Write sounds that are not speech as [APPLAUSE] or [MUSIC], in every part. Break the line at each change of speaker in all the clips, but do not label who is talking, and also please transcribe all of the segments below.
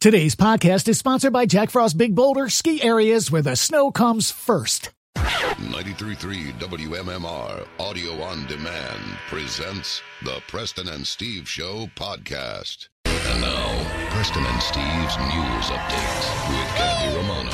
Today's podcast is sponsored by Jack Frost Big Boulder Ski Areas, where the snow comes first.
933 WMMR Audio on Demand presents the Preston and Steve Show podcast. And now, Preston and Steve's news updates with Kathy Romano.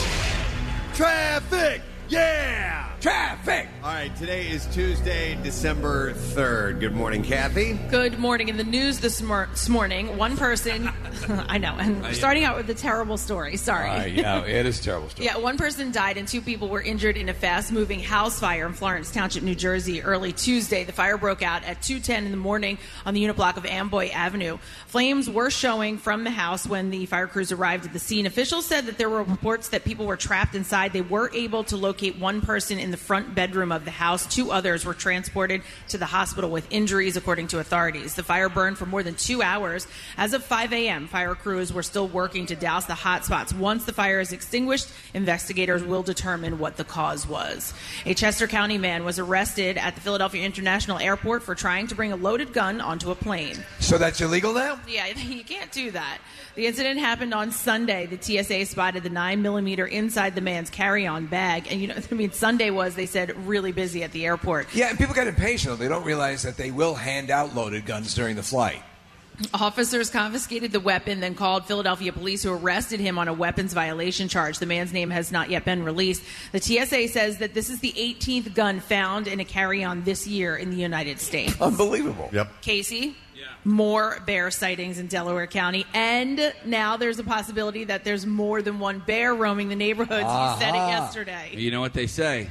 Traffic! Yeah!
Traffic!
All right, today is Tuesday, December 3rd. Good morning, Kathy.
Good morning. In the news this, mor- this morning, one person, [LAUGHS] I know, and we're starting out with a terrible story. Sorry.
Uh, [LAUGHS] yeah, it is a terrible story.
[LAUGHS] Yeah, one person died and two people were injured in a fast-moving house fire in Florence Township, New Jersey, early Tuesday. The fire broke out at 2:10 in the morning on the unit block of Amboy Avenue. Flames were showing from the house when the fire crews arrived at the scene. Officials said that there were reports that people were trapped inside. They were able to locate one person in the front bedroom of the house. Two others were transported to the hospital with injuries, according to authorities. The fire burned for more than two hours. As of 5 a.m., fire crews were still working to douse the hot spots. Once the fire is extinguished, investigators will determine what the cause was. A Chester County man was arrested at the Philadelphia International Airport for trying to bring a loaded gun onto a plane.
So that's illegal now?
Yeah, [LAUGHS] you can't do that. The incident happened on Sunday. The TSA spotted the nine millimeter inside the man's carry-on bag, and you know, [LAUGHS] I mean, Sunday was they said really busy at the airport.
Yeah, and people get impatient. though. They don't realize that they will hand out loaded guns during the flight.
Officers confiscated the weapon, then called Philadelphia police, who arrested him on a weapons violation charge. The man's name has not yet been released. The TSA says that this is the 18th gun found in a carry-on this year in the United States.
Unbelievable.
Yep.
Casey. More bear sightings in Delaware County, and now there's a possibility that there's more than one bear roaming the neighborhoods. You said it yesterday.
You know what they say?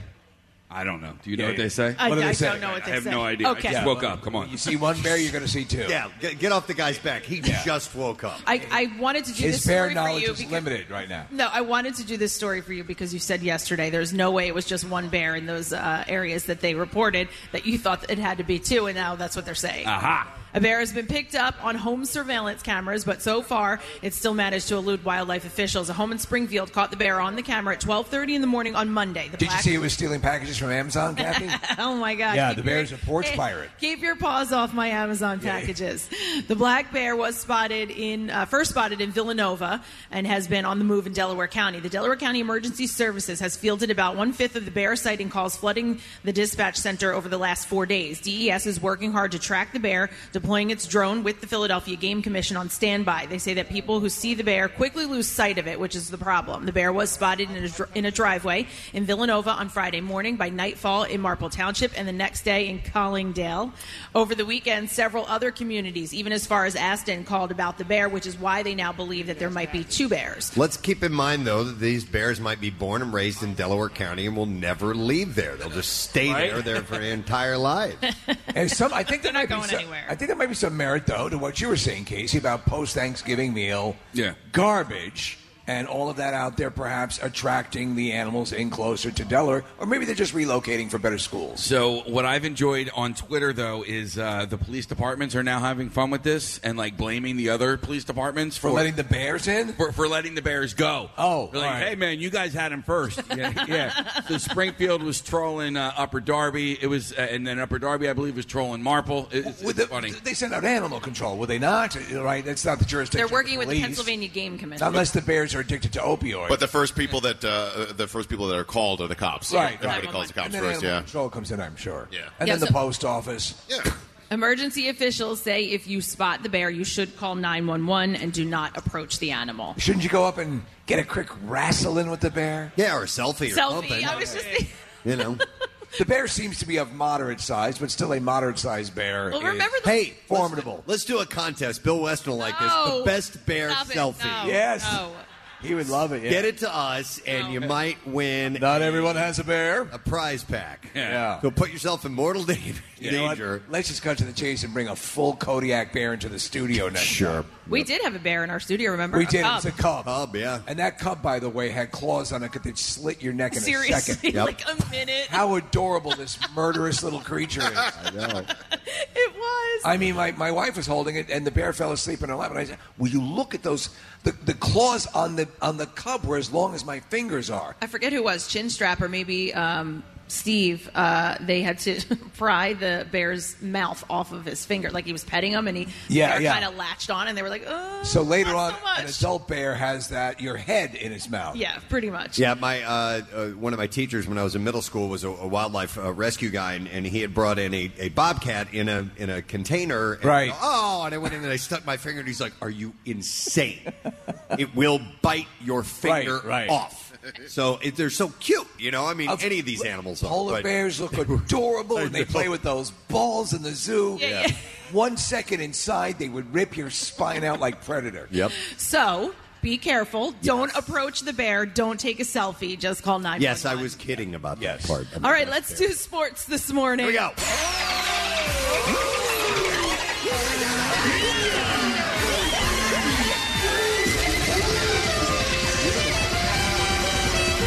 I don't know. Do you know
Yeah,
what they
yeah.
say?
I,
What do they
I
say?
don't know what
I
they
have
say.
no idea.
Okay.
I just woke up. Come on.
You see one bear, you're going to see two.
[LAUGHS] Yeah, get, get off the guy's back. He just woke up.
I, I wanted to do
His
this
bear
story for
knowledge
you
is
because-
limited right
[LAUGHS]
now.
No, I wanted to do this story for you because you said yesterday there's no way it was just one bear in those uh, areas that they reported that you thought it had to be two, and now that's what they're saying.
Aha.
A bear has been picked up on home surveillance cameras, but so far it's still managed to elude wildlife officials. A home in Springfield caught the bear on the camera at 12:30 in the morning on Monday. The
Did you
black-
see it was stealing packages from Amazon,
[LAUGHS]
Kathy?
Oh my God!
Yeah,
Keep
the
your-
bear's a
[LAUGHS]
porch pirate.
Keep your paws off my Amazon
Yeah.
packages. The black bear was spotted in uh, first spotted in Villanova and has been on the move in Delaware County. The Delaware County Emergency Services has fielded about one fifth of the bear sighting calls flooding the dispatch center over the last four days. DES is working hard to track the bear, deploying its drone with the Philadelphia Game Commission on standby. They say that people who see the bear quickly lose sight of it, which is the problem. The bear was spotted in a, dr- in a driveway in Villanova on Friday morning by nightfall in Marple Township and the next day in Collingdale. Over the weekend, several other communities, even as far as Aston, called about the bear, which is why they now believe that there might be two bears.
Let's keep in mind, though, that these bears might be born and raised in Delaware County and will never leave there. They'll just stay there, there for their entire lives.
[LAUGHS] And some, I think there
They're
might
not
be
going
some,
anywhere.
I think there might be some merit though to what you were saying, Casey, about post Thanksgiving meal,
Yeah.
garbage, and all of that out there, perhaps attracting the animals in closer to Delaware, or maybe they're just relocating for better schools.
So what I've enjoyed on Twitter though is uh, the police departments are now having fun with this and like blaming the other police departments for
For letting the bears in.
for, for letting the Bears go.
Oh,
They're like,
all right.
hey man, you guys had him
[LAUGHS]
first. Yeah, yeah. so Springfield was trolling uh, Upper Darby. It was, uh, and then Upper Darby, I believe, was trolling Marple. It, it's,
Would
it's
the-
funny.
They sent out animal control, would they not? Right, that's not the jurisdiction.
They're
of the
working with the
police.
Pennsylvania Game Commission.
Unless the bears are addicted to opioids.
But the first people that uh, the first people that are called are the cops.
Right,
Everybody
right.
calls the cops
and then
first.
animal
Yeah.
control comes in, I'm sure.
Yeah.
And
Yeah,
then the
so-
post office.
Yeah.
Emergency officials say if you spot the bear, you should call 911 and do not approach the animal.
Shouldn't you go up and get a quick wrestle in with the bear?
Yeah, or a selfie or
Selfie.
something.
I was just thinking.
You
[LAUGHS]
know?
The bear seems to be of moderate size, but still a moderate sized bear.
Well,
is-
remember the
Hey,
Formidable.
Let's, let's do a contest. Bill West will like this.
No.
The best bear
Stop it.
selfie.
No.
Yes.
No.
[LAUGHS] He would love it. Yeah. Oh,
Get it to us, and you might win
Not everyone has a bear.
a prize pack.
Yeah.
So put yourself in mortal da-
You know what?
danger.
Let's just cut to the chase and bring a full Kodiak bear into the studio next. Sure.
We did have a bear in our studio, remember?
We
A
did. It
cub.
was a cub.
Cub, yeah.
And that cub, by the way, had claws on it that could slit your neck in a
Seriously,
second.
Yep.
[LAUGHS] like a minute.
How adorable this murderous little creature is.
it was.
I mean, my, my wife was holding it, and the bear fell asleep in her lap. And I said, "Will you look at those? The, the claws on the on the cub were as long as my fingers are."
Uh, I forget who it was, chin strap or maybe um, Steve, uh, they had to [LAUGHS] pry the bear's mouth off of his finger, like he was petting him, and he
Yeah, yeah.
kind of latched on, and they were like, "Oh."
So later
not
on,
so much.
an adult bear has that your head in its mouth.
yeah, pretty much.
Yeah, my uh, uh, one of my teachers when I was in middle school was a, a wildlife uh, rescue guy, and, and he had brought in a, a bobcat in a in a container. And
Right.
oh, and I went in and I stuck my finger, and he's like, "Are you insane?
[LAUGHS]
it will bite your finger
Right, right.
off." So it, they're so cute, you know. I mean, any of these animals. are,
Polar
but- [LAUGHS]
bears look adorable, and they play with those balls in the zoo.
Yeah, yeah.
One second inside, they would rip your spine out like Predator.
Yep.
So be careful. Don't approach the bear. Don't take a selfie. Just call nine.
Yes, I was kidding about
Yes.
that part.
All right, let's do sports this morning.
Here we go.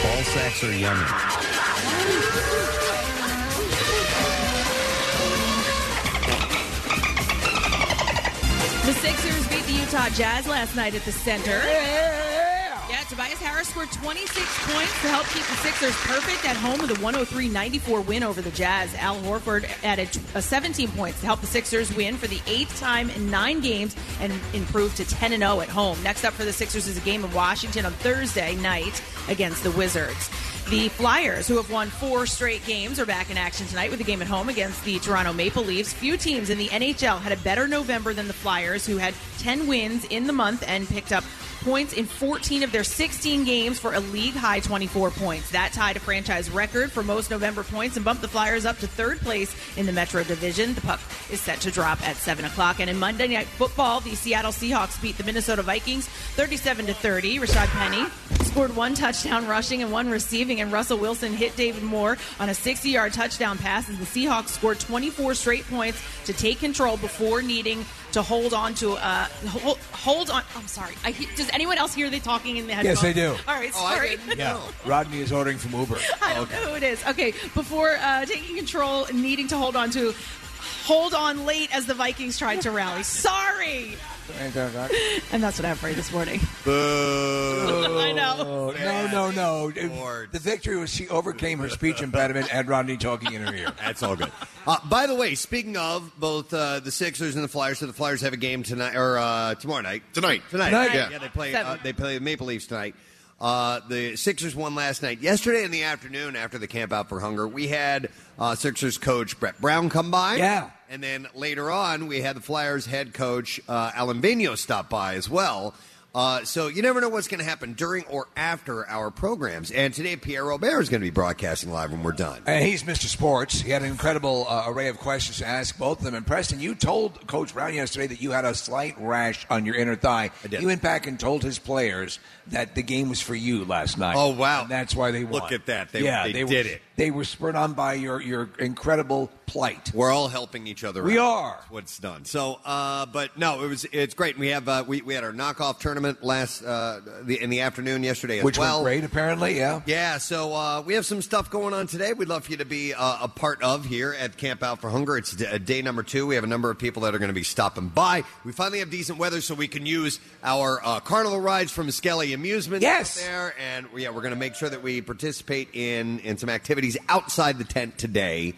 Ball sacks are yummy.
The Sixers beat the Utah Jazz last night at the center. Yeah, Tobias Harris scored 26 points to help keep the Sixers perfect at home with a 103 94 win over the Jazz. Al Horford added t- uh, 17 points to help the Sixers win for the eighth time in nine games and improve to 10 and 0 at home. Next up for the Sixers is a game in Washington on Thursday night against the Wizards. The Flyers, who have won four straight games, are back in action tonight with a game at home against the Toronto Maple Leafs. Few teams in the NHL had a better November than the Flyers, who had 10 wins in the month and picked up points in 14 of their 16 games for a league high 24 points. That tied a franchise record for most November points and bumped the Flyers up to third place in the Metro Division. The puck is set to drop at 7 o'clock. And in Monday Night Football, the Seattle Seahawks beat the Minnesota Vikings 37 to 30. Rashad Penny scored one touchdown rushing and one receiving, and Russell Wilson hit David Moore on a 60 yard touchdown pass as the Seahawks scored 24 straight points to take control before needing to hold on to uh hold, hold on I'm sorry. I, he- does anyone else hear they talking in the
Yes,
headphones?
they do.
All right, sorry.
[LAUGHS]
[LAUGHS]
Yeah. Rodney is ordering from Uber.
I don't know who it is. Okay, before uh, taking control, needing to hold on to hold on late as the Vikings tried to [LAUGHS] rally. Sorry. And that's what I have for you this morning. [LAUGHS] I know.
No, no, no.
Lord.
The victory was she overcame her speech impediment and Rodney talking in her ear.
[LAUGHS] That's all good. Uh, by the way, speaking of both uh, the Sixers and the Flyers, so the Flyers have a game tonight or uh, tomorrow night.
Tonight.
tonight,
Tonight.
Yeah.
Yeah.
they play.
Seven.
Uh, they play the Maple Leafs tonight. Uh, the Sixers won last night. Yesterday in the afternoon, after the camp out for hunger, we had uh, Sixers coach Brett Brown come by.
Yeah.
and then later on, we had the Flyers head coach uh, Alan Vigneault stop by as well. Uh, so you never know what's going to happen during or after our programs. And today, Pierre Robert is going to be broadcasting live when we're done.
And he's Mr. Sports. He had an incredible uh, array of questions to ask both of them. And Preston, you told Coach Brown yesterday that you had a slight rash on your inner thigh.
I did.
You went back and told his players that the game was for you last night.
Oh, wow.
And that's why they won.
Look at that. They-
yeah,
they
were,
did it.
They were spurred on by your, your incredible plight.
We're all helping each other.
We
out.
are.
That's what's done. So, uh, but no, it was it's great. We have uh, we we had our knockoff tournament last uh, the, in the afternoon yesterday as
Which
well.
went great, apparently, yeah.
Yeah, so uh, we have some stuff going on today. We'd love for you to be uh, a part of here at Camp Out for Hunger. It's d- uh, day number two. We have a number of people that are going to be stopping by. We finally have decent weather, so we can use our uh, carnival rides from Skelly Amusement
Yes.
out there. And yeah, we're going to make sure that we participate in in some activities outside the tent today.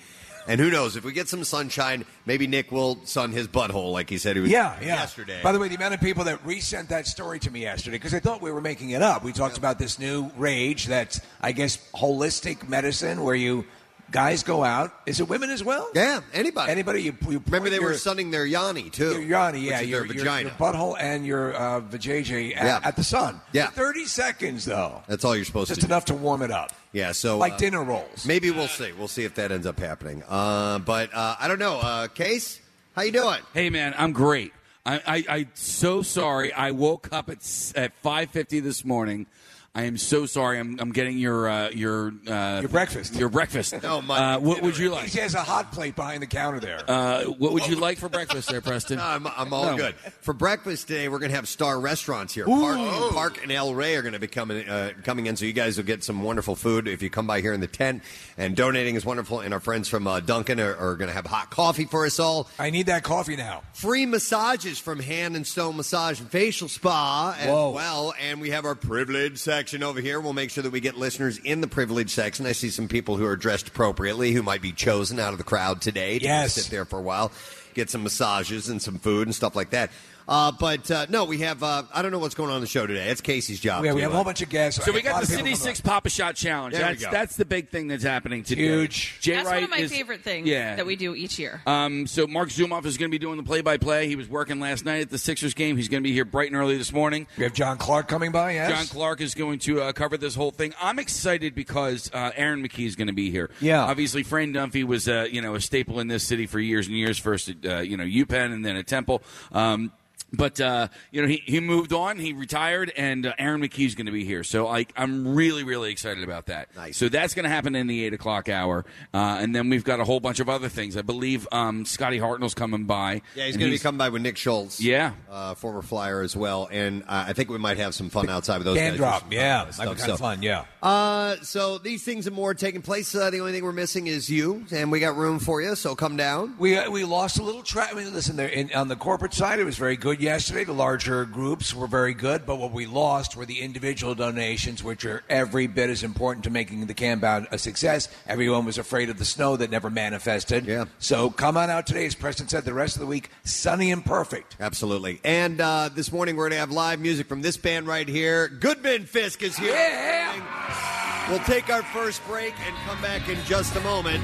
And who knows if we get some sunshine, maybe Nick will sun his butthole like he said he was
Yeah,
doing
yeah.
Oh, yesterday.
By the way, the amount of people that resent that story to me yesterday because they thought we were making it up. We talked about this new rage that's, I guess, holistic medicine where you guys go out. Is it women as well?
yeah, anybody.
Anybody you, you
Remember
point
they
your,
were sunning their yanni too.
your yoni,
which
yeah,
is
your,
their
your-
vagina.
your butthole and your uh, vajayjay at,
Yeah.
at the sun.
Yeah.
For thirty seconds though.
That's all you're supposed
Just
to do.
enough to warm it up.
Yeah, so
like
uh,
dinner rolls.
Maybe we'll see. We'll see if that ends up happening. Uh, but uh, I don't know. Uh, Case, how you doing?
Hey man, I'm great. I, I I'm so sorry. I woke up at s- at 5:50 this morning. I am so sorry. I'm, I'm getting your uh, your uh,
Your breakfast.
Your
[LAUGHS]
breakfast.
Oh, my
Uh, what would you like?
He has a hot plate behind the counter there.
Uh, what would you like for breakfast,
[LAUGHS]
there, Preston?
I'm, I'm all
No.
good. For breakfast today, we're going to have star restaurants here. Park, Park and El Rey are going to be coming uh, coming in, so you guys will get some wonderful food if you come by here in the tent. And donating is wonderful. And our friends from uh, Duncan are, are going to have hot coffee for us all.
I need that coffee now.
Free massages from Hand and Stone Massage and Facial Spa as well. And we have our privilege section over here. We'll make sure that we get listeners in the privileged section. I see some people who are dressed appropriately who might be chosen out of the crowd today to
Yes.
sit there for a while, get some massages and some food and stuff like that. Uh, but uh, no, we have. Uh, I don't know what's going on in the show today. It's Casey's job.
Yeah, we
to,
have a
uh,
whole bunch of guests.
So we
A lot
got the
of people
City
coming
Six
up.
Papa Shot Challenge.
There we
That's
go.
that's the big thing that's happening today.
Huge.
Jay
That's
Wright
one of my
is-
favorite things
Yeah.
that we do each year.
Um, so Mark Zumoff is going to be doing the play-by-play. He was working last night at the Sixers game. He's going to be here bright and early this morning.
We have John Clark coming by. Yes.
John Clark is going to uh, cover this whole thing. I'm excited because uh, Aaron McKee is going to be here.
Yeah.
obviously, Fran Dunphy was uh, you know a staple in this city for years and years. First, at, uh, you know, UPenn and then at Temple. Um, but uh, you know, he, he moved on, he retired, and uh, Aaron McKee is going to be here. So I, I'm really, really excited about that.
Nice.
So that's going to happen in the eight o'clock hour, uh, and then we've got a whole bunch of other things. I believe um, Scotty Hartnell's coming by.
Yeah, he's
and
going to be coming by with Nick Schultz.
Yeah.
uh, former flyer as well, and uh, I think we might have some fun outside of those.
Dan
guys.
drop.
Just, uh,
Yeah, might
stuff.
be kind
So,
of fun. Yeah.
Uh, so these things and more taking place. Uh, the only thing we're missing is you, and we got room for you. So come down.
We, uh, we lost a little track. I mean, listen, there, in, on the corporate side, it was very good yesterday. The larger groups were very good, but what we lost were the individual donations, which are every bit as important to making the camp out a success. Everyone was afraid of the snow that never manifested.
Yeah.
So come on out today, as Preston said. The rest of the week, sunny and perfect.
Absolutely. And uh, this morning we're going to have live music from this band right here. Goodman Fisk is here.
Yeah.
We'll take our first break and come back in just a moment.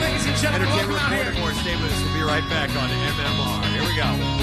Ladies and gentlemen,
Entertainment
welcome out
with
here.
more. Stay with us. We'll be right back on MMR. Here we go.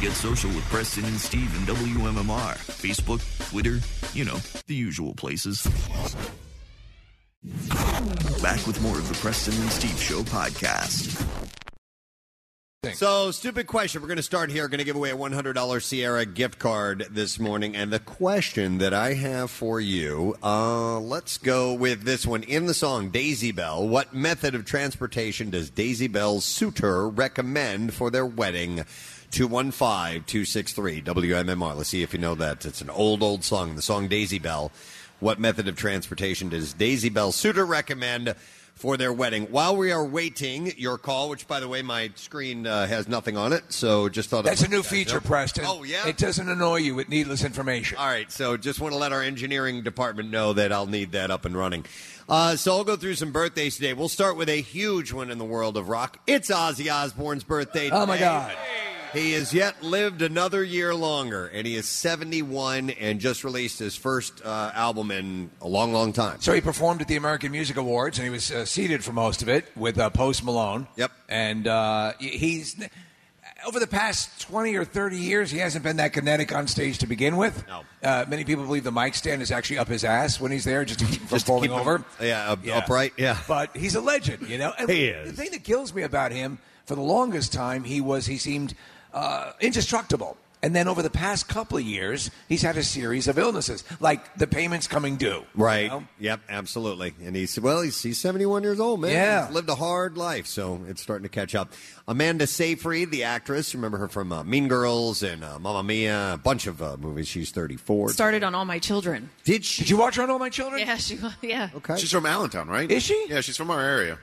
Get social with Preston and Steve and WMMR. Facebook, Twitter, you know, the usual places. Back with more of the Preston and Steve Show podcast.
So, stupid question. We're going to start here. Going to give away a $100 Sierra gift card this morning. And the question that I have for you, uh, let's go with this one. In the song Daisy Bell, what method of transportation does Daisy Bell's suitor recommend for their wedding? 215 263 WMMR. Let's see if you know that. It's an old, old song, the song Daisy Bell. What method of transportation does Daisy Bell suitor recommend for their wedding. While we are waiting your call, which by the way, my screen uh, has nothing on it, so just thought I'd
That's a
let you
new
guys
feature,
know.
Preston.
Oh yeah.
It doesn't annoy you with needless information.
All right, so just want to let our engineering department know that I'll need that up and running. Uh, so I'll go through some birthdays today. We'll start with a huge one in the world of rock. It's Ozzy Osbourne's birthday.
Oh, my
today.
God.
He has yet lived another year longer, and he is 71 and just released his first uh, album in a long, long time.
So he performed at the American Music Awards, and he was uh, seated for most of it with uh, Post Malone.
Yep.
And uh, y- he's over the past twenty or thirty years, he hasn't been that kinetic on stage to begin with.
No.
Uh, many people believe the mic stand is actually up his ass when he's there, just to keep him from
Just to
falling
keep him-
over.
yeah, up- upright, yeah.
But he's a legend, you know. And
He
The
is.
thing that kills me about him, for the longest time, he was he seemed uh, indestructible. And then over the past couple of years, he's had a series of illnesses, like the payments coming due. you
Right.
know?
Yep. Absolutely. And he's well. He's he's seventy one years old, man.
Yeah.
He's lived a hard life, so it's starting to catch up. Amanda Seyfried, the actress, remember her from uh, Mean Girls and uh, Mamma Mia, a bunch of uh, movies. She's thirty four.
Started on all my children.
Did she?
Did you watch her on All My Children?
Yeah, she. Yeah.
okay.
She's from Allentown, right?
Is she?
Yeah, she's from our area.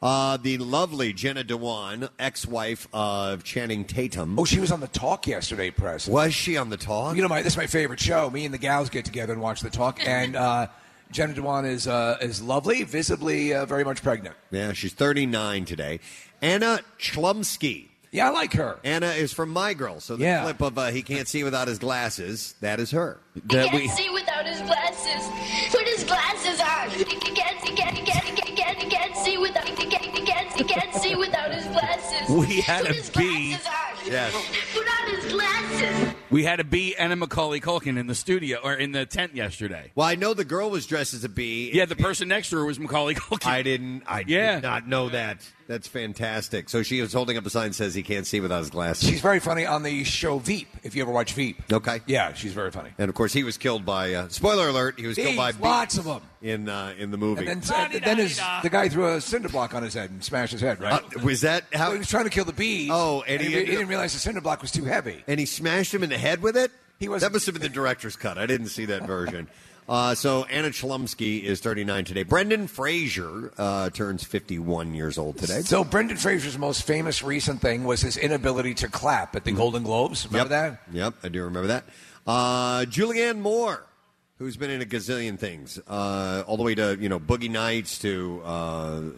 Uh, the lovely Jenna Dewan, ex wife of Channing Tatum.
Oh, she was on the talk yesterday, press.
was she on the talk?
You know, my this is my favorite show. Me and the gals get together and watch the talk. And uh, Jenna Dewan is uh, is lovely, visibly uh, very much pregnant.
yeah, she's thirty nine today. Anna Chlumsky.
Yeah, I like her.
Anna is from My Girl, so the
Yeah.
clip of uh, he can't see without his glasses. That is her.
That we
see without his glasses. Put his glasses on. He can't, he can't, he can't, he can't, he can't, he can't see without. He can't, he can't, he can't see without his glasses.
[LAUGHS] We had
Put
a
his
bee.
glasses on.
Yes.
Put on his glasses.
we had to be Anna Macaulay Culkin in the studio or in the tent yesterday.
Well, I know the girl was dressed as a bee.
Yeah, the person next to her was Macaulay Culkin.
I didn't. I
Yeah.
did not know that. That's fantastic. So she was holding up a sign that says he can't see without his glasses.
She's very funny on the show Veep. If you ever watch Veep,
Okay.
yeah, she's very funny.
And of course, he was killed by. Uh, spoiler alert! He was killed
Steve,
by
lots
bees
of 'em.
in uh, in the movie.
And then, and then his, the guy threw a cinder block on his head and smashed his head. Right?
Uh, was that how?
Well, he was trying to kill the bees.
Oh, and he
re-
ended up-
didn't realize the cinder block was too heavy.
and he smashed him in the head with it.
He was-
That must have been the director's cut. I didn't see that version. Uh, so Anna Chlumsky is 39 today. Brendan Fraser uh, turns 51 years old today.
So Brendan Fraser's most famous recent thing was his inability to clap at the Golden Globes. Remember
yep.
that?
Yep, I do remember that. Uh, Julianne Moore, who's been in a gazillion things, uh, all the way to you know Boogie Nights to uh,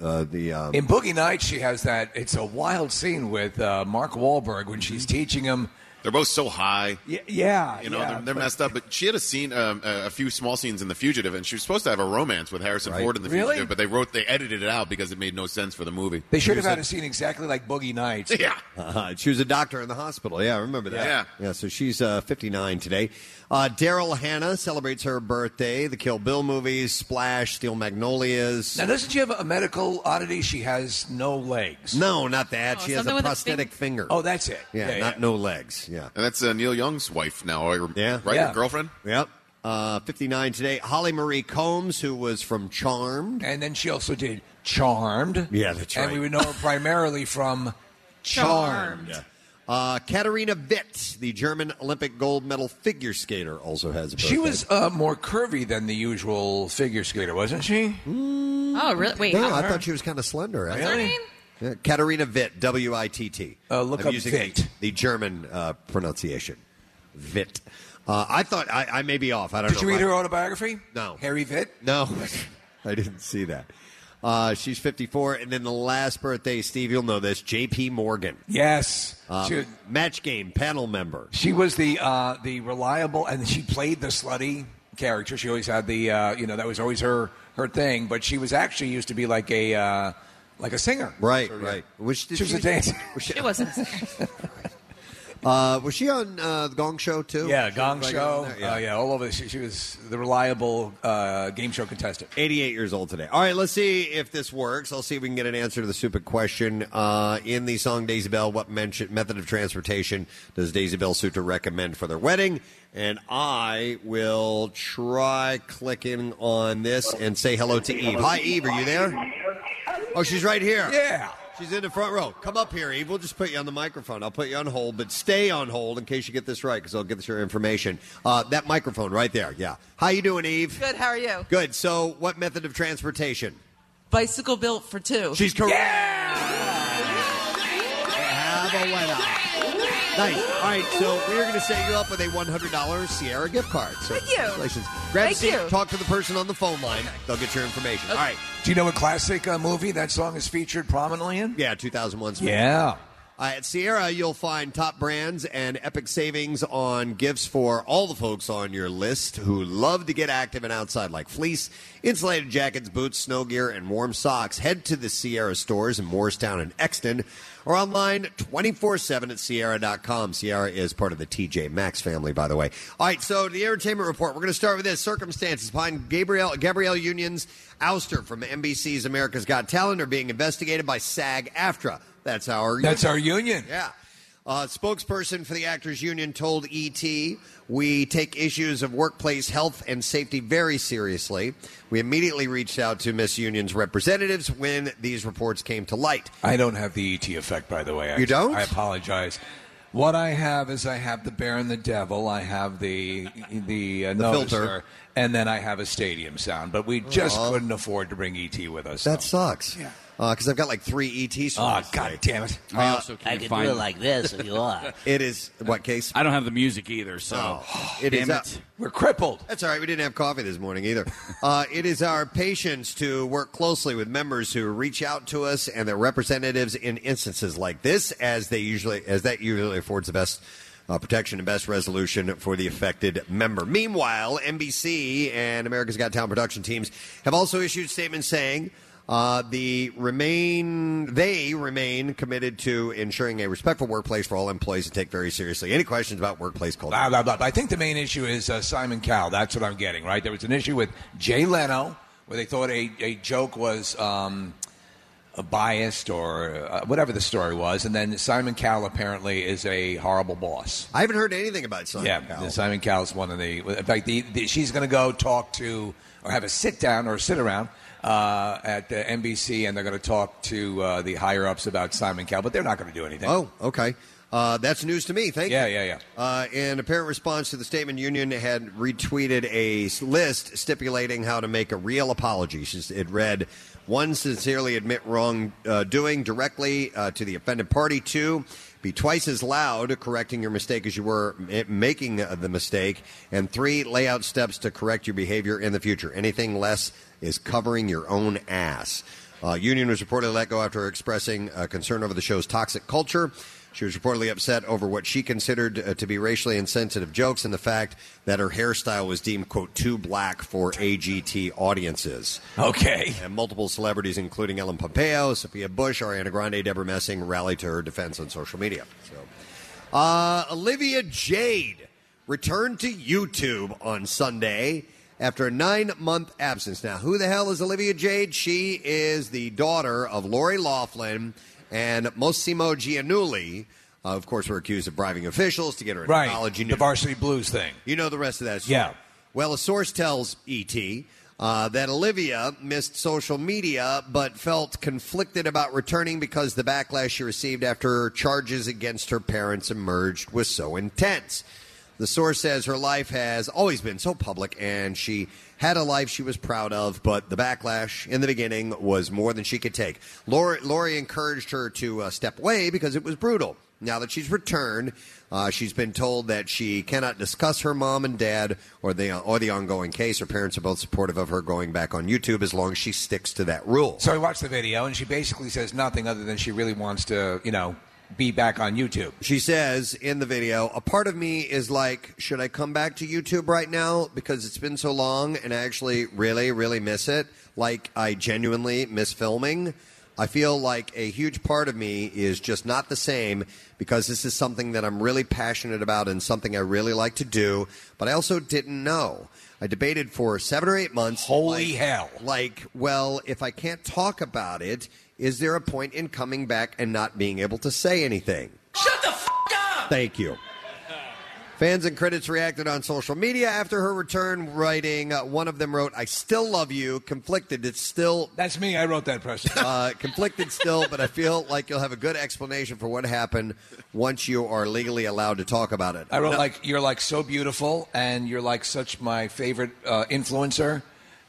uh, the um,
In Boogie Nights, she has that. It's a wild scene with uh, Mark Wahlberg when she's
Mm-hmm.
teaching him.
They're both so high.
Yeah, yeah.
You know,
yeah,
they're, they're
but-
messed up. But she had a scene, um, a a few small scenes in The Fugitive, and she was supposed to have a romance with Harrison Ford in The
Really?
Fugitive, but they wrote, they edited it out because it made no sense for the movie.
They should have had a scene exactly like Boogie Nights.
[LAUGHS] Yeah.
Uh, she was a doctor in the hospital. Yeah, I remember that.
Yeah.
Yeah, so she's uh, 59 today. Uh, Daryl Hannah celebrates her birthday. The Kill Bill movies, Splash, Steel Magnolias.
Now, doesn't she have a medical oddity? She has no legs.
No, not that.
Oh,
she has
something
a
with a
prosthetic finger.
Oh, that's it.
yeah, not no legs. Yeah.
And that's uh, Neil Young's wife now, or-
Yeah.
right?
Yeah.
Your girlfriend?
Yep. Uh, 59 today. Holly Marie Combs, who was from Charmed.
And then she also did Charmed.
Yeah, that's
And
right.
we would know her
[LAUGHS]
primarily from
Charmed.
Uh, Katarina Witt, the German Olympic gold medal figure skater, also has a birthday.
She was uh, more curvy than the usual figure skater, wasn't she?
Oh, really? Wait.
No,
how-
I thought she was kind of slender. I
what's her
Really?
name?
Yeah, Katarina Witt, W I T T.
Uh, look
I'm
up
using
Witt.
The, the German uh, pronunciation. Witt. Uh, I thought I, I may be off. I don't know.
Did you read
My-
her autobiography?
No.
Harry Vitt?
No, [LAUGHS] I didn't see that. Uh, she's 54, and then the last birthday, Steve, you'll know this. J.P. Morgan,
Yes.
uh,
she,
match game panel member.
she was the uh, the reliable, and she played the slutty character. She always had the uh, you know that was always her her thing. But she was actually used to be like a uh, like a singer.
Right,
Sort of-
right. Was
She was
[LAUGHS]
a dancer.
Was she,
[LAUGHS] It wasn't.
uh, was she on uh, the Gong Show too?
Yeah,
She
Gong
was like on
Show.
there?
Yeah. Uh, yeah, all over. She, she was the reliable uh, game show contestant.
88 years old today. All right, let's see if this works. I'll see if we can get an answer to the stupid question. Uh, in the song Daisy Bell, what mention, method of transportation does Daisy Bell Suter recommend for their wedding? And I will try clicking on this and say hello to Eve. Hi, Eve. Are you there? Oh, she's right here.
Yeah.
She's in the front row. Come up here, Eve. We'll just put you on the microphone. I'll put you on hold, but stay on hold in case you get this right because I'll get your information. Uh, that microphone right there. Yeah. How you doing, Eve?
Good. How are you?
Good. So, what method of transportation?
Bicycle built for two.
She's correct. Have a winner. Nice. All right. So, we're going to set you up with a $100 Sierra gift card. So,
Thank you.
Congratulations. Grab
Thank
a seat.
you.
Talk to the person on the phone line. They'll get your information. All right.
Do you know a classic uh, movie that song is featured prominently in?
Yeah, 2001. Smith.
Yeah.
Uh, at Sierra, you'll find top brands and epic savings on gifts for all the folks on your list who love to get active and outside, like fleece, insulated jackets, boots, snow gear, and warm socks. Head to the Sierra stores in Morristown and Exton or online 24 7 at sierra.com. Sierra is part of the TJ Maxx family, by the way. All right, so the entertainment report. We're going to start with this circumstances behind Gabrielle, Gabrielle Union's ouster from NBC's America's Got Talent are being investigated by SAG AFTRA. That's our
That's our union.
yeah. Uh, spokesperson for the Actors Union told ET, We take issues of workplace health and safety very seriously. We immediately reached out to Miss Union's representatives when these reports came to light.
I don't have the ET effect, by the way. I-
You don't?
I apologize. What I have is I have the bear and the devil. I have the the, uh,
The filter.
noticer, and then I have a stadium sound. But we just couldn't afford to bring ET with us.
That
so.
sucks.
Yeah.
Because I've got like three E ET stories.
Oh
today.
God damn it!
I also can't find.
this if you want.
Uh, [LAUGHS] It is, what case?
I don't have the music either, so
It is
damn
up.
it.
We're crippled.
That's all right. We didn't have coffee this morning either. Uh, it is our patience to work closely with members who reach out to us and their representatives in instances like this, as they usually as that usually affords the best. Uh, protection and best resolution for the affected member. Meanwhile, NBC and America's Got Talent production teams have also issued statements saying uh, the remain they remain committed to ensuring a respectful workplace for all employees and take very seriously any questions about workplace culture.
Blah blah blah. I think the main issue is uh, Simon Cowell. That's what I'm getting right. There was an issue with Jay Leno where they thought a, a joke was um, uh, biased or uh, whatever the story was. And then Simon Cowell apparently is a horrible boss.
I haven't heard anything about Simon
yeah,
Cowell.
Simon Cowell's one of the. In fact, the, the, she's going to go talk to or have a sit down or sit around uh, at the NBC, and they're going to talk to uh, the higher ups about Simon Cowell, but they're not going to do anything.
Oh, okay. Uh, that's news to me. Thank
yeah,
you.
Yeah, yeah,
Uh, in apparent response to the statement, Union had retweeted a s- list stipulating how to make a real apology. She's- It read one, sincerely admit wrongdoing uh, doing directly uh, to the offended party, two, be twice as loud correcting your mistake as you were m- making uh, the mistake, and three, lay out steps to correct your behavior in the future. Anything less is covering your own ass. Uh, Union was reportedly let go after expressing uh, concern over the show's toxic culture. She was reportedly upset over what she considered uh, to be racially insensitive jokes and the fact that her hairstyle was deemed, quote, too black for AGT audiences.
Okay.
And multiple celebrities, including Ellen Pompeo, Sophia Bush, Ariana Grande, Deborah Messing, rallied to her defense on social media. So, uh, Olivia Jade returned to YouTube on Sunday after a nine month absence. Now, who the hell is Olivia Jade? She is the daughter of Lori Laughlin and Mossimo Gianulli. Uh, of course, were accused of bribing officials to get her into
Right.
college.
The Varsity Blues thing.
You know the rest of that story.
Yeah.
Well, a source tells ET uh, that Olivia missed social media but felt conflicted about returning because the backlash she received after her charges against her parents emerged was so intense. The source says her life has always been so public and she had a life she was proud of, but the backlash in the beginning was more than she could take. Lori, Lori encouraged her to uh, step away because it was brutal. Now that she's returned, uh, she's been told that she cannot discuss her mom and dad or the uh, or the ongoing case. Her parents are both supportive of her going back on YouTube as long as she sticks to that rule.
So I watched the video, and she basically says nothing other than she really wants to, you know, be back on YouTube.
She says in the video, a part of me is like, should I come back to YouTube right now? Because it's been so long and I actually really, really miss it. Like, I genuinely miss filming. I feel like a huge part of me is just not the same because this is something that I'm really passionate about and something I really like to do, but I also didn't know. I debated for seven or eight months. Holy
hell.
Like, well, if I can't talk about it, is there a point in coming back and not being able to say anything? Thank you. Fans and critics reacted on social media after her return, writing, uh, one of them wrote, I still love you, conflicted, it's still.
[LAUGHS] That's me, I wrote that press.
[LAUGHS] uh, conflicted still, but I feel like you'll have a good explanation for what happened once you are legally allowed to talk about it.
I wrote
No-
like you're like so beautiful, and you're like such my favorite uh, influencer,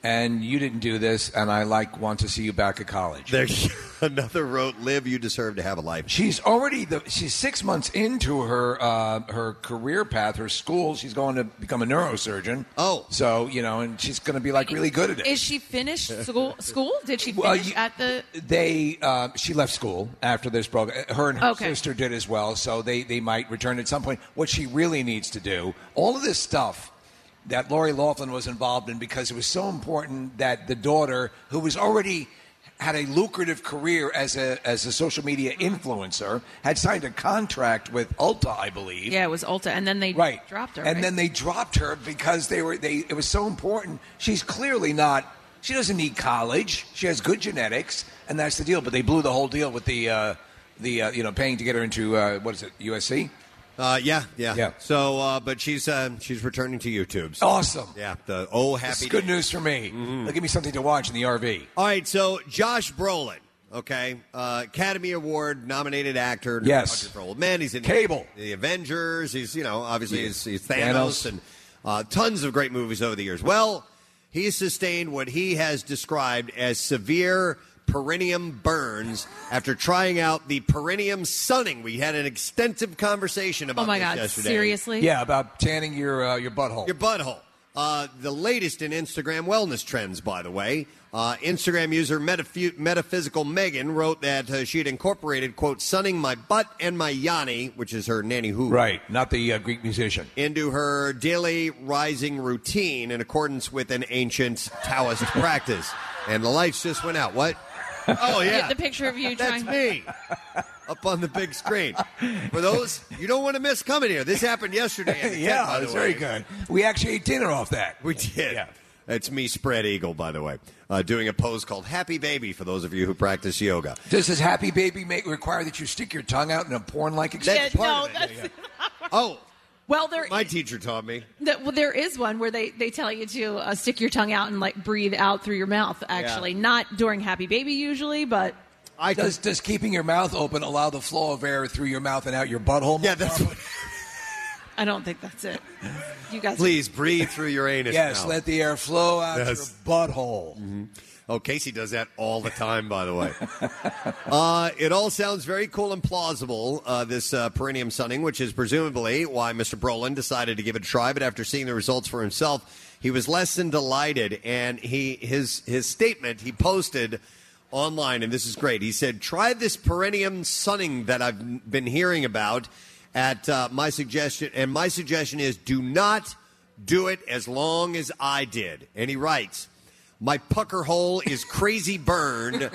and you didn't do this, and I like want to see you back at college.
[LAUGHS] There's another wrote, "Live, you deserve to have a life."
She's already the she's six months into her uh, her career path, her school. She's going to become a neurosurgeon.
Oh,
so you know, and she's going to be like really good at it.
Is she finished school? school? Did she finish
Well, you-
at the?
they uh, she left school after this program. Her and her
Okay.
sister did as well, so they they might return at some point. What she really needs to do, all of this stuff that Lori Laughlin was involved in, because it was so important that the daughter, who was already had a lucrative career as a as a social media influencer, had signed a contract with Ulta, I believe.
Yeah, it was Ulta, and then they
Right.
dropped her.
And
right?
then they dropped her because they were they it was so important. She's clearly not she doesn't need college. She has good genetics and that's the deal, but they blew the whole deal with the uh the uh, you know paying to get her into uh, what is it? USC?
Uh yeah, yeah.
Yeah.
So, uh, but she's uh, she's returning to YouTube. so-
Awesome.
Yeah. The oh happy.
This is good
day. Mm-hmm.
news for me. They'll give me something to watch in the RV.
All right, so Josh Brolin, okay, uh, Academy Award nominated actor.
Yes.
Country for Old Men. He's in
Cable.
the Avengers. He's you know obviously
Yeah.
he's, he's Thanos,
Thanos.
and uh, tons of great movies over the years. Well, he sustained what he has described as severe perineum burns after trying out the perineum sunning. We had an extensive conversation about
Oh my
this
God!
yesterday.
Seriously?
Yeah, about tanning your uh, your butthole.
Your butthole. Uh, the latest in Instagram wellness trends, by the way. Uh, Instagram user Metafu- Metaphysical Megan wrote that uh, she had incorporated, quote, sunning my butt and my yanni, which is her nanny who,
right, not the uh, Greek musician.
into her daily rising routine in accordance with an ancient
[LAUGHS]
Taoist practice. And the lights just went out. What? [LAUGHS] Oh, yeah.
Get the picture of you
That's
trying.
me up on the big screen. For those, you don't want to miss
[LAUGHS]
coming here. This happened yesterday. At the tent,
yeah,
by
it was
the
very
way.
good. We actually ate dinner off that.
We did.
Yeah.
It's me, Spread Eagle, by the way, uh, doing a pose called Happy Baby for those of you who practice yoga.
Does this happy baby make, require that you stick your tongue out in a porn-like experience?
no,
Oh,
well, there
my teacher taught me.
That, well, there is one where they, they tell you to uh, stick your tongue out and like breathe out through your mouth. Actually, not during Happy Baby usually, but
I
does, does keeping your mouth open allow the flow of air through your mouth and out your butthole? Yeah, that's what,
I don't think that's it. You guys,
Please
[LAUGHS]
breathe through your anus.
Yes,
now.
let the air flow out
Yes.
your butthole.
Oh, Casey does that all the time, by the
[LAUGHS]
way. [LAUGHS] uh, it all sounds very cool and plausible, uh, this uh, perineum sunning, which is presumably why Mr. Brolin decided to give it a try. But after seeing the results for himself, he was less than delighted. And he his his statement he posted online, and this is great. He said, "Try this perineum sunning that I've been hearing about." At uh, my suggestion, and my suggestion is, do not do it as long as I did. And he writes. My pucker hole is crazy burned.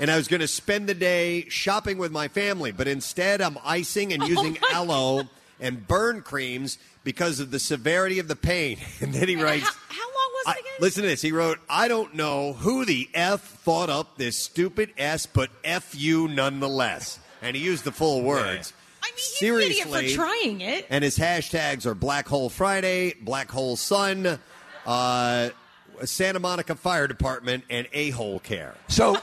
And I was going to spend the day shopping with my family, but instead I'm icing
[LAUGHS] Oh
and using aloe and burn creams because of the severity of the pain. [LAUGHS] And then he writes,
How long was it again?
Listen to this. He wrote, I don't know who the F thought up this stupid S, but F you nonetheless. And he used the full words. I mean,
He's an idiot for trying it.
and his hashtags are Black Hole Friday, Black Hole Sun, uh, Santa Monica Fire Department, and A Hole Care.
So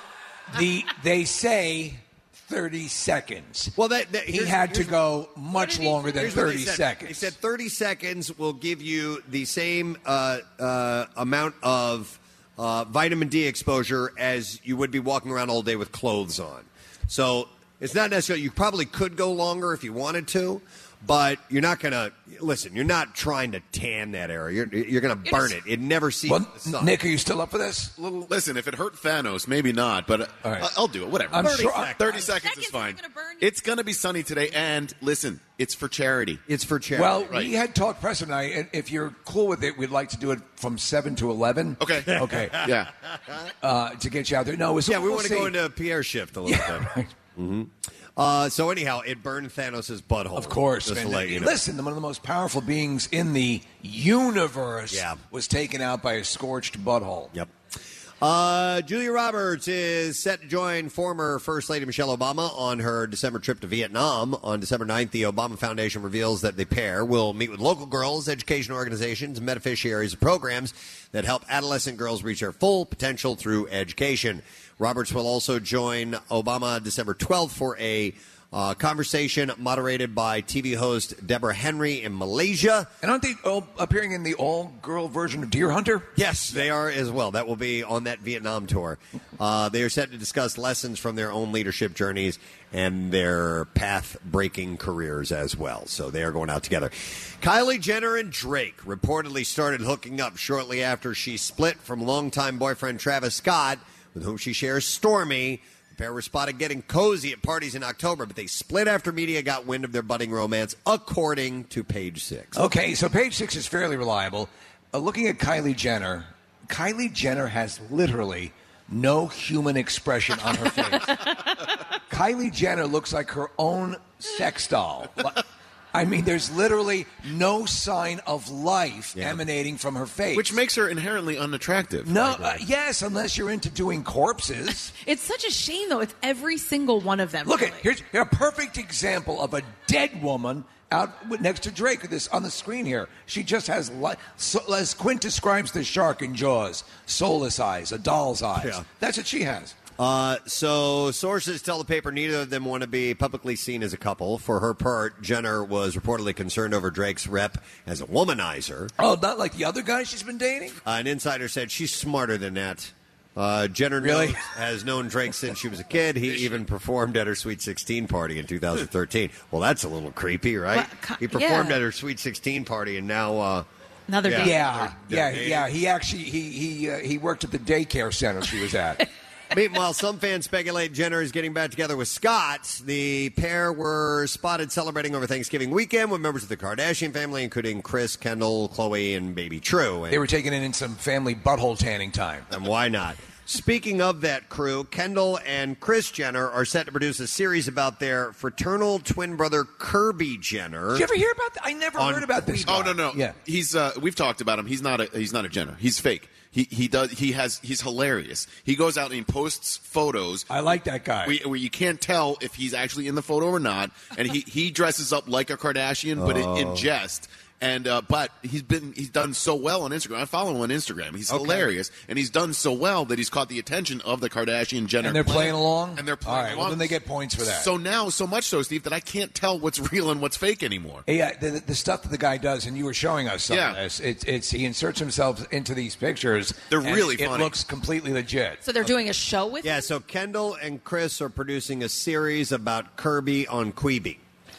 the they say 30 seconds.
Well, that, that-
he
here's-
had to
here's-
go much longer than
here's what
30
he said.
seconds.
He said 30 seconds will give you the same uh, uh, amount of uh, vitamin D exposure as you would be walking around all day with clothes on. So it's not necessarily, you probably could go longer if you wanted to. But you're not gonna listen. You're not trying to tan that area. You're, you're gonna burn it. It never sees the sun.
Nick, are you still up for this?
Little- Listen, if it hurt Thanos, maybe not, but uh,
All right.
I- I'll do it. Whatever.
I'm
30
sure-
seconds, 30 seconds is fine. it's going to be sunny today, and listen, it's for charity.
It's for charity.
Well, we had talked press and I, and if you're cool with it, we'd like to do it from seven to eleven.
Okay.
[LAUGHS] Okay.
Yeah.
Uh, to get you out there. No, it's
yeah, we
we'll
want to
see.
go into Pierre's shift a little bit. hmm Uh, so anyhow, it burned Thanos' butthole.
Of course.
just to
man.
let you know.
Listen, one of the most powerful beings in the universe
Yeah.
was taken out by a scorched butthole.
Yep. Uh, Julia Roberts is set to join former First Lady Michelle Obama on her December trip to Vietnam. On December 9th, the Obama Foundation reveals that the pair will meet with local girls, education organizations, and beneficiaries of programs that help adolescent girls reach their full potential through education. Roberts will also join Obama December 12th for a uh, conversation moderated by TV host Deborah Henry in Malaysia.
And aren't they all appearing in the all girl version of Deer Hunter?
Yes, they are as well. That will be on that Vietnam tour. Uh, they are set to discuss lessons from their own leadership journeys and their path breaking careers as well. So they are going out together. Kylie Jenner and Drake reportedly started hooking up shortly after she split from longtime boyfriend Travis Scott, with whom she shares Stormy. The pair were spotted getting cozy at parties in October, but they split after media got wind of their budding romance, according to Page Six.
Okay, so page six is fairly reliable. Uh, looking at Kylie Jenner, Kylie Jenner has literally no human expression on her face. Kylie Jenner looks like her own sex doll. Li- I mean, there's literally no sign of life emanating from her face.
Which makes her inherently unattractive.
no, uh, yes, unless you're into doing corpses.
It's such a shame though. It's every single one of them.
Look at
really.
here's here a perfect example of a dead woman out with- next to Drake. This on the screen here. She just has li- so, as Quint describes the shark in Jaws, soulless eyes, a doll's eyes.
Yeah.
That's what she has.
Uh, so sources tell the paper neither of them want to be publicly seen as a couple. For her part, Jenner was reportedly concerned over Drake's rep as a womanizer.
Oh, not like the other guy she's been dating.
Uh, an insider said she's smarter than that. Uh, Jenner
Really?
knows- has known Drake since she was a kid. He even performed at her Sweet 16 party in 2013. Well, that's a little creepy, right?
Well, ki-
He performed
yeah.
at her Sweet 16 party, and now uh,
another
Yeah.
day.
Yeah, yeah,
They're-
yeah.
they're
He actually he he uh, he worked at the daycare center she was at.
Meanwhile, some fans speculate Jenner is getting back together with Scott. The pair were spotted celebrating over Thanksgiving weekend with members of the Kardashian family, including Chris, Kendall, Chloe, and baby True.
they
And,
were taking it in some family butthole tanning time.
and why not? Speaking of that crew, Kendall and Chris Jenner are set to produce a series about their fraternal twin brother Kirby Jenner.
Did you ever hear about that? I never
On-
heard about this.
Oh
guy.
no, no, yeah. He's uh, we've talked about him. He's not a he's not a Jenner. He's fake. He he does he has he's hilarious. He goes out and he posts photos.
I like that guy.
We, where you can't tell if he's actually in the photo or not, and he he dresses up like a Kardashian, but in,
Oh.
in jest. And uh, but he's been he's done so well on Instagram. I follow him on Instagram. He's
Okay.
hilarious, and he's done so well that he's caught the attention of the Kardashian Jenner.
And they're
clan.
playing along.
And they're playing
All right, well,
along.
then they get points for that.
So now, so much so, Steve, that I can't tell what's real and what's fake anymore.
Yeah, uh, the, the stuff that the guy does, and you were showing us some of
Yeah.
this. It's, it's he inserts himself into these pictures.
They're
and
really
it
funny.
looks completely legit.
So they're doing a show with
Yeah, so Kendall and Chris are producing a series about Kirby on Queeby.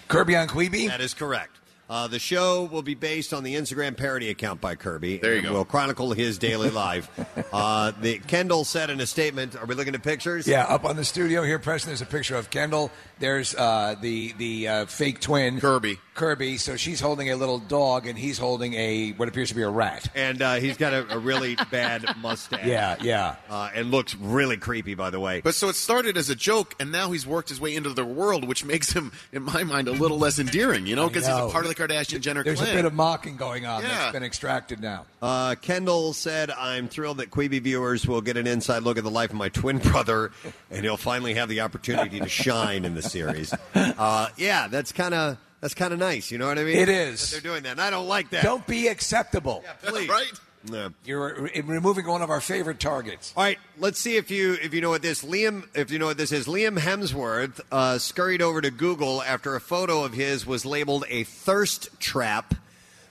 Kirby on Queeby?
That is correct. Uh, the show will be based on the Instagram parody account by Kirby. There
you
and
go.
Will chronicle his
[LAUGHS]
daily life. uh, the, Kendall said in a statement, "Are we looking at pictures?"
Yeah, up on the studio here, Preston. There's a picture of Kendall. There's uh, the the uh, fake twin
Kirby.
Kirby. So she's holding a little dog, and he's holding a what appears to be a rat.
and uh, he's got a, a really bad
[LAUGHS]
mustache.
Yeah, yeah.
uh, and looks really creepy, by the way.
But so it started as a joke, and now he's worked his way into the world, which makes him, in my mind, a little less endearing, you know, because he's a
know.
part of the Kardashian Jenner
There's
clan.
a bit of mocking going on
Yeah.
that's been extracted now.
Uh, Kendall said, I'm thrilled that Queeby viewers will get an inside look at the life of my twin brother, and he'll finally have the opportunity to
[LAUGHS]
shine in the series. Uh, yeah, that's kind of that's kind of nice. You know what I mean?
It is.
That they're doing that, and I don't like that.
Don't be acceptable.
please.
right?
No.
You're uh, removing one of our favorite targets.
All right, let's see if you if you know what this Liam if you know what this is. Liam Hemsworth uh, scurried over to Google after a photo of his was labeled a thirst trap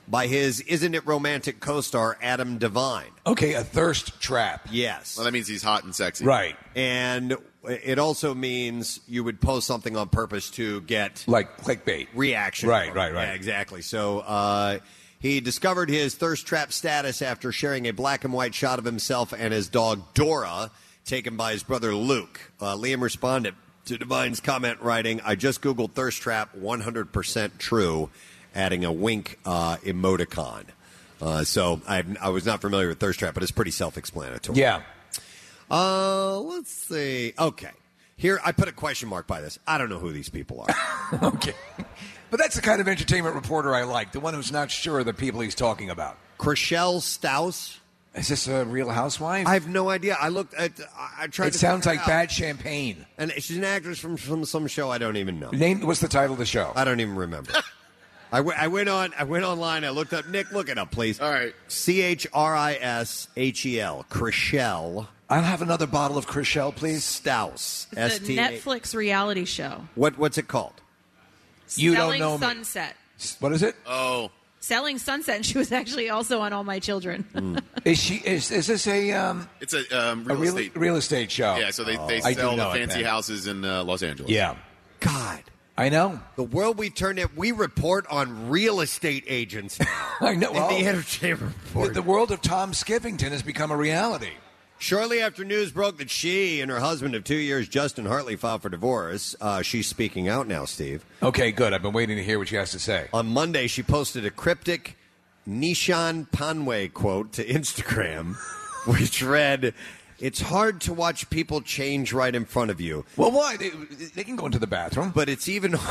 by his "Isn't It Romantic" co-star Adam Devine.
Okay, a thirst trap.
Yes.
Well, that means he's hot and sexy.
Right.
and it also means you would post something on purpose to get
Like clickbait.
reaction.
Right,
from
right,
it.
right.
Yeah, exactly. So uh, he discovered his thirst trap status after sharing a black and white shot of himself and his dog Dora, taken by his brother Luke. Uh, Liam responded to Divine's comment, writing, "I just googled thirst trap, 100% true," adding a wink uh, emoticon. Uh, so I, I was not familiar with thirst trap, but it's pretty self-explanatory.
Yeah.
Uh, let's see. Okay. Here, I put a question mark by this. I don't know who these people are.
[LAUGHS] Okay. But that's the kind of entertainment reporter I like, the one who's not sure of the people he's talking about.
Chriselle Staus?
Is this a real housewife?
I have no idea. I looked at, I I tried
it
to.
sounds
figure
like
out.
bad champagne.
And she's an actress from, from some show I don't even know.
Name what's the title of the show?
I don't even
[LAUGHS]
remember. I, w- I went on, I went online, I looked up. Nick, look it up, please.
All right.
C H R I S H E L. Chriselle
I'll have another bottle of Chriselle, please.
Staus.
the
S T A.
Netflix reality show.
What, what's it called?
You don't
Selling
know me.
Sunset.
What is it?
Oh,
Selling Sunset, and she was actually also on All My Children.
Hmm.
Is she is, is this a um
it's a um, real
a real
estate.
real estate show?
yeah, so they, they
Oh. I do
sell the
know it,
fancy
man.
houses in uh, Los Angeles.
Yeah.
God.
I know.
The world we turn it, we report on real estate
[LAUGHS]
agents now.
I know. Oh. Well,
in the entertainment
the,
report.
the world of Tom Skivington has become a reality.
Shortly after news broke that she and her husband of two years, Justin Hartley, filed for divorce, uh, she's speaking out now, Steve.
Okay, good. I've been waiting to hear what she has to say.
On Monday, she posted a cryptic Nishan Panway quote to Instagram, [LAUGHS] which read, It's hard to watch people change right in front of you,
Well, why they, they can go into the bathroom?
but it's even. [LAUGHS]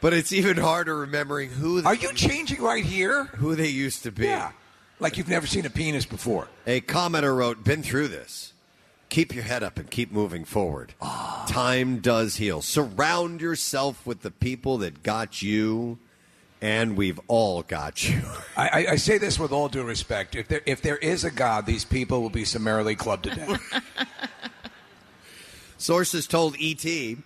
But it's even harder remembering who they,
Are you changing right here?
who they used to be.
Yeah. Like you've never seen a penis before.
A commenter wrote, Been through this. Keep your head up and keep moving forward.
Ah.
Time does heal. Surround yourself with the people that got you, and we've all got you.
I, I, I say this with all due respect. If there if there is a God, these people will be summarily clubbed
[LAUGHS]
to death.
Sources told ET.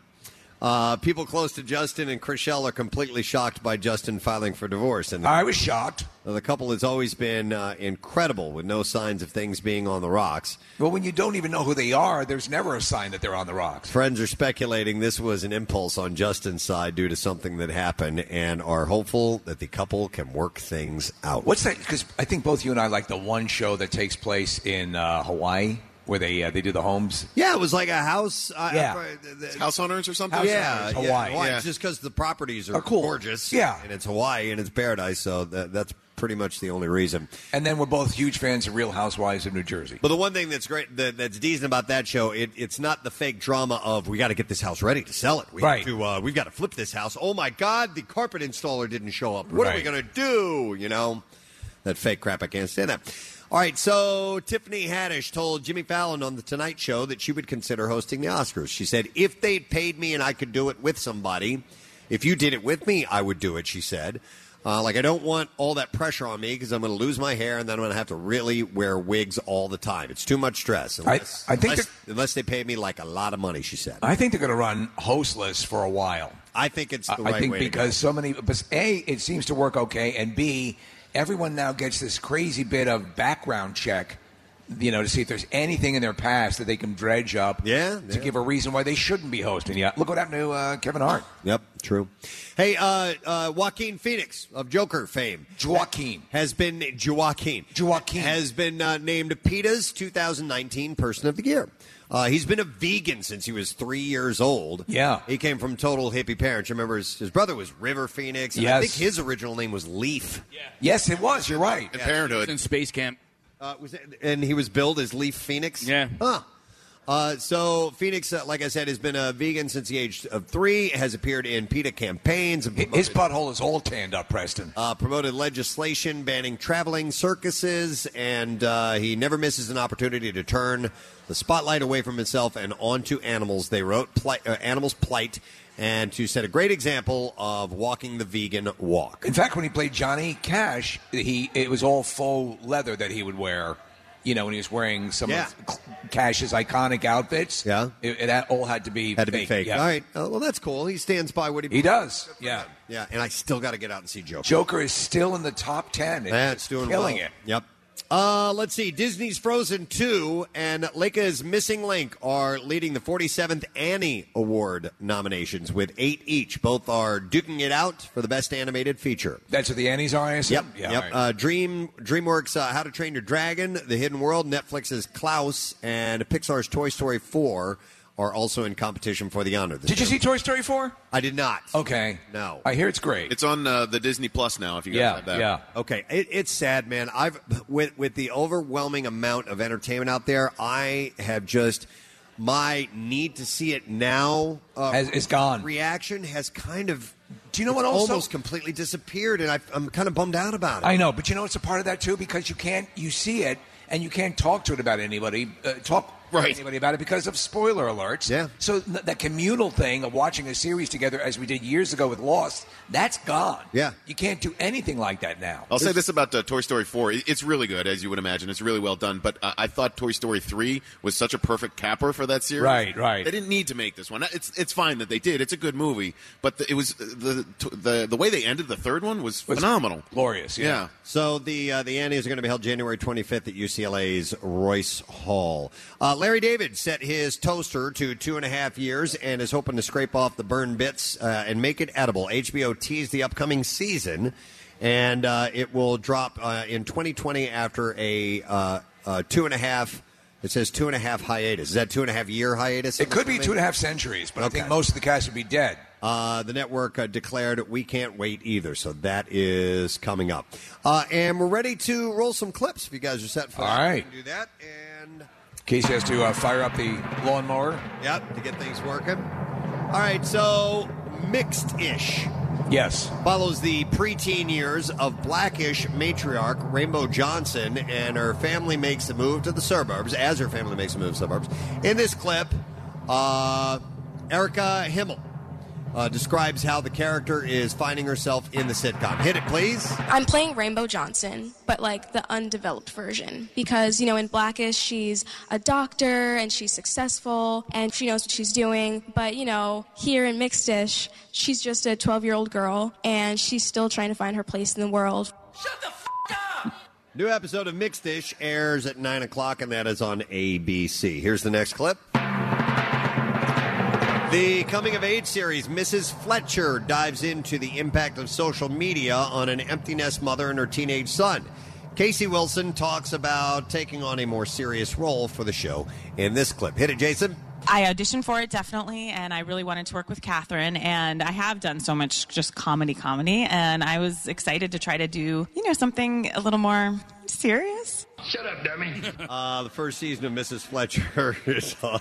Uh, people close to Justin and Chriselle are completely shocked by Justin filing for divorce. And
I was shocked.
the couple has always been uh, incredible with no signs of things being on the rocks.
Well, when you don't even know who they are, there's never a sign that they're on the rocks.
Friends are speculating this was an impulse on Justin's side due to something that happened and are hopeful that the couple can work things out.
What's that? Because I think both you and I like the one show that takes place in uh, Hawaii where they uh, they do the homes.
Yeah, it was like a house. Uh,
Yeah.
uh, the- the-
House hunters or something?
yeah, yeah,
Hawaii.
Hawaii.
Yeah.
Just because the properties are,
Are cool.
gorgeous.
Yeah.
And it's Hawaii and it's paradise, so that, that's pretty much the only reason.
And then we're both huge fans of Real Housewives of New Jersey.
But the one thing that's great, that, that's decent about that show, it, it's not the fake drama of we got to get this house ready to sell it. We
Right.
have to, uh, we've got to flip this house. Oh my God, the carpet installer didn't show up. What are we
Right.
going to do? You know, that fake crap. I can't stand that. All right, so Tiffany Haddish told Jimmy Fallon on The Tonight Show that she would consider hosting the Oscars. She said, if they'd paid me and I could do it with somebody, if you did it with me, I would do it, she said. Uh, like, I don't want all that pressure on me because I'm going to lose my hair and then I'm going to have to really wear wigs all the time. It's too much stress. Unless,
I think
unless, unless they pay me like a lot of money, she said.
I think they're going to run hostless for a while.
I think it's the
I,
right
think
way to
because so many, but a it seems to work okay, and b everyone now gets this crazy bit of background check, you know, to see if there's anything in their past that they can dredge up, yeah, to give a reason why they shouldn't be hosting. Yeah, look what happened to uh, Kevin Hart.
Yep, true. Hey, uh, uh, Joaquin Phoenix of Joker fame.
Joaquin.
Has been, Joaquin. Joaquin. Has been uh, named PETA's 2019 Person of the Year. Uh, he's been a vegan since he was three years old. Yeah. He came from total hippie parents. Remember, his, his brother was River Phoenix. and I
Yes.
think his original name was Leaf. Yeah.
Yes, it was. You're right.
In Parenthood.
In Space Camp.
Uh, was it, and he was billed as Leaf Phoenix.
Yeah.
Huh. Uh, so Phoenix, uh, like I said, has been a vegan since the age of three. Has appeared in PETA campaigns. And
His butthole is all tanned up, Preston.
Uh, promoted legislation banning traveling circuses, and uh, he never misses an opportunity to turn the spotlight away from himself and onto animals. They wrote pli- uh, animals' plight, and to set a great example of walking the vegan walk.
In fact, when he played Johnny Cash, he it was all faux leather that he would wear. You know, when he was wearing some
Yeah.
of Cash's iconic outfits. Yeah, it, it all had to be
Had to
fake.
be fake.
yeah.
All right. Uh, well, that's cool. He stands by what he.
He does. Yeah.
Yeah, and I still got to get out and see Joker.
Joker is still in the top ten. It's
That's
just
doing
killing
well.
it.
Yep. Uh, let's see. Disney's Frozen 2 and Leica's Missing Link are leading the 47th Annie Award nominations with eight each. Both are duking it out for the best animated feature.
That's what the Annie's are. I
Yep.
assume? Yeah,
yep.
all right.
Uh, Dream DreamWorks' uh, How to Train Your Dragon, The Hidden World, Netflix's Klaus, and Pixar's Toy Story 4 are also in competition for the honor.
Did you see Toy Story four?
I did not.
Okay.
No.
I hear it's great.
It's on uh, the Disney Plus now. If you guys
Yeah,
have that,
yeah.
Okay, it, it's sad, man. I've with with the overwhelming amount of entertainment out there, I have just my need to see it now uh,
Has- it's gone.
Reaction has kind of.
Do you know what
it's
also-
almost completely disappeared, and I, I'm kind of bummed out about it.
I know, but you know it's a part of that too because you can't you see it and you can't talk to it about anybody uh, talk to anybody about it because of spoiler alerts. Yeah. So th- that communal thing of watching a series together as we did years ago with Lost, that's gone.
Yeah.
You can't do anything like that now.
I'll say this about uh, Toy Story 4. It- It's really good, as you would imagine. It's really well done. But uh, I thought Toy Story 3 was such a perfect capper for that series.
Right, right.
They didn't need to make this one. It's it's fine that they did. It's a good movie. But the, it was uh, the, the the way they ended the third one was phenomenal.
Glorious.
yeah.
So the uh, the Annie's are going to be held January 25th at UCLA's Royce Hall. Uh, Larry David set his toaster to two and a half years and is hoping to scrape off the burn bits uh, and make it edible. HBO teased the upcoming season, and uh, it will drop uh, in 2020 after a uh, uh, two and a half. It says two and a half hiatus. Is that two and a half year hiatus?
It could be two and a half centuries, but I think most of the cast would be dead.
Uh, the network uh, declared we can't wait either, so that is coming up. Uh, and we're ready to roll some clips if you guys are set for
All
that.
right.
We can do that.
Casey has to uh, fire up the lawnmower.
Yep, to get things working. All right, so mixed ish.
Yes.
Follows the preteen years of blackish matriarch Rainbow Johnson, and her family makes the move to the suburbs, as her family makes the move to the suburbs. In this clip, uh, Erica Himmel uh, describes how the character is finding herself in the sitcom. Hit it, please.
I'm playing Rainbow Johnson, but like the undeveloped version. Because, you know, in Blackish, she's a doctor and she's successful and she knows what she's doing. But, you know, here in Mixedish, she's just a 12 year old girl and she's still trying to find her place in the world.
New episode of Mixed Dish airs at 9 o'clock, and that is on ABC. Here's the next clip. The coming of age series, Mrs. Fletcher dives into the impact of social media on an empty nest mother and her teenage son. Casey Wilson talks about taking on a more serious role for the show in this clip. Hit it, Jason.
I auditioned for it definitely, and I really wanted to work with Catherine. And I have done so much just comedy, comedy, and I was excited to try to do you know something a little more serious.
Shut up, dummy. [LAUGHS] Uh, the first season of Mrs. Fletcher [LAUGHS] is on,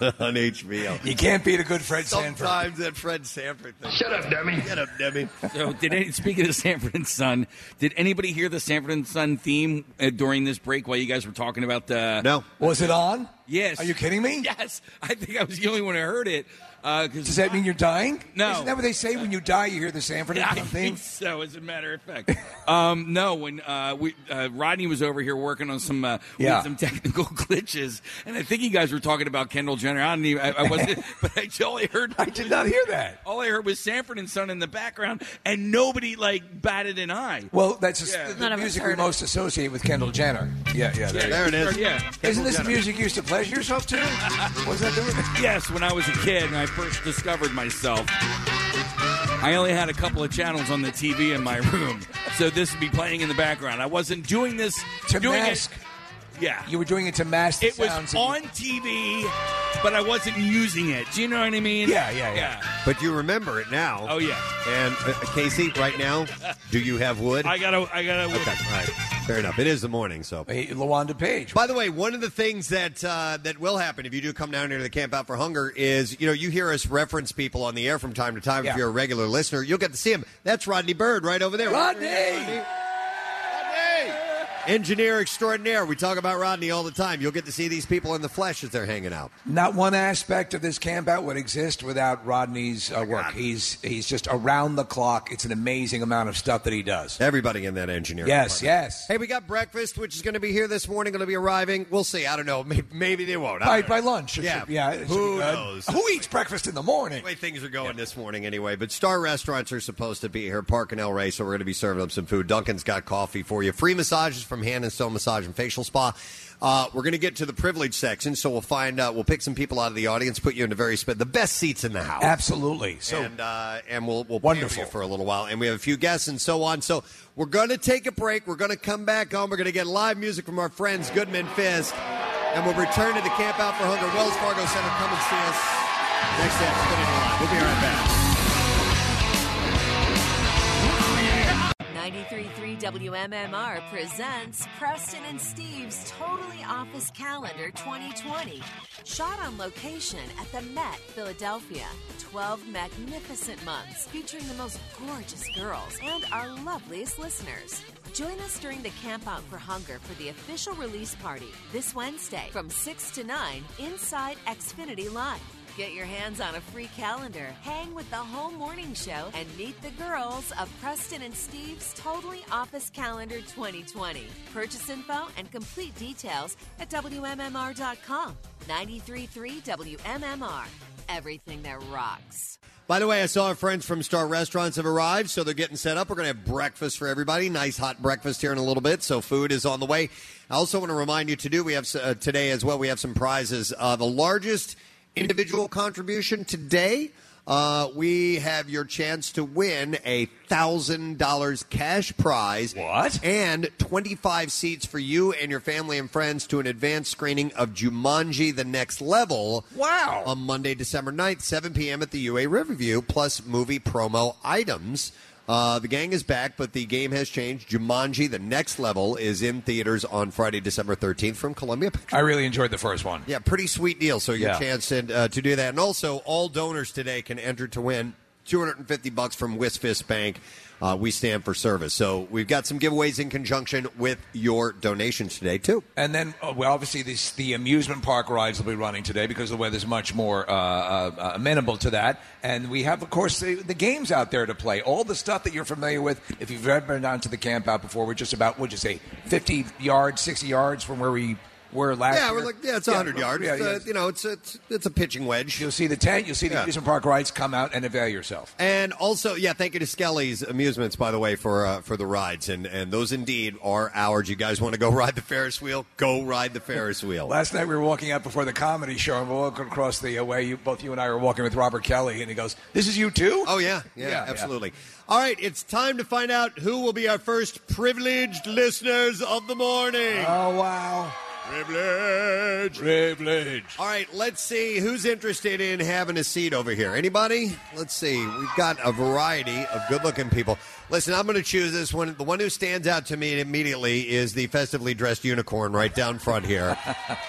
on HBO.
You can't beat a good Fred
Sometimes
Sanford.
Sometimes that Fred Sanford thing. Shut up, dummy. Shut up, dummy.
So, did any, speaking of Sanford and Son, did anybody hear the Sanford and Son theme uh, during this break while you guys were talking about the?
No.
Was it on?
Yes.
Are you kidding me?
Yes. I think I was the only one who heard it. Uh, 'cause-
Does that mean you're dying?
No.
Isn't that what they say? When you die, you hear the Sanford and
I
Son
think
theme.
so. As a matter of fact, um, no. When uh, we uh, Rodney was over here working on some uh, we had
Yeah.
some technical [LAUGHS] glitches, and I think you guys were talking about Kendall Jenner. I don't even. I, I
[LAUGHS]
wasn't, but I only heard. I
did not hear that.
All I heard was Sanford and Son in the background, and nobody like batted an eye.
Well, that's just
Yeah.
the,
None
the
of us
music
heard
we
it.
most associate with Kendall Jenner. Yeah, yeah.
Yeah,
you
there
go.
it is. Yeah.
Isn't
Kendall
this the
Jenner.
music you used to pleasure yourself to? What's that doing?
[LAUGHS] Yes, when I was a kid and I first discovered myself, I only had a couple of channels on the TV in my [LAUGHS] room, so this would be playing in the background. I wasn't doing this
To
doing
mask.
It, yeah,
You were doing it to mask the
it was
sounds. that you-
on TV, but I wasn't using it. Do you know what I [LAUGHS] mean?
Yeah, yeah, yeah.
But you remember it now.
Oh yeah,
And uh, Casey, right now, do you have wood?
I gotta, I gotta.
Okay, all right. Fair enough. It is the morning, so.
Hey, LaWanda Page.
By the way, one of the things that uh, that will happen if you do come down here to the Camp Out for Hunger is, you know, you hear us reference people on the air from time to time. If
Yeah.
you're a regular listener, you'll get to see him. That's Rodney Bird right over there.
Rodney!
Engineer extraordinaire. We talk about Rodney all the time. You'll get to see these people in the flesh as they're hanging out.
Not one aspect of this camp out would exist without Rodney's uh, work. He's he's just around the clock. It's an amazing amount of stuff that he does.
Everybody in that engineer.
Yes,
department.
yes.
Hey, we got breakfast, which is going to be here this morning. Going to be arriving. We'll see. I don't know. Maybe, maybe they won't. I
By,
don't
by
know.
lunch. it
Oh, Yeah.
should be- yeah it should
Who
be good.
knows?
Who eats breakfast in the morning?
The way things are going this morning, anyway. But star restaurants are supposed to be here. Park and El Rey, so we're going to be serving up some food. Duncan's got coffee for you. Free massages from Hand and Soul Massage and Facial Spa. Uh, we're going to get to the privilege section, so we'll find uh, we'll pick some people out of the audience, put you in a very sp- the best seats in the house.
Absolutely. So
and uh, and we'll we'll
Wonderful.
play with you for a little while, and we have a few guests and so on. So we're going to take a break. We're going to come back on. We're going to get live music from our friends Goodman Fizz, and we'll return to the Camp Out for Hunger Wells Fargo Center. Come and see us next at Spinning Live. We'll be right back.
93.3 WMMR presents Preston and Steve's Totally Office Calendar 2020. Shot on location at the Met, Philadelphia. 12 magnificent months featuring the most gorgeous girls and our loveliest listeners. Join us during the Camp Out for Hunger for the official release party this Wednesday from 6 to 9 inside Xfinity Live. Get your hands on a free calendar, hang with the whole morning show, and meet the girls of Preston and Steve's Totally Office Calendar 2020. Purchase info and complete details at WMMR.com. 93.3 WMMR. Everything that rocks.
By the way, I saw our friends from Star Restaurants have arrived, so they're getting set up. We're going to have breakfast for everybody. Nice hot breakfast here in a little bit, so food is on the way. I also want to remind you to do, we have uh, today as well, we have some prizes. Uh, the largest individual contribution today, uh, we have your chance to win a $1,000 cash prize. What? And 25 seats for you and your family and friends to an advanced screening of Jumanji The Next Level.
Wow.
On Monday, December 9th, 7 p.m. at the UA Riverview, plus movie promo items. Uh, the gang is back, but the game has changed. Jumanji, the next level, is in theaters on Friday, December 13th from Columbia Pictures.
I really enjoyed the first one.
Yeah, pretty sweet deal. So your
Yeah.
chance in, uh, to do that, and also all donors today can enter to win 250 bucks from Wisfist Bank. Uh, we stand for service. So we've got some giveaways in conjunction with your donations today too.
And then, uh, well, obviously, this, the amusement park rides will be running today because the weather's much more uh, uh, amenable to that. And we have, of course, the, the games out there to play. All the stuff that you're familiar with. If you've ever been down to the camp out before, we're just about, what'd you say, 50 yards, 60 yards from where we were last
yeah,
year?
we're like yeah, it's 100 yards.
yeah,
It's, uh,
yeah.
you know, it's, it's it's a pitching wedge.
You'll see the tent, you'll see the
Yeah.
amusement park rides. Come out and avail yourself.
And also, yeah, thank you to Skelly's Amusements, by the way, for uh, for the rides, and and those indeed are ours. You guys want to go ride the Ferris wheel? Go ride the Ferris wheel.
Last night we were walking out before the comedy show, and we're walking across the uh, way. You, both you and I were walking with Robert Kelly, and he goes, "This is you too?"
Oh yeah, yeah, absolutely. All right, it's time to find out who will be our first privileged listeners of the morning.
Oh wow!
Privilege.
Privilege.
All right, let's see who's interested in having a seat over here. Anybody? Let's see. We've got a variety of good-looking people. Listen, I'm going to choose this one. The one who stands out to me immediately is the festively dressed unicorn right down front
[LAUGHS]
here.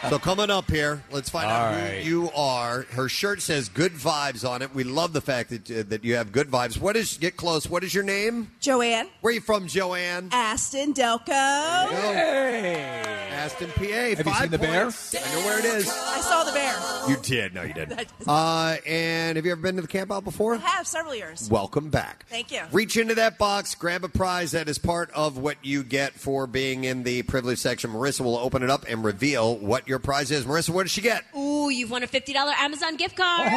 so come on up here. Let's find out
All
who you are. Her shirt says "Good Vibes" on it. We love the fact that uh, that you have good vibes. What is? Get close. What is your name?
Joanne.
Where are you from, Joanne?
Aston Delco.
Aston, PA. Have you seen the bear? I know where it is.
I saw the bear.
You did. No, you
[LAUGHS]
didn't.
That-
Uh, and have you ever been to the camp out before?
I have several years.
Welcome back.
Thank you.
Reach into that box, grab a prize that is part of what you get for being in the privilege section. Marissa will open it up and reveal what your prize is. Marissa, what did she get?
Ooh, you've won a $50 Amazon gift card.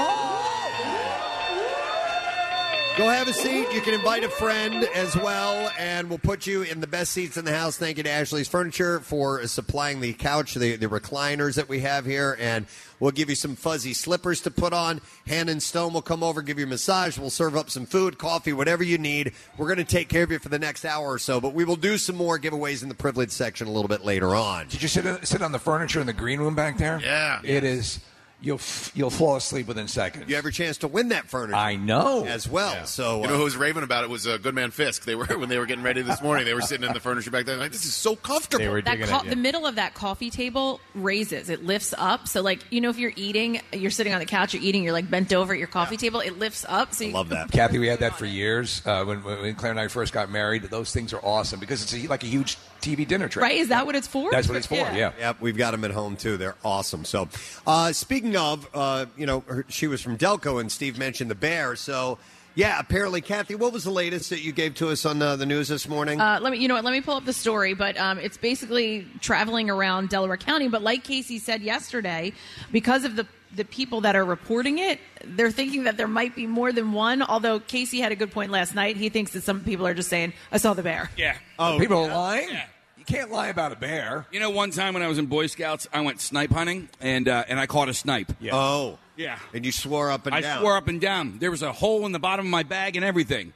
Go have a seat. You can invite a friend as well, and we'll put you in the best seats in the house. Thank you to Ashley's Furniture for supplying the couch, the, the recliners that we have here, and we'll give you some fuzzy slippers to put on. Hannah and Stone will come over, give you a massage. We'll serve up some food, coffee, whatever you need. We're going to take care of you for the next hour or so, but we will do some more giveaways in the privilege section a little bit later on.
Did you sit sit on the furniture in the green room back there? Yeah, it is. You'll f- you'll fall asleep within seconds. You
have your chance to win that furniture.
I know
As well. So
you know who was raving about it was uh, Goodman Fisk. They were [LAUGHS] when they were getting ready this morning. They were sitting in the furniture back there. Like this is so comfortable. They were
that co- the middle of that coffee table raises it lifts up so like you know if you're eating you're sitting on the couch you're eating you're like bent over at your coffee table it lifts up so you
Kathy. We had that for years uh, when when Claire and I first got married. Those things are awesome because it's a, like a huge TV dinner tray.
right is that what it's for
That's what it's for. yeah.
Yep, we've got them at home too. They're awesome. So, uh, speaking of, uh, you know, her, she was from Delco, and Steve mentioned the bear. So, yeah, apparently, Kathy, what was the latest that you gave to us on uh, the news this morning?
Uh, let me, you know what? Let me pull up the story, but um, it's basically traveling around Delaware County. But like Casey said yesterday, because of the the people that are reporting it, they're thinking that there might be more than one. Although Casey had a good point last night, he thinks that some people are just saying, "I saw the bear."
Yeah.
Oh, people are lying. You can't lie about a bear.
You know, one time when I was in Boy Scouts, I went snipe hunting and uh, and I caught a snipe.
Oh,
yeah.
And you swore up and
I
down.
swore up and down. There was a hole in the bottom of my bag and everything.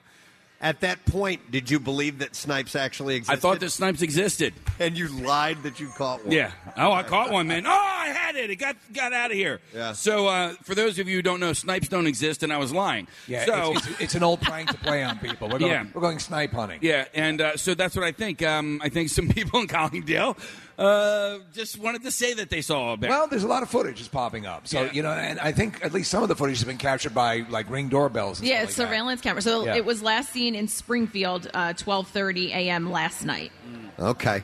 At that point, did you believe that snipes actually existed?
I thought that snipes existed.
And you lied that you caught one.
Yeah. Oh, I caught one, man. Oh, I had it. It got got out of here. Yeah. So, uh, for those of you who don't know, snipes don't exist, and I was lying.
Yeah,
So,
it's, it's, [LAUGHS] it's an old prank to play on people.
[LAUGHS]
We're going,
Yeah.
we're going snipe hunting.
Yeah, and uh, so that's what I think. Um, I think some [LAUGHS] people in Collingdale uh, just wanted to say that they saw a bear.
Well, there's a lot of footage is popping up. So, you know, and I think at least some of the footage has been captured by like ring doorbells. And
Yeah,
stuff
it's
like that.
surveillance camera. So
Yeah.
it was last seen in Springfield, uh, twelve thirty a.m. last night.
Mm.
Okay.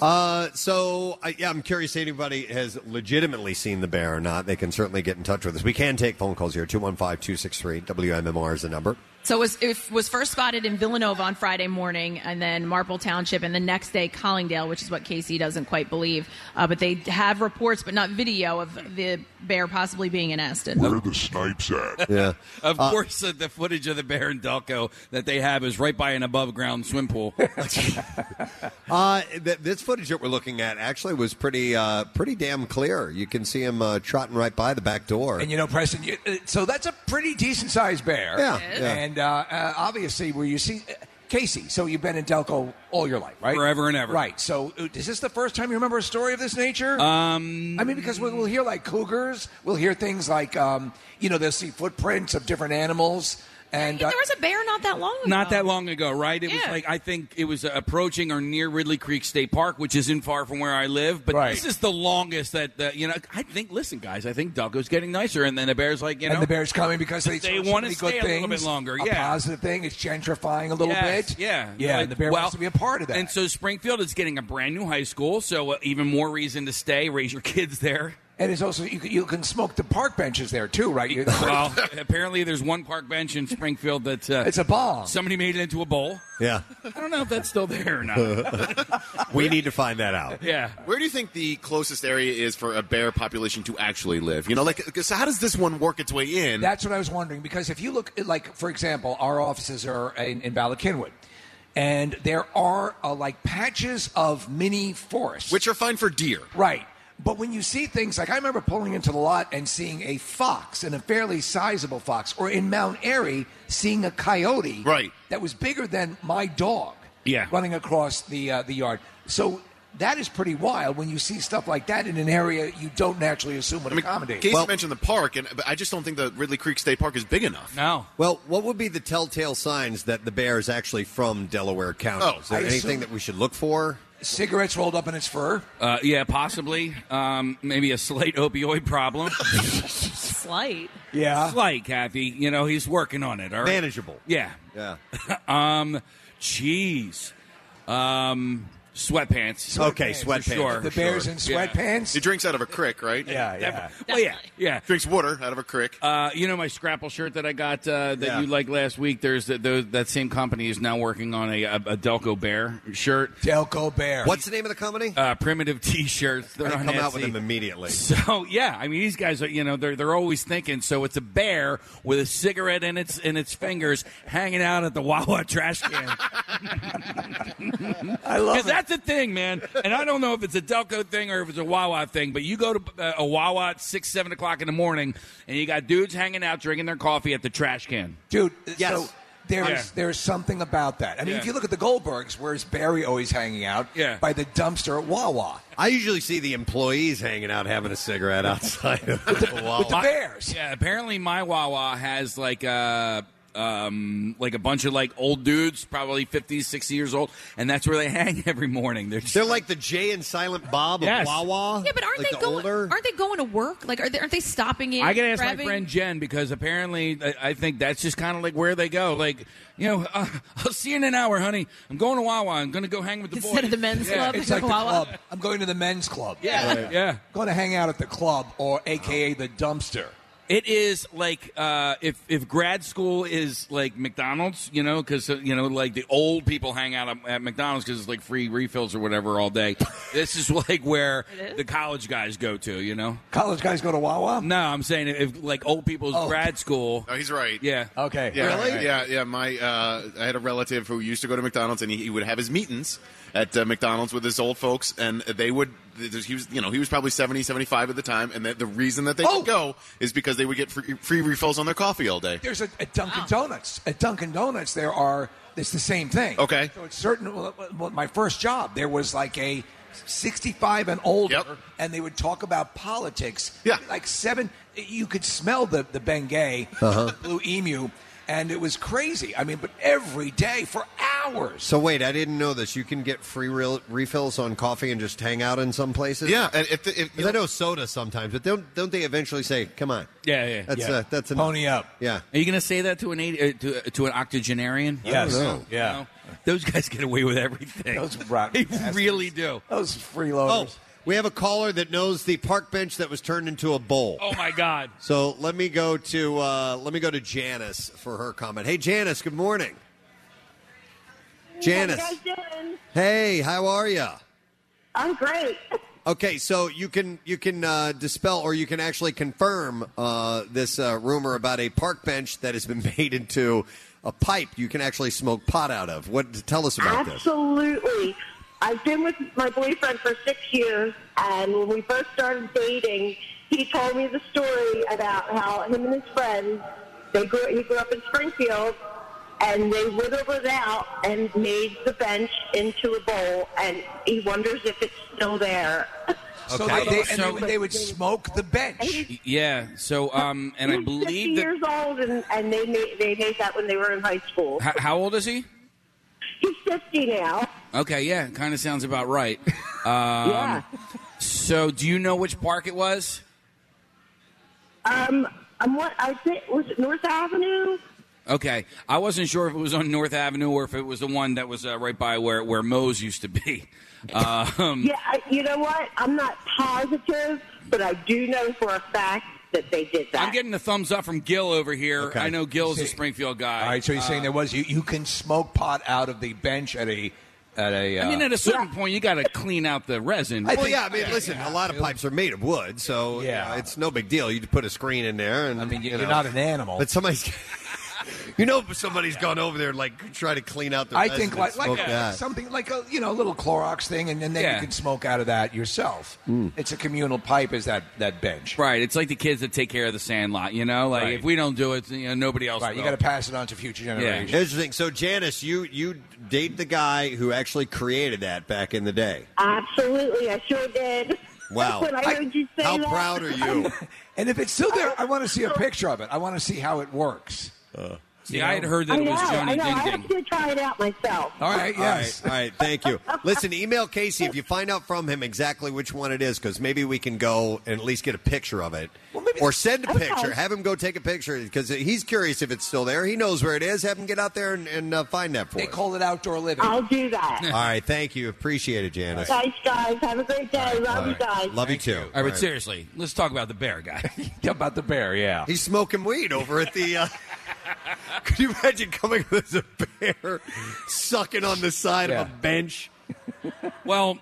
Uh, so, I, yeah, I'm curious if anybody has legitimately seen the bear or not. They can certainly get in touch with us. We can take phone calls here. 215 263 WMMR is the number.
So it was, it was first spotted in Villanova on Friday morning, and then Marple Township, and the next day Collingdale, which is what Casey doesn't quite believe. Uh, but they have reports, but not video, of the bear possibly being in Aston.
Where are the snipes at?
Yeah.
Of course, uh, the footage of the bear in Delco that they have is right by an above ground swim
[LAUGHS]
pool.
Uh, th- this footage that we're looking at actually was pretty, uh, pretty damn clear. You can see him uh, trotting right by the back door.
And you know, Preston, you, uh, so that's a pretty decent sized bear.
Yeah, It is. yeah.
And uh, uh, obviously, where you see uh, Casey, so you've been in Delco all your life, right?
Forever and ever.
Right. So uh, is this the first time you remember a story of this nature?
Um,
I mean, because we'll, we'll hear like cougars, we'll hear things like, um, you know, they'll see footprints of different animals. And uh,
there was a bear not that long ago.
Not that long ago, right? It was like I think it was uh, approaching or near Ridley Creek State Park, which isn't far from where I live. But
Right.
this is the longest that uh, you know. I think. Listen, guys, I think Delco's getting nicer, and then the bear's like you know.
and the bear's coming because they, saw so
want to
many
stay
good
a
things,
little bit longer.
a
Yeah.
positive thing. It's gentrifying a little
Yes,
bit.
Yeah,
yeah.
Like,
and the bear
well,
wants to be a part of that.
And so Springfield is getting a brand new high school, so uh, even more reason to stay. Raise your kids there.
And it's also you can, you can smoke the park benches there
[LAUGHS]
too, right? You- [LAUGHS]
Well, apparently there's one park bench in Springfield that uh,
It's a bomb.
Somebody made it into a bowl.
Yeah.
I don't know if that's still there or not.
we need to find that out.
Yeah.
Where do you think the closest area is for a bear population to actually live? You know, like so how does this one work its way in?
That's what I was wondering because if you look, at, like for example, our offices are in, in Ballackinwood, and there are uh, like patches of mini forests, which
are fine for deer,
right? But when you see things like I remember pulling into the lot and seeing a fox and a fairly sizable fox, or in Mount Airy seeing a coyote, right? That was bigger than my dog,
yeah,
running across the uh, the yard. So that is pretty wild when you see stuff like that in an area you don't naturally assume would accommodate.
Casey mentioned the park, and but I just don't think the Ridley Creek State Park is big enough.
No.
Well, what would be the telltale signs that the bear is actually from Delaware County?
Oh,
is there
I
anything
assume-
that we should look for?
Cigarettes rolled up in its fur.
Uh, yeah, possibly. Um, maybe a slight opioid problem.
Slight.
Yeah.
Slight, Kathy. You know, he's working on it. All right?
Manageable.
Yeah.
Yeah.
[LAUGHS] um, jeez. Um, sweatpants.
Okay,
For
sweatpants,
Sure.
for The bear's in
Yeah.
sweatpants?
He drinks out of a crick, right?
Yeah, yeah. Well, yeah, yeah.
Drinks water out of a crick.
Uh, you know my Scrapple shirt that I got uh, that
Yeah.
you liked last week. There's the, those that same company is now working on a, a, a Delco Bear shirt.
Delco Bear.
What's the name of the company?
Uh, primitive [LAUGHS] T-shirts. They're
I
on
come out with
Etsy.
them immediately.
So yeah, I mean these guys are you know they're they're always thinking. So it's a bear with a cigarette in its in its fingers hanging out at the Wawa [LAUGHS] trash
[LAUGHS]
can. I love that's the thing, man. And I don't know if it's a Delco thing or if it's a Wawa thing, but you go to uh, a Wawa at six seven o'clock in the morning and you got dudes hanging out drinking their coffee at the trash can.
Dude, so there is
Yeah.
there is something about that. I mean,
Yeah.
if you look at the Goldbergs, where's Barry always hanging out?
Yeah.
By the dumpster at Wawa.
I usually see the employees hanging out having a cigarette outside of the wall.
My- Yeah, apparently my Wawa has like a um, like a bunch of like old dudes, probably 50, 60 years old, and that's where they [LAUGHS] hang every morning. They're just
They're like the Jay and Silent Bob
Yes.
of Wawa.
Yeah, but aren't
Like
they
the
going?
older-
Aren't they going to work? Like, are they, aren't they stopping in?
I gotta ask my
grabbing-
friend Jen because apparently I, I think that's just kind of like where they go. Like, you know, [LAUGHS] uh, I'll see you in an hour, honey. I'm going to Wawa. I'm going to go hang with the boys.
Instead of the men's club,
It's
the
like the
Wawa.
club. I'm going to the men's club.
Yeah. Right. Oh, Yeah.
Going to hang out at the club or AKA the dumpster.
It is like uh, if if grad school is like McDonald's, you know, because you know, like the old people hang out at- at McDonald's because it's like free refills or whatever all
[LAUGHS]
day. this is like where the college guys go to, you know.
College guys go to Wawa.
No, I'm saying if like old people's grad school.
Oh, he's right.
Yeah.
Okay.
Yeah,
Really?
Yeah, yeah. My, uh, I had a relative who used to go to McDonald's, and he, he would have his meetings at uh, McDonald's with his old folks, and they would. He was, you know, he was probably 70, 75 at the time, and the, the reason that they
Oh!
could go is because they would get free, free refills on their coffee all day.
There's a, a Dunkin' Donuts. At Dunkin' Donuts, there are. It's the same thing.
Okay.
So it's certain. Well, well, my first job, there was like a 65 and older, and they would talk about politics. Yeah. Like seven. You could smell the the Bengay, the blue emu, and it was crazy. I mean, but every day for hours.
So wait, I didn't know this. You can get free re- refills on coffee and just hang out in some places.
Yeah, and if, if
'Cause I know soda [LAUGHS] sometimes, but don't don't they eventually say, "Come on,
Yeah, yeah.
that's
yeah.
uh, that's an Yeah,
Are you going to say that to an eight, uh, to, uh, to an octogenarian?
I don't Yes. know.
Yeah. Those guys get away with everything.
Those rotten
They really do.
Those freeloaders.
Oh, we have a caller that knows the park bench that was turned into a bowl.
Oh my God.
So let me go to uh, let me go to Janice for her comment. Hey, Janice. Good morning. Janice.
How you guys doing?
Hey, how are you?
I'm great.
Okay, so you can you can uh, dispel or you can actually confirm uh, this uh, rumor about a park bench that has been [LAUGHS] made into a pipe you can actually smoke pot out of. What tell us about this?
Absolutely. I've been with my boyfriend for six years, and when we first started dating, he told me the story about how him and his friends they grew he grew up in Springfield, and they whittled it out and made the bench into a bowl, and he wonders if it's still there.
So
Okay.
they, they- and
So-
they, would- they would smoke the bench.
[LAUGHS] Yeah. So, um, and I
Fifty
believe that.
years old, and, and they made they made that when they were in high school.
How, how old is he?
He's fifty now.
Okay, yeah, kind of sounds about
[LAUGHS]
right. Um,
Yeah.
So, do you know which park it was?
Um, I'm what I think was it North Avenue.
Okay, I wasn't sure if it was on North Avenue or if it was the one that was uh, right by where where Moe's used to
[LAUGHS]
be. Um,
Yeah, I, you know what? I'm not positive, but I do know for a fact that they did that.
I'm getting a thumbs up from Gil over here. I know Gil's a Springfield guy.
All right, so he's saying there was you, you can smoke pot out of the bench at a at a. Uh,
I mean, at a certain point, you got to clean out the resin.
well, yeah, I mean, listen, a lot of pipes are made of wood, so yeah, it's no big deal. You put a screen in there, and I mean,
you're not an animal.
but somebody's [LAUGHS] You know, somebody's gone over there and, like try to clean out their.
I
mess
think
and
like, like uh,
smoke
a,
that.
something like a you know a little Clorox thing, and, and then
Yeah.
you can smoke out of that yourself. It's a communal pipe. Is that that bench?
Right. It's like the kids that take care of the sand lot, you know? Like,
Right.
if we don't do it, you know, nobody else
Right, you
will.
got to pass it on to future generations.
Interesting. So Janice, you you date the guy who actually created that back in the day.
Absolutely, I sure did.
Wow.
when I heard you say
How
that.
proud are you?
[LAUGHS] and if it's still there, I want to see a picture of it. I want to see how it works.
Uh.
See, I had heard that
I
it
know,
was
I
Johnny
know. I
Ding
have
Ding.
to try it out myself.
All right, yes.
All right, all right, thank you. Listen, email Casey if you find out from him exactly which one it is, because maybe we can go and at least get a picture of it. or send a
Okay.
picture. Have him go take a picture, because he's curious if it's still there. He knows where it is. Have him get out there and, and uh, find that for
They
us.
call it outdoor living.
I'll do that.
[LAUGHS] All right, thank you. Appreciate it, Janice.
Thanks, guys. Have a great day. Love you guys.
Love you too.
All right, but seriously, let's talk about the bear guy. [LAUGHS]
about the bear, yeah.
He's smoking weed over at the. Uh, [LAUGHS] could you imagine coming up as a bear sucking on the side of a bench?
[LAUGHS] well,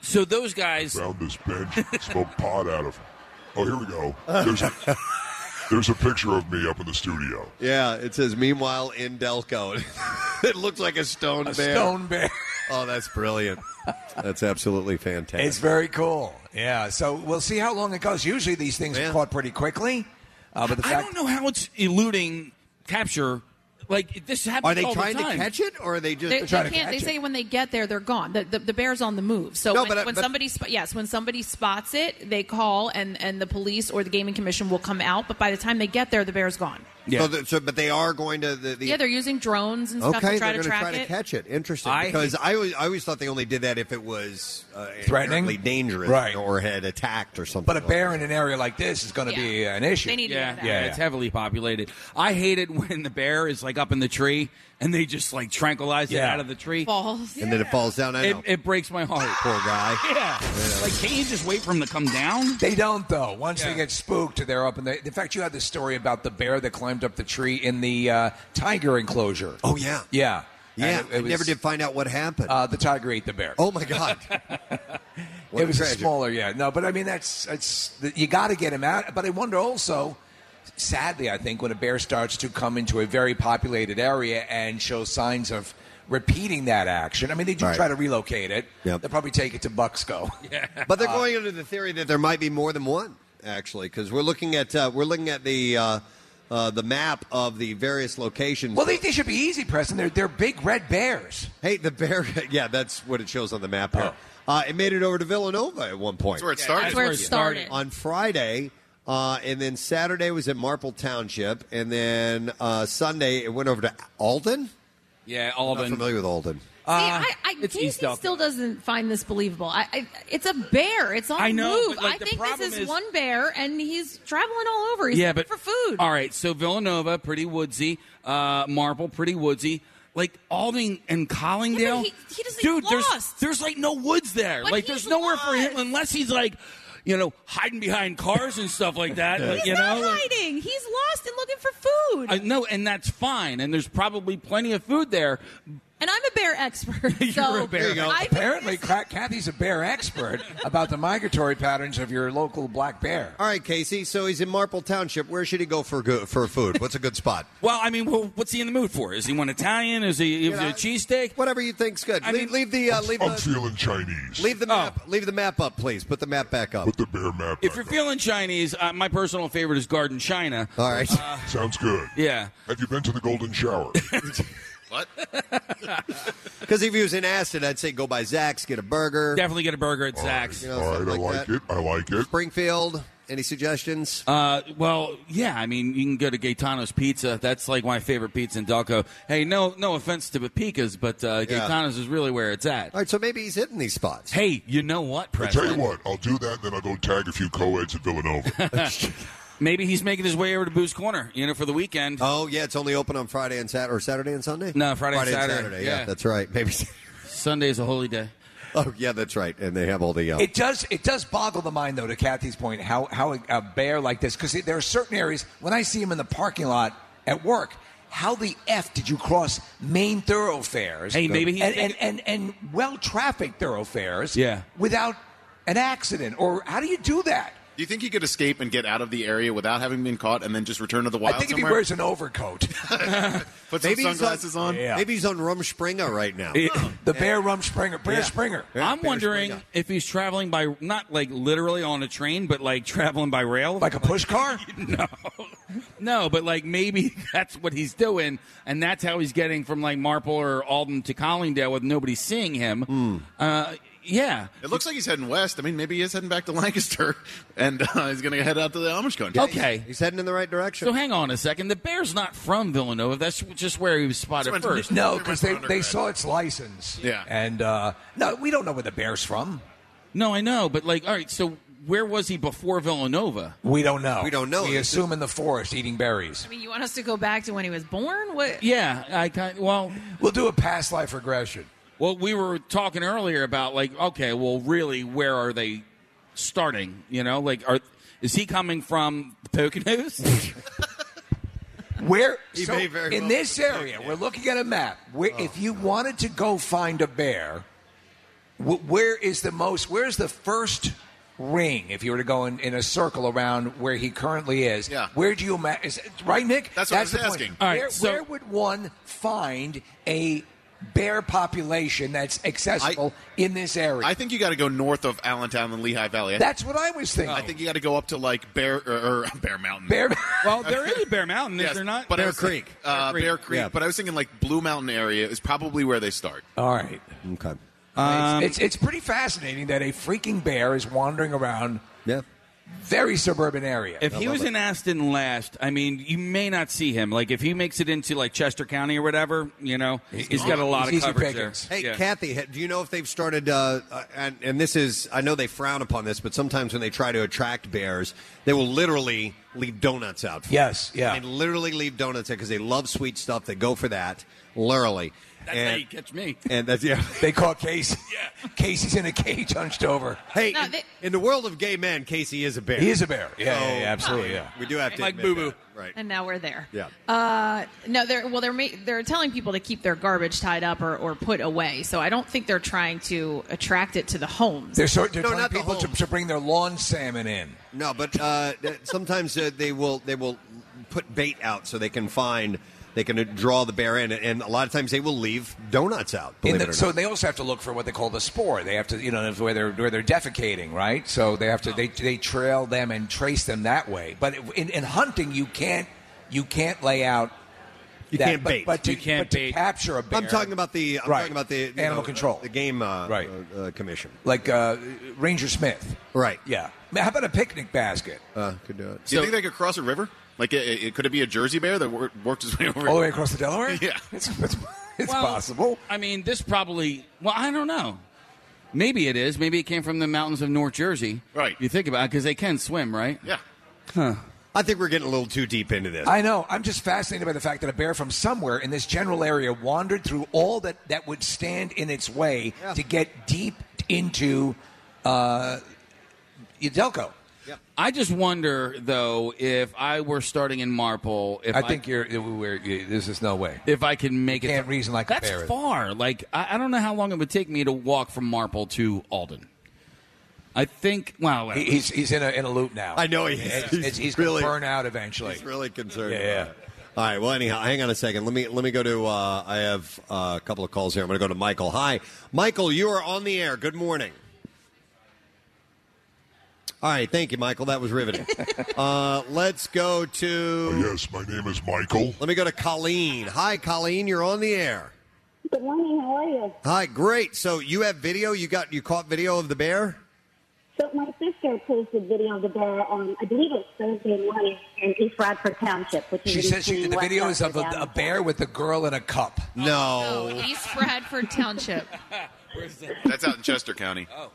so those
[LAUGHS]
guys.
Found this bench, smoked pot out of. Oh, here we go. There's a, there's a picture of me up in the studio.
Yeah, it says, meanwhile, in Delco. [LAUGHS] it looks like a stone
A
bear.
stone bear.
Oh, that's brilliant. That's absolutely fantastic.
It's very cool. Yeah. So we'll see how long it goes. Usually these things are caught pretty quickly. Uh, but the
I
fact
don't know how it's eluding capture. Like, this happens
Are they
all the
trying to
time.
catch it, or are they just
They, they can't. They say when they get there, they're gone. The, the, the bear's on the move. So
No,
when,
but I-
when
but-
somebody sp- yes, when somebody spots it, they call and and the police or the gaming commission will come out. But by the time they get there, the bear's gone.
So, the, so, but they are going to the. the
yeah, they're using drones and stuff
okay,
to try
they're going
to
to
track
try to
it.
catch it. Interesting,
I-
because I always, I always thought they only did that if it was uh,
Threatening?
inherently dangerous,
Right.
or had attacked or something.
But a
like
bear in an area like this is going to be an issue.
They need to
yeah,
get it out.
yeah, it's heavily populated. I hate it when the bear is like up in the tree and they just like tranquilize it
Yeah.
out of the tree.
Falls.
And then it falls down. I
It,
know.
it breaks my heart.
Poor guy.
[LAUGHS] Yeah. Like, can't you just wait for him to come down?
They don't though. Once they get spooked, they're up in the. In fact, you had the story about the bear that climbed up the tree in the uh, tiger enclosure.
Oh yeah,
yeah,
yeah.
And
I never did find out what happened.
Uh, the tiger ate the bear.
Oh my
[LAUGHS]
god! What
it was a
tragic.
smaller, yeah. No, but I mean that's it's you got to get him out. But I wonder also, sadly, I think when a bear starts to come into a very populated area and show signs of repeating that action, I mean they do
Right.
try to relocate it. They'll probably take it to Uh, Bucksco.
[LAUGHS] But they're going under the theory that there might be more than one, actually, because we're looking at uh, we're looking at the uh, uh, the map of the various locations.
Well, they, they should be easy, Preston. They're they're big red bears.
hey, the bear. [LAUGHS] Yeah, that's what it shows on the map here.
Oh.
Uh, it made it over to Villanova at one point.
That's where it Yeah, started. that's where it started.
on Friday. Uh, and then Saturday was at Marple Township, and then uh, Sunday it went over to Alden.
Yeah,
I'm
Alden.
not familiar with Alden.
I, I,
it's
Casey
East Delco.
still doesn't find this believable. I, I, it's a bear. It's on
I know,
the move.
but, like,
I
the
think
problem
this is,
is-
one bear, and he's traveling all over. He's
yeah,
looking
but
for food.
All right, so Villanova, pretty woodsy. Uh, Marble, pretty woodsy. Like Alding and Collingdale,
he- he doesn't-
dude.
he's
There's there's like no woods there.
But
like there's
he's
nowhere for him unless he's like, you know, hiding behind cars and stuff like that.
[LAUGHS] He's
uh, you
not
know, like-
hiding. He's lost and looking for food.
I know, and that's fine. And there's probably plenty of food there.
and I'm a bear
[LAUGHS]
expert. so I think
Apparently, Ca- Kathy's a bear expert about the migratory patterns of your local black bear.
All right, Casey. So he's in Marple Township. Where should he go for go- for food? What's a good spot?
Well, I mean, well, what's he in the mood for? Is he want Italian? Is he, is he a cheesesteak?
Whatever you think's good.
I mean-
leave,
Oh.
leave the uh,
[LAUGHS]
leave
I'm
the,
feeling Chinese.
leave the map leave the map up, please. Put the map back up. Put
the bear map.
If you're feeling Chinese, uh, my personal favorite is Garden China. Uh,
All right.
Sounds good.
Yeah.
Have you been to the Golden Shower?
Because if he was in Aston, I'd say go by Zach's, get a burger.
Definitely get a burger at Zaxx.
You know,
All right,
something
I
like
like
that.
it. I like it.
Springfield. Any suggestions?
Uh, well, yeah. I mean, you can go to Gaetano's Pizza. That's like my favorite pizza in Delco. Hey, no, no offense to Pepicas, but uh,
Yeah.
Gaetano's is really where it's at.
All right, so maybe he's hitting these spots.
Hey, you know what,
I tell you
President?
what, I'll do that, and then I'll go tag a few co-eds at Villanova.
[LAUGHS]
[LAUGHS]
Maybe he's making his way over to Boo's Corner, you know, for the weekend.
Oh yeah, it's only open on Friday and Saturday, or Saturday and Sunday.
No, Friday and
and
Saturday,
Yeah.
yeah.
that's right. Maybe.
Sunday's a holy day.
Oh yeah, that's right. And they have all the. Uh,
It does. It does boggle the mind, though, to Kathy's point, how how a, a bear like this, because there are certain areas when I see him in the parking lot at work. How the f did you cross main thoroughfares?
Hey, maybe he's
and, and
thinking-
and and well trafficked thoroughfares.
Yeah.
without an accident, or how do you do that?
Do you think he could escape and get out of the area without having been caught, and then just return to the wild?
I think if he
somewhere?
wears an overcoat, [LAUGHS]
Put some
Maybe he's on-
sunglasses on.
Yeah.
Maybe he's on Rum Springer right now.
the Bear Rum Springer, Bear Springer.
I'm wondering if he's traveling by not like literally on a train, but like traveling by rail, like
a push car.
[LAUGHS] no, no, but like maybe [LAUGHS] that's what he's doing, and that's how he's getting from like Marple or Alden to Collingdale with nobody seeing him. Uh, yeah,
It looks like he's heading west. I mean, maybe he is heading back to [LAUGHS] Lancaster, and uh, he's going to head out to the Amish country.
Okay.
he's heading in the right direction.
So hang on a second. The bear's not from Villanova. That's just where he was spotted
That's when-
first.
No, because they, they saw its license.
Yeah.
And uh, no, we don't know where the bear's from.
No, I know, but like, all right. So where was he before Villanova?
We don't know.
We don't know.
We assume in the forest eating berries.
I mean, you want us to go back to when he was born? What?
Yeah, I kind well,
we'll do a past life regression.
Well, we were talking earlier about like, okay, well, really, where are they starting? You know, like, are is he coming from the Poconos?
[LAUGHS] Where
He
so
may very
in
well
this
be.
area, we're looking at a map. Where, if you wanted to go find a bear, wh- where is the most? Where's the first ring? If you were to go in, in a circle around where he currently is, yeah. Where do you ma- is it- right, Nick?
That's what I was
the point.
asking.
Where,
All right, so-
where would one find a bear population that's accessible in this area?
I think you got to go north of Allentown and Lehigh Valley. I-
That's what I was thinking.
I think you got to go up to like Bear or, or [LAUGHS] Bear Mountain.
Bear.
Well, there is a Bear Mountain, is there not?
But I
Bear
was thinking-
Creek. Bear
uh,
Creek.
Bear Creek.
Yeah.
But I was thinking like Blue Mountain area is probably where they start.
All right.
Okay.
Um,
it's, it's it's pretty fascinating that a freaking bear is wandering around.
Yeah.
Very suburban area.
If he was in Aston last, I mean, you may not see him. Like, if he makes it into like Chester County or whatever, you know, he's got a lot of coverage there.
Hey,
Yeah. [LAUGHS]
Kathy, ha- do you know if they've started? Uh, uh, and, and this is, I know they frown upon this, but sometimes when they try to attract bears, they will literally leave donuts out. For
Yes, yeah.
They literally leave donuts out because they love sweet stuff. They go for that, literally.
That's
and,
how you catch me.
[LAUGHS] And that's yeah.
They call
[LAUGHS]
Casey. Yeah, Casey's in a cage hunched over.
Hey, in, in the world of gay men, Casey is a bear.
He is a bear. Yeah,
So,
yeah, yeah, absolutely. Yeah.
We do have to
Like
admit
Boo Boo.
that. right?
And now we're there.
Yeah.
Uh, no, they're well, they're ma- they're telling people to keep their garbage tied up or, or put away. So I don't think they're trying to attract it to the homes.
They're, sort they're
No,
telling
not the
people to, to bring their lawn salmon in.
No, but uh, th- sometimes uh, they will they will put bait out so they can find they can uh, draw the bear in, and a lot of times they will leave donuts out.
In
Believe
the-
it or
so
not.
they also have to look for what they call the spore. They have to, you know, where they're where they're defecating, right? So they have to they they trail them and trace them that way. But in, in hunting, you can't you can't lay out.
You
that-
can't
but-
bait.
But to,
You can't
but to
bait.
capture a bear.
I'm talking about the I'm
Right.
talking about the you know,
Animal control.
the game uh,
Right.
uh, uh, commission.
like uh, Ranger Smith.
Right.
Yeah. I mean, How about a picnic basket?
Uh, could do it.
Do you think they could cross a river? Like, it, it, could it be a Jersey bear that wor- worked his way over?
Oh,
All the way across
[LAUGHS]
the Delaware?
Yeah.
It's, it's, it's
Well,
possible.
I mean, this probably. Well, I don't know. Maybe it is. Maybe it came from the mountains of North Jersey. Right. You think about it because they can swim, right?
Yeah.
Huh.
I think we're getting a little too deep into this.
I know. I'm just fascinated by the fact that a bear from somewhere in this general area wandered through all that, that would stand in its way to get deep into uh, Udelco.
I just wonder though if I were starting in Marple, if
I think you're. We're, this is no way.
If I can make it,
can't reason like a
that's
bear.
far. Like I, I don't know how long it would take me to walk from Marple to Alden. I think. Wow,
He- he's he's in a in a loop now.
I know he is.
It's-
He's
it's- he's
really-
gonna burn out eventually.
He's really concerned.
Yeah,
about
yeah.
it. All right. Well, anyhow, hang on a second. Let me let me go to. Uh, I have uh, a couple of calls here. I'm going to go to Michael. Hi, Michael. You are on the air. Good morning. All right. Thank you, Michael. That was
[LAUGHS]
riveting. uh, let's go to.
Oh, yes, my name is Michael.
Let me go to Colleen. Hi, Colleen. You're on the air.
Good morning. How are you?
Hi. Great. So you have video. You got you caught video of the bear.
So my sister posted video of the bear on, I believe it's Thursday morning in East Radford Township, which is
She
in
says she,
between
the
West
video is of a,
Radford
a
and-
bear with a girl in a cup.
No.
East
[LAUGHS]
Bradford Township.
That's out in Chester County. Oh.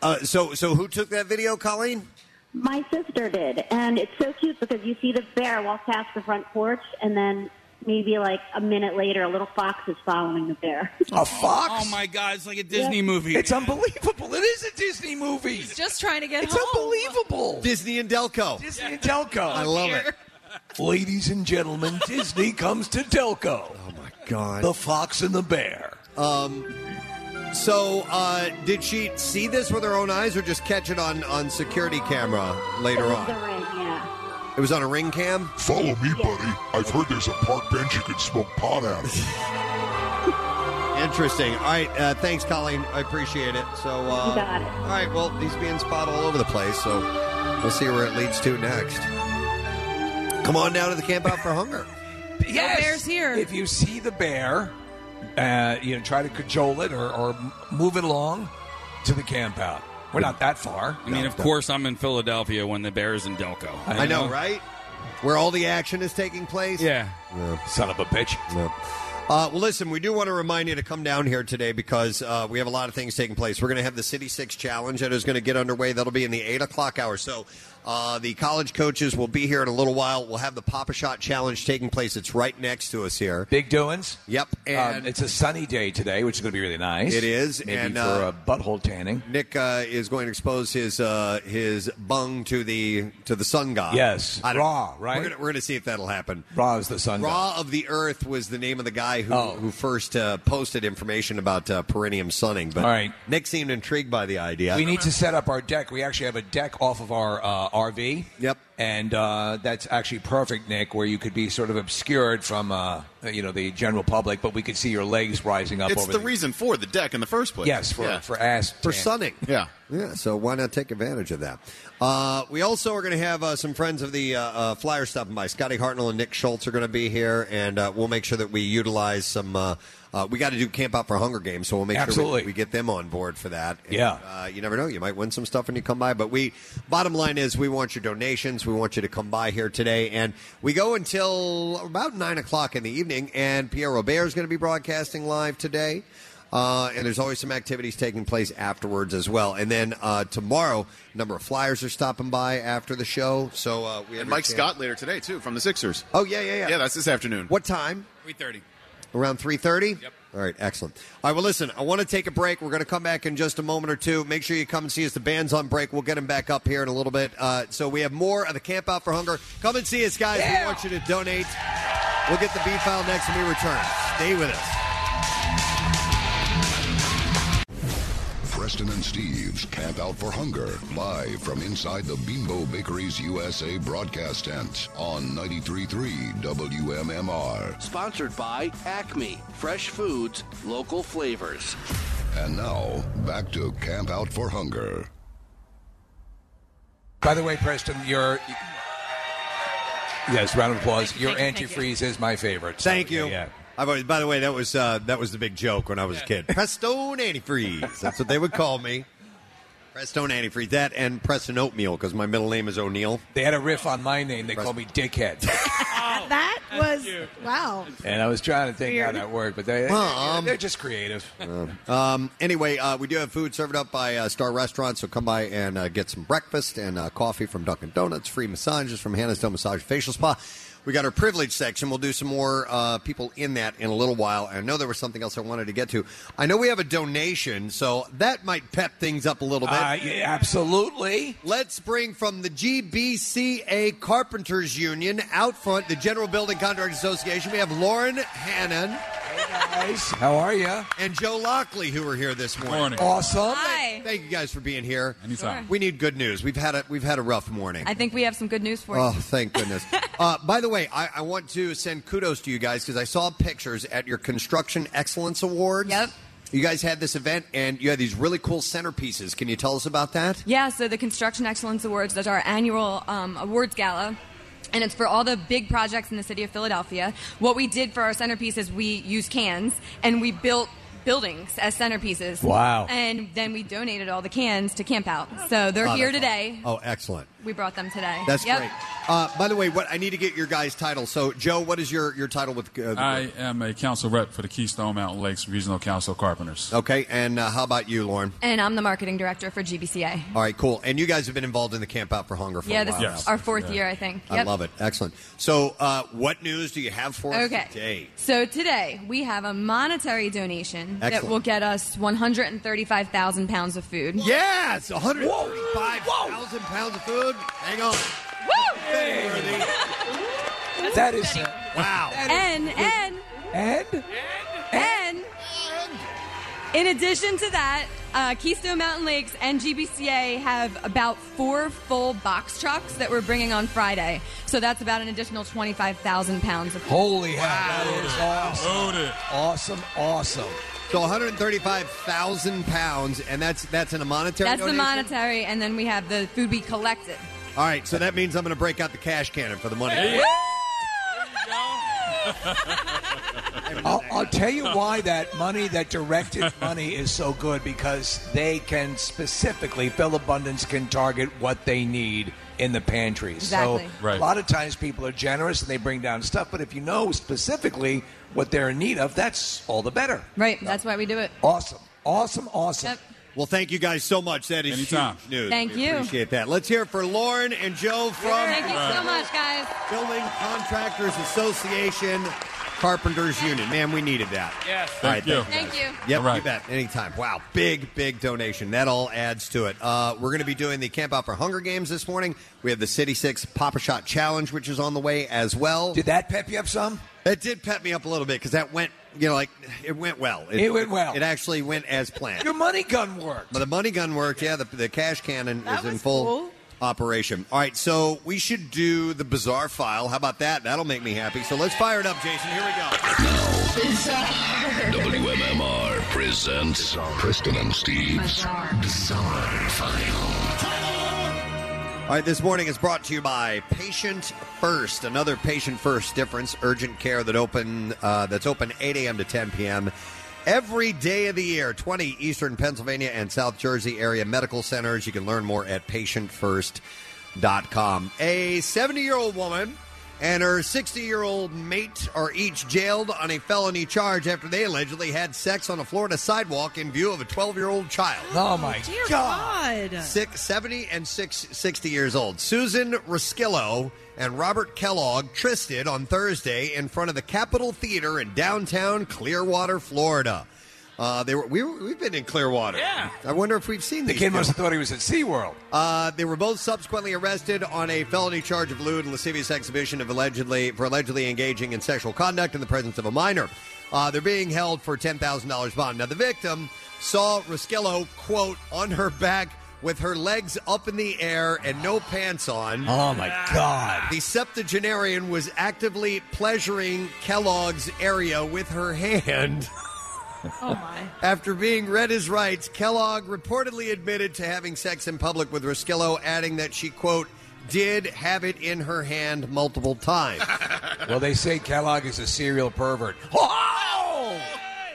Uh, so so who took that video, Colleen?
My sister did, and it's so cute because you see the bear walk past the front porch, and then maybe like a minute later, a little fox is following the bear.
A fox?
Oh my God! It's like a Disney movie.
It's unbelievable. It is a Disney movie.
He's just trying to get
It's
home.
unbelievable.
Disney and
Oh.
Delco.
Disney and Delco.
I love it.
[LAUGHS]
Ladies
[LAUGHS]
and gentlemen,
Oh,
Disney comes to Delco.
God.
The Fox and the Bear.
Um, So, uh, did she see this with her own eyes, or just catch it on on security camera later on?
yeah.
It was on a ring cam.
Follow me, buddy. I've heard there's a park bench you can smoke pot out of.
[LAUGHS] Interesting. All right. Uh, thanks, Colleen. I appreciate it. So, uh,
You got it.
all right. Well, he's being spot all over the place. So, we'll see where it leads to next. Come on down to the Camp Out for Hunger.
Yes. bear's here. If you see the bear, uh, you know, try to cajole it or, or move it along to the camp out. We're not that far.
I mean, of course, I'm in Philadelphia when the Bears in Delco.
I know, right? Where all the action is taking place.
Yeah.
Son of a bitch.
Uh, well, listen, we do want to remind you to come down here today because uh, we have a lot of things taking place. We're going to have the City Six Challenge that is going to get underway. That'll be in the 8 o'clock hour. So uh, the college coaches will be here in a little while. We'll have the Papa Shot Challenge taking place. It's right next to us here.
Big doings.
Yep.
um, it's a sunny day today, which is going to be really nice.
It is,
Maybe
and,
for
uh,
a butthole tanning.
Nick uh, is going to expose his uh, his bung to the to the sun god.
Yes.
uh, I don't-
Ra, right?
We're gonna, we're gonna see if that'll happen.
Ra is the sun god.
Raw of the Earth was the name of the guy who,
Oh.
who first uh, posted information about uh, perineum sunning. But
All right.
Nick seemed intrigued by the idea.
We need to set up our deck. We actually have a deck off of our uh, RV. Yep. And uh, that's actually perfect, Nick, where you could be sort of obscured from uh, you know the general public, but we could see your legs rising up
It's
over
the reason for the deck in the first place.
Yes, for- for ass
for
tan.
sunning.
Yeah.
Yeah, so why not take advantage of that? Uh, we also are going to have uh, some friends of the uh, uh, Flyers stopping by. Scotty Hartnell and Nick Schultz are going to be here, and uh, we'll make sure that we utilize some. Uh, uh, we got to do Camp Out for Hunger Games, so we'll make sure
Absolutely.
we, we get them on board for that. And,
Yeah.
uh, you never know; you might win some stuff when you come by. But we, bottom line is, we want your donations. We want you to come by here today, and we go until about nine o'clock in the evening. And Pierre Robert is going to be broadcasting live today. Uh, and there's always some activities taking place afterwards as well. And then uh, tomorrow, a number of flyers are stopping by after the show. So uh, we
And Mike
understand-
Scott later today too from the Sixers.
Oh yeah, yeah, yeah.
Yeah, that's this afternoon.
What time?
3:30.
Around 3.30? Yep. All right, excellent. All right, well, listen, I want to take a break. We're going to come back in just a moment or two. Make sure you come and see us. The band's on break. We'll get them back up here in a little bit. Uh, so we have more of the Camp Out for Hunger. Come and see us, guys. We want you to donate. We'll get the B file next when we return. Stay with us.
Preston and Steve's Camp Out for Hunger, live from inside the Bimbo Bakeries USA broadcast tent on 93.3 WMMR.
Sponsored by Acme, fresh foods, local flavors.
And now, back to Camp Out for Hunger.
By the way, Preston, your yes, round of applause. Your
thank you,
antifreeze is my favorite. So,
Thank you.
yeah, yeah.
I've always, by the way, that was uh, that was the big joke when I was a kid. Prestone antifreeze. That's what they would call me. Prestone antifreeze. That and Preston oatmeal because my middle name is O'Neill.
They had a riff on my name. They called me Dickhead,
that was wow.
and I was trying to think how
Weird.
that worked, but they
Mom.
they're just creative.
Um, anyway, uh, we do have food served up by uh, Star Restaurant, so come by and uh, get some breakfast and uh, coffee from Dunkin' Donuts, free massages from Hannah's Dome Massage and Facial Spa. We got our privilege section. We'll do some more uh, people in that in a little while. I know there was something else I wanted to get to. I know we have a donation, so that might pep things up a little bit.
Uh, yeah, absolutely.
Let's bring from the GBCA Carpenters Union out front, the General Building Contractors Association. We have Lauren Hannon. Hey
guys, how are you?
And Joe Lockley, who are here this morning.
Morning.
Awesome.
Hi.
Thank, thank you guys for being here.
Anytime. Sure.
We need good news. We've had a we've had a rough morning.
I think we have some good news for you.
Oh, thank
[LAUGHS]
goodness. uh, by the way, I, I want to send kudos to you guys because I saw pictures at your Construction Excellence Awards. Yep. You guys had this event and you had these really cool centerpieces. Can you tell us about that?
Yeah, so the Construction Excellence Awards, that's our annual um, awards gala. And it's for all the big projects in the city of Philadelphia. What we did for our centerpiece is we used cans and we built buildings as centerpieces.
Wow.
And then we donated all the cans to Camp Out. So they're
Oh,
here
that's
today.
Oh, excellent.
We brought them today.
That's
Yep.
great. Uh, by the way, what I need to get your guys' title. So, Joe, what is your, your title with? Uh, the
I am a council rep for the Keystone Mountain Lakes Regional Council of Carpenters.
Okay, and uh, how about you, Lauren?
And I'm the marketing director for GBCA.
All right, cool. And you guys have been involved in the Camp Out for Hunger for
Yeah,
a
this
while.
is
now.
our fourth year, I think.
I
Yep.
love it. Excellent. So, uh, what news do you have for us
Okay.
today?
So today we have a monetary donation that
Excellent.
will get us 135,000 pounds of food.
Yes, 135,000 pounds of food. Hang on.
Woo!
That is
wow.
And and
and
and In addition to that, uh, Keystone Mountain Lakes and GBCA have about four full box trucks that we're bringing on Friday. So that's about an additional 25,000 pounds of
Holy hell, that is awesome. Awesome, awesome.
So 135,000 pounds, and that's that's in a monetary.
That's the
donation?
monetary, and then we have the food we collected.
All right, so that means I'm going to break out the cash cannon for the money. [LAUGHS]
I'll, I'll tell you why that money, that directed money, is so good because they can specifically, Phil Abundance can target what they need in the pantries.
Exactly.
So
Right.
a lot of times people are generous and they bring down stuff, but if you know specifically what they're in need of, that's all the better.
Right, that's why we do it.
Awesome, awesome, awesome.
Well, thank you guys so much. That is
Anytime.
huge news.
Thank
We
you.
Appreciate that. Let's hear it for Lauren and Joe from
Thank you so much, guys.
Building Contractors Association Carpenters Union. Man, we needed that.
Yes.
All
Thank
right,
you.
guys.
Thank you.
Yep,
All right.
you bet. Anytime. Wow, big, big donation. That all adds to it. Uh, we're going to be doing the Camp Out for Hunger Games this morning. We have the City Six Papa Shot Challenge, which is on the way as well. Did
that pep you up some?
That did pep me up a little bit because that went, you know, like it went well.
It went well.
It actually went as planned.
Your money gun worked.
But the money gun worked. Yeah, the, the cash cannon is in full
cool.
operation. All right, so we should do the bizarre file. How about that? That'll make me happy. So let's fire it up, Jason. Here we go.
WMMR presents Preston and Steve's Bizarre File.
All right, this morning is brought to you by Patient First. Another Patient First difference. Urgent care that open uh, that's open 8 a.m. to 10 p.m. every day of the year. 20 Eastern Pennsylvania and South Jersey area medical centers. You can learn more at patientfirst.com. A 70 year old woman and her 60 year old mate are each jailed on a felony charge after they allegedly had sex on a Florida sidewalk in view of a 12 year old child.
Oh, my
Dear God. Six, 70 and six, 60 years old. Susan Roscillo and Robert Kellogg tristed on Thursday in front of the Capitol Theater in downtown Clearwater, Florida. Uh, they were, we were, we've been in Clearwater. Yeah. I wonder if we've seen
The
these
kid must
people.
have thought he was at SeaWorld.
Uh, they were both subsequently arrested on a felony charge of lewd and lascivious exhibition of allegedly for allegedly engaging in sexual conduct in the presence of a minor. Uh, they're being held for ten thousand dollars bond. Now the victim saw Roskello quote on her back with her legs up in the air and no pants on.
Oh my God!
The septuagenarian was actively pleasuring Kellogg's area with her
[LAUGHS]
hand.
Oh my.
After being read his rights, Kellogg reportedly admitted to having sex in public with Roscillo, adding that she, quote, did have it in her hand multiple times.
[LAUGHS] Well, they say Kellogg is a serial pervert.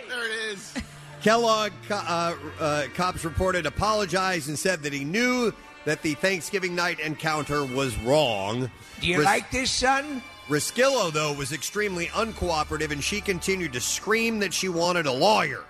There it is.
Kellogg, co- uh, uh, cops reported, apologized and said that he knew that the Thanksgiving night encounter was wrong.
Do you like this, son?
Roscillo, though, was extremely uncooperative and she continued to scream that she wanted a lawyer.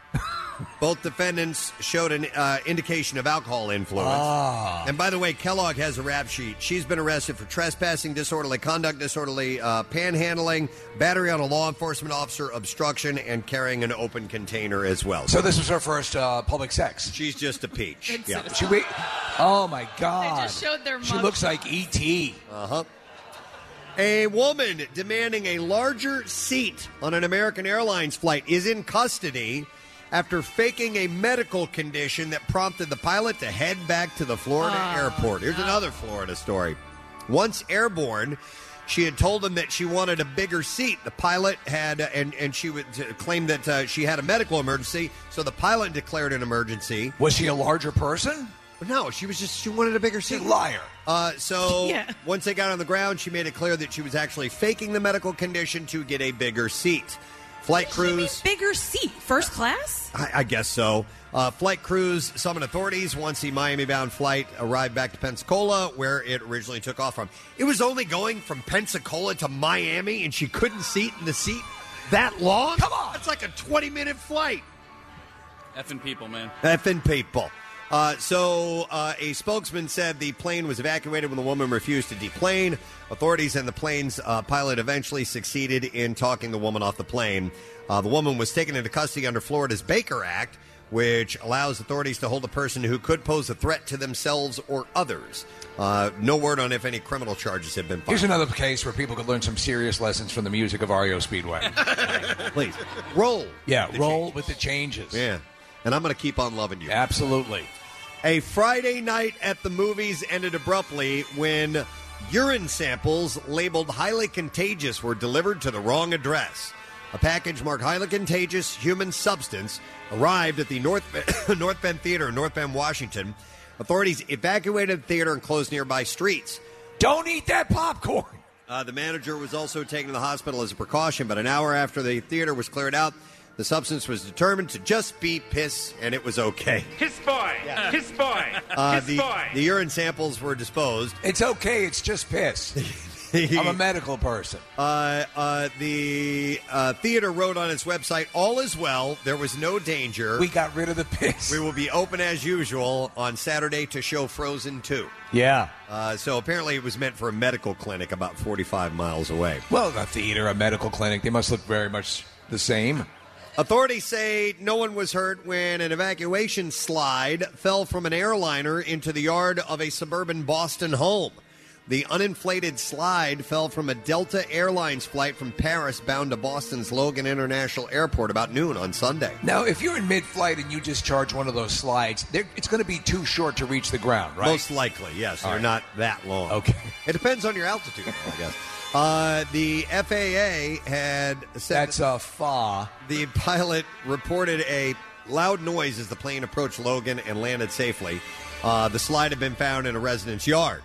Both defendants showed an uh, indication of alcohol influence.
Ah.
And by the way, Kellogg has a rap sheet. She's been arrested for trespassing, disorderly conduct, disorderly uh, panhandling, battery on a law enforcement officer, obstruction, and carrying an open container as well.
So this was her first uh, public sex.
She's just a peach.
Yeah.
Yeah.
She wait. Oh my God!
just showed their
She
mug
looks like E ET.
Uh huh. A woman demanding a larger seat on an American Airlines flight is in custody after faking a medical condition that prompted the pilot to head back to the Florida airport. Here's another Florida story. Once airborne, she had told him that she wanted a bigger seat. The pilot had, uh, and, and she would claimed that uh, she had a medical emergency, so the pilot declared an emergency.
Was she a larger person?
No, she was just, she wanted a bigger seat.
liar.
Uh, so
Yeah.
once they got on the ground, she made it clear that she was actually faking the medical condition to get a bigger seat. Flight crews,
Bigger seat, first class?
I, I guess so. Uh, flight crews summoned authorities once the Miami-bound flight arrived back to Pensacola, where it originally took off from. It was only going from Pensacola to Miami, and she couldn't seat in the seat that long. Come on, it's like a twenty-minute flight.
Effing people, man.
Effing people. Uh, so, uh, a spokesman said the plane was evacuated when the woman refused to deplane. Authorities and the plane's uh, pilot eventually succeeded in talking the woman off the plane. Uh, the woman was taken into custody under Florida's Baker Act, which allows authorities to hold a person who could pose a threat to themselves or others. Uh, no word on if any criminal charges have been filed.
Here's another case where people could learn some serious lessons from the music of REO E Speedway.
[LAUGHS] Please roll.
Yeah, roll with the changes.
Yeah. and I'm going to keep on loving you.
Absolutely.
A Friday night at the movies ended abruptly when urine samples labeled highly contagious were delivered to the wrong address. A package marked highly contagious human substance arrived at the North, [COUGHS] North Bend Theater in North Bend, Washington. Authorities evacuated the theater and closed nearby streets.
Don't eat that popcorn!
Uh, the manager was also taken to the hospital as a precaution, but an hour after the theater was cleared out, the substance was determined to just be piss, and it was
[LAUGHS]
okay.
His boy. His boy.
Uh,
His
the, [LAUGHS]
boy.
the urine samples were disposed.
It's okay. It's just
[LAUGHS]
piss. I'm a medical person.
Uh, uh, the uh, theater wrote on its website, "All is well. There was no danger.
We got rid of the piss.
We will be open as usual on Saturday to show Frozen 2."
Yeah.
Uh, so apparently, it was meant for a medical clinic about 45 miles away.
Well, a theater, a medical clinic, they must look very much the same.
Authorities say no one was hurt when an evacuation slide fell from an airliner into the yard of a suburban Boston home. The uninflated slide fell from a Delta Airlines flight from Paris bound to Boston's Logan International Airport about noon on Sunday.
Now, if you're in mid flight and you discharge one of those slides, they're- it's going to be too short to reach the ground, right?
Most likely, yes.
All
They're
right.
not that long.
Okay.
It depends on your altitude, though,
[LAUGHS]
I guess. Uh, the FAA had said that's
a fa.
The pilot reported a loud noise as the plane approached Logan and landed safely. Uh, the slide had been found in a resident's yard.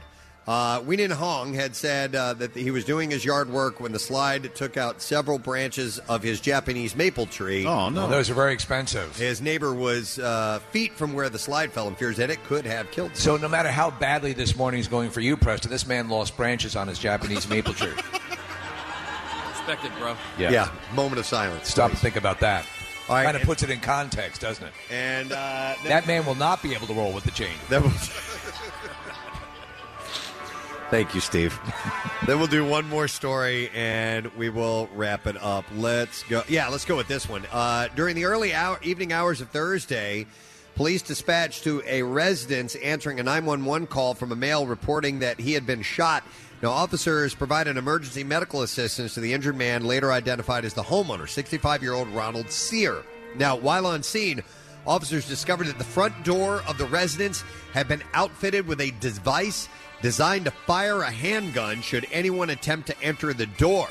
Uh, Weinin Hong had said uh, that he was doing his yard work when the slide took out several branches of his Japanese maple tree.
Well, Oh, those are very expensive.
His neighbor was uh, feet from where the slide fell and fears that it could have killed.
So, no matter how badly this morning's going for you, Preston, this man lost branches on his Japanese maple tree.
Expected, bro.
Moment of silence.
Stop and think about that.
All right,
kind of
and-
puts it in context, doesn't it?
And uh,
that man will not be able to roll with the change.
That was. Thank you, Steve. [LAUGHS] then we'll do one more story and we will wrap it up. Let's go. Yeah, let's go with this one. Uh, during the early hour, evening hours of Thursday, police dispatched to a residence answering a 911 call from a male reporting that he had been shot. Now, officers provided emergency medical assistance to the injured man, later identified as the homeowner, 65 year old Ronald Sear. Now, while on scene, Officers discovered that the front door of the residence had been outfitted with a device designed to fire a handgun should anyone attempt to enter the door.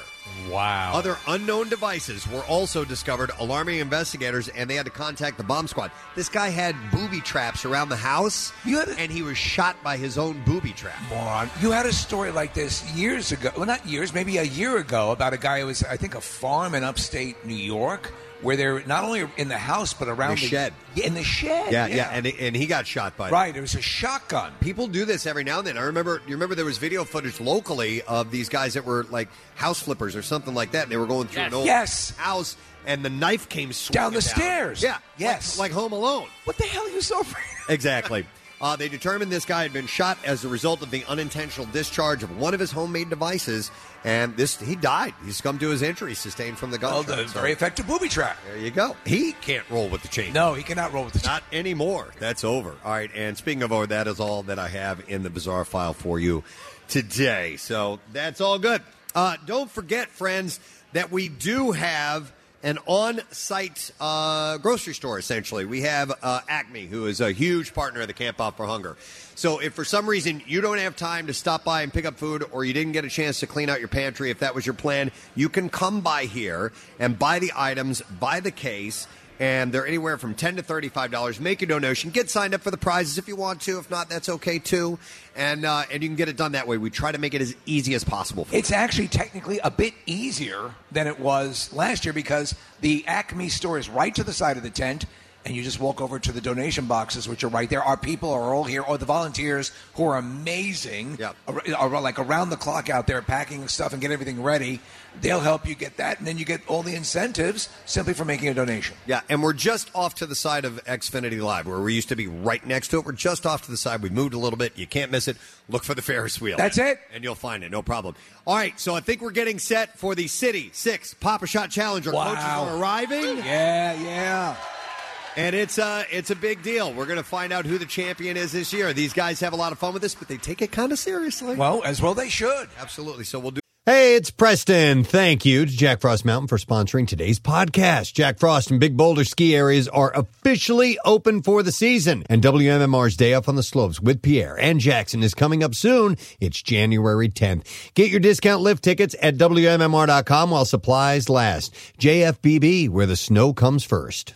Wow.
Other unknown devices were also discovered, alarming investigators, and they had to contact the bomb squad. This guy had booby traps around the house, and he was shot by [LAUGHS] his own booby trap.
moron. You had a story like this years ago. Well, not years, maybe a year ago, about a guy who was, I think, a farm in upstate New York, where they're not only in the house but around
The shed.
Yeah, in the shed.
Yeah, yeah, and and he got shot by
right. It was a shotgun.
People do this every now and then. I remember, you remember there was video footage locally of these guys that were like house flippers or something like that. And they were going through
Yes.
an old
Yes.
house, and the knife came swinging
Down the stairs.
Yeah,
Yes.
like, like Home Alone.
What the hell are you so afraid? [LAUGHS]
Exactly. Uh, they determined this guy had been shot as a result of the unintentional discharge of one of his homemade devices, and this he died. He succumbed to his injuries sustained from the
Well,
gunshot.
the
So-
very effective booby trap.
there you go. He can't roll with the chain.
No, he cannot roll with the chain.
Not anymore. That's over. All right. And speaking of over, that is all that I have in the bizarre file for you today. So that's all good. Uh, don't forget, friends, that we do have an on-site uh, grocery store. Essentially, we have uh, Acme, who is a huge partner of the Camp Out for Hunger. So, if for some reason you don't have time to stop by and pick up food, or you didn't get a chance to clean out your pantry, if that was your plan, you can come by here and buy the items, buy the case and they're anywhere from ten to thirty-five dollars. Make your donation, get signed up for the prizes if you want to. If not, that's okay too, and uh, and you can get it done that way. We try to make it as easy as possible. For you.
It's actually technically a bit easier than it was last year because the Acme store is right to the side of the tent, and you just walk over to the donation boxes, which are right there. Our people are all here, or the volunteers who are amazing, ar- ar- like around the clock out there packing stuff and get everything ready. They'll help you get that, and then you get all the incentives simply for making a donation.
Yeah, and we're just off to the side of Xfinity Live, where we used to be right next to it. We're just off to the side. We've moved a little bit. You can't miss it. Look for the Ferris wheel.
That's it.
And you'll find it. No problem. All right, so I think we're getting set for the City Six Papa Shot Challenge. Our coaches are arriving.
Yeah, yeah.
And it's uh it's a big deal. We're going to find out who the champion is this year. These guys have a lot of fun with this, but they take it kind of seriously.
Well, Oh, as well they should.
Absolutely. So we'll do
Hey, it's Preston. Thank you to Jack Frost Mountain for sponsoring today's podcast. Jack Frost and Big Boulder ski areas are officially open for the season, and WMMR's Day Off on the Slopes with Pierre and Jackson is coming up soon. It's January 10th. Get your discount lift tickets at WMMR.com while supplies last. JFBB, where the snow comes first.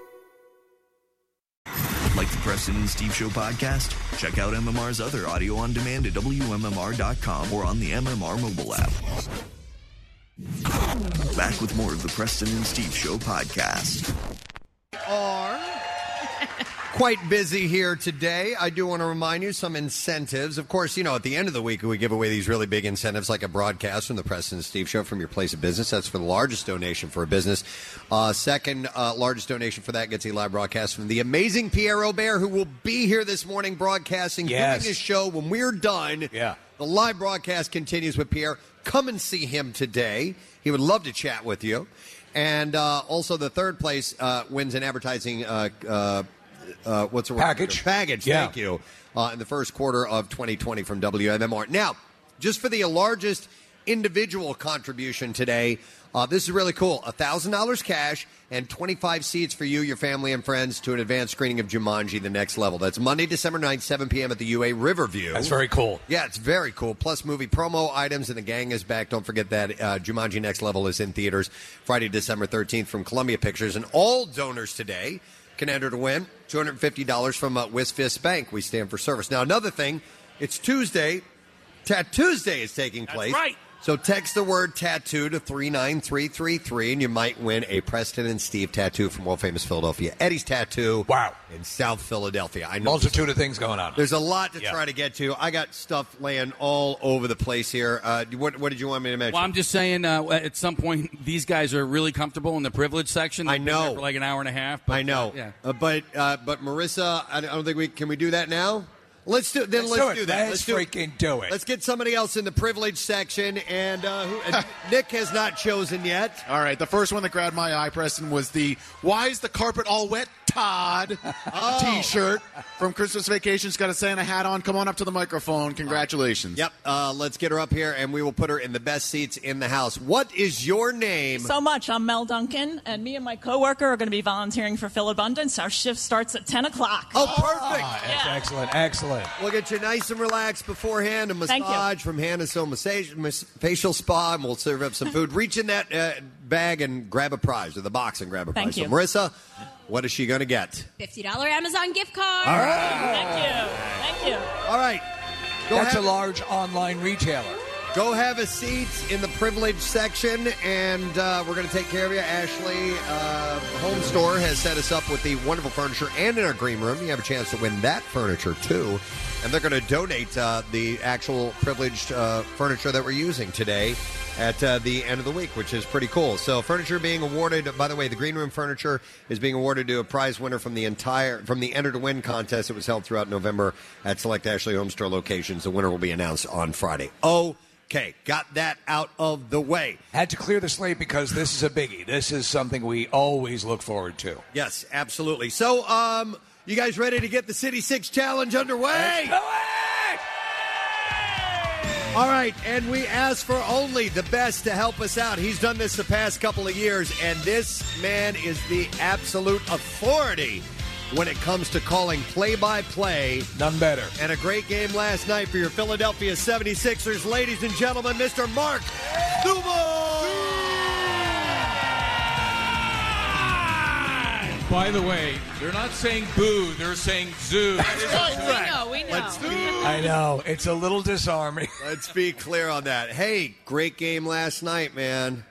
Like the Preston and Steve Show podcast? Check out MMR's other audio on demand at WMMR.com or on the MMR mobile app. Back with more of the Preston and Steve Show podcast.
are quite busy here today. I do want to remind you some incentives. Of course, you know, at the end of the week, we give away these really big incentives like a broadcast from the Preston and Steve Show from your place of business. That's for the largest donation for a business. Uh, second uh, largest donation for that gets a live broadcast from the amazing Pierre Robert, who will be here this morning broadcasting,
Yes.
doing his show when we're done. Yeah. The live broadcast continues with Pierre. Come and see him today. He would love to chat with you. And uh, also, the third place uh, wins an advertising uh, uh, uh, what's the word? Package. Package.
Yeah.
Thank you. Uh, in the first quarter of 2020 from WMMR. Now, just for the largest individual contribution today, uh, this is really cool. thousand dollars cash and 25 seats for you, your family, and friends to an advanced screening of Jumanji: The Next Level. That's Monday, December 9th, 7 p.m. at the UA Riverview.
That's very cool.
Yeah, it's very cool. Plus, movie promo items, and the gang is back. Don't forget that uh, Jumanji Next Level is in theaters Friday, December 13th from Columbia Pictures. And all donors today can enter to win $250 from uh, Wisfist Bank. We stand for service. Now, another thing, it's Tuesday. Tattoo Tuesday is taking place.
right.
So text the word tattoo to 39333 and you might win a Preston and Steve tattoo from world famous Philadelphia. Eddie's tattoo. Wow. In South Philadelphia. I know
Multitude of things going on.
there's a lot to try to get to. I got stuff laying all over the place here. Uh, what, what did you want me to mention?
Well, I'm just saying. Uh, at some point, [LAUGHS] these guys are really comfortable in the privilege section. I know for like an hour and a half. But,
I know.
uh, yeah.
Uh, but uh, but Marissa, I don't I don't think we can we do that now. Let's do then.
Let's
Let's,
do it.
that.
Let's
do
freaking do it.
Let's get somebody else in the privilege section, and uh, who,
[LAUGHS]
and Nick has not chosen yet.
All right, the first one that grabbed my eye, Preston, was the "Why is the carpet all wet?"
[LAUGHS]
Todd
Oh.
T-shirt from Christmas Vacation's got a Santa hat on. Come on up to the microphone. Congratulations.
Yep. Uh, let's get her up here, and we will put her in the best seats in the house. What is your name?
so much. I'm Mel Duncan, and me and my coworker are going to be volunteering for Phil Abundance. Our shift starts at 10 o'clock.
Oh, perfect.
Ah,
Yeah.
Excellent, excellent.
We'll get you nice and relaxed beforehand. A
Thank you.
massage from Hannah's Hill Massage mas- Facial Spa, and we'll serve up some food. Reach in that uh, bag and grab a prize, or the box and grab a
Thank
prize.
you.
So, Marissa, what is she going to get?
Fifty dollar Amazon gift card.
All right.
Thank you. Thank you.
All right.
That's
have-
a large online retailer.
Go have a seat in the privilege section, and uh, we're going to take care of you. Ashley uh, Home Store has set us up with the wonderful furniture, and in our green room, you have a chance to win that furniture too. And they're going to donate uh, the actual privileged uh, furniture that we're using today at uh, the end of the week, which is pretty cool. So, furniture being awarded. By the way, the green room furniture is being awarded to a prize winner from the entire from the Enter to Win contest that was held throughout November at select Ashley Home Store locations. The winner will be announced on Friday. Oh. Okay, got that out of the way.
Had to clear the slate because this is a biggie. This is something we always look forward to.
Yes, absolutely. So, um, you guys ready to get the City Six Challenge underway? All right, and we ask for only the best to help us out. He's done this the past couple of years, and this man is the absolute authority when it comes to calling play by play.
None better.
And a great game last night for your Philadelphia 76ers, ladies and gentlemen, Mr. Mark
By the way, they're not saying boo, they're saying zoo.
we know.
Let's
I know. It's a little disarming.
[LAUGHS] Let's be clear on that. Hey, great game last night, man.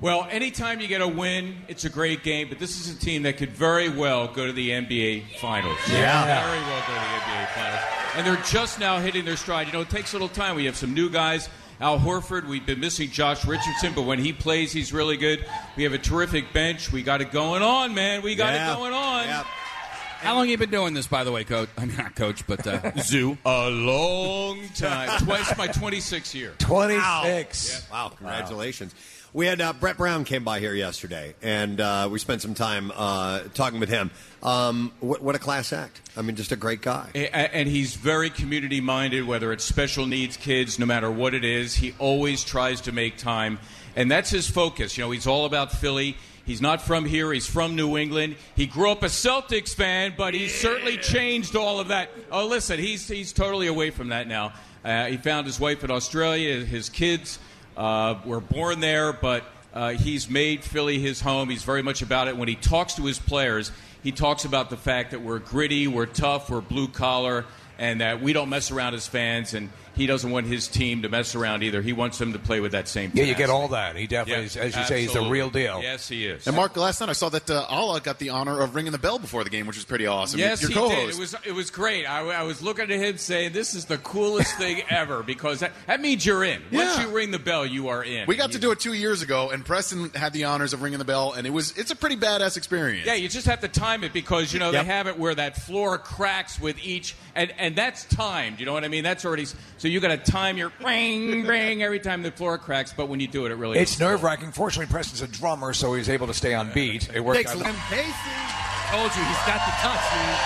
Well, anytime you get a win, it's a great game, but this is a team that could very well go to the NBA Finals.
Yeah.
Very well go to the NBA Finals. And they're just now hitting their stride. You know, it takes a little time. We have some new guys, Al Horford. We've been missing Josh Richardson, but when he plays, he's really good. We have a terrific bench. We got it going on, man. We got
Yeah.
it going on.
How long you been doing this, by the way, coach? [LAUGHS] I mean, not coach, but uh,
[LAUGHS]
zoo.
A long time. Twice my 26 year.
26. Wow, congratulations. We had uh, Brett Brown came by here yesterday, and uh, we spent some time uh, talking with him. Um, what, what a class act! I mean, just a great guy.
A- a- And he's very community minded, whether it's special needs kids, no matter what it is. He always tries to make time. And that's his focus. You know, he's all about Philly. He's not from here, he's from New England. He grew up a Celtics fan, but he certainly changed all of that. Oh, listen, he's, he's totally away from that now. Uh, he found his wife in Australia, his kids uh, were born there, but uh, he's made Philly his home. He's very much about it. When he talks to his players, he talks about the fact that we're gritty, we're tough, we're blue collar, and that we don't mess around as fans. And he doesn't want his team to mess around either. He wants them to play with that same.
Yeah, you get
tenacity.
all that. He definitely, is, as you say, he's the
absolutely.
real deal.
Yes, he is.
And Mark, last night I saw that uh, Allah got the honor of ringing the bell before the game, which was pretty awesome.
Yes,
your
he
co-host.
did. It was it was great. I, I was looking at him saying, "This is the coolest thing [LAUGHS] ever," because that, that means you're in. Once you ring the bell, you are in.
We got to do it two years ago, and Preston had the honors of ringing the bell, and it was it's a pretty badass
[LAUGHS]
experience.
Yeah, you just have to time it because you know
Yep.
they have it where that floor cracks with each, and and that's timed. You know what I mean? That's already so you got to time your [LAUGHS] ring ring every time the floor cracks. But when you do it, it really
It's nerve wracking. Fortunately, Preston's a drummer, so he's able to stay on beat. It worked out.
Told you he's got the touch, dude.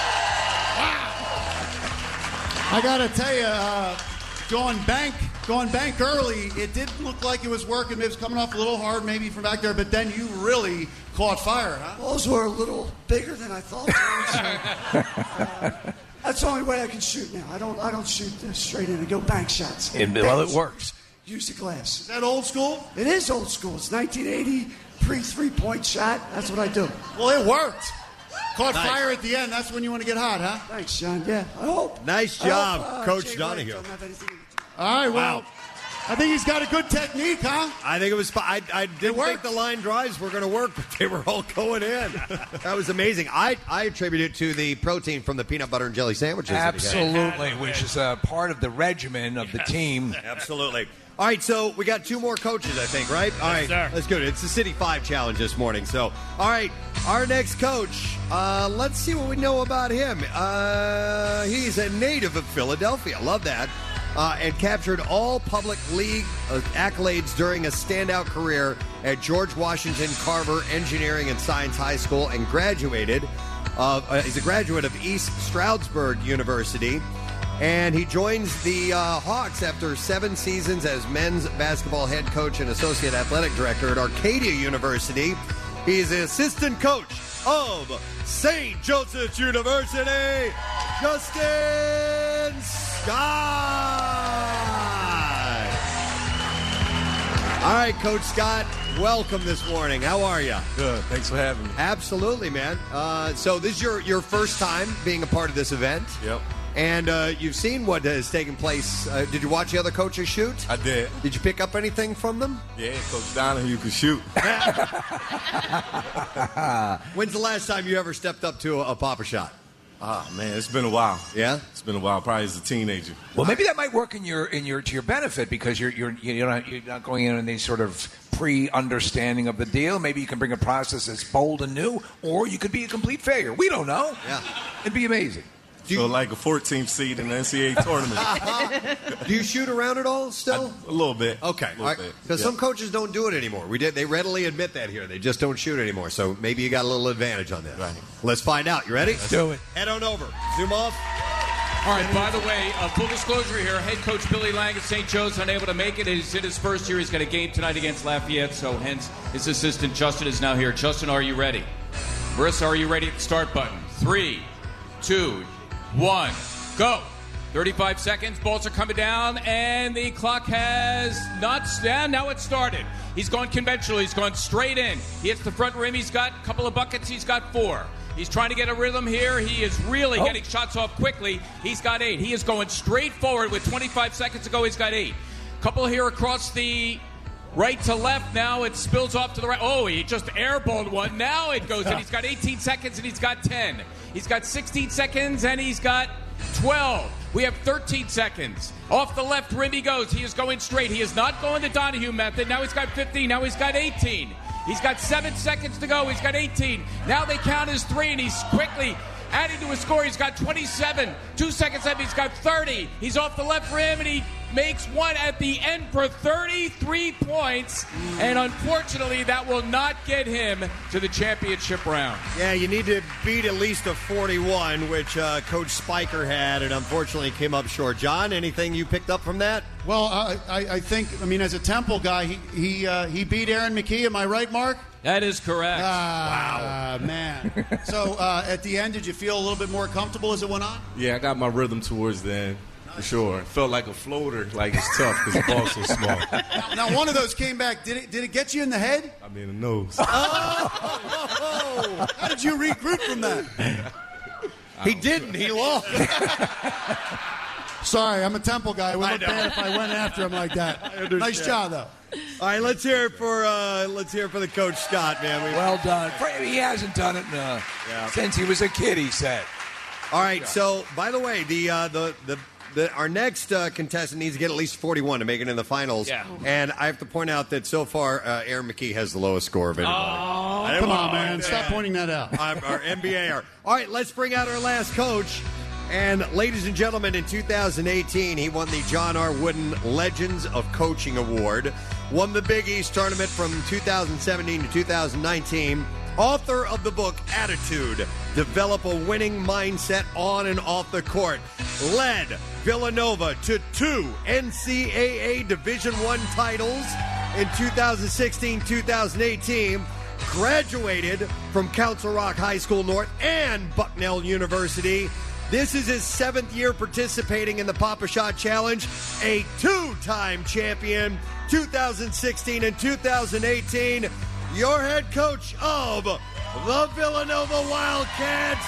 I gotta tell you, uh, going bank, going bank early. It didn't look like it was working. It was coming off a little hard, maybe from back there. But then you really caught fire, huh?
Balls were a little bigger than I thought. they were,
[LAUGHS]
so, uh, that's the only way I can shoot now. I don't. I don't shoot this straight in. I go bank shots.
And, well, it works.
Use the glass. Is that old school? It is old school. It's 1980 pre three point shot. That's what I do.
Well, it worked. Caught
Nice.
fire at the end. That's when you want to get hot, huh?
Thanks, John. Yeah, I hope.
Nice
I hope,
job,
uh,
Coach
Jay Wright
Donahue.
don't have anything-
All right, well,
Wow.
I think he's got a good technique, huh?
I think it was. fi- I, I didn't think
worked.
the line drives were going to work, [LAUGHS] but they were all going in. that was amazing. I, I attribute it to the protein from the peanut butter and jelly sandwiches. that he had.
Absolutely, which is uh, part of the regimen of the team.
Absolutely. All right, so we got two more coaches, I think, right? All right, let's go. It's the City Five Challenge this morning. So, all right, our next coach. Uh, let's see what we know about him. Uh, he's a native of Philadelphia. Love that. Uh, and captured all public league uh, accolades during a standout career at George Washington Carver Engineering and Science High School, and graduated. Of, uh, he's a graduate of East Stroudsburg University. And he joins the uh, Hawks after seven seasons as men's basketball head coach and associate athletic director at Arcadia University. He's the assistant coach of St. Joseph's University, Justin Scott. All right, Coach Scott, welcome this morning. How are you? Good. Thanks for having me. Absolutely, man. Uh, so this is your your first time being a part of this event. Yep. And uh, you've seen what has taken place. Uh, did you watch the other coaches shoot? I did. Did you pick up anything from them?
Yeah, Coach Donahue can shoot.
[LAUGHS] When's the last time you ever stepped up to a, a pop shot?
Ah, man, it's been a while.
Yeah,
it's been a while. Probably as a teenager.
Well, maybe that might work in your in your to your benefit because you're you're you're not, you're not going in with any sort of pre understanding of the deal. Maybe you can bring a process that's bold and new, or you could be a complete failure. We don't know. Yeah, it'd be amazing.
so like a 14th seed in the NCAA tournament.
[LAUGHS] do you shoot around at all still?
a little bit.
Okay.
A little
Because
bit. yeah.
some coaches don't do it anymore. We did. They readily admit that here. They just don't shoot anymore. So maybe you got a little advantage on that. Right. Let's find out. You ready? Let's
do it.
Head on over. Zoom off.
All right. By the way, uh, full disclosure here: head coach Billy Lang at St. Joe's unable to make it. He's in his first year. He's got a game tonight against Lafayette, so hence his assistant Justin is now here. Justin, are you ready? Marissa, are you ready? Hit the Start button. Three, two, one, go. 35 seconds. Bolts are coming down, and the clock has not down. Now it started. He's gone conventional. He's gone straight in. He hits the front rim. He's got a couple of buckets. He's got four. He's trying to get a rhythm here. He is really getting shots off quickly. He's got eight. He is going straight forward with 25 seconds to go. He's got eight. Couple here across the right to left. Now it spills off to the right. Oh, he just airballed one. Now it goes. And he's got 18 seconds and he's got 10. He's got 16 seconds and he's got 12. We have 13 seconds. Off the left rim he goes. He is going straight. He is not going the Donahue method. Now he's got 15. Now he's got 18. He's got seven seconds to go. He's got 18. Now they count his three, and he's quickly adding to his score. He's got 27. Two seconds left. He's got 30. He's off the left rim, and he makes one at the end for 33 points. And unfortunately, that will not get him to the championship round.
Yeah, you need to beat at least a 41, which uh, Coach Spiker had, and unfortunately came up short. John, anything you picked up from that?
Well, I, I, I think, I mean, as a Temple guy, he he, uh, he beat Aaron McKee. Am I right, Mark?
That is correct.
Ah, wow, man. so uh, at the end, did you feel a little bit more comfortable as it went on?
Yeah, I got my rhythm towards the end. For sure. It felt like a floater. Like it's tough because the
[LAUGHS]
ball's so small.
Now one of those came back. Did it? Did it get you in the head?
I mean, the nose.
Oh, how did you regroup from that? Oh,
He didn't. He lost.
[LAUGHS] Sorry, I'm a Temple guy. It would
I
look
know.
bad if I went after him like
[LAUGHS] I
that.
understand.
Nice job, though.
All right, let's hear it for uh, let's hear it for the coach Scott, man. We-
Well done. He hasn't done it in, uh, since he was a kid. He said.
All right. So, by the way, the uh, the the. The, our next uh, contestant needs to get at least 41 to make it in the finals.
Yeah.
And I have to point out that so far, uh, Aaron McKee has the lowest score of anybody. I didn't
Come
wanna
on,
point
man.
that
Stop
out.
pointing that out.
I'm our NBA. -er. [LAUGHS] All right, let's bring out our last coach. And ladies and gentlemen, in 2018, he won the John R. Wooden Legends of Coaching Award, won the Big East tournament from 2017 to 2019. Author of the book Attitude, develop a winning mindset on and off the court. Led Villanova to two NCAA Division One titles in 2016-2018 graduated from Council Rock High School North and Bucknell University. This is his seventh year participating in the Papa Shot Challenge, a two time champion,
[LAUGHS]
2016 and 2018. Your head coach of the Villanova Wildcats,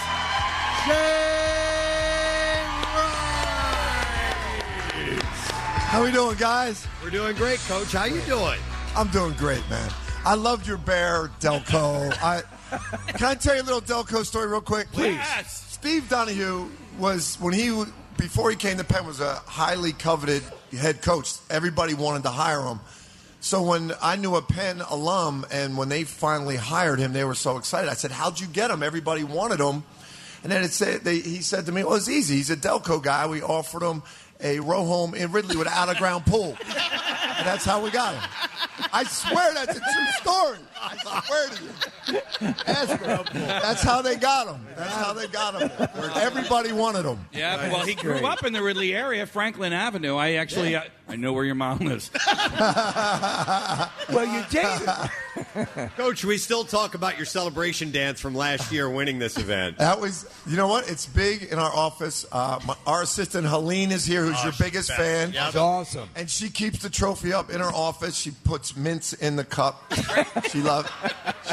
Jay
How we doing, guys?
We're doing great, Coach. How you doing?
I'm doing great, man. I loved your bear,
[LAUGHS]
Delco. I can I tell you a little Delco story real quick, please. Steve Donahue was when he before he came to Penn was a highly coveted head coach. Everybody wanted to hire him. So when I knew a Penn alum, and when they finally hired him, they were so excited. I said, "How'd you get him? Everybody wanted him." And then it said they, he said to me, "Well, it's easy. He's a Delco guy. We offered him a row home in Ridley with an out of ground pool, and that's how we got him." I swear that's a true
[LAUGHS]
story. I swear to you. Ask him. That's how they got him. That's how they got him. Everybody wanted him.
Yeah, well, he grew up in the Ridley area, Franklin Avenue. I actually, uh,
Yeah.
I, I know where your mom lives.
well, you did. Coach, we still talk about your celebration dance from last year winning this
[LAUGHS]
event.
That was, you know what? It's big in our office. Uh, my, our assistant Helene is here, who's
Oh,
your
she's
biggest
back.
fan.
Yep. That's
awesome. And she keeps the trophy up in her office. She puts mints in the cup. she loves.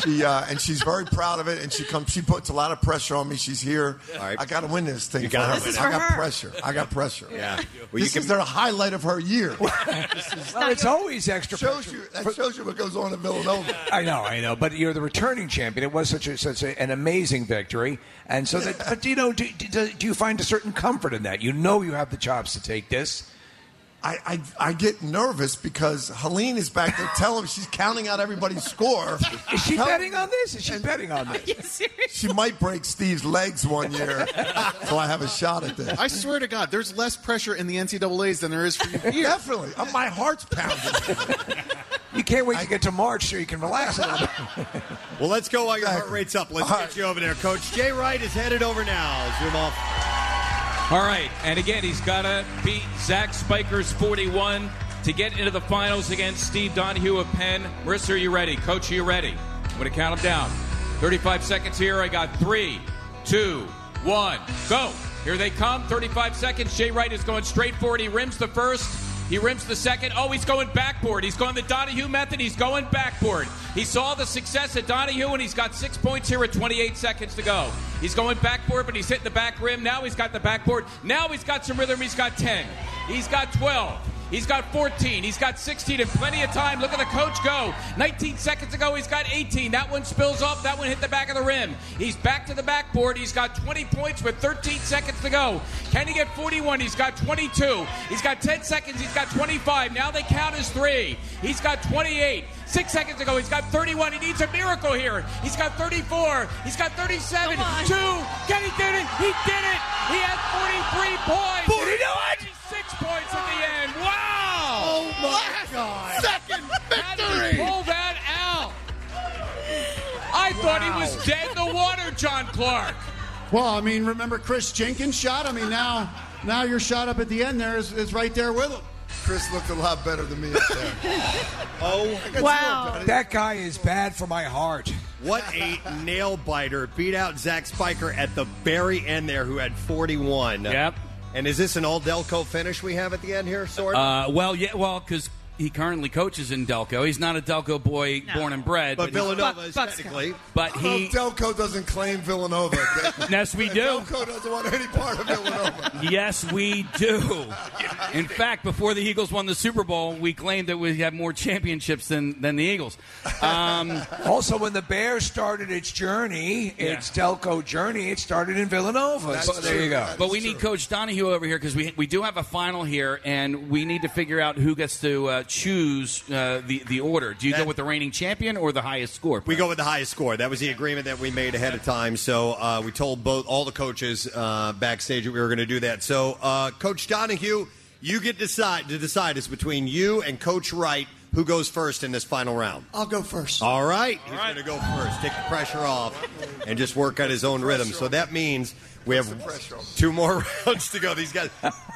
She uh, and she's very proud of it. And she comes. She puts a lot of pressure on me. She's here. I got to win this thing.
You gotta
her.
win This is it.
I
for
got
her.
pressure. I got pressure.
Yeah.
Well, this is the highlight of her
[LAUGHS]
year.
Well, it's always extra.
Shows you, that shows you what goes on in Villanova.
[LAUGHS] I know, I know, but you're the returning champion. It was such a, such a, an amazing victory, and so that. But you know, do, do, do you find a certain comfort in that? You know, you have the chops to take this.
I, I, I get nervous because Helene is back there telling me she's counting out everybody's score.
Is she
Tell-
betting on this? Is she
[LAUGHS]
betting on this?
She might break Steve's legs one year, [LAUGHS] so I have a shot at this.
I swear to God, there's less pressure in the NCAA's than there is for
[LAUGHS]
you.
Definitely. Uh, My heart's pounding.
[LAUGHS] You can't wait to get to March so you can relax a little bit.
Well, let's go while your heart rate's up. Let's get you over there, Coach. Jay Wright is headed over now. Zoom off.
All right, and again, he's got to beat Zach Spiker's 41 to get into the finals against Steve Donahue of Penn. Marissa, are you ready? Coach, are you ready? I'm going to count them down. 35 seconds here. I got three, two, one, go. Here they come. 35 seconds. Jay Wright is going straight for it. He rims the first. He rims the second. Oh, he's going backboard. He's going the Donahue method. He's going backboard. He saw the success at Donahue, and he's got six points here with 28 seconds to go. He's going backboard, but he's hitting the back rim. Now he's got the backboard. Now he's got some rhythm. He's got 10. He's got 12. He's got 14. He's got 16 and plenty of time. Look at the coach go. 19 seconds ago, he's got 18. That one spills off. That one hit the back of the rim. He's back to the backboard. He's got 20 points with 13 seconds to go. Can he get 41? He's got 22. He's got 10 seconds. He's got 25. Now they count as three. He's got 28. Six seconds ago, he's got 31. He needs a miracle here. He's got 34. He's got 37. Two. Can he did it? He did it. He has 43 points. 46 points at the end. Wow.
Oh, my God.
Second victory. Pull that out. I thought he was dead in the water, John Clark.
Well, I mean, remember Chris Jenkins' shot? I mean, now now your shot up at the end there is, is right there with him.
Chris looked a lot better than me up there.
oh,
That guy is bad for my heart.
What
[LAUGHS]
a nail biter. Beat out Zach Spiker at the very end there, who had 41.
Yep.
And is this an all Delco finish we have at the end here, Sword?
Uh, well, yeah, well, because he currently coaches in Delco. He's not a Delco boy born and bred.
But Villanova is technically.
But he.
Well, Oh, Delco doesn't claim Villanova.
[LAUGHS]
[LAUGHS]
Yes, we do.
Delco doesn't want any part of Villanova.
Yes, we do. In fact, before the Eagles won the Super Bowl, we claimed that we had more championships than, than the Eagles. Um,
[LAUGHS] also, when the Bears started its journey, its Delco journey, it started in Villanova. so there you go.
But we need Coach Donahue over here because we, we do have a final here, and we need to figure out who gets to uh, choose uh, the, the order. Do you go with the reigning champion or the highest score?
We go with the highest score. That was the agreement that we made ahead of time. So uh, we told both all the coaches uh, backstage that we were going to do that. So uh, Coach Donahue, you get decide to decide. It's between you and Coach Wright who goes first in this final round.
I'll go first.
All right, he's going to go first. Take the pressure off and just work on his own rhythm. So that means we have two more [LAUGHS] rounds to go. These guys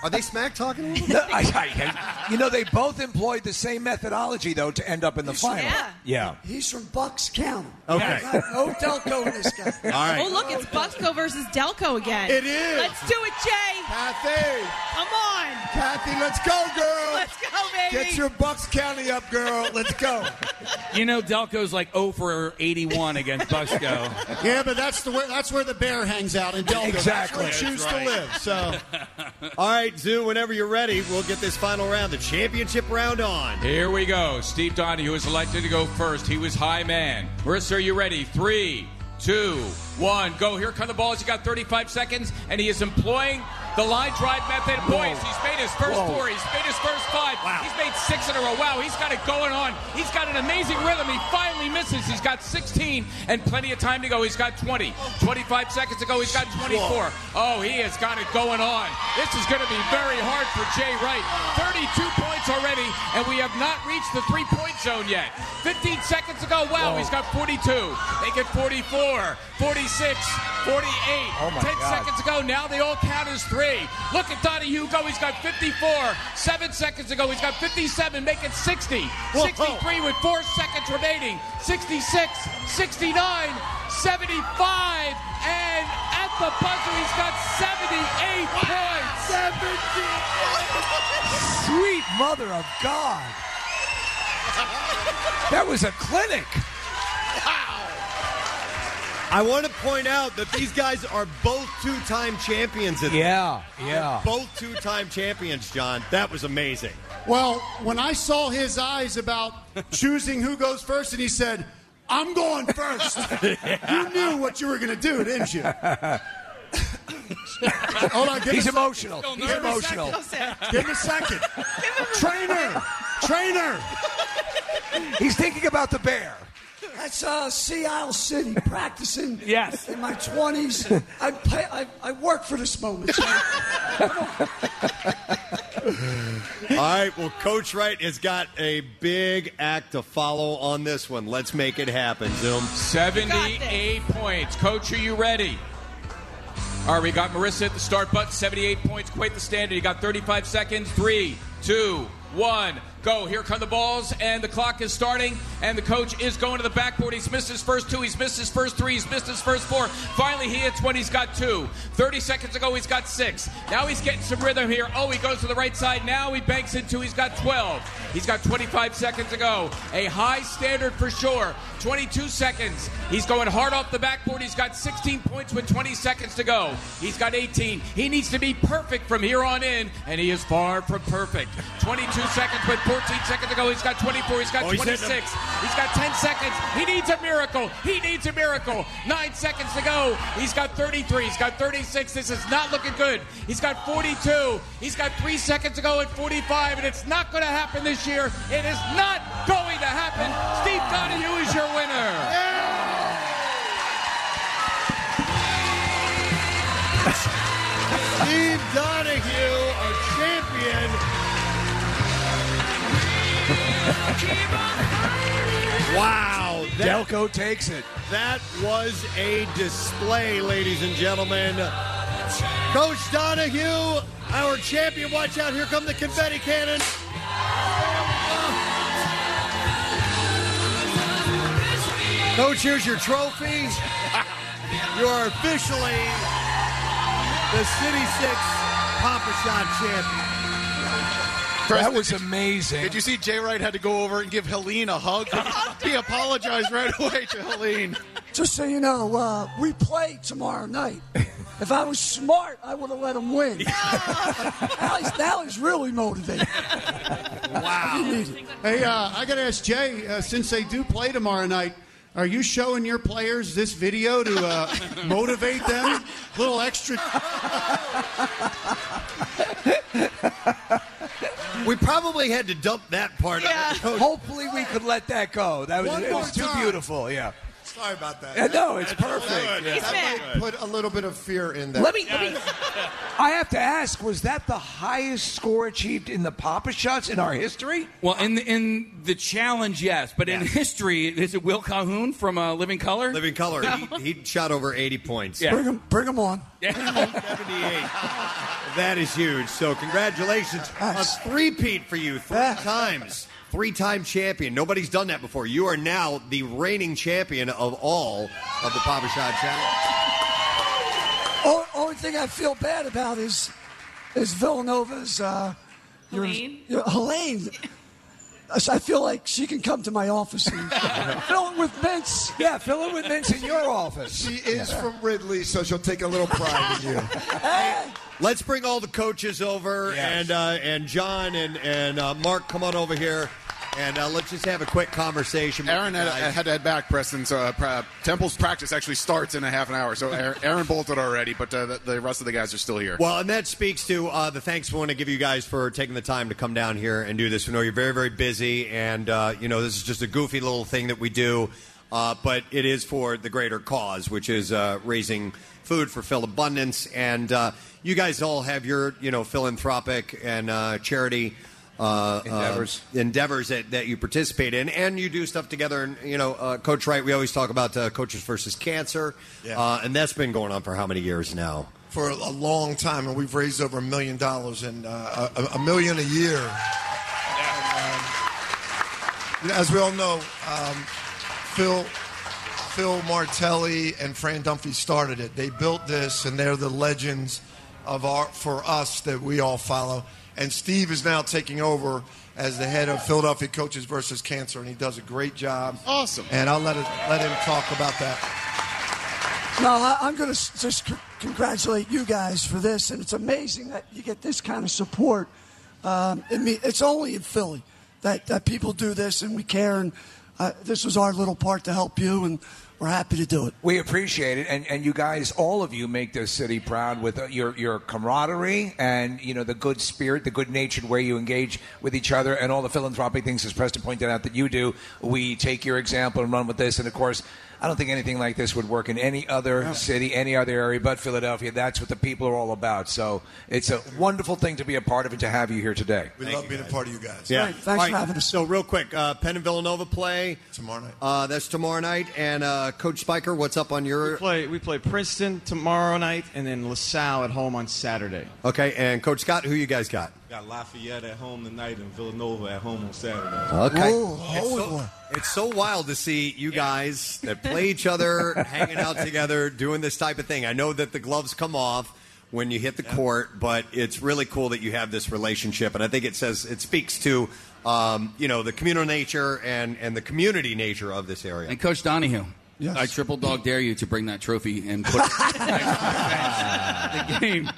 are they smack talking?
No, I- I- I- you know, they both employed the same methodology, though, to end up in the final. Yeah.
He's from Bucks County.
Okay.
I got no Delco in this guy.
All right.
Oh, look, it's Bucksco versus Delco again.
It is.
Let's do it, Jay.
Kathy.
Come on.
Kathy, let's go, girl.
Let's go, baby.
Get your Bucks County up, girl. Let's go.
[LAUGHS] You know, Delco's like 0 for 81 against Busco.
Yeah, but that's the where that's where the bear hangs out in Delco.
Exactly.
That's where he choose
That's right.
to live. So
[LAUGHS] All right, Zoo. Whenever you're ready, we'll get this final round, the championship round, on.
Here we go. Steve Donahue is elected to go first. He was high man. Marissa, are you ready? Three, two, one, go. Here come the balls. You got 35 seconds, and he is employing the line drive method. Boys, he's made his first
Whoa.
four. He's made his first five. He's made six in a row. Wow, he's got it going on. He's got an amazing rhythm. He finally misses. He's got 16 and plenty of time to go. He's got 20. 25 seconds to go. He's got 24. Oh, he has got it going on. This is going to be very hard for Jay Wright. 32 points already, and we have not reached the three point zone yet. 15 seconds to go. Wow,
Whoa.
he's got 42. They get 44, 46, 48.
Oh, my
10
God.
seconds ago. Now they all count as three. Look at Donahue go. He's got 54. Seven seconds ago. He's got 57. Make it 60. 63 with four seconds remaining. 66, 69, 75. And at the buzzer, he's got 78 points. 78
Sweet mother of God. That was a clinic.
I want to point out that these guys are both two-time champions. In
Yeah, yeah.
They're both two-time champions, John. That was amazing.
well, when I saw his eyes about choosing who goes first, and he said, I'm
[LAUGHS]
going first. You knew what you were gonna do,
[LAUGHS]
didn't you?
[LAUGHS]
Hold on, give
He's
us a-
emotional.
Give
He's
us a
emotional.
second. Give him a
[LAUGHS]
second.
Trainer. Trainer. He's thinking about the bear.
That's uh, Sea
[LAUGHS]
Isle City practicing.
Yes.
In my twenties, I pay. I, I work for this
[LAUGHS]
moment. so-
All right. Well, Coach Wright has got a big act to follow on this one. Let's make it happen, Zoom.
78 points. Coach, are you ready? All right, we got Marissa at the start button. 78 points. Quite the standard. You got 35 seconds. Three, two, one, go. Here come the balls, and the clock is starting, and the coach is going to the backboard. He's missed his first two. He's missed his first three. He's missed his first four. Finally, he hits one. He's got two. 30 seconds ago, he's got six. Now he's getting some rhythm here. Oh, he goes to the right side. Now he banks into. He's got 12. He's got 25 seconds to go. A high standard for sure. 22 seconds. He's going hard off the backboard. He's got 16 points with 20 seconds to go. He's got 18. He needs to be perfect from here on in, and he is far from perfect. 22 seconds with 14
14 seconds to go. He's got 24. He's got
Oh, he's hitting
26. he's got 10 seconds. He needs a miracle. He needs a miracle. Nine seconds to go. He's got 33. He's got 36. This is not looking good. He's got 42. He's got three seconds to go at 45, and it's not going to happen this year. It is not going to happen. Steve Donahue is your winner.
[LAUGHS]
Steve Donahue, a
[LAUGHS]
champion.
Wow.
that-
Delco takes it.
That was a display, ladies and gentlemen. Coach Donahue, our champion. Watch out. Here come the confetti cannon. Coach, here's your
[LAUGHS]
trophy. You are officially the City Six Papa Shot champion.
Preston,
was
did you-
amazing.
Did you see Jay Wright had to go over and give Helene a
[LAUGHS]
hug? he apologized right [LAUGHS] away to Helene.
Just so you know, uh, we play tomorrow night. If I was smart, I would have let him win. now, he's, now he's really motivated.
Wow. [LAUGHS] hey, uh, I got to ask Jay, uh, since they do play tomorrow night, are you showing your players this video to uh, motivate them? little extra.
We probably had to dump that part
Yeah.
of it. Coach.
Hopefully, we could let that go. That was
One
it
more
was too
time.
beautiful. Yeah.
Sorry about that.
Yeah, [LAUGHS] no, it's
That's
perfect.
good.
Yeah. It's
That
bad.
might put a little bit of fear in that.
Let me, let me. [LAUGHS] I have to ask: Was that the highest score achieved in the Papa Shots in our history?
Well, in the, in the challenge, yes, but in history, is it Will Calhoun from uh, Living Color?
Living Color.
[LAUGHS]
He, he shot over 80 points.
Yeah.
Bring him, bring him on.
That is huge. So congratulations. A three-peat for you. Three times. Three-time champion. Nobody's done that before. You are now the reigning champion of all of the Papa Shot Challenge.
[LAUGHS] O- only thing I feel bad about is is Villanova's uh, your-
Helene?
your- Helene. So I feel like she can come to my office and fill it with mints.
Yeah, fill it with mints in your office.
She is from Ridley, so she'll take a little pride in you.
Let's bring all the coaches over and uh, and John and and uh, Mark come on over here and uh, let's just have a quick conversation. with
Aaron
you
had,
guys.
had to head back, Preston. So uh, pra- Temple's practice actually starts in a half an hour. So Aaron, Aaron bolted already, but uh, the, the rest of the guys are still here.
Well, and that speaks to uh, the thanks we want to give you guys for taking the time to come down here and do this. We know you're very, very busy, and uh, you know this is just a goofy little thing that we do, uh, but it is for the greater cause, which is uh, raising food for Phil Abundance. And uh, you guys all have your, you know, philanthropic and uh, charity uh,
Endeavors.
uh, endeavors that, that you participate in, and you do stuff together. And you know, uh, Coach Wright, we always talk about uh, coaches versus cancer,
Yeah.
uh, and that's been going on for how many years now?
for a long time, and we've raised over a million dollars and uh, a, a million a year. And, um, you know, as we all know, um, Phil, Phil Martelli and Fran Dunphy started it. They built this, and they're the legends of our for us that we all follow. And Steve is now taking over as the head of Philadelphia Coaches versus Cancer, and he does a great job.
Awesome.
And I'll let it, let him talk about that.
No, I, I'm going to just c- congratulate you guys for this, and it's amazing that you get this kind of support. Um, I mean, it's only in Philly that, that people do this, and we care. And uh, this was our little part to help you, and we're happy to do it.
We appreciate it, and, and you guys, all of you, make this city proud with uh, your your camaraderie and you know the good spirit, the good natured way you engage with each other, and all the philanthropic things, as Preston pointed out, that you do. We take your example and run with this, and of course. I don't think anything like this would work in any other city, any other area but Philadelphia. That's what the people are all about. So it's a wonderful thing to be a part of and to have you here today.
We love being a part of you guys.
Yeah. us. So, real quick, uh, Penn and Villanova play
tomorrow night.
Uh, that's tomorrow night. And uh, Coach Spiker, what's up on your?
Play, we play Princeton tomorrow night and then LaSalle at home on Saturday.
Okay, and Coach Scott, who you guys got?
Got Lafayette at home tonight and Villanova at home on Saturday.
Okay. it's, so, it's so wild to see you guys that play each other, [LAUGHS] hanging out together, doing this type of thing. I know that the gloves come off when you hit the court, but it's really cool that you have this relationship, and I think it says it speaks to. Um, you know the communal nature and, and the community nature of this area.
And Coach Donahue. Yes. I triple dog dare you to bring that trophy and put
[LAUGHS]
it the game.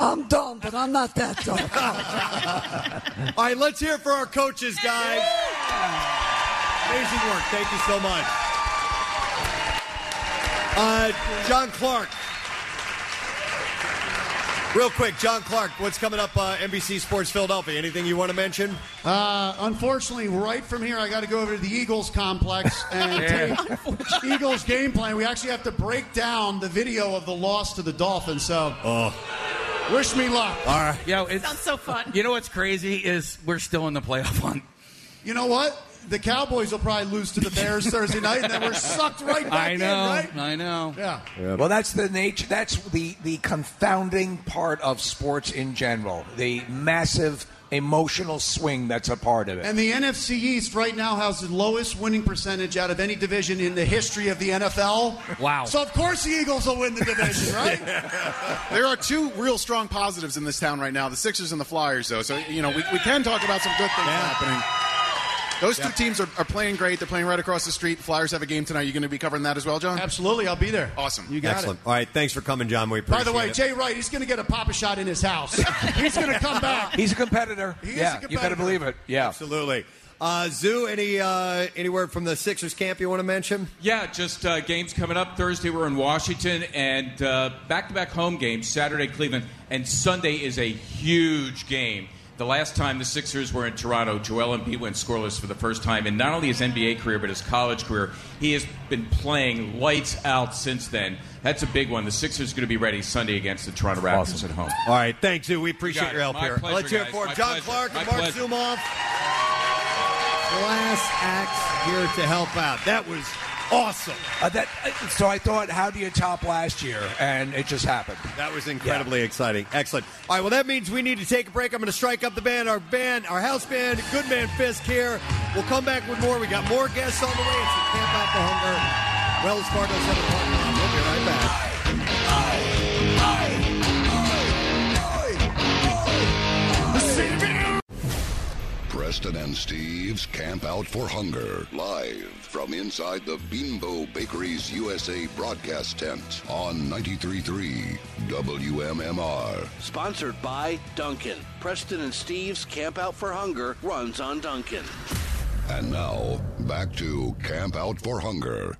I'm dumb, but I'm not that dumb.
[LAUGHS] All right, let's hear for our coaches, guys. Amazing work. Thank you so much. Uh, John Clark. Real quick, John Clark, what's coming up uh, NBC Sports Philadelphia? Anything you want to mention?
Uh, unfortunately, right from here, I got to go over to the Eagles complex and
Yeah.
take Eagles game plan. We actually have to break down the video of the loss to the Dolphins. So,
Oh.
wish me luck.
All right. Yo, it's,
Sounds so fun.
You know what's crazy is we're still in the playoff hunt.
You know what? The Cowboys will probably lose to the Bears Thursday night, and then we're sucked right back
I know.
in, right?
I know.
Yeah.
Well, that's the nature. That's the the confounding part of sports in general. The massive emotional swing that's a part of it.
And the NFC East right now has the lowest winning percentage out of any division in the history of the NFL.
Wow.
So of course the Eagles will win the division, right?
There are two real strong positives in this town right now: the Sixers and the Flyers. Though, so you know we, we can talk about some good things happening. Those two teams are, are playing great. They're playing right across the street. Flyers have a game tonight. You're going to be covering that as well, John.
Absolutely, I'll be there.
Awesome.
You got
Excellent. All right, thanks for coming, John. We
it. By
appreciate
the way,
it.
Jay Wright, he's going to get a papa shot in his house. he's going to come back.
He's a competitor.
He is a
yeah, you
competitor.
better believe it. Yeah,
absolutely. Uh, Zoo, any uh, any word from the Sixers camp you want to mention?
Yeah, just uh, games coming up. Thursday we're in Washington, and uh, back-to-back home games. Saturday Cleveland, and Sunday is a huge game. The last time the Sixers were in Toronto, Joel Embiid went scoreless for the first time in not only his NBA career but his college career. He has been playing lights out since then. That's a big one. The Sixers going to be ready Sunday against the Toronto Raptors at home.
All right, thanks, Zoo. We
You
appreciate
got
your
it.
help
My
here.
pleasure,
Let's hear it
guys.
for
My
John
pleasure.
Clark and
My
Mark
pleasure.
Zumoff. Glass axe here to help out. That was awesome.
Uh, that, uh, so I thought, how do you top last year? And it just happened.
That was incredibly exciting. Excellent. All right, well, that means we need to take a break. I'm going to strike up the band, our band, our house band, Good Man Fisk here. We'll come back with more. We got more guests on the way. It's the Camp Out the Hunger, Wells Fargo 7 o'clock. We'll be right back.
Preston and Steve's Camp Out for Hunger, live from inside the Beanbo Bakeries USA broadcast tent on 93.3 WMMR.
Sponsored by Duncan. Preston and Steve's Camp Out for Hunger runs on Duncan.
And now, back to Camp Out for Hunger.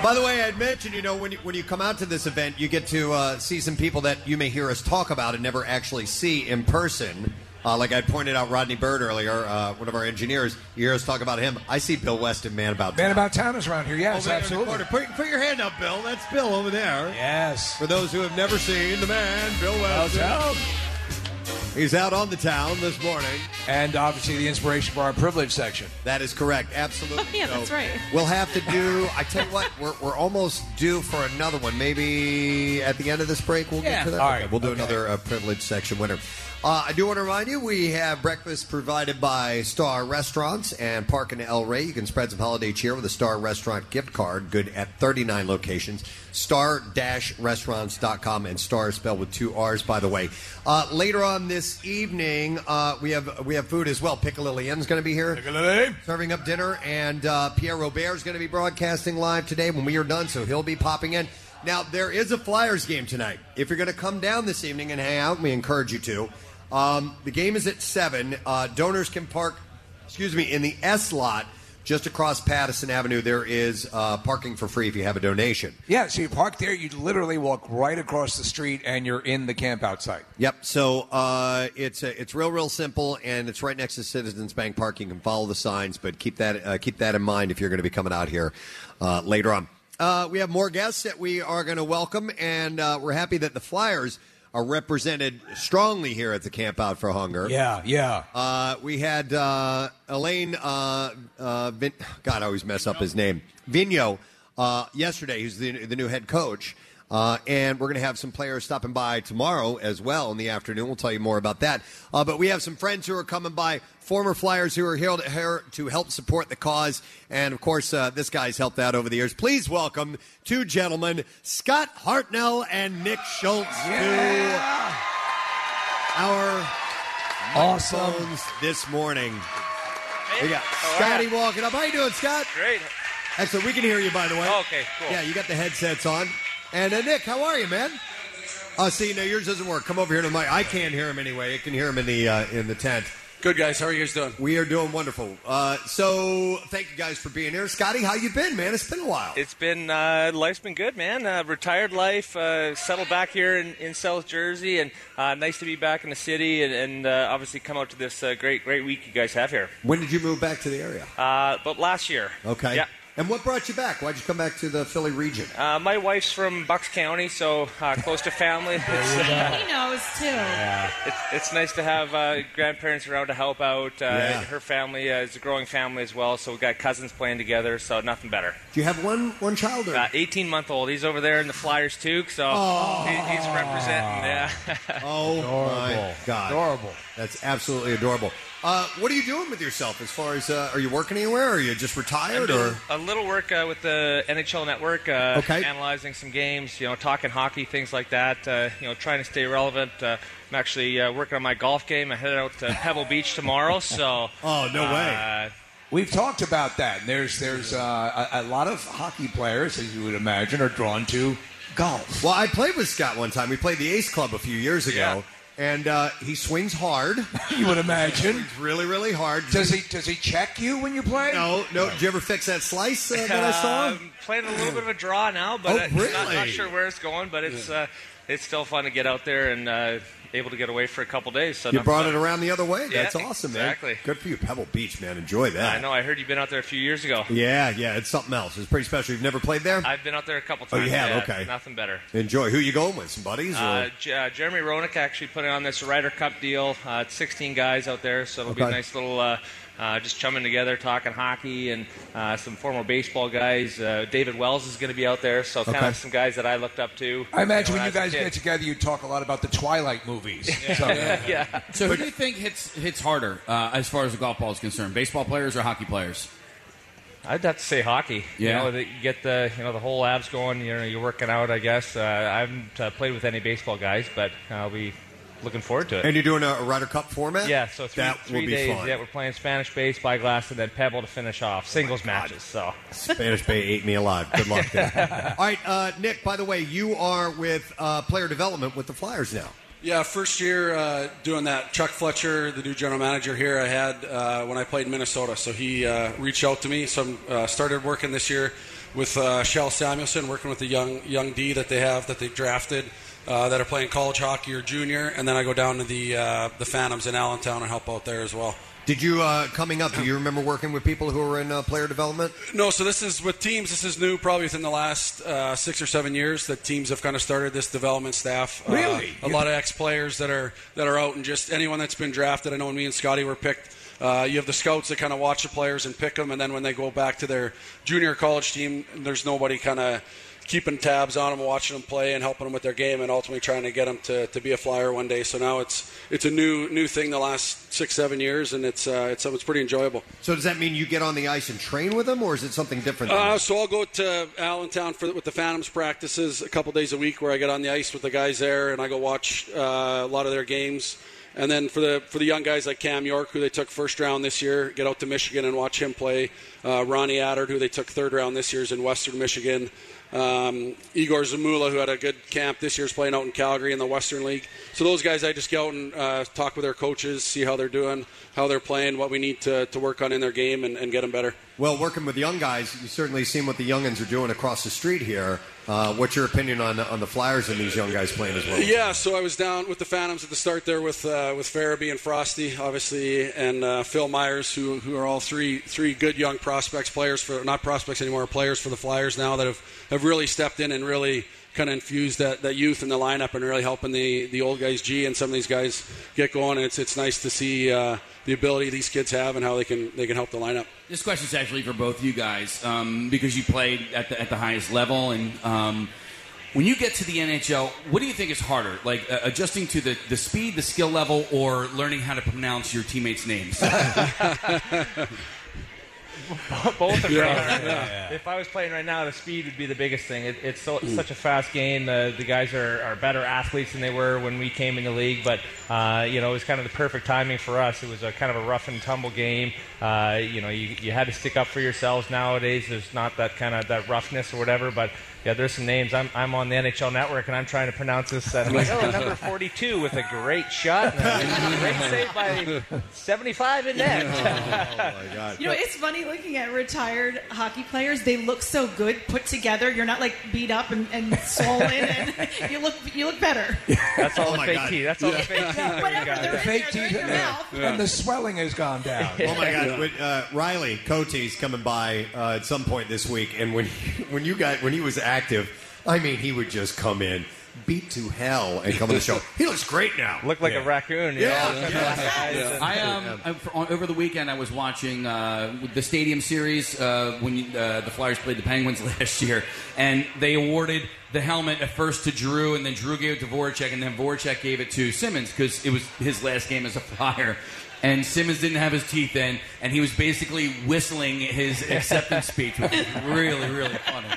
By the way, I'd mentioned, you know, when you, when you come out to this event, you get to uh, see some people that you may hear us talk about and never actually see in person. Uh, like I pointed out, Rodney Bird earlier, uh, one of our engineers. You hear us talk about him. I see Bill West in Man About
Man
Town.
about town is around here. Yes,
Over there in the
absolutely.
corner. Put, put your hand up, Bill. That's Bill over there.
Yes.
For those who have never seen the man, Bill
West.
West. He's out on the town this morning.
And obviously the inspiration for our privilege section.
That is correct. Absolutely.
Yeah, that's
So
right.
We'll have to do. I tell you what, we're, we're almost due for another one. Maybe at the end of this break, we'll
Yeah.
get to that.
All
Okay,
right.
we'll do
Okay.
another uh, privilege section winner. Uh, I do want to remind you, we have breakfast provided by Star Restaurants and Park and El Rey. You can spread some holiday cheer with a Star Restaurant gift card, good at 39 locations. Star-restaurants.com and Star is spelled with two R's, by the way. Uh, later on this evening, uh, we have we have food as well. Piccalilli Inn is going to be here. Serving up dinner, and uh, Pierre Robert is going to be broadcasting live today when we are done, so he'll be popping in. Now, there is a Flyers game tonight. If you're going to come down this evening and hang out, we encourage you to. Um, the game is at 7. Uh, donors can park, excuse me, in the S lot just across Patterson Avenue. There is uh, parking for free if you have a donation.
Yeah, so you park there, you literally walk right across the street, and you're in the camp outside.
Yep. So uh, it's uh, it's real, real simple, and it's right next to Citizens Bank Park. You can follow the signs, but keep that uh, keep that in mind if you're going to be coming out here uh, later on. Uh, we have more guests that we are going to welcome, and uh, we're happy that the Flyers are represented strongly here at the Camp Out for Hunger.
Yeah, yeah.
Uh, we had uh, Elaine, uh, uh, Vin- God, I always mess up his name, Vigneault, uh, yesterday, who's the, the new head coach. Uh, and we're going to have some players stopping by tomorrow as well in the afternoon. We'll tell you more about that. Uh, but we have some friends who are coming by, former Flyers who are here to, here to help support the cause. And of course, uh, this guy's helped out over the years. Please welcome two gentlemen, Scott Hartnell and Nick Schultz, to our
awesome
this morning. We got Scotty walking up. How you doing, Scott?
oh, Great.
Excellent. We can hear you, by the way.
okay, cool.
Yeah, you got the headsets on. And uh, Nick, how are you, man? Uh, see, no, yours doesn't work. Come over here to my. I can't hear him anyway. I can hear him in the uh, in the tent.
Good guys, how are you guys doing?
We are doing wonderful. Uh, so, thank you guys for being here, Scotty. How you been, man? It's been a while.
It's been uh, life's been good, man. Uh, retired life, uh, settled back here in, in South Jersey, and uh, nice to be back in the city, and, and uh, obviously come out to this uh, great great week you guys have here.
When did you move back to the area?
Uh, but last year,
Okay.
yeah.
And what brought you back? Why'd you come back to the Philly region?
Uh, my wife's from Bucks County, so uh, close to family. It's, uh,
He knows too.
[LAUGHS] It's, it's nice to have uh, grandparents around to help out. Uh,
Yeah.
Her family uh, is a growing family as well, so we got cousins playing together. So nothing better.
Do you have one one child? Or?
Uh, 18 month old. He's over there in the Flyers too, so
Oh.
he, he's representing. Yeah. [LAUGHS]
oh my God, adorable. That's absolutely adorable. Uh, what are you doing with yourself? As far as uh, are you working anywhere? Or are you just retired? Or
A little work uh, with the NHL Network, uh,
Okay.
analyzing some games, you know, talking hockey, things like that. Uh, you know, trying to stay relevant. Uh, I'm actually uh, working on my golf game. I headed out
[LAUGHS]
to Pebble Beach tomorrow, so. uh,
Oh no
[LAUGHS] way.
We've talked about that. And there's there's uh, a, a lot of hockey players, as you would imagine, are drawn to golf.
Well, I played with Scott one time. We played the Ace Club a few years ago, and uh, he swings hard.
[LAUGHS] you would imagine.
really, really hard.
Does he does he check you when you play?
No, no. Did you ever fix that slice uh, that I saw?
Um, playing a little bit of a draw now, but
Oh,
uh, it's not, not
really?
sure where it's going. But it's uh, it's still fun to get out there and uh, able to get away for a couple days. So
You
nothing
brought it
better.
around the other way.
Yeah,
That's awesome,
exactly.
man. Good for you, Pebble Beach, man. Enjoy that.
I know. I heard you've been out there a few years ago.
Yeah, yeah. It's something else. It's pretty special. You've never played there?
I've been out there a couple
Oh,
times.
you have? Okay.
Nothing better.
Enjoy. Who you going with? Some buddies? Or?
Uh, J- uh, Jeremy Roenick actually put on this Ryder Cup deal. Uh, it's 16 guys out there, so it'll be a
Okay.
nice little uh, uh, just chumming together, talking hockey, and uh, some former baseball guys. Uh, David Wells is going to be out there, so kind
Okay.
of some guys that I looked up to.
I imagine
know,
when you
as a
guys
kid.
get together, you talk a lot about the Twilight
[LAUGHS]
movies. So,
uh,
yeah.
So who do you think hits hits harder uh, as far as the golf ball is concerned? Baseball players or hockey players?
I'd have to say hockey.
Yeah.
You, know, that you get the you know the whole abs going. You know, you're working out. I guess uh, I haven't uh, played with any baseball guys, but uh, I'll be looking forward to it.
and you're doing a, a Ryder Cup format?
Yeah, so three,
that
three
will be
days.
fun. Oh
Yeah, we're playing Spanish base, Spyglass, and then Pebble to finish off singles matches. So
Spanish Bay ate me alive. Good luck there. [LAUGHS] All right, uh, Nick, by the way, you are with uh, player development with the Flyers now.
Yeah, first year uh, doing that. Chuck Fletcher, the new general manager here, I had uh, when I played in Minnesota. So he uh, reached out to me. So I uh, started working this year with uh, Shell Samuelson, working with the young young D that they have that they drafted uh, that are playing college hockey or junior. And then I go down to the uh, the Phantoms in Allentown and help out there as well.
Did you, uh, coming up, do you remember working with people who were in uh, player development?
No, so this is with teams. This is new, probably within the last uh, six or seven years that teams have kind of started this development staff. Uh,
Really?
a lot of ex-players that are that are out, and just anyone that's been drafted. I know when me and Scotty were picked. Uh, you have the scouts that kind of watch the players and pick them, and then when they go back to their junior college team, there's nobody kind of keeping tabs on them, watching them play, and helping them with their game, and ultimately trying to get them to, to be a flyer one day. So now it's it's a new new thing the last six seven years, and it's uh, it's it's pretty enjoyable.
So does that mean you get on the ice and train with them, or is it something different? than
Uh,
that?
so I'll go to Allentown for with the Phantoms practices a couple days a week, where I get on the ice with the guys there, and I go watch uh, a lot of their games. And then for the for the young guys like Cam York, who they took first round this year, get out to Michigan and watch him play. Uh, Ronnie Adard, who they took third round this year, is in Western Michigan. Um, Igor Zamula, who had a good camp this year, is playing out in Calgary in the Western League. So those guys, I just go out and uh, talk with their coaches, see how they're doing, how they're playing, what we need to, to work on in their game, and, and get them better.
Well, working with young guys, you've certainly seen what the youngins are doing across the street here. Uh, what's your opinion on on the Flyers and these young guys playing as well?
Yeah, so I was down with the Phantoms at the start there with uh, with Farabee and Frosty, obviously, and uh, Phil Myers, who who are all three three good young prospects players for not prospects anymore, players for the Flyers now that have, have really stepped in and really kind of infused that, that youth in the lineup and really helping the, the old guys G and some of these guys get going. And it's it's nice to see uh, the ability these kids have and how they can they can help the lineup. This question's actually for both you guys um, because you played at the, at the highest level, and um, when you get to the NHL, what do you think is harder, like uh, adjusting to the, the speed, the skill [LAUGHS] level, or learning how to pronounce your teammates' names?
[LAUGHS] Both are
Yeah,
great.
yeah.
If I was playing right now, the speed would be the biggest thing. It, it's so, such a fast game. The, the guys are, are better athletes than they were when we came in the league, but uh, you know it was kind of the perfect timing for us. It was a kind of a rough and tumble game. Uh, you know, you, you had to stick up for yourselves. Nowadays, there's not that kind of that roughness or whatever, but. Yeah, there's some names. I'm, I'm on the NHL Network and I'm trying to pronounce this.
[LAUGHS]
Uh, [LAUGHS] I'm like, oh, number 42 with a great shot. And a great save by 75 in net. Oh,
[LAUGHS]
my God.
You know, it's funny looking at retired hockey players. They look so good put together. You're not like beat up and, and swollen, and [LAUGHS] you look you look better.
That's all
Oh
the
my
fake
God.
teeth. That's all
Yeah.
the fake teeth. that we
Whatever
got.
they're The in fake there, they're in teeth, your yeah. mouth. Yeah. And the swelling has gone down.
Oh my God!
Yeah.
When, uh, Riley Cote's coming by uh, at some point this week, and when [LAUGHS] when you got when he was active, I mean, he would just come in, beat to hell, and come on the
[LAUGHS]
show. He looks great now.
Looked like a raccoon. you
Yeah.
know?
yeah.
[LAUGHS]
I um I- for- on- over the weekend I was watching uh, the Stadium Series uh, when you, uh, the Flyers played the Penguins [LAUGHS] last year, and they awarded the helmet at first to Drew, and then Drew gave it to Voracek, and then Voracek gave it to Simmons because it was his last game as a Flyer. And Simmons didn't have his teeth in, and he was basically whistling his acceptance speech, which was really, really funny.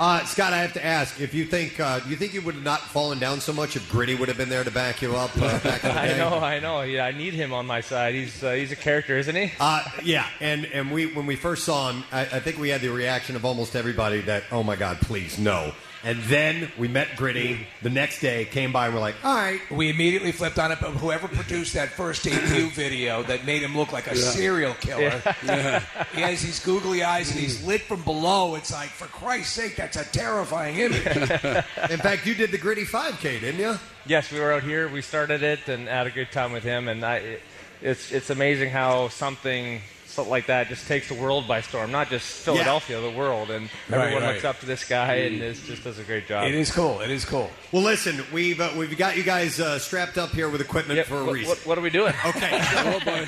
Uh, Scott, I have to ask if you think uh, you think you would have not fallen down so much if Gritty would have been there to back you up uh, back
[LAUGHS]
in the day.
I know, I know. Yeah, I need him on my side. He's uh, he's a character, isn't he?
Uh, yeah, and and we when we first saw him, I, I think we had the reaction of almost everybody that oh my god, please no. And then we met Gritty the next day, came by, and we're like,
All right. We immediately flipped on it, but whoever produced that
[CLEARS THROAT]
first debut video that made him look like a
Yeah.
serial killer,
Yeah.
[LAUGHS] he has these googly eyes and he's lit from below. It's like, for Christ's sake, that's a terrifying
[LAUGHS]
image.
In fact, you did the Gritty 5K, didn't you?
Yes, we were out here. We started it and had a good time with him. And I, it, it's it's amazing how something so- like that just takes the world by storm. Not just Philadelphia, the world, and
Right,
everyone
right.
looks up to this guy and is, just does a great job.
It is cool. It is cool.
Uh, Well, listen, we've uh, we've got you guys uh, strapped up here with equipment for a
What,
reason.
what, what are we doing?
[LAUGHS] Okay.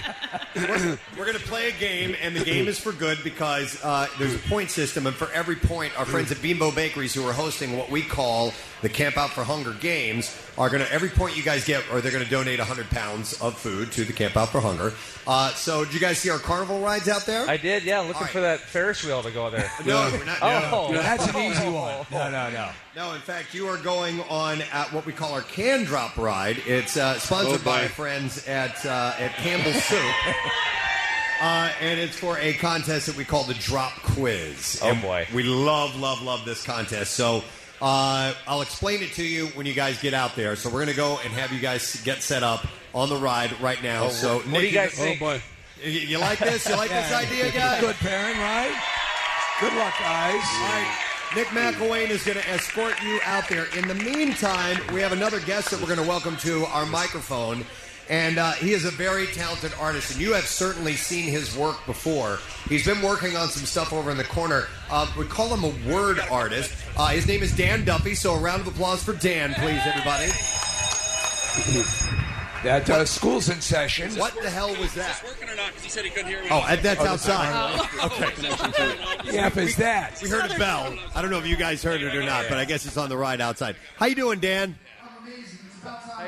we're we're going to play a game, [COUGHS] and [LAUGHS] the game is for good because uh, there's a point system, and for every point, our friends at Bimbo Bakeries, who are hosting what we call the Camp Out for Hunger Games, are going to every point you guys get, or they're going to donate 100 pounds of food to the Camp Out for Hunger. Uh, so, did you guys see our carnival rides out there?
I did, yeah. Looking for that Ferris wheel to go there.
No, we're not.
[LAUGHS] Oh,
no.
one. No, no, no.
No, in fact, you are going on at what we call our can drop ride. It's uh, sponsored
Oh,
by
boy.
our friends at uh, at Campbell's
[LAUGHS]
Soup. Uh, and it's for a contest that we call the Drop Quiz.
Oh,
And
boy.
We love, love, love this contest. So uh, I'll explain it to you when you guys get out there. So we're going to go and have you guys get set up on the ride right now.
Oh,
so
what do
Nick,
you guys think?
Oh, boy. You, you like this? You like this
Yeah.
idea, guys?
Good pairing, right? Good luck, guys.
All right. Nick McElwain is going to escort you out there. In the meantime, we have another guest that we're going to welcome to our microphone. And uh, he is a very talented artist, and you have certainly seen his work before. He's been working on some stuff over in the corner. Uh, we call him a word artist. Uh, his name is Dan Duffy, so a round of applause for Dan, please, everybody.
That uh, school's in session.
What the hell was that?
Working or not? Because he said he couldn't hear me.
Oh, and that's outside.
Oh.
Okay.
Yeah, if it's that.
We heard a bell. I don't know if you guys heard it or not, but I guess it's on the ride outside. How you doing, Dan?
How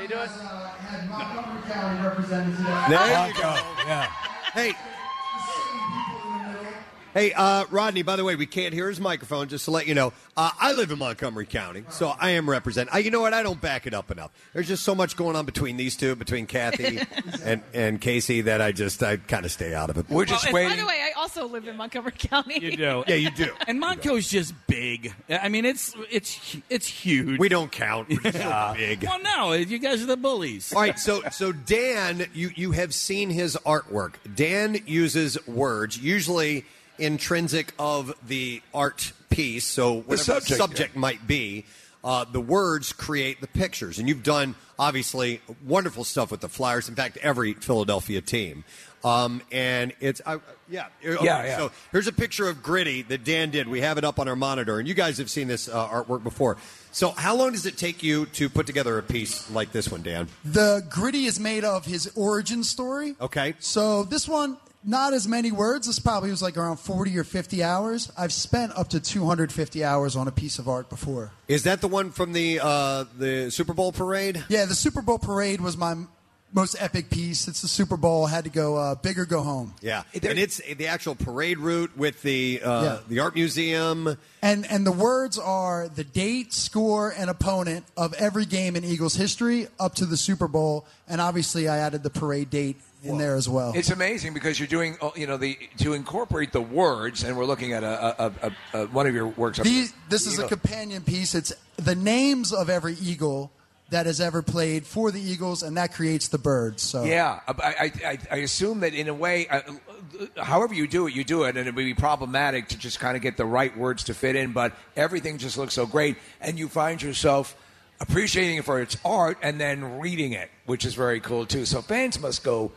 you doing?
Oh.
There you go. Hey. Hey, uh, Rodney, by the way, we can't hear his microphone, just to let you know. Uh, I live in Montgomery County, so I am representing. I, you know what? I don't back it up enough. There's just so much going on between these two, between Kathy and, and Casey, that I just I kind of stay out of it.
We're
just
By the way, I also live in Montgomery County.
You do.
Yeah, you do.
And Monco's just big. I mean, it's it's it's huge.
We don't count. We're just so big.
Well, no, you guys are the bullies.
All right, so so Dan, you you have seen his artwork. Dan uses words usually intrinsic of the art piece, so whatever the subject,
subject,
might be. Uh, the words create the pictures, and you've done obviously wonderful stuff with the Flyers. In fact, every Philadelphia team, um, and it's I, yeah, okay,
Yeah, yeah.
So here's a picture of Gritty that Dan did. We have it up on our monitor, and you guys have seen this uh, artwork before. So, how long does it take you to put together a piece like this one, Dan?
The gritty is made of his origin story.
Okay.
So this one, not as many words. This probably was like around 40 or 50 hours. I've spent up to 250 hours on a piece of art before.
Is that the one from the uh, the Super Bowl parade?
Yeah, the Super Bowl parade was my most epic piece. It's the Super Bowl. Had to go uh, big or go home.
Yeah, and it's the actual parade route with the uh,
Yeah.
the art museum.
And and the words are the date, score, and opponent of every game in Eagles history up to the Super Bowl. And obviously, I added the parade date in there as well.
It's amazing because you're doing, oh, you know, the to incorporate the words, and we're looking at a, a, a, a, a- one of your works. up
These,
there.
this is a
Eagle.
companion piece. It's the names of every Eagle that has ever played for the Eagles, and that creates the birds. So
Yeah, I, I, I- I assume that in a way, uh, however you do it, you do it, and it would be problematic to just kind of get the right words to fit in. But everything just looks so great, and you find yourself appreciating it for its art, and then reading it, which is very cool too. So fans must go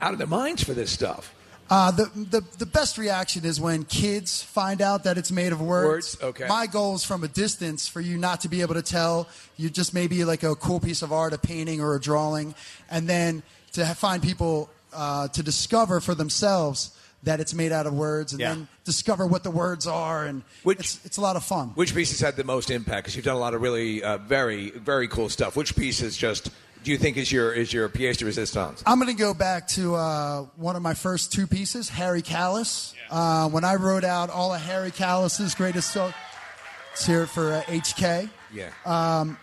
out of their minds for this stuff.
Uh, the, the the best reaction is when kids find out that it's made of words.
Words, okay.
My goal is from a distance for you not to be able to tell. You just maybe like a cool piece of art, a painting or a drawing, and then to ha- find people uh, to discover for themselves that it's made out of words, and
Yeah.
then discover what the words are, and it's it's a lot of fun.
Which pieces had the most impact? Because you've done a lot of really uh, very very cool stuff. Which piece is just do you think is your is your pièce de résistance?
I'm going to go back to uh, one of my first two pieces, Harry Callis. Uh, when I wrote out all of Harry Callis's greatest songs, let's hear it for uh, HK.
[LAUGHS] Yeah.
Um,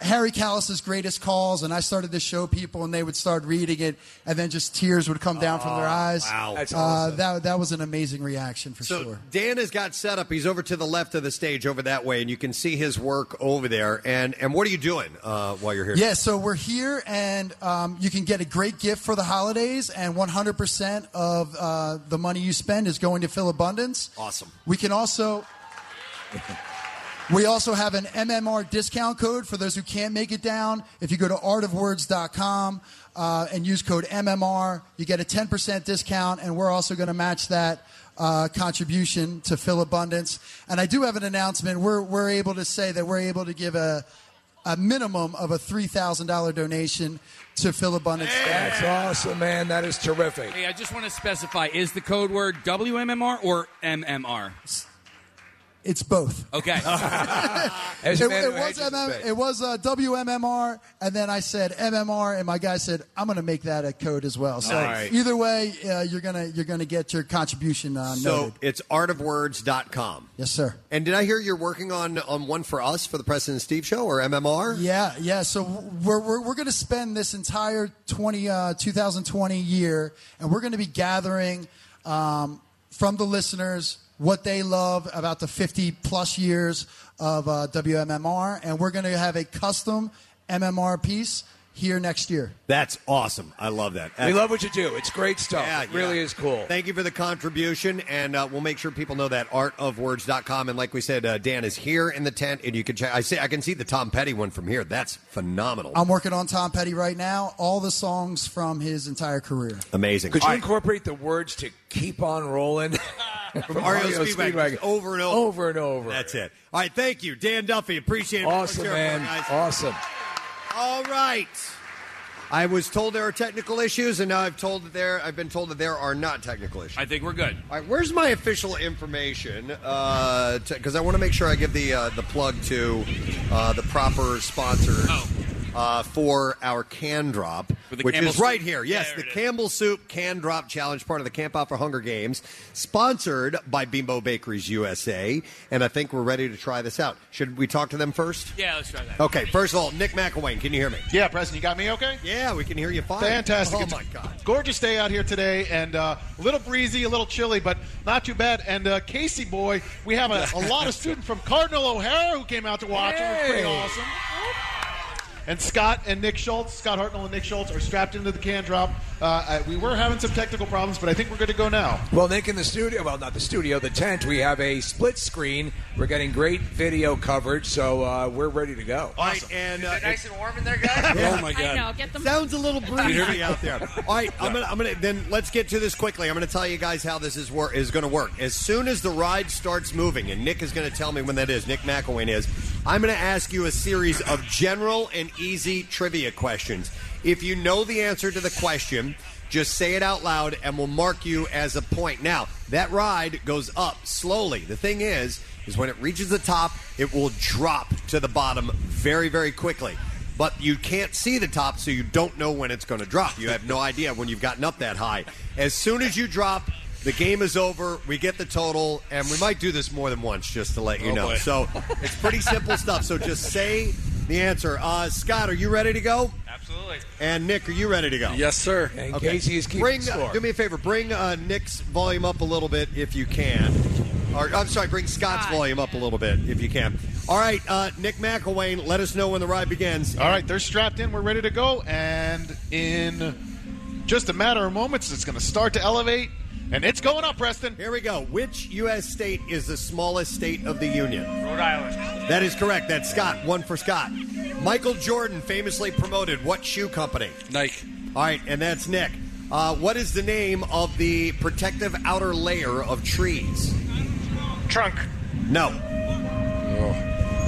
Harry Callis's greatest calls, and I started to show people, and they would start reading it, and then just tears would come down from their
Oh,
eyes.
wow. That's
Uh,
awesome.
that, that was an amazing reaction for
So
sure.
Dan has got set up. He's over to the left of the stage, over that way, and you can see his work over there. And and what are you doing uh, while you're here?
Yeah, so we're here, and um, you can get a great gift for the holidays, and 100% of uh, the money you spend is going to Phil Abundance.
Awesome.
We can also. We also have an MMR discount code for those who can't make it down. If you go to artofwords.com uh, and use code MMR, you get a 10% discount, and we're also going to match that uh, contribution to Phil Abundance. And I do have an announcement. We're, we're able to say that we're able to give a, a minimum of a $3,000 donation to Phil Abundance.
That's awesome, man. That is terrific.
Hey, I just want to specify: is the code word WMMR or MMR?
It's both.
[LAUGHS]
Okay.
It, it was MM, it was uh, WMMR, and then I said MMR, and my guy said I'm going to make that a code as well. So
Nice.
either way, uh, you're gonna you're gonna get your contribution uh,
so
noted.
it's artofwords.com.
Yes, sir.
And did I hear you're working on on one for us for the Preston and Steve show or MMR?
Yeah, yeah. So we're we're, we're going to spend this entire 20, uh, 2020 year, and we're going to be gathering um, from the listeners what they love about the fifty plus years of uh, WMMR, and we're going to have a custom MMR piece here next year.
That's awesome. I love that.
We love what you do. It's great stuff.
Yeah,
it really
yeah.
is cool.
Thank you for the contribution, and uh, we'll make sure people know that artofwords.com. And like we said, uh, Dan is here in the tent, and you can check. I see, I can see the Tom Petty one from here. That's phenomenal.
I'm working on Tom Petty right now. All the songs from his entire career.
Amazing.
Could you
All right.
incorporate the words to keep on
[LAUGHS]
rolling? From
Mario
Mario
Speedwagon,
Speedwagon.
just over and over.
Over and over.
That's it. All right, thank you, Dan Duffy. Appreciate it.
Awesome,
Sure,
man.
guys.
Awesome.
All right. I was told there are technical issues, and now I've told that there. I've been told that there are not technical issues.
I think we're good.
All right, where's my official information? Because I want to make sure I give the uh, the plug to uh, the proper sponsor uh, for our can drop,
Oh. the
which
Campbell
is right
soup?
here. Yes,
There
the
it is.
Campbell Soup Can Drop Challenge, part of the Camp Out for Hunger Games, sponsored by Bimbo Bakeries USA. And I think we're ready to try this out. Should we talk to them first?
Yeah, let's try that.
Okay, first of all, Nick McElwain, can you hear me?
Yeah, Preston, you got me okay?
Yeah, we can hear you fine.
Fantastic.
Oh,
It's
my God.
Gorgeous day out here today, and uh, a little breezy, a little chilly, but not too bad. And uh, Casey boy, we have a, a
[LAUGHS]
lot of students from Cardinal O'Hara who came out to watch. It was pretty
Hey.
awesome. And Scott and Nick Schultz, Scott Hartnell and Nick Schultz, are strapped into the can drop. Uh, I, we were having some technical problems, but I think we're good to go now.
Well, Nick, in the studio, well, not the studio, the tent, we have a split screen. We're getting great video coverage, so uh, we're ready to go.
All right, and uh,
nice
it-
and warm in there, guys?
Oh,
Yeah.
I know,
get them. Sounds a little breezy out there. All right, I'm gonna, I'm gonna. Then let's get to this quickly. I'm gonna tell you guys how this is wor- is gonna work. As soon as the ride starts moving, and Nick is gonna tell me when that is. Nick McElwain is. I'm gonna ask you a series of general and easy trivia questions. If you know the answer to the question, just say it out loud, and we'll mark you as a point. Now that ride goes up slowly. The thing is, is when it reaches the top, it will drop to the bottom very, very quickly. but you can't see the top, so you don't know when it's going to drop. You have no idea when you've gotten up that high. As soon as you drop, the game is over. We get the total, and we might do this more than once just to let you
Oh,
know.
boy.
So it's pretty simple stuff. So just say the answer. Uh, Scott, are you ready to go? Absolutely. And Nick, are you ready to go?
Yes, sir.
Okay.
And Casey is keeping
bring, uh,
score.
Do me a favor. Bring uh, Nick's volume up a little bit if you can. Or I'm sorry. Bring Scott's volume up a little bit if you can. All right, uh, Nick McElwain, let us know when the ride begins.
All right, they're strapped in. We're ready to go. And in just a matter of moments, it's going to start to elevate. And it's going up, Preston.
Here we go. Which U.S. state is the smallest state of the union?
Rhode Island.
That is correct. That's Scott. One for Scott. Michael Jordan famously promoted what shoe company?
Nike.
All right, and that's Nick. Uh, what is the name of the protective outer layer of trees? Trunk. No.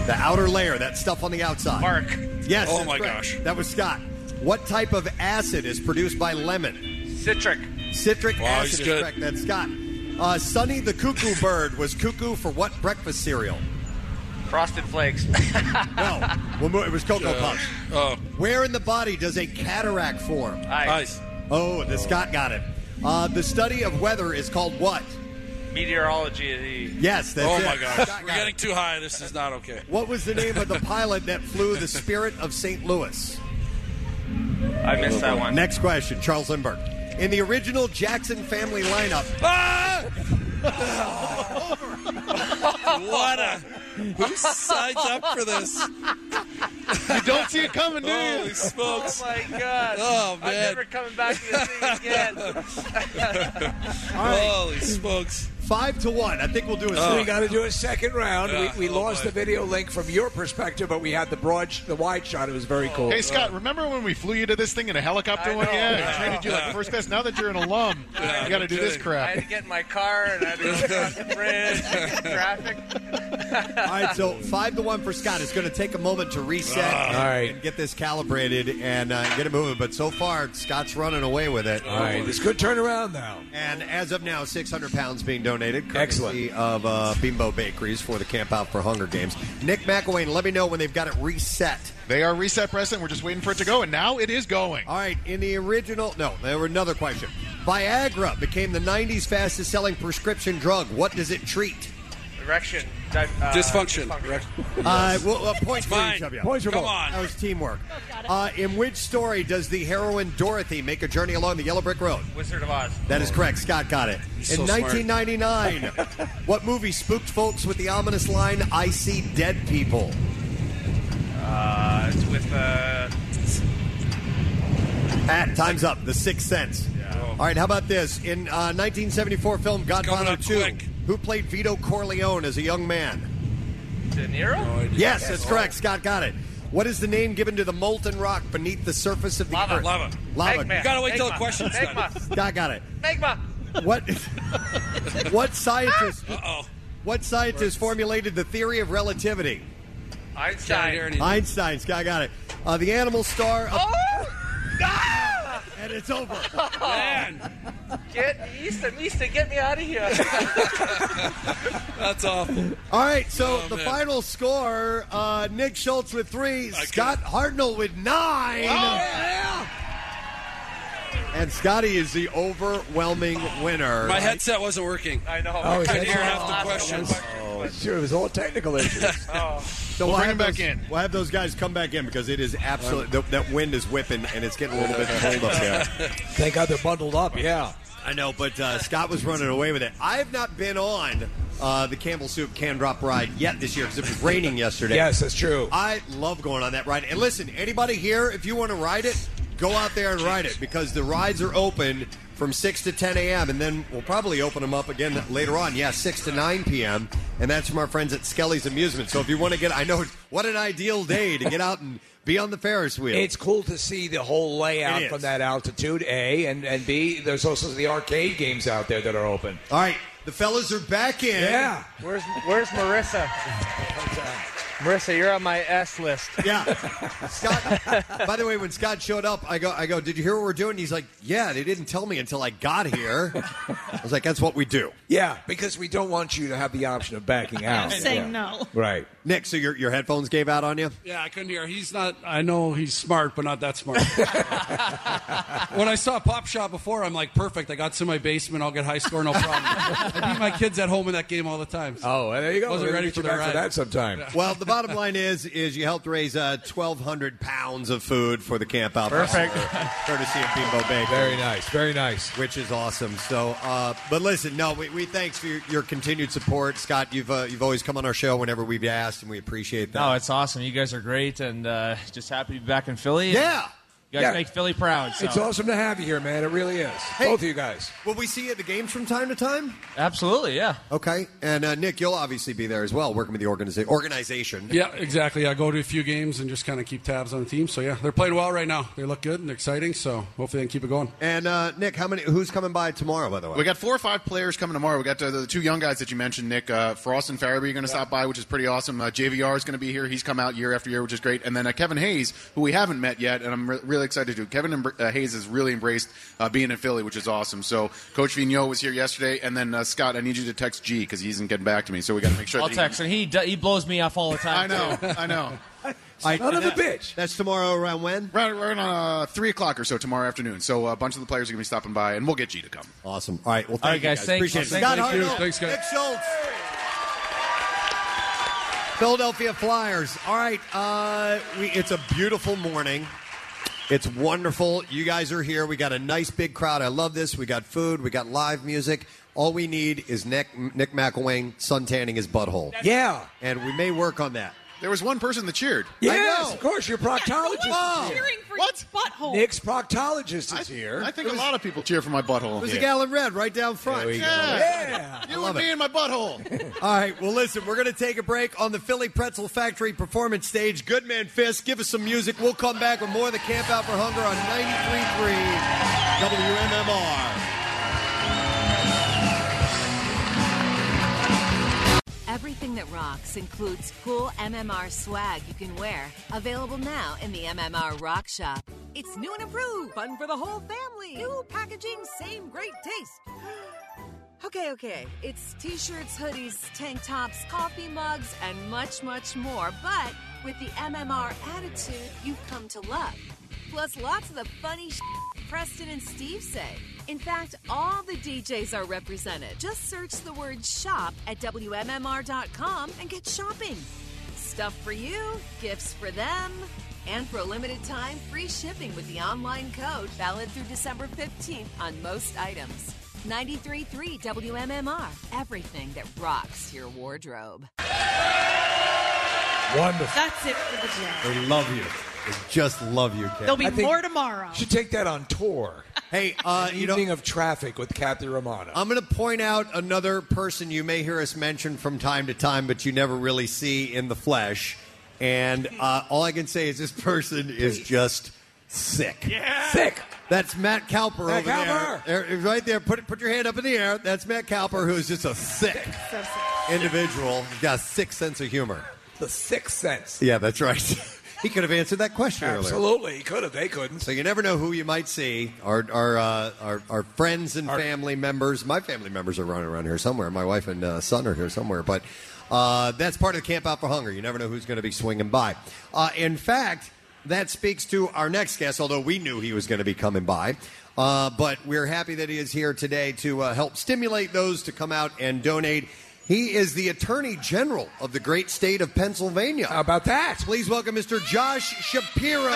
The outer layer, that stuff on the outside. Bark. Yes.
Oh
that's
my
correct.
gosh.
That was Scott. What type of acid is produced by lemon?
Citric.
Citric
Wow, he's
acid is
good.
correct. That's Scott. Uh, Sonny the cuckoo bird was cuckoo for what breakfast cereal?
Frosted Flakes.
no. Well, mo- it was Cocoa
Uh,
Puffs.
Oh,
Where in the body does a cataract form?
Ice.
Oh, the Scott got it. Uh, the study of weather is called what?
meteorology.
Yes, that's
oh
it.
my
Scott
gosh, we're getting too high. This is not okay.
What was the name of
[LAUGHS]
the pilot that flew the Spirit of St. Louis?
I missed that one.
Next question, Charles Lindbergh. In the original Jackson family lineup,
Ah! [LAUGHS] what a who signed up for this?
You don't see it coming, do you?
Holy smokes!
Oh my god.
Oh man!
I'm never coming back to this thing again.
[LAUGHS] Holy smokes! Oh.
Five to one. I think we'll do a.
we got to do a second round.
Yeah.
we we
Oh,
lost
boy.
the video link from your perspective, but we had the broad, sh- the wide shot. It was very cool.
Hey, Scott, remember when we flew you to this thing in a helicopter
I
one?
know.
Yeah,
Yeah.
we treated you like first class. Now that you're an alum,
Yeah,
you got to
no
do this
kidding.
crap.
I had to get in my car and I had to go across the
[LAUGHS]
bridge, traffic.
All right, so five to one for Scott. It's going to take a moment to reset
Ah.
and,
All right.
and get this calibrated and uh, get it moving. But so far, Scott's running away with it.
All right, it's good turnaround now.
And as of now, 600 pounds being donated, courtesy of uh, Bimbo Bakeries for the Camp Out for Hunger Games. Nick McElwain, let me know when they've got it reset.
They are reset, Preston. We're just waiting for it to go, and now it is going.
All right, in the original, no, there were another question. Viagra became the 90s fastest selling prescription drug. What does it treat?
Erection. Di- uh,
Dysfunction.
Uh, well, uh, points for
Fine.
each of you.
Points for Come both. on.
That was teamwork. Uh, in which story does the heroine Dorothy make a journey along the Yellow Brick Road?
Wizard of Oz.
That is correct. Scott got it.
He's so
in
smart.
1999, what movie spooked folks with the ominous line, I see dead people?
Uh, it's with uh,
Pat, time's up. The Sixth Sense. All right, how about this? In uh, 1974 film Godfather
up
2, who played Vito Corleone as a young man?
De Niro.
Yes, that's correct. Scott got it. What is the name given to the molten rock beneath the surface of the
Lava.
earth?
Lava.
Lava.
Magma. You gotta wait till the Magma. question's done. Magma.
Scott got it.
Magma.
What? [LAUGHS] what scientist?
Uh-oh.
What scientist formulated the theory of relativity?
Einstein.
Einstein. Scott got it. Uh, the animal star. Of-
Oh!
And it's over.
Man. Get Easton, Easton, get me out of here.
That's awful.
All right, so
Oh,
the
man.
final score: uh, Nick Schultz with three, Scott Hartnell with nine,
Oh,
and Scotty is the overwhelming winner.
My headset wasn't working.
I know.
Oh,
I
is
couldn't
that-
hear half the Oh. questions.
Oh, Sure, it was all technical
[LAUGHS]
issues.
So
We'll
have
bring him
those- We'll have those guys come back in because it is absolutely that wind is whipping and it's getting a little bit cold up
[LAUGHS]
there.
Thank God they're bundled up. Yeah.
I know, but uh, Scott was running away with it. I have not been on uh, the Campbell Soup Can Drop ride yet this year because it was raining yesterday.
Yes, that's true.
I love going on that ride. And listen, anybody here, if you want to ride it, go out there and ride it because the rides are open from 6 to 10 a.m. and then we'll probably open them up again later on. Yeah, 6 to 9 p.m. And that's from our friends at Skelly's Amusement. So if you want to get, I know it's- what an ideal day to get out and be on the Ferris wheel.
It's cool to see the whole
It
layout
is.
from that altitude, A, and, and B, there's also the arcade games out there that are open.
All right, the fellas are back in.
Yeah.
Where's Where's Marissa?
Marissa, you're on my S list.
Yeah. Scott, by the way, when Scott showed up, I go, I go, did you hear what we're doing? He's like, yeah, they didn't tell me until I got here. I was like, that's what we do.
Yeah, because we don't want you to have the option of backing out.
Saying no.
Right.
Nick, so your, your headphones gave out on you?
Yeah, I couldn't hear. He's not. I know he's smart, but not
[LAUGHS]
that smart. when I saw Pop Shot before, I'm like, perfect. I got to my basement. I'll get high score, no problem. I beat my kids at home in that game all the time. so
Oh, there you go.
Wasn't
We're
ready
gonna
for
get
the
you back
ride.
for that sometime.
Yeah.
Well, the bottom line is, is you helped raise uh, 1,200 pounds of food for the camp out. [LAUGHS]
Perfect.
Courtesy of Bimbo Baker.
Very nice. Very nice.
Which is awesome. So, uh, but listen, no, we, we thanks for your, your continued support, Scott. You've uh, you've always come on our show whenever we've asked, and we appreciate that.
[LAUGHS] No, it's awesome. You guys are great, and uh, just happy to be back in Philly.
Yeah.
you guys
Yeah.
make Philly proud. So.
It's awesome
to have you here, man. It really is. Both of you guys.
Will we see you at the games from time to time?
Absolutely, yeah.
Okay, and uh, Nick, you'll obviously be there as well, working with the organiza- organization.
Yeah, exactly. I go to a few games and just kind of keep tabs on the team. So yeah, they're playing well right now. They look good and exciting. So hopefully they can keep it going.
And uh, Nick, how many? Who's coming by tomorrow? By the way,
We got four or five players coming tomorrow. We got uh, the two young guys that you mentioned, Nick uh, Frost and Farabee, are going to stop by, which is pretty awesome. Uh, JVR is going to be here. He's come out year after year, which is great. And then uh, Kevin Hayes, who we haven't met yet, and I'm re- really excited to. Kevin em- uh, Hayes has really embraced uh, being in Philly, which is awesome. So Coach Vigneault was here yesterday, and then uh, Scott, I need you to text G because he isn't getting back to me. So we got to make sure.
I'll
that he can-
text, and he d- he blows me off all the
I
time.
know.
too.
I know.
[LAUGHS] Son of a bitch.
That's tomorrow around when?
Right around uh, three o'clock or so tomorrow afternoon. So uh, a bunch of the players are going to be stopping by, and we'll get G to come.
Awesome. All right. Well,
thank you, guys. Appreciate it. Scott
Hartnell,
Thanks, guys.
Nick Schultz. Philadelphia Flyers. All right. Uh, we, it's a beautiful morning. It's wonderful. You guys are here. We got a nice big crowd. I love this. We got food. We got live music. All we need is Nick, Nick McElwain suntanning his butthole.
Yeah.
And we may work on that.
There was one person that cheered.
Yes, of course. Your proctologist
Yeah, someone
is
was
here.
cheering
for what?
butthole.
Nick's proctologist is here.
I think a lot of people cheer for my butthole.
There's
Yeah.
a gal in red right down front.
There we go. Yeah. You and me in my [LAUGHS] butthole.
All right. Well, listen, we're going to take a break on the Philly Pretzel Factory performance stage. Goodman Fist, give us some music. We'll come back with more of the Camp Out for Hunger on 93.3 WMMR.
Everything that rocks includes cool MMR swag you can wear. Available now in the MMR Rock Shop. It's new and improved. Fun for the whole family. New packaging, same great taste. Okay, okay. It's t shirts, hoodies, tank tops, coffee mugs, and much, much more. But with the MMR attitude you've come to love. Plus, lots of the funny sh- Preston and Steve say. In fact, all the DJs are represented. Just search the word shop at WMMR.com and get shopping. Stuff for you, gifts for them, and for a limited time, free shipping with the online code valid through December 15th on most items. 93.3 WMMR, everything that rocks your wardrobe.
Wonderful.
That's it for the day.
They love you. They just love you, Kat.
[LAUGHS] There'll be
I think-
more tomorrow.
Should take that on tour.
Hey, uh, you know-
evening of traffic with Kathy Romano.
I'm going to point out another person you may hear us mention from time to time, but you never really see in the flesh. And uh, all I can say is this person is just sick. Yeah.
Sick.
That's Matt Cowper
Matt
over
Cowper.
there. There- Right there. Put, put your hand up in the air. That's Matt Cowper, who is just a sick individual. He's got a sick sense of humor.
The sixth sense.
Yeah, that's right. [LAUGHS] he could have answered that question earlier.
Absolutely. He could have. They couldn't.
So you never know who you might see. Our our uh, our, our friends and family members. My family members are running around here somewhere. My wife and uh, son are here somewhere. But uh, that's part of the Camp Out for Hunger. You never know who's going to be swinging by. Uh, in fact, that speaks to our next guest. Although we knew he was going to be coming by. Uh, but we're happy that he is here today to uh, help stimulate those to come out and donate. He is the Attorney General of the great state of Pennsylvania. How
about that?
Please welcome Mr. Josh
[LAUGHS]
Shapiro.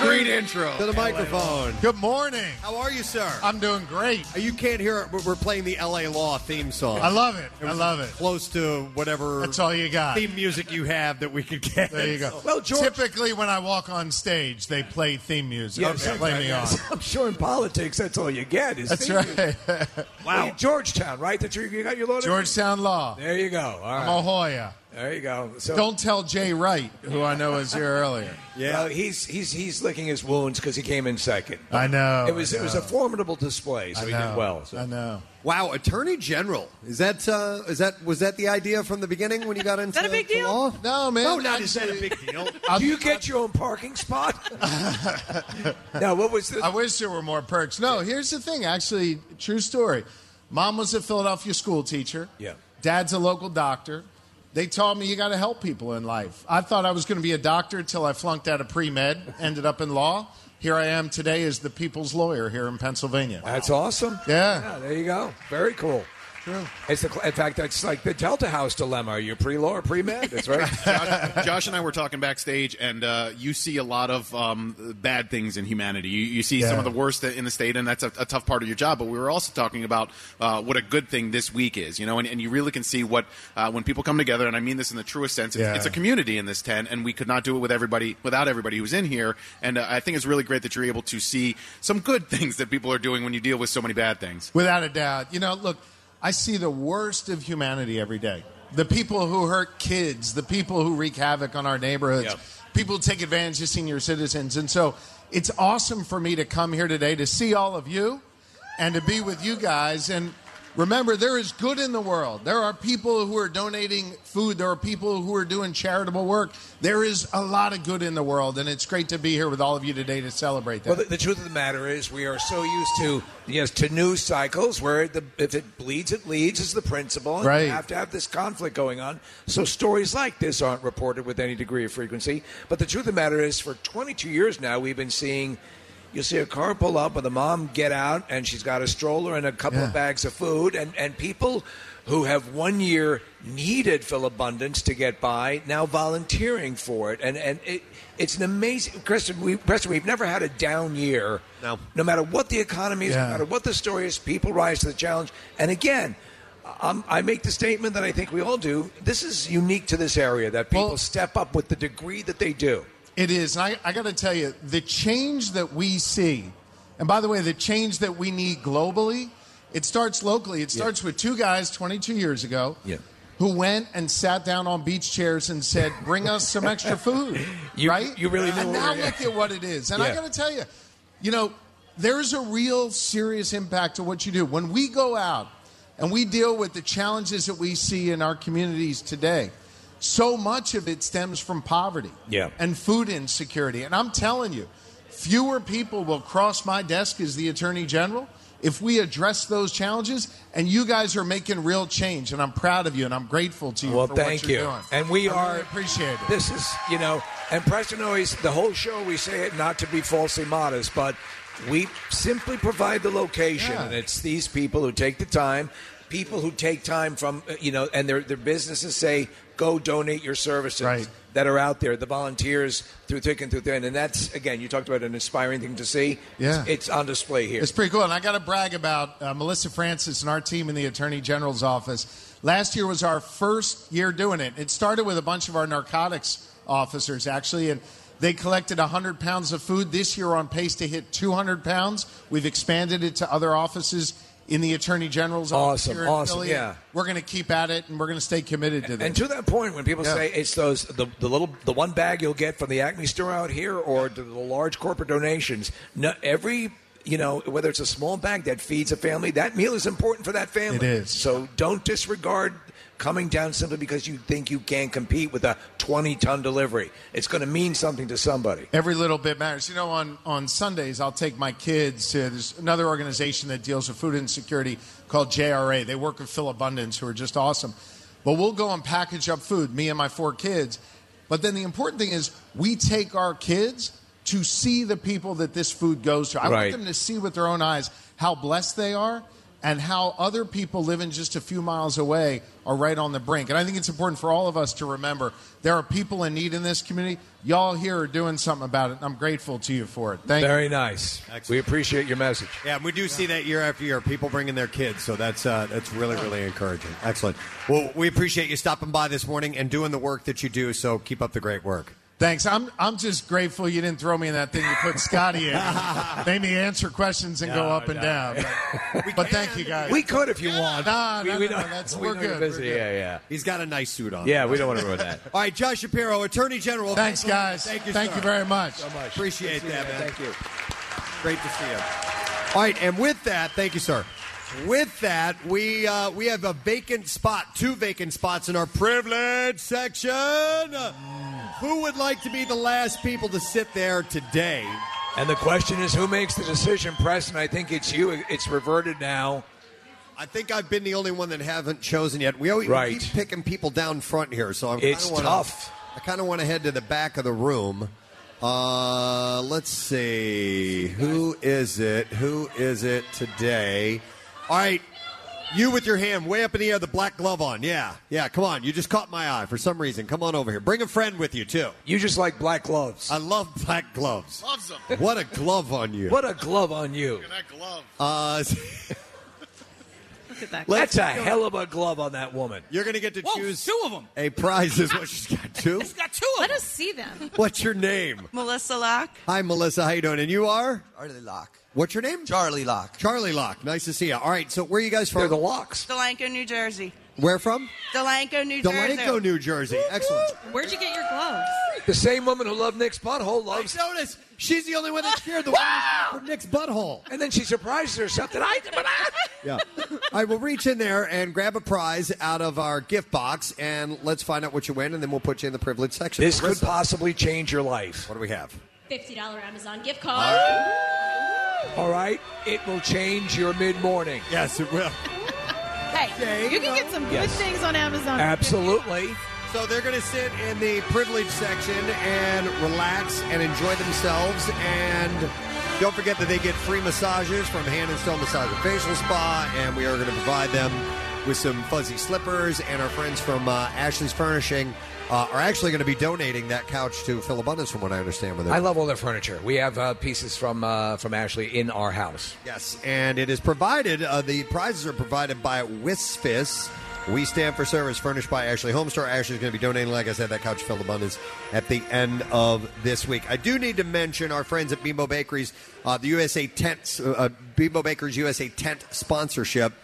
Great intro.
To the microphone.
Good morning.
How are you, sir? Uh,
I'm doing great.
You can't hear it, but we're playing the LA Law theme song.
I love it. I
was
love it.
Close to whatever
That's all you got.
theme music you have that we could get.
There you
[LAUGHS]
go.
Well, George.
Typically, when I walk on stage, they play theme music.
Yes,
They play me on.
I'm sure in politics, that's all you get. Is
That's
theme
right.
music. Well, Georgetown, right? That you, you got your law. degree?
Georgetown Law.
There you go. [LAUGHS] All right.
I'm a Hoya.
There you go. So
Don't tell Jay Wright, who I know was here earlier.
Well, he's he's he's licking his wounds because he came in second.
I know,
Oh,
It was
I
it was a
know.
formidable display, so
I
he
know.
did well.
I know.
Wow, Attorney General. Is that uh, is that was that the idea from the beginning when you got into
that a big
to
deal?
law?
No, man.
No, not
Actually-
is that a big deal?
Do you get your own
[LAUGHS]
parking spot?
no, what was the? I wish there were more perks. No, here's the thing. Actually, true story. Mom was a Philadelphia school teacher.
Yeah.
Dad's a local doctor. They taught me you got to help people in life. I thought I was going to be a doctor till I flunked out of pre med, ended up in law. Here I am today as the people's lawyer here in Pennsylvania.
That's awesome.
Yeah.
There you go. Very cool. True. It's the, in fact, that's like the Delta House dilemma. Are you pre-law or pre-med? That's right.
[LAUGHS] Josh, Josh and I were talking backstage, and uh, you see a lot of um, bad things in humanity. You, you see some
Yeah.
of the worst in the state, and that's a, a tough part of your job. But we were also talking about uh, what a good thing this week is, you know, and, and you really can see what uh, when people come together, and I mean this in the truest sense. It's,
Yeah.
it's a community in this tent, and we could not do it with everybody without everybody who's in here. And uh, I think it's really great that you're able to see some good [LAUGHS] things that people are doing when you deal with so many bad things.
Without a doubt. You know, look, I see the worst of humanity every day. The people who hurt kids, the people who wreak havoc on our neighborhoods, people who take advantage of senior citizens. And so it's awesome for me to come here today to see all of you and to be with you guys. And remember, there is good in the world. There are people who are donating food, there are people who are doing charitable work. There is a lot of good in the world. And it's great to be here with all of you today to celebrate that.
Well, the, the truth of the matter is, we are so used to yes to news cycles where the, if it bleeds, it leads is the principle. and
Right.
You have to have this conflict going on. So stories like this aren't reported with any degree of frequency. But the truth of the matter is, for 22 years now, we've been seeing. You'll see a car pull up with a mom get out, and she's got a stroller and a couple
Yeah.
of bags of food, and, and people who have one year needed Phil Abundance to get by now volunteering for it, and and it, it's an amazing. Preston, we Preston, we've never had a down year. No, no matter what the economy is,
Yeah.
no matter what the story is, people rise to the challenge. And again, i I make the statement that I think we all do. This is unique to this area that people step up with the degree that they do.
It is. And I, I got to tell you, the change that we see, and by the way, the change that we need globally, it starts locally. It starts with two guys 22 years ago
Yeah.
who went and sat down on beach chairs and said, Bring us some extra food.
[LAUGHS] You-
right?
you really knew
And
what
now
we were-
look at what it is. And I
Yeah.
got to tell you, you know, there's a real serious impact to what you do. When we go out and we deal with the challenges that we see in our communities today, so much of it stems from poverty
Yeah.
and food insecurity. And I'm telling you, fewer people will cross my desk as the Attorney General if we address those challenges. And you guys are making real change. And I'm proud of you and I'm grateful to you
Well,
for
thank
what you're
you.
doing.
And we
I
are
really appreciate it.
This is, you know, and Preston always the whole show we say it not to be falsely modest, but we simply provide the location,
Yeah.
and it's these people who take the time, people who take time from, uh, you know, and their their businesses say go donate your services. That are out there, the volunteers through thick and through thin, and that's again. You talked about an inspiring thing to see.
Yeah.
it's, it's on display here.
It's pretty cool. And I got to brag about uh, Melissa Francis and our team in the Attorney General's office. Last year was our first year doing it. It started with a bunch of our narcotics officers, actually, and they collected 100 pounds of food. This year, we're on pace to hit 200 pounds. We've expanded it to other offices in the Attorney General's office.
Awesome,
here in
awesome,
Philly.
yeah.
We're going to keep at it, and we're going to stay committed to this.
And to that point, when people
Yeah.
say it's those the, the little the one bag you'll get from the Acme store out here or the, the large corporate donations, no, every you know whether it's a small bag that feeds a family, that meal is important for that family.
It is.
So don't disregard coming down simply because you think you can't compete with a 20 ton delivery. It's going to mean something to somebody.
Every little bit matters. You know, on, on Sundays, I'll take my kids to there's another organization that deals with food insecurity called JRA. They work with Phil Abundance, who are just awesome. But we'll go and package up food, me and my four kids. But then the important thing is we take our kids to see the people that this food goes to. I
Right.
want them to see with their own eyes how blessed they are and how other people living just a few miles away are right on the brink. And I think it's important for all of us to remember there are people in need in this community. Y'all here are doing something about it. and I'm grateful to you for it. Thank
Very
you.
nice. We appreciate your message.
Yeah, and we do see that year after year, people bringing their kids. So that's uh, that's really really encouraging. Excellent. Well, we appreciate you stopping by this morning and doing the work that you do. So keep up the great work.
Thanks. I'm I'm just grateful you didn't throw me in that thing you put Scotty
[LAUGHS]
in. Made me answer questions and go
No,
up and
no.
down. But, but [LAUGHS] thank you guys.
[LAUGHS] We could if you want.
No, no,
We- we
no,
don't-
that's,
we
we're
know you're
good.
busy.
We're good.
Yeah, yeah.
He's got a nice suit on.
Yeah, we don't want to ruin that.
All right, Josh Shapiro, Attorney General.
Thanks, guys.
Thank you,
Thank
sir.
you very much.
So much. Appreciate
Good to see
that,
you,
man.
man.
Thank you. Great to see you. All right, and with that, thank you, sir. With that, we uh, we have a vacant spot, two vacant spots in our privilege section. Who would like to be the last people to sit there today?
And the question is, who makes the decision, Preston? I think it's you. It's reverted now.
I think I've been the only one that haven't chosen yet. We always we
Right.
keep picking people down front here, so I'm
It's
kinda wanna,
tough.
I kind of want to head to the back of the room. Uh, let's see, who is it? Who is it today? All right, you with your hand way up in the air, the black glove on. Yeah, yeah. Come on, you just caught my eye for some reason. Come on over here. Bring a friend with you too.
You just like black gloves.
I love black gloves.
Loves them.
What a glove on you.
What a glove on you.
That glove.
Uh, [LAUGHS]
That's a hell of a glove on that woman.
You're going to get to
Whoa,
choose
two of them.
a prize. Is what she's got
[LAUGHS]
too.
got two of Let us see them.
What's your name?
[LAUGHS] Melissa Locke.
Hi, Melissa. How you doing? And you are?
Charlie Locke.
What's your name?
Charlie Locke.
Charlie Locke. Nice to see you. All right. So where are you guys from? the
Locks.
Delanco, New Jersey.
Where from?
Delanco, New Jersey.
Delanco, New Jersey. Excellent.
Where'd you get your gloves?
The same woman who loved Nick's butthole loves.
I noticed she's the only one that
[LAUGHS]
shared the one for Nick's butthole.
And then she surprises herself that I. But I
Yeah. All right. We'll reach in there and grab a prize out of our gift box, and let's find out what you win, and then we'll put you in the privilege section.
this could
Marissa,
possibly change your life.
What do we have?
$50 Amazon gift card.
All right, it will change your mid morning.
Yes, it will.
Hey, you can get some good
Yes.
things on Amazon.
Uh,
Absolutely.
So they're going to sit in the privilege section and relax and enjoy themselves. And don't forget that they get free massages from Hand and Stone Massage and Facial Spa. And we are going to provide them with some fuzzy slippers. And our friends from uh, Ashley's Furnishing uh, are actually going to be donating that couch to Phil Abundance, from what I understand. With
I love all their furniture. We have uh, pieces from uh, from Ashley in our house.
Yes, and it is provided. Uh, the prizes are provided by WISFIS. We stand for service furnished by Ashley Home Store. Ashley's going to be donating, like I said, that couch filled abundance at the end of this week. I do need to mention our friends at Bimbo Bakeries, uh, the USA Tent, uh, uh, Bimbo Bakeries USA Tent sponsorship.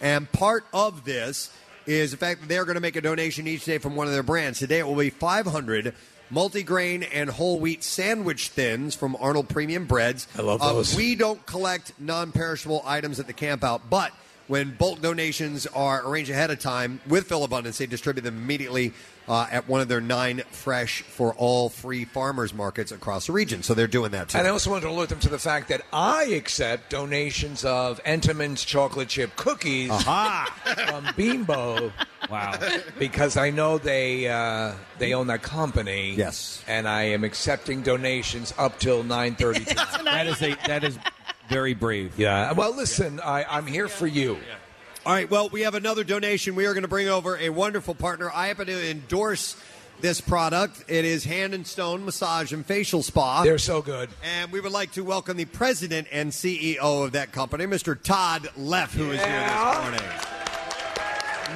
And part of this is the fact that they're going to make a donation each day from one of their brands. Today it will be 500 multigrain and whole wheat sandwich thins from Arnold Premium Breads. Um, I
love those.
we don't collect non-perishable items at the campout, but when bulk donations are arranged ahead of time with Phil Abundance, they distribute them immediately uh, at one of their nine fresh for all free farmers markets across the region. So they're doing that too.
And I also wanted to alert them to the fact that I accept donations of Entenmann's chocolate chip cookies
Aha.
from Bimbo. [LAUGHS] Wow! Because I know they uh, they own that company. Yes. And I am accepting donations up till nine thirty. [LAUGHS] that is a that is very brave. Yeah. Well, listen, I, I'm here for you.
All right. Well, we have another donation. We are going to bring over a wonderful partner. I happen to endorse this product. It is Hand and Stone Massage and Facial Spa.
They're so good.
And we would like to welcome the president and CEO of that company, Mr. Todd Leff, who is here this morning.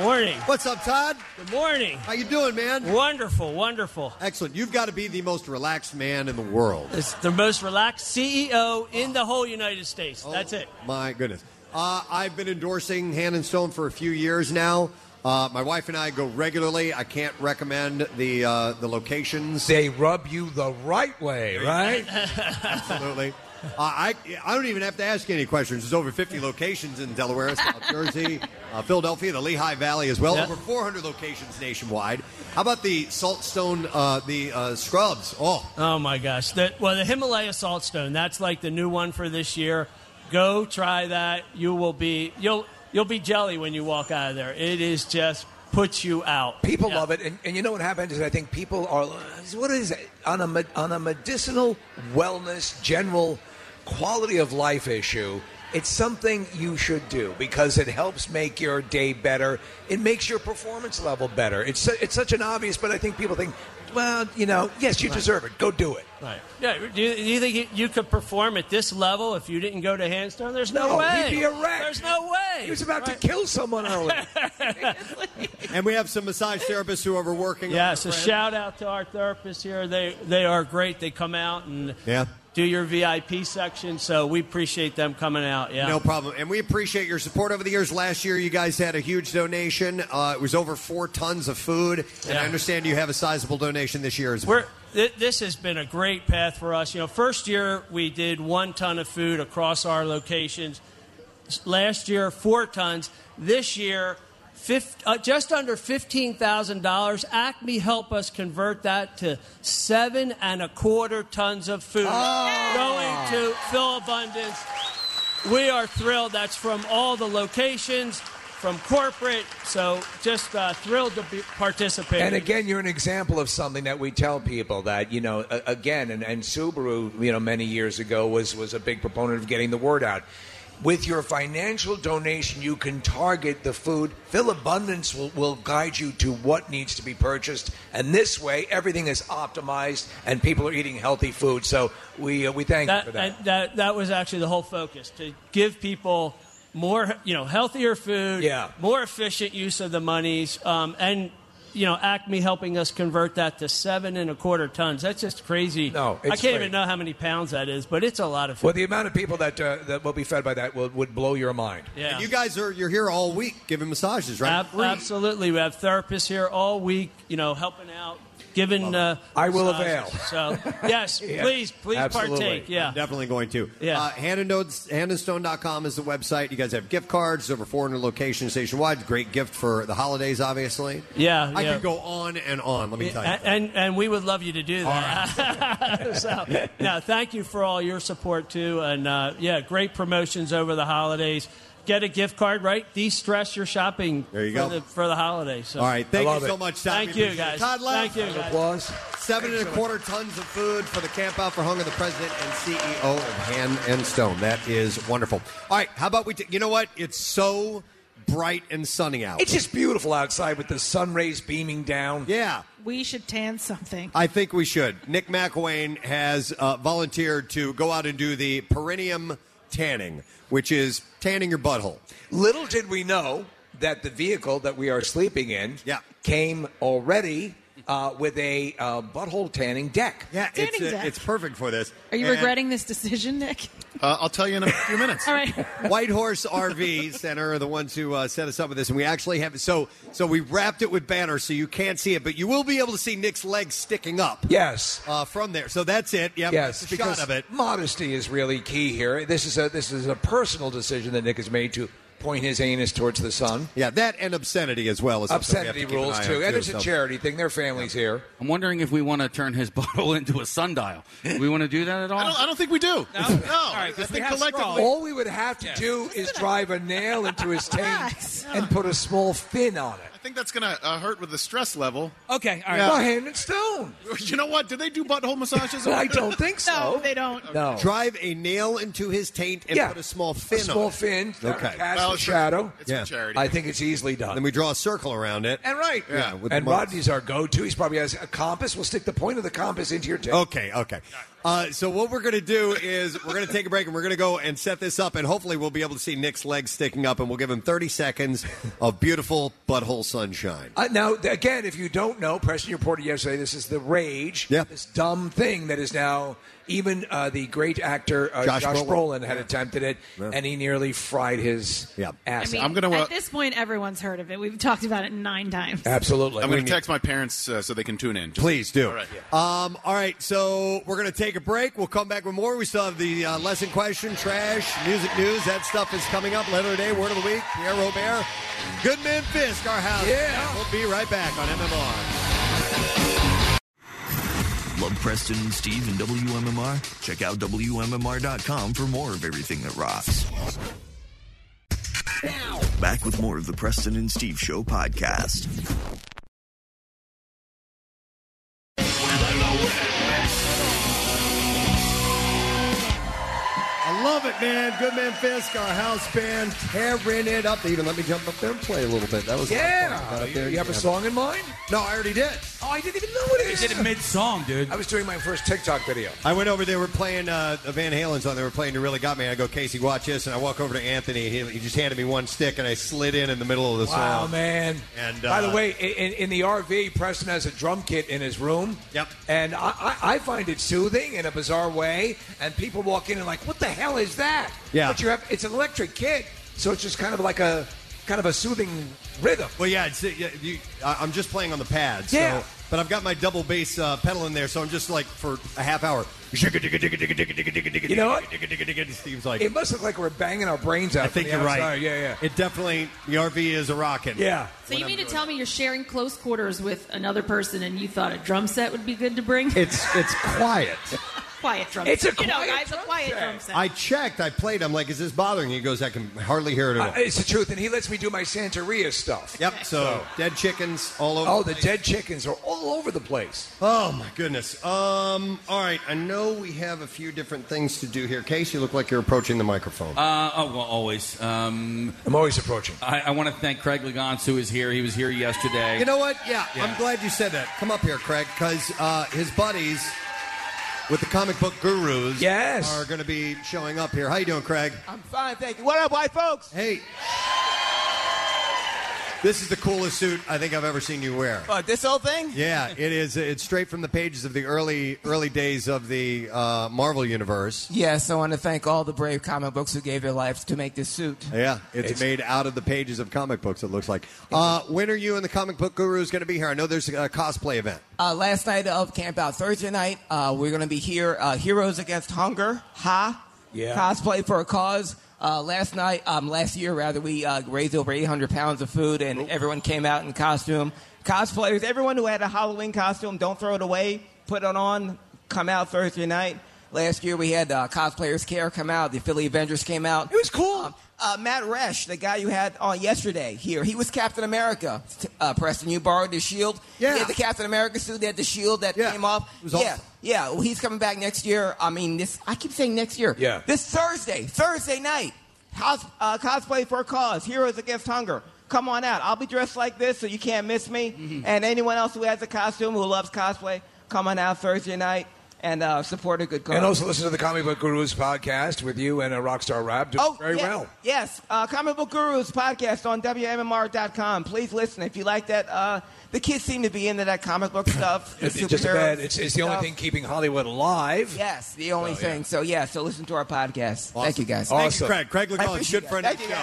Morning.
What's up, Todd?
Good morning. How
you doing, man?
Wonderful, wonderful.
Excellent. You've got to be the most relaxed man in the world.
It's the most relaxed CEO in the whole United States. That's it.
My goodness. Uh, I've been endorsing Hand and Stone for a few years now. Uh, my wife and I go regularly. I can't recommend the uh, the locations.
They rub you the right way,
[LAUGHS]
right?
Absolutely. Uh, I I don't even have to ask any questions. There's over 50 locations in Delaware, South Jersey, uh, Philadelphia, the Lehigh Valley as well.
Yeah.
Over 400 locations nationwide. How about the Saltstone, uh, the uh, Scrubs? Oh,
Oh my gosh. The, well, the Himalaya Saltstone, that's like the new one for this year. Go try that. You will be you'll you'll be jelly when you walk out of there. It is just puts you out.
People love it, and, and you know what happens is I think people are what is it on a med- on a medicinal wellness general quality of life issue. It's something you should do because it helps make your day better. It makes your performance level better. It's su- it's such an obvious, but I think people think, well, you know, yes, you
Right.
deserve it. Go do it.
Right. Yeah. Do you, do you think you, you could perform at this level if you didn't go to handstand? There's no,
No,
way.
he'd be a wreck.
There's no way.
He was about to kill someone
[LAUGHS]
earlier.
And we have some massage therapists who are working. on
yeah.
it,
So
Fran.
shout out to our therapists here. They they are great. They come out and
Yeah.
do your VIP section. So we appreciate them coming out. Yeah.
No problem. And we appreciate your support over the years. Last year, you guys had a huge donation. Uh, it was over four tons of food. And
Yeah.
I understand you have a sizable donation this year as well.
We're, th- this has been a great path for us. You know, first year we did one ton of food across our locations. S- Last year, four tons. This year, fif- uh, just under fifteen thousand dollars. Acme helped us convert that to seven and a quarter tons of food
Oh.
going to Phil Abundance. We are thrilled. That's from all the locations, from corporate. So just uh, thrilled to be participating.
And again, you're an example of something that we tell people that you know. a- Again, and, and Subaru, you know, many years ago was was a big proponent of getting the word out. With your financial donation, you can target the food. Phil Abundance will, will guide you to what needs to be purchased, and this way, everything is optimized, and people are eating healthy food. So we uh, we thank you for that.
And that that was actually the whole focus to give people more, you know, healthier food,
Yeah.
more efficient use of the monies, um, and you know, Acme helping us convert that to seven and a quarter tons. That's just crazy. No, I
it's
can't
great.
even know how many pounds that is, but it's a lot of food.
well, the amount of people that uh, that will be fed by that will, would blow your mind.
Yeah.
And you guys are you're here all week giving massages, right?
Ab- absolutely, we have therapists here all week, you know, helping out, giving. Uh,
I will
massages. So yes,
Yeah,
please, please
absolutely.
partake. Yeah.
I'm definitely going
[LAUGHS]
to.
Yeah.
Uh, Handandnodes- Handandstone.com is the website. You guys have gift cards, over 400 locations nationwide. Great gift for the holidays, obviously.
Yeah,
I
yeah.
could go on and on, let me tell you.
And, and and we would love you to do that. so, [LAUGHS] no, thank you for all your support too, and uh, yeah, great promotions over the holidays. Get a gift card, right? De-stress your shopping there
you
for,
go.
The, for the holidays. So.
All right, thank you so much, Todd.
Thank
We
you,
appreciate
guys.
it. Todd Laff.
Thank you. Guys.
Seven and a quarter tons of food for the Camp Out for Hunger, the president and E CEO of Hand Oh, and Stone. That is wonderful. All right, how about we? T- you know what? It's so bright and sunny out.
It's just beautiful outside with the sun rays beaming down.
Yeah.
We should tan something.
I think we should. Nick McWayne has uh, volunteered to go out and do the perineum tanning, which is tanning your butthole.
Little did we know that the vehicle that we are sleeping in came already uh, with a uh, butthole tanning deck.
Yeah,
Tanning it's, uh, deck. it's
perfect for this.
Are you regretting this decision, Nick?
Uh, I'll tell you in a few minutes.
[LAUGHS] All right.
White Horse RV Center are the ones who uh, set us up with this, and we actually have so so we wrapped it with banners, so you can't see it, but you will be able to see Nick's legs sticking up.
Yes,
uh, from there. So that's it. Yeah,
yes,
that's a
because
shot of it.
modesty is really key here. This is a this is a personal decision that Nick has made to point his anus towards the sun.
Yeah, that and obscenity as well. Is something we have to
obscenity
keep an
rules
eye on,
too, and it's a
so- [LAUGHS]
charity thing. Their families here.
I'm wondering if we want to turn his [LAUGHS] bottle into a sundial. Do we want to do that at all?
I don't, I don't think we do. No, no. I
because we
think
have
collectively.
All we would have to do is drive a nail into his tank and put a small fin on it. Oh,
I think that's going to uh, hurt with the stress level.
Okay,
all right.
Well, hand and stone.
You know what? Do they do butthole
[LAUGHS]
massages?
I don't think so.
No, they don't.
No.
Drive a nail into his taint and
Yeah.
put a small fin
A small
on it.
fin.
Okay.
Cast a shadow.
yeah.
I think it's easily done.
Then we draw a circle around it.
And right.
Yeah. with
and
the marks.
Rodney's our go-to. He's probably has a compass. We'll stick the point of the compass into your tail.
Okay, okay. Uh, so what we're going to do is we're going to take a break and we're going to go and set this up, and hopefully we'll be able to see Nick's legs sticking up, and we'll give him 30 seconds of beautiful butthole sunshine.
Uh, now, th- again, if you don't know, Preston reported yesterday this is the rage,
Yeah.
this dumb thing that is now even uh, the great actor uh,
Josh
Josh,
Brolin.
Brolin. had attempted it, and he nearly fried his
I
ass.
mean,
out.
at this point, everyone's heard of it. We've talked about it nine times.
Absolutely.
I'm going
We
to
need-
text my parents uh, so they can tune in.
Please do.
All right.
Um, all right, so we're going to take a break. We'll come back with more. We still have the uh, lesson question, trash, music news. That stuff is coming up later today. Word of the week, Pierre Robert, Goodman Fisk, our house. Yeah. We'll be right back on MMR.
Love Preston and Steve and WMMR? Check out WMMR.com for more of everything that rocks. Back with more of the Preston and Steve Show podcast.
I love Love it, man. Goodman Fisk, our house band, tearing it up. They even let me jump up there and play a little bit. That was a lot of fun.
Yeah.
Got up
You-
there and
you have a
jammed.
song in mind?
No, I already did.
Oh, I didn't even know what it is.
You did it
mid-song, dude. I was doing my first TikTok video.
I went over. They were playing uh, a Van Halen song. They were playing "You Really Got Me." And I go, Casey, watch this. And I walk over to Anthony. He, he just handed me one stick, and I slid in in the middle of the
Wow,
song.
man!
And
By the
uh,
way, i- in, in the RV, Preston has a drum kit in his room. Yep. And I, I, I find it soothing in a bizarre way. And people walk in and like, "What the hell is that?"
Yeah.
But you have it's an electric kit, so it's just kind of like a kind of a soothing rhythm.
Well, yeah, it's, yeah you, I- I'm just playing on the pad.
Yeah.
So, but I've got my double bass uh, pedal in there, so I'm just like for a half hour. You
You know what?
Steve's like,
it must look like we're banging our brains out.
I think
from
you're
the outside.
right.
Yeah, yeah.
It definitely the RV is a rockin'.
Yeah.
So you mean to tell me you're sharing close quarters with another person and you thought a drum set would be good to bring?
It's [LAUGHS]
[LAUGHS]
it's quiet.
quiet drum
It's
set.
a
you know,
quiet
guys, a quiet drum set.
I checked. I played. I'm like, is this bothering you? He goes, I can hardly hear it
Uh,
at all.
it's the truth, and he lets me do my Santeria stuff.
Yep. So dead chickens all over.
Oh,
the
the
place.
dead chickens are all over the place.
Oh my goodness. Um. All right. I know we have a few different things to do here. Case, you look like you're approaching the microphone.
Uh, oh, well, always. Um,
I'm always approaching.
I, I want to thank Craig Legance, who is here. He was here yesterday.
You know what? Yeah,
Yeah.
I'm glad you said that. Come up here, Craig, because uh, his buddies with the comic book gurus
Yes.
are going to be showing up here. How you doing, Craig?
I'm fine, thank you. What up, white folks?
Hey. This is the coolest suit I think I've ever seen you wear.
Uh, this whole thing?
Yeah, it is. It's straight from the pages of the early early days of the uh, Marvel universe.
Yes, I want to thank all the brave comic books who gave their lives to make this suit.
Yeah, it's, made out of the pages of comic books. It looks like. Uh, when are you and the comic book gurus going to be here? I know there's a cosplay event.
Uh, last night of Camp Out, Thursday night, uh, we're going to be here. Uh, Heroes Against Hunger, ha!
Yeah.
Cosplay for a cause. Uh, last night, um, last year rather, we uh, raised over 800 pounds of food, and everyone came out in costume. Cosplayers, everyone who had a Halloween costume, don't throw it away. Put it on. Come out Thursday night. Last year we had uh, cosplayers care come out. The Philly Avengers came out. It was cool. Um, uh, Matt Resch, the guy you had on yesterday here, he was Captain America. T- Uh, Preston, you borrowed his shield.
Yeah.
He had the Captain America suit. He had the shield that came off.
was
yeah.
awesome.
Yeah, well, he's coming back next year. I mean, this. I keep saying next year.
Yeah.
This Thursday, Thursday night, cos, uh, cosplay for a cause, Heroes Against Hunger. Come on out. I'll be dressed like this, so you can't miss me.
Mm-hmm.
And anyone else who has a costume who loves cosplay, come on out Thursday night and uh, support a good cause.
And also listen to the Comic Book Gurus podcast with you and a Rockstar Rap doing very
Oh, yeah,
well.
Yes, uh, Comic Book Gurus podcast on WMMR.com. Please listen if you like that. Uh, the kids seem to be into that
[LAUGHS]
comic book stuff. the
It's just
superhero
bad. It's, it's the only
stuff.
thing keeping Hollywood alive.
Yes, the only
So, yeah.
thing. So yeah, so listen to our podcast. Thank you guys.
Thank you, Craig. Craig
I
Lacan,
appreciate
good
that.
friend of
Thank
the
you,
show.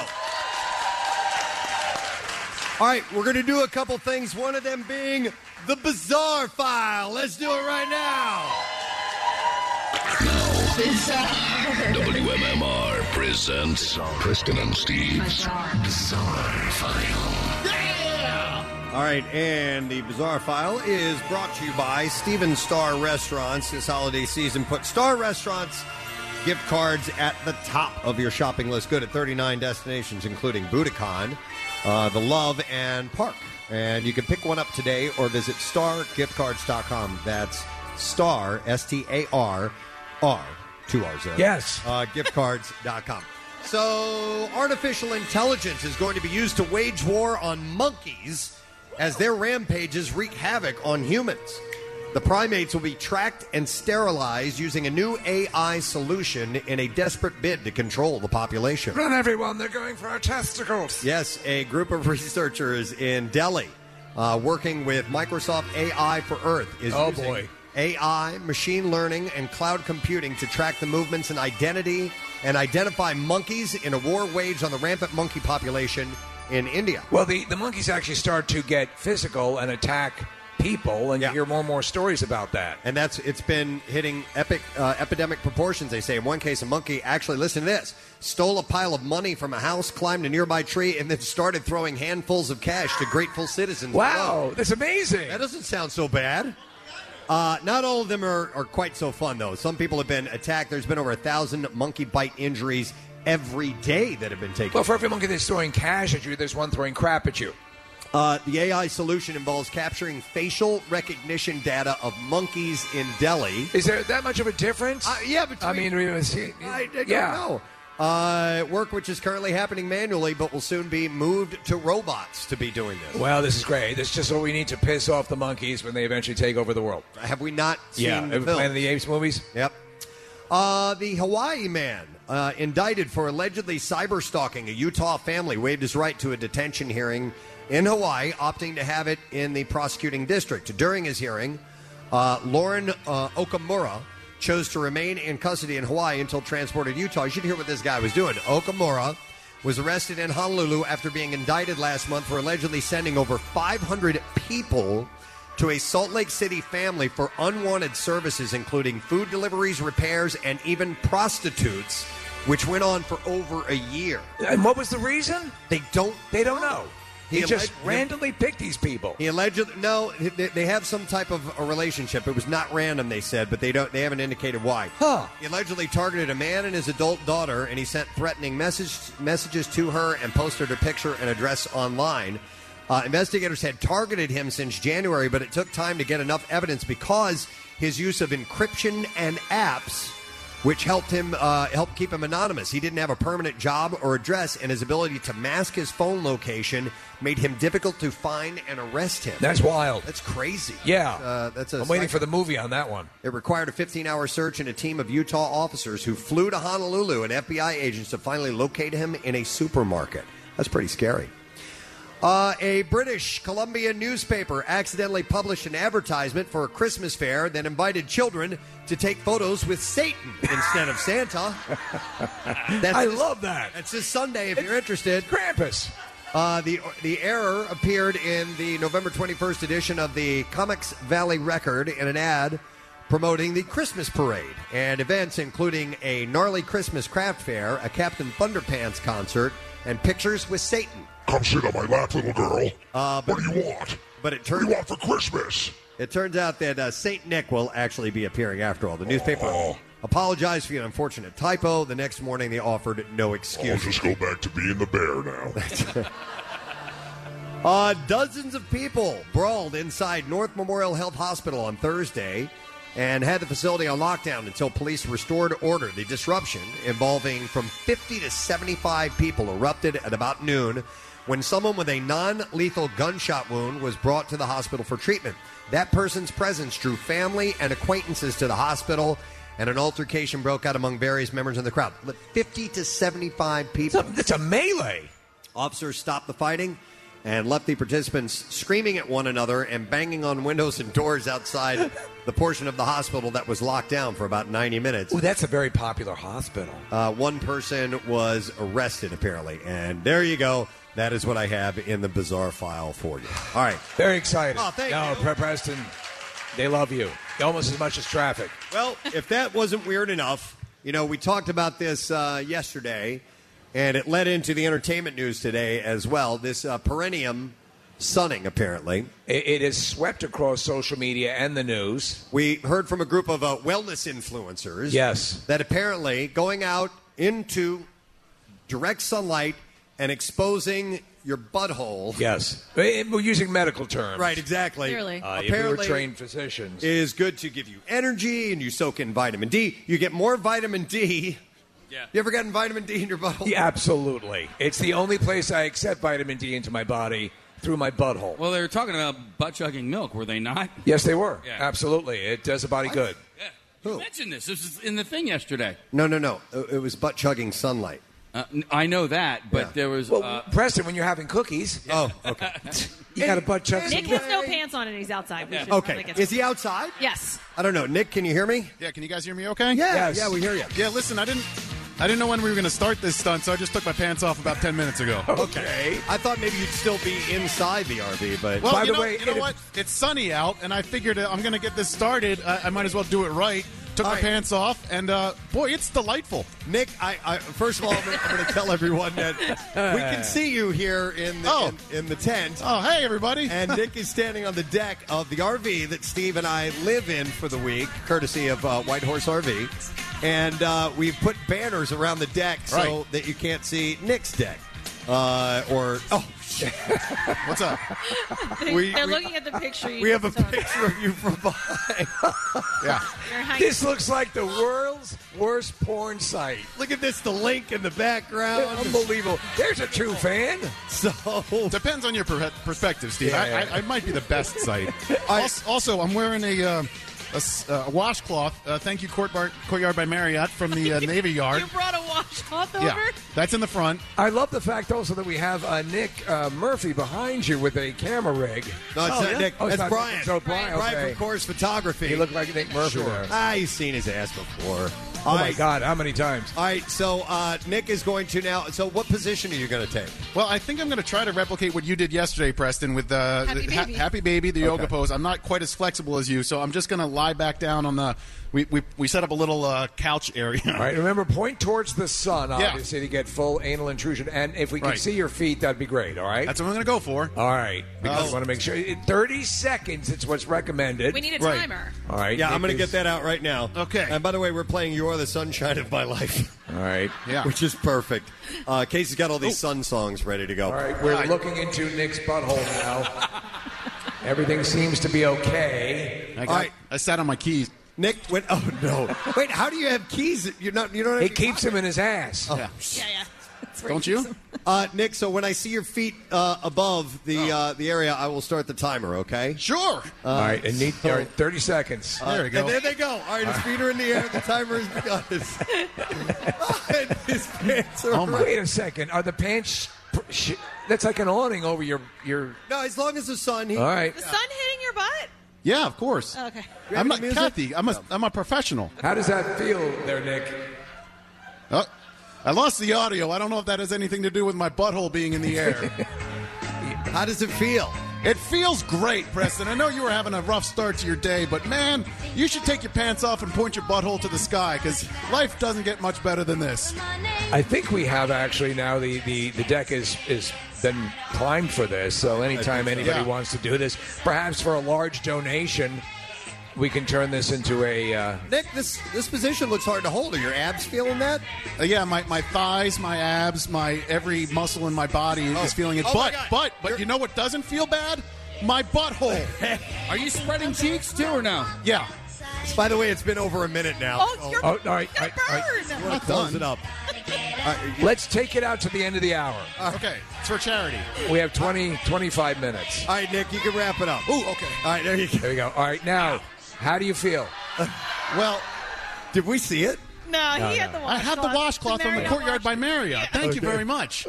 guys.
All right, we're going to do a couple things. One of them being the bizarre file. Let's do it right now.
uh, WMMR presents Preston and Steve's Bizarre File.
All right, and the bizarre file is brought to you by Steven Star Restaurants. This holiday season, put Star Restaurants gift cards at the top of your shopping list. Good at 39 destinations, including Budokan, uh, The Love, and Park. And you can pick one up today or visit stargiftcards.com. That's star, S T A R R, two R's there. Yes. Uh, giftcards.com. So, artificial intelligence is going to be used to wage war on monkeys as their rampages wreak havoc on humans. The primates will be tracked and sterilized using a new AI solution in a desperate bid to control the population.
Run, everyone! They're going for our testicles.
Yes, a group of [LAUGHS] researchers in Delhi uh, working with Microsoft AI for Earth is
Oh,
using
boy.
AI, machine learning, and cloud computing to track the movements and identity and identify monkeys in a war waged on the rampant monkey population in India.
Well, the, the monkeys actually start to get physical and attack people, and you hear more and more stories about that.
And that's it's been hitting epic uh, epidemic proportions. They say in one case, a monkey actually listen to this stole a pile of money from a house, climbed a nearby tree, and then started throwing handfuls of cash to grateful citizens.
Wow,
below.
that's amazing.
That doesn't sound so bad. Uh, not all of them are, are quite so fun though. Some people have been attacked. There's been over a thousand monkey bite injuries every day that have been taken.
Well, for every monkey that's throwing cash at you, there's one throwing crap at you.
Uh, the AI solution involves capturing facial recognition data of monkeys in Delhi.
Is there that much of a difference?
Uh, yeah, between,
I mean, we was-
I, I don't
yeah.
know. Uh, work which is currently happening manually, but will soon be moved to robots to be doing this.
Well, this is great. This is just what we need to piss off the monkeys when they eventually take over the world.
Have we not seen
yeah,
the
Planet
film?
of the Apes movies?
Yep. Uh, the Hawaii man uh, indicted for allegedly cyber stalking a Utah family waived his right to a detention hearing in Hawaii, opting to have it in the prosecuting district. During his hearing, uh, Lauren uh, Okamura chose to remain in custody in Hawaii until transported to Utah. You should hear what this guy was doing. Okamura was arrested in Honolulu after being indicted last month for allegedly sending over 500 people to a Salt Lake City family for unwanted services, including food deliveries, repairs, and even prostitutes, which went on for over a year.
And what was the reason?
They don't.
They don't know. He,
He
just
alleged-
randomly picked these people.
He allegedly no, they, they have some type of a relationship. It was not random, they said, but they don't. They haven't indicated why. Huh. He allegedly targeted a man and his adult daughter, and he sent threatening message, messages to her and posted her picture and address online. Uh, investigators had targeted him since January, but it took time to get enough evidence because his use of encryption and apps which helped him uh, help keep him anonymous. He didn't have a permanent job or address, and his ability to mask his phone location made him difficult to find and arrest him.
That's wild.
That's crazy.
Yeah.
uh, that's. A
I'm waiting for the movie on that one.
It required a 15-hour search and a team of Utah officers who flew to Honolulu and FBI agents to finally locate him in a supermarket. That's pretty scary. Uh, a British Columbia newspaper accidentally published an advertisement for a Christmas fair that invited children to take photos with Satan instead of Santa.
I
this-
love that.
That's this Sunday if you're interested. Krampus. Uh, the the error appeared in the November 21st edition of the Comics Valley Record in an ad promoting the Christmas parade and events including a gnarly Christmas craft fair, a Captain Thunderpants concert, and pictures with Satan.
Come sit on my lap, little girl.
Uh, but,
What do you want?
But
What do
it turns
you want for Christmas?
it turns out that uh, Saint Nick will actually be appearing after all. The newspaper apologized for the unfortunate typo. The next morning, they offered no
I'll
excuse.
just go back to being the bear now.
Uh, dozens of people brawled inside North Memorial Health Hospital on Thursday and had the facility on lockdown until police restored order. The disruption, involving from 50 to 75 people, erupted at about noon when someone with a non lethal gunshot wound was brought to the hospital for treatment. That person's presence drew family and acquaintances to the hospital. And an altercation broke out among various members in the crowd. 50 to 75 people.
That's a melee.
Officers stopped the fighting and left the participants screaming at one another and banging on windows and doors
[LAUGHS]
outside the portion of the hospital that was locked down for about 90 minutes.
Oh, that's a very popular hospital.
Uh, one person was arrested, apparently. And there you go. That is what I have in the bizarre file for you. All right.
Very excited.
Oh, thank
no, Pre- Preston, they love you almost as much as traffic.
Well, if that wasn't weird enough, you know, we talked about this uh, yesterday, and it led into the entertainment news today as well. This uh, perennium sunning, apparently.
It, it is swept across social media and the news.
We heard from a group of uh, wellness influencers.
Yes.
That apparently going out into direct sunlight and exposing your butthole.
Yes. Eh, We're using medical terms.
Right, exactly.
Clearly. Uh, if we were
apparently,
trained physicians.
is good to give you energy and you soak in vitamin D. You get more vitamin D.
Yeah.
You ever gotten vitamin D in your butthole?
Yeah, absolutely. It's the only place I accept vitamin D into my body through my butthole.
Well, they were talking about butt chugging milk, were they not?
Yes, they were.
Yeah.
Absolutely. It does a body good.
You mentioned this. This was in the thing yesterday.
No, no, no. Uh, It- It was butt chugging sunlight.
Uh, n- I know that, but
Yeah.
there was.
Well,
uh,
Preston, when you're having cookies.
Oh, okay.
You got
[LAUGHS]
a butt chuck.
Nick has no pants on and he's outside. We should probably
Okay.
get
Is
some-
he outside?
Yes.
I don't know. Nick, can you hear me?
[LAUGHS] Yeah, can you guys hear me okay?
Yeah, Yes. yeah, we hear you.
Yeah, listen, I didn't I didn't know when we were going to start this stunt, so I just took my pants off about 10 minutes ago.
Okay. I thought maybe you'd still be inside the RV, E but
Well, you know, you know what? It's sunny out, and I figured uh, I'm going to get this started. I, I might as well do it right. Took
All
my
right.
pants off, and uh, boy, it's delightful.
Nick, I, I first of all, I'm going to tell everyone that we can see you here in the,
Oh.
in, in the tent.
Oh, hey, everybody.
[LAUGHS] And Nick is standing on the deck of the RV that Steve and I live in for the week, courtesy of uh, White Horse RV. And uh, we've put banners around the deck so
Right.
that you can't see Nick's deck. Uh, or, oh,
What's up?
They,
We-
are
we-
looking at the picture. you
we have a
just saw.
picture of you from
[LAUGHS]
behind. yeah.
You're hiding.
This looks like the world's worst porn site.
Look at this, the link in the
[LAUGHS]
background.
Unbelievable. There's a true fan.
So
[LAUGHS] depends on your per- perspective, Steve.
Yeah,
I,
yeah.
I, I might be the best [LAUGHS] site. also, also, I'm wearing a. Uh, a s- uh, a washcloth. Uh, thank you, Court Bar- Courtyard by Marriott from the uh, Navy Yard.
You brought a washcloth over?
Yeah, that's in the front.
I love the fact also that we have uh, Nick uh, Murphy behind you with a camera rig.
No, it's not Nick.
Oh,
it's
not Nick.
Brian.
It's O'Brien.
Brian
okay.
from Course Photography.
He looked like Nick Murphy
Sure.
there.
Ah, you've seen his ass before.
Oh, my God. How many times?
All right, so uh, Nick is going to now. So, what position are you going to take?
Well, I think I'm going to try to replicate what you did yesterday, Preston, with uh,
Happy
the ha-
Baby.
happy baby, the yoga
Okay.
pose. I'm not quite as flexible as you, so I'm just going to lie back down on the. We, we, we set up a little uh, couch area.
All right, remember, point towards the sun,
Yeah.
obviously, to get full anal intrusion. And if we can
Right.
see your feet, that'd be great, all right?
That's what I'm going to go for.
All right, because
Oh.
we want to make sure. in 30 seconds, it's what's recommended.
We need a timer.
All right.
Yeah,
Nick
I'm going to get
is-
that out right now. Okay. And by the way, we're playing You're the Sunshine of My Life.
All right.
Yeah.
Which is perfect. Uh, Casey's got all these sun songs ready to go.
All right, we're looking into Nick's butthole now. Everything seems to be okay.
I, got, I sat on my keys.
Nick went. Oh no! Wait, how do you
[LAUGHS]
have keys? You're not. You don't. Have
He keeps them in his ass.
Yeah.
Yeah, yeah. That's where keeps them.
[LAUGHS] uh, Nick? So when I see your feet uh, above the uh, the area, I will start the timer. Okay.
Sure.
all right, and need, all right, 30 seconds.
Uh, And there they go. All right, his feet are in the air. The timer has begun.
[LAUGHS]
And his pants are
Oh my.
red.
Wait a second. Are the pants? Sh- that's like an awning over your your.
No, as long as the sun. He,
All right.
The sun hitting your butt?
Yeah, of course.
Okay.
I'm not Kathy. I'm a, I'm a professional.
How does that feel there, Nick?
Uh, I lost the audio. I don't know if that has anything to do with my butthole being in the
[LAUGHS]
air.
How does it feel?
It feels great, Preston. I know you were having a rough start to your day, but man, you should take your pants off and point your butthole to the sky because life doesn't get much better than this.
I think we have actually now the, the, the deck is is been primed for this. So anytime
I think so.
anybody
Yeah.
wants to do this, perhaps for a large donation, we can turn this into a. Uh,
Nick, this this position looks hard to hold. Are your abs feeling that?
Uh, yeah, my, my thighs, my abs, my every muscle in my body is feeling it.
Oh, my
but
God.
but but you know what doesn't feel bad? My
[LAUGHS]
butthole.
Are you spreading cheeks too or no?
yeah.
By the way, it's been over a minute
[LAUGHS]
now.
Oh, you're,
oh, all right,
you're
all right, all right.
burned.
We're gonna close it up.
[LAUGHS] Let's take it out to the end of the hour.
Uh.
Okay, it's for charity.
We have 20, 25 minutes.
All right, Nick, you can wrap it up.
Ooh, okay.
All right, there you go.
There we go. All right, now, how do
[LAUGHS]
you feel?
Well,
Did we see it?
No,
No,
he had
no.
the washcloth.
I had the washcloth from the
Marriott
courtyard by
washcloth.
Marriott. Thank you very much.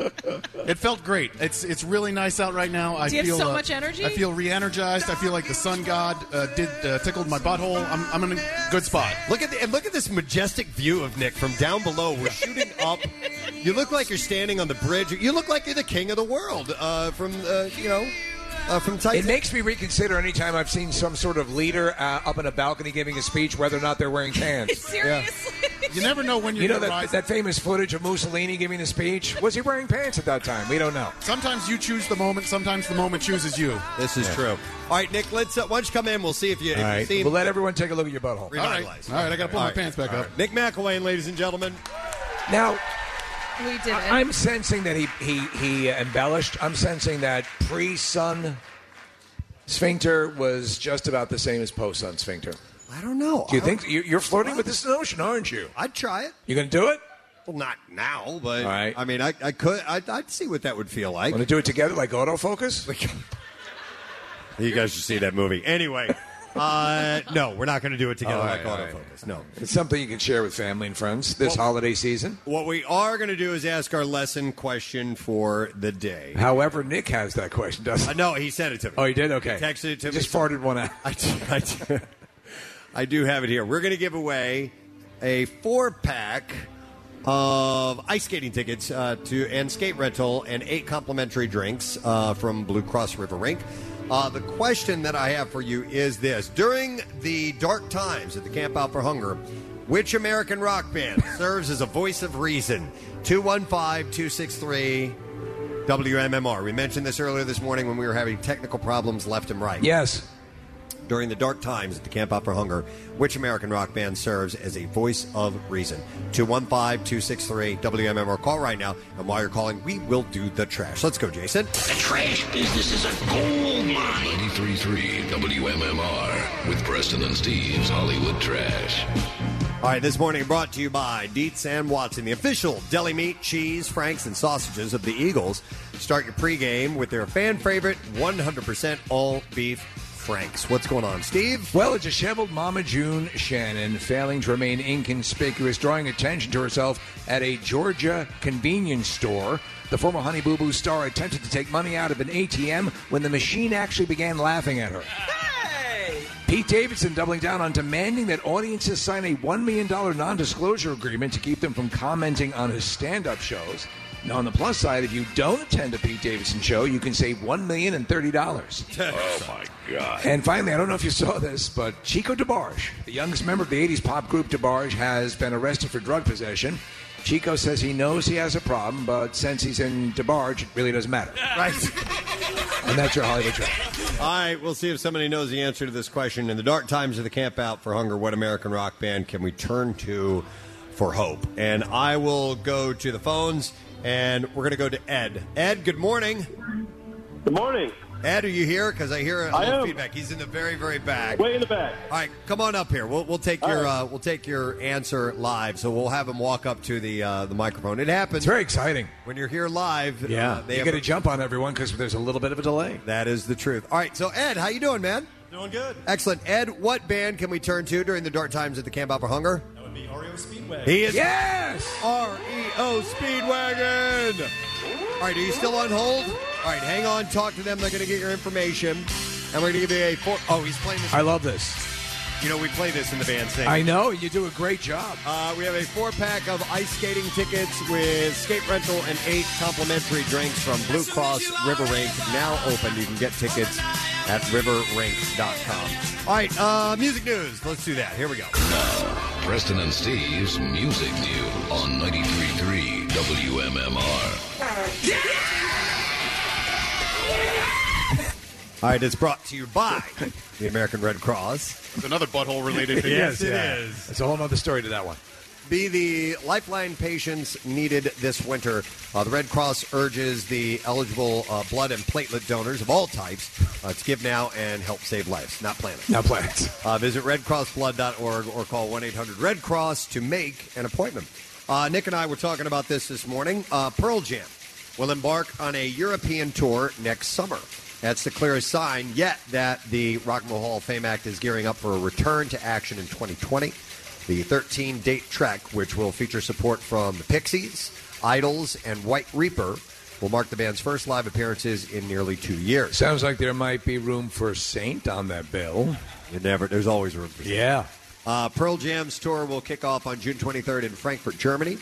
It felt great. It's it's really nice out right now. I
Do you have
feel uh,
so much energy?
I feel re-energized. I feel like the sun god uh, did uh, tickled my butthole. I'm, I'm in a good spot.
Look at the, and look at this majestic view of Nick from down below. We're shooting up. You look like you're standing on the bridge. You look like you're the king of the world uh, from uh, you know uh, from
It
Titan.
makes me reconsider any time I've seen some sort of leader uh, up in a balcony giving a speech, whether or not they're wearing
[LAUGHS]
pants.
Seriously?
You never know when you're
You know
gonna
that,
rise.
that famous footage of Mussolini giving a speech? Was he wearing pants at that time? We don't know.
Sometimes you choose the moment. Sometimes the moment chooses you.
this is true. All right, Nick. Let's uh, why don't you come in? We'll see if you. If
All
you've
right.
seen
We'll let everyone take a look at your butthole.
All right,
revitalized.
all right. I gotta pull my pants back up.
Nick McElwain, ladies and gentlemen.
Now,
We did it.
I- I'm sensing that he, he, he embellished. I'm sensing that pre sun sphincter was just about the same as post sun sphincter.
I don't know.
Do you think you- you're flirting with this notion, aren't you?
I'd try it?
You going to do it?
Well, not now, but
All right.
I mean, I, I could. I'd, I'd see what that would feel like.
Want to do it together like autofocus?
[LAUGHS] You guys should see that movie.
[LAUGHS]
Anyway, uh, no, we're not going to do it together
All
like
right, all right.
autofocus. No.
It's something you can share with family and friends this holiday season.
What we are going to do is ask our lesson question for the day.
However, Nick has that question, doesn't
Uh,
he?
no, he said it to me.
Oh, he did? Okay.
He texted it to me.
Just farted one out.
I do, I do- [LAUGHS] I do have it here. We're going to give away a four pack of ice skating tickets uh, to and skate rental and eight complimentary drinks uh, from Blue Cross River Rink. Uh, the question that I have for you is this: During the dark times at the Camp Out for Hunger, which American rock band [LAUGHS] serves as a voice of reason? 215 263 WMMR. We mentioned this earlier this morning when we were having technical problems left and right.
Yes.
during the dark times at the Camp Out for Hunger, which American rock band serves as a voice of reason? 215 263 WMMR. Call right now, and while you're calling, we will do the trash. Let's go, Jason.
The trash business is a gold mine. 93.3 WMMR with Preston and Steve's Hollywood Trash.
All right, this morning brought to you by Dietz and Watson, the official deli meat, cheese, franks, and sausages of the Eagles. Start your pregame with their fan favorite 100% all beef franks. What's going on, Steve?
Well, a disheveled Mama June Shannon failing to remain inconspicuous, drawing attention to herself at a Georgia convenience store. The former Honey Boo Boo star attempted to take money out of an ATM when the machine actually began laughing at her. Pete Davidson doubling down on demanding that audiences sign a $1 million non disclosure agreement to keep them from commenting on his stand up shows. Now, on the plus side, if you don't attend a Pete Davidson show, you can save $1,030.
oh my God.
[LAUGHS] And finally, I don't know if you saw this, but Chico DeBarge, the youngest member of the 80s pop group DeBarge, has been arrested for drug possession. Chico says he knows he has a problem, but since he's in DeBarge, it really
[LAUGHS]
doesn't matter. Right. and that's your Hollywood track.
All right, we'll see if somebody knows the answer to this question. In the dark times of the Camp Out for Hunger, what American rock band can we turn to for hope? And I will go to the phones, and we're going to go to Ed. Ed, good morning.
Good morning.
Ed, are you here? Because I hear a
I
little
am.
feedback. He's in the very, very back.
Way in the back.
All right, come on up here. We'll, we'll take your
All right.
uh, we'll take your answer live. So we'll have him walk up to the uh, the microphone. It happens. It's
very exciting
when you're here live.
Yeah,
uh,
they you got to jump on everyone because there's a little bit of a delay.
That is the truth. All right, so Ed, how you doing, man?
Doing good.
Excellent. Ed, what band can we turn to during the dark times at the Camp Out for Hunger?
That would be Oreo Speedway.
He is
Yes!
REO Speedwagon. All right, are you still on hold? All right, hang on. Talk to them. They're going to get your information, and we're going to give you a four oh he's playing this.
I love this.
You know, we play this in the band thing.
I know you do a great job.
Uh, we have a four pack of ice skating tickets with skate rental and eight complimentary drinks from Blue Cross River Rink. Now open. You can get tickets at riverrink.com. All right, uh, music news. Let's do that. Here we go.
Preston and Steve's Music News on 93.3 WMMR.
All right, it's brought to you by the American Red Cross.
It's another butthole related.
[LAUGHS] Yes, it
yeah.
is.
It's a whole other story to that one.
Be the lifeline patients needed this winter. Uh, the Red Cross urges the eligible uh, blood and platelet donors of all types uh, to give now and help save lives, not planets.
Not planets.
[LAUGHS] Uh, visit redcrossblood.org or call 1 800 Red Cross to make an appointment. Uh, Nick and I were talking about this this morning. Uh, Pearl Jam will embark on a European tour next summer. That's the clearest sign yet that the Rock and Roll Hall of Fame Act is gearing up for a return to action in 2020. The 13 date trek, which will feature support from the Pixies, Idols, and White Reaper, will mark the band's first live appearances in nearly two years.
Sounds like there might be room for Saint on that bill.
You never. There's always room for.
Yeah.
Uh, Pearl Jam's tour will kick off on June 23rd in Frankfurt, Germany.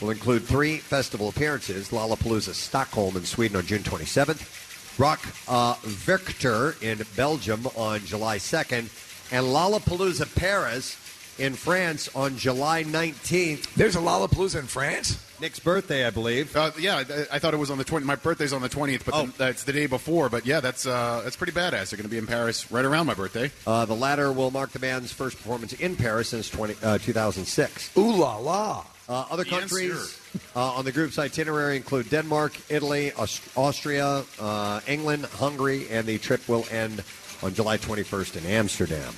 Will include three festival appearances: Lollapalooza, Stockholm, and Sweden on June 27th. Rock uh, Victor in Belgium on July 2nd, and Lollapalooza Paris in France on July 19th.
There's a Lollapalooza in France.
Nick's birthday, I believe. Oh.
Uh, yeah, I, I thought it was on the 20th. My birthday's on the 20th, but the- that's the day before. But yeah, that's uh, that's pretty badass. They're going to be in Paris right around my birthday.
Uh, the latter will mark the band's first performance in Paris since 20, uh, 2006.
Ooh la la!
Uh, other
Yes,
countries uh, on the group's itinerary include Denmark, Italy, Aus- Austria, uh, England, Hungary, and the trip will end on July 21st in Amsterdam.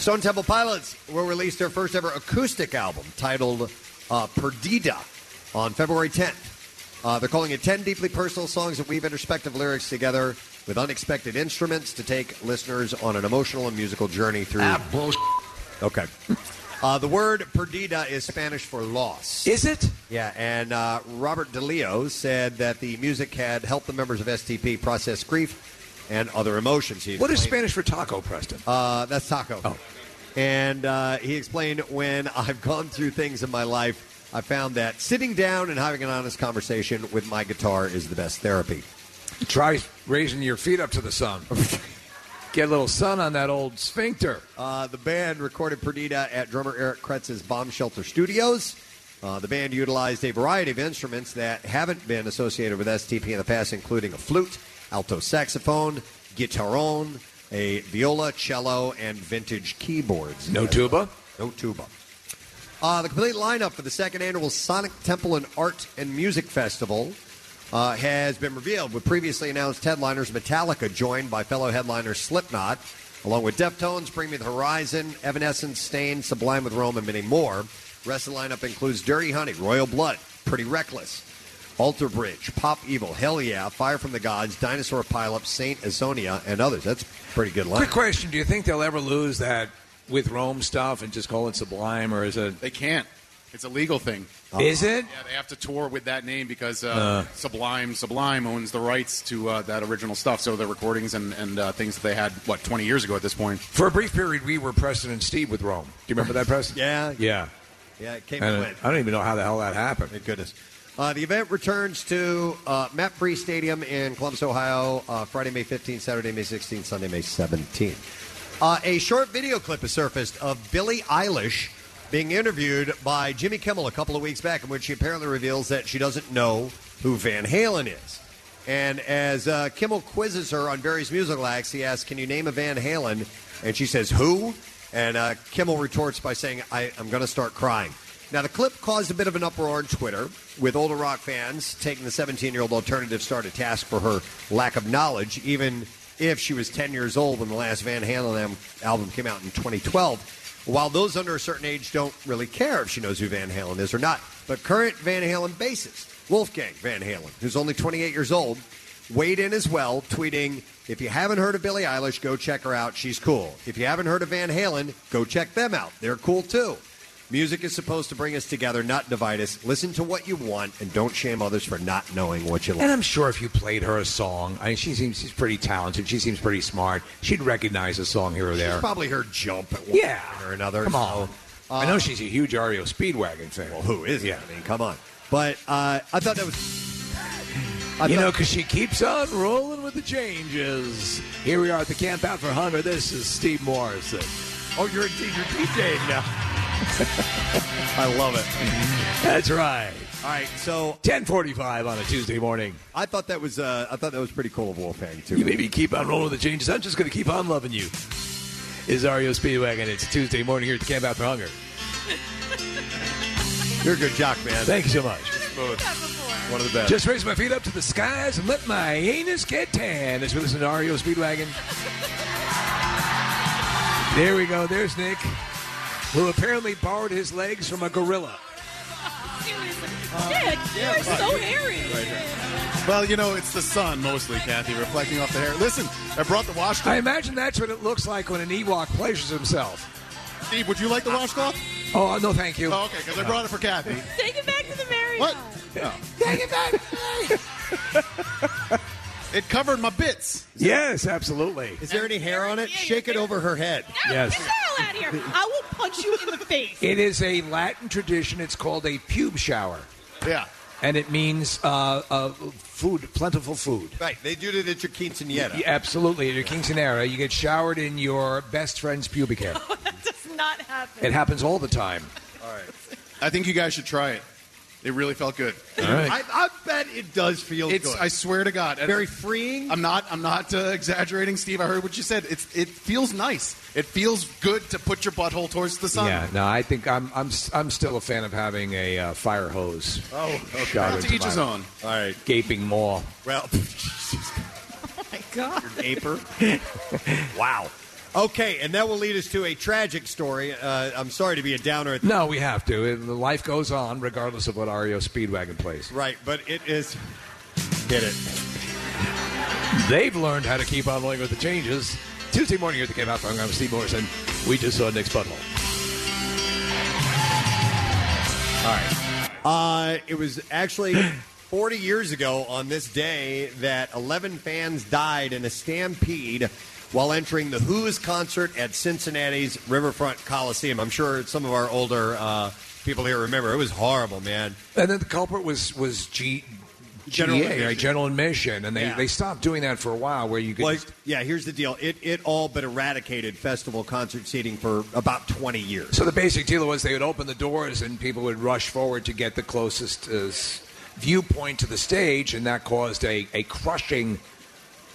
Stone Temple Pilots will release their first ever acoustic album titled uh, Perdida on February 10th. Uh, they're calling it 10 deeply personal songs that weave introspective lyrics together with unexpected instruments to take listeners on an emotional and musical journey through.
Ah,
Okay. Uh, the word perdida is Spanish for loss.
Is it?
Yeah, and uh, Robert DeLeo said that the music had helped the members of STP process grief and other emotions. He
What is
explained-
Spanish for taco, Preston?
Uh, that's taco. Oh. And uh, he explained when [LAUGHS] I've gone through things in my life, I found that sitting down and having an honest conversation with my guitar is the best therapy.
Try raising your feet up to the sun. Get a little sun on that old sphincter.
Uh, the band recorded Perdita at drummer Eric Kretz's Bomb Shelter Studios. Uh, the band utilized a variety of instruments that haven't been associated with STP in the past, including a flute, alto saxophone, guitaron, a viola, cello, and vintage keyboards.
No tuba?
No tuba. Uh, the complete lineup for the second annual Sonic Temple and Art and Music Festival uh, has been revealed with previously announced headliners Metallica joined by fellow headliner Slipknot, along with Deftones, Bring Me the Horizon, Evanescence, Stain, Sublime with Rome, and many more. Rest of the lineup includes Dirty Honey, Royal Blood, Pretty Reckless, Alter Bridge, Pop Evil, Hell Yeah, Fire from the Gods, Dinosaur Pileup, Saint Asonia, and others. That's a pretty good lineup.
Quick question: Do you think they'll ever lose that with Rome stuff and just call it Sublime, or is it?
They can't. It's a legal thing.
Oh. Is it?
Yeah, they have to tour with that name because uh,
Uh.
Sublime Sublime owns the rights to uh, that original stuff. So the recordings and, and uh, things that they had what twenty years ago at this point.
For a brief period, we were Preston and Steve with Rome. Do you remember that, Preston?
yeah,
yeah,
yeah. It came
And
and went.
I don't even know how the hell that happened. Thank
goodness. Uh, the event returns to uh, Matt Free Stadium in Columbus, Ohio, uh, Friday, May 15th, Saturday, May 16th, Sunday, May 17th. Uh, a short video clip has surfaced of Billie Eilish being interviewed by Jimmy Kimmel a couple of weeks back, in which she apparently reveals that she doesn't know who Van Halen is. And as uh, Kimmel quizzes her on various musical acts, he asks, Can you name a Van Halen? And she says, Who? And uh, Kimmel retorts by saying, I, I'm going to start crying. Now, the clip caused a bit of an uproar on Twitter, with older rock fans taking the 17 year old alternative star to task for her lack of knowledge, even if she was 10 years old when the last Van Halen am- album came out in 2012. While those under a certain age don't really care if she knows who Van Halen is or not. But current Van Halen bassist, Wolfgang Van Halen, who's only 28 years old, weighed in as well, tweeting, If you haven't heard of Billie Eilish, go check her out. She's cool. If you haven't heard of Van Halen, go check them out. They're cool too. Music is supposed to bring us together, not divide us. Listen to what you want and don't shame others for not knowing what you like.
And I'm sure if you played her a song, I mean, she seems she's pretty talented. She seems pretty smart. She'd recognize a song here or there.
She's probably heard jump at one
Yeah.
point or another.
Come on. I know
uh,
she's a huge REO Speedwagon fan. Well,
who is?
Yeah.
I mean, come on. But uh, I thought that was.
you
thought-
know, because she keeps on rolling with the changes. Here we are at the Camp Out for Hunger. This is Steve Morrison.
Oh, you're a DJ, DJ now. I love it.
That's right.
All right, so
10:45 on a Tuesday morning.
I thought that was uh, I thought that was pretty cool of Wolfgang too.
You maybe keep on rolling with the changes. I'm just going to keep on loving you. Is REO Speedwagon? It's Tuesday morning here at the Camp Out for Hunger.
[LAUGHS] You're a good jock, man.
Thank you so much.
One of the best.
Just raise my feet up to the skies and let my anus get tan as we listen to REO Speedwagon. There we go. There's Nick, who apparently borrowed his legs from a gorilla.
Dick,
Uh,
you are so hairy.
Well, you know, it's the sun mostly, Kathy, reflecting off the hair. Listen, I brought the washcloth.
I imagine that's what it looks like when an Ewok pleasures himself.
Steve, would you like the washcloth?
Oh, no, thank you.
Oh, okay, because I brought it for Kathy.
Take it back to the marriage. What?
Take it back.
It covered my bits.
Yes, absolutely.
Is there any hair on it? Shake it over her head.
Yes.
Get the hell out of here. I will punch you in the face.
It
[LAUGHS]
is a Latin tradition. It's called a pube shower.
Yeah.
And it means uh, uh, food, plentiful food.
Right, they do it at your quinceanera.
Yeah, absolutely. At your quinceanera, you get showered in your best friend's pubic hair.
Does not happen.
it happens all the time.
All right. I think you guys should try it. It really felt good.
All right.
I, I bet it does feel
it's,
good.
I swear to God, and
Very freeing.
I'm not. I'm not uh, exaggerating, Steve. I heard what you said. It's. It feels nice. It feels good to put your butthole towards the sun.
Yeah, no, I think I'm I'm s- I'm still a fan of having a uh, fire hose.
Oh, okay.
shot
To
into
each
my
his own.
All right,
gaping maw.
Well, [LAUGHS]
Oh my God.
[LAUGHS]
Aper. wow. Okay, and that will lead us to a tragic story. Uh, I'm sorry to be a downer at the
No, we have to. It- the life goes on, regardless of what REO Speedwagon plays.
right, but it is. Get it.
They've learned how to keep on rolling with the changes. Tuesday morning here at the Game Out Program, I'm Steve Morrison. We just saw Nick's butthole.
All right. Uh, it was actually 40 years ago on this day that 11 fans died in a stampede while entering the Who's concert at Cincinnati's Riverfront Coliseum. I'm sure some of our older uh, people here remember. It was horrible, man.
And then the culprit was was G.
General
GA,
admission.
right? General admission, and they,
Yeah.
they stopped doing that for a while, where you could
Well,
just-
yeah, here's the deal. It, it all but eradicated festival concert seating for about 20 years.
So the basic deal was they would open the doors and people would rush forward to get the closest uh, s- viewpoint to the stage, and that caused a, a crushing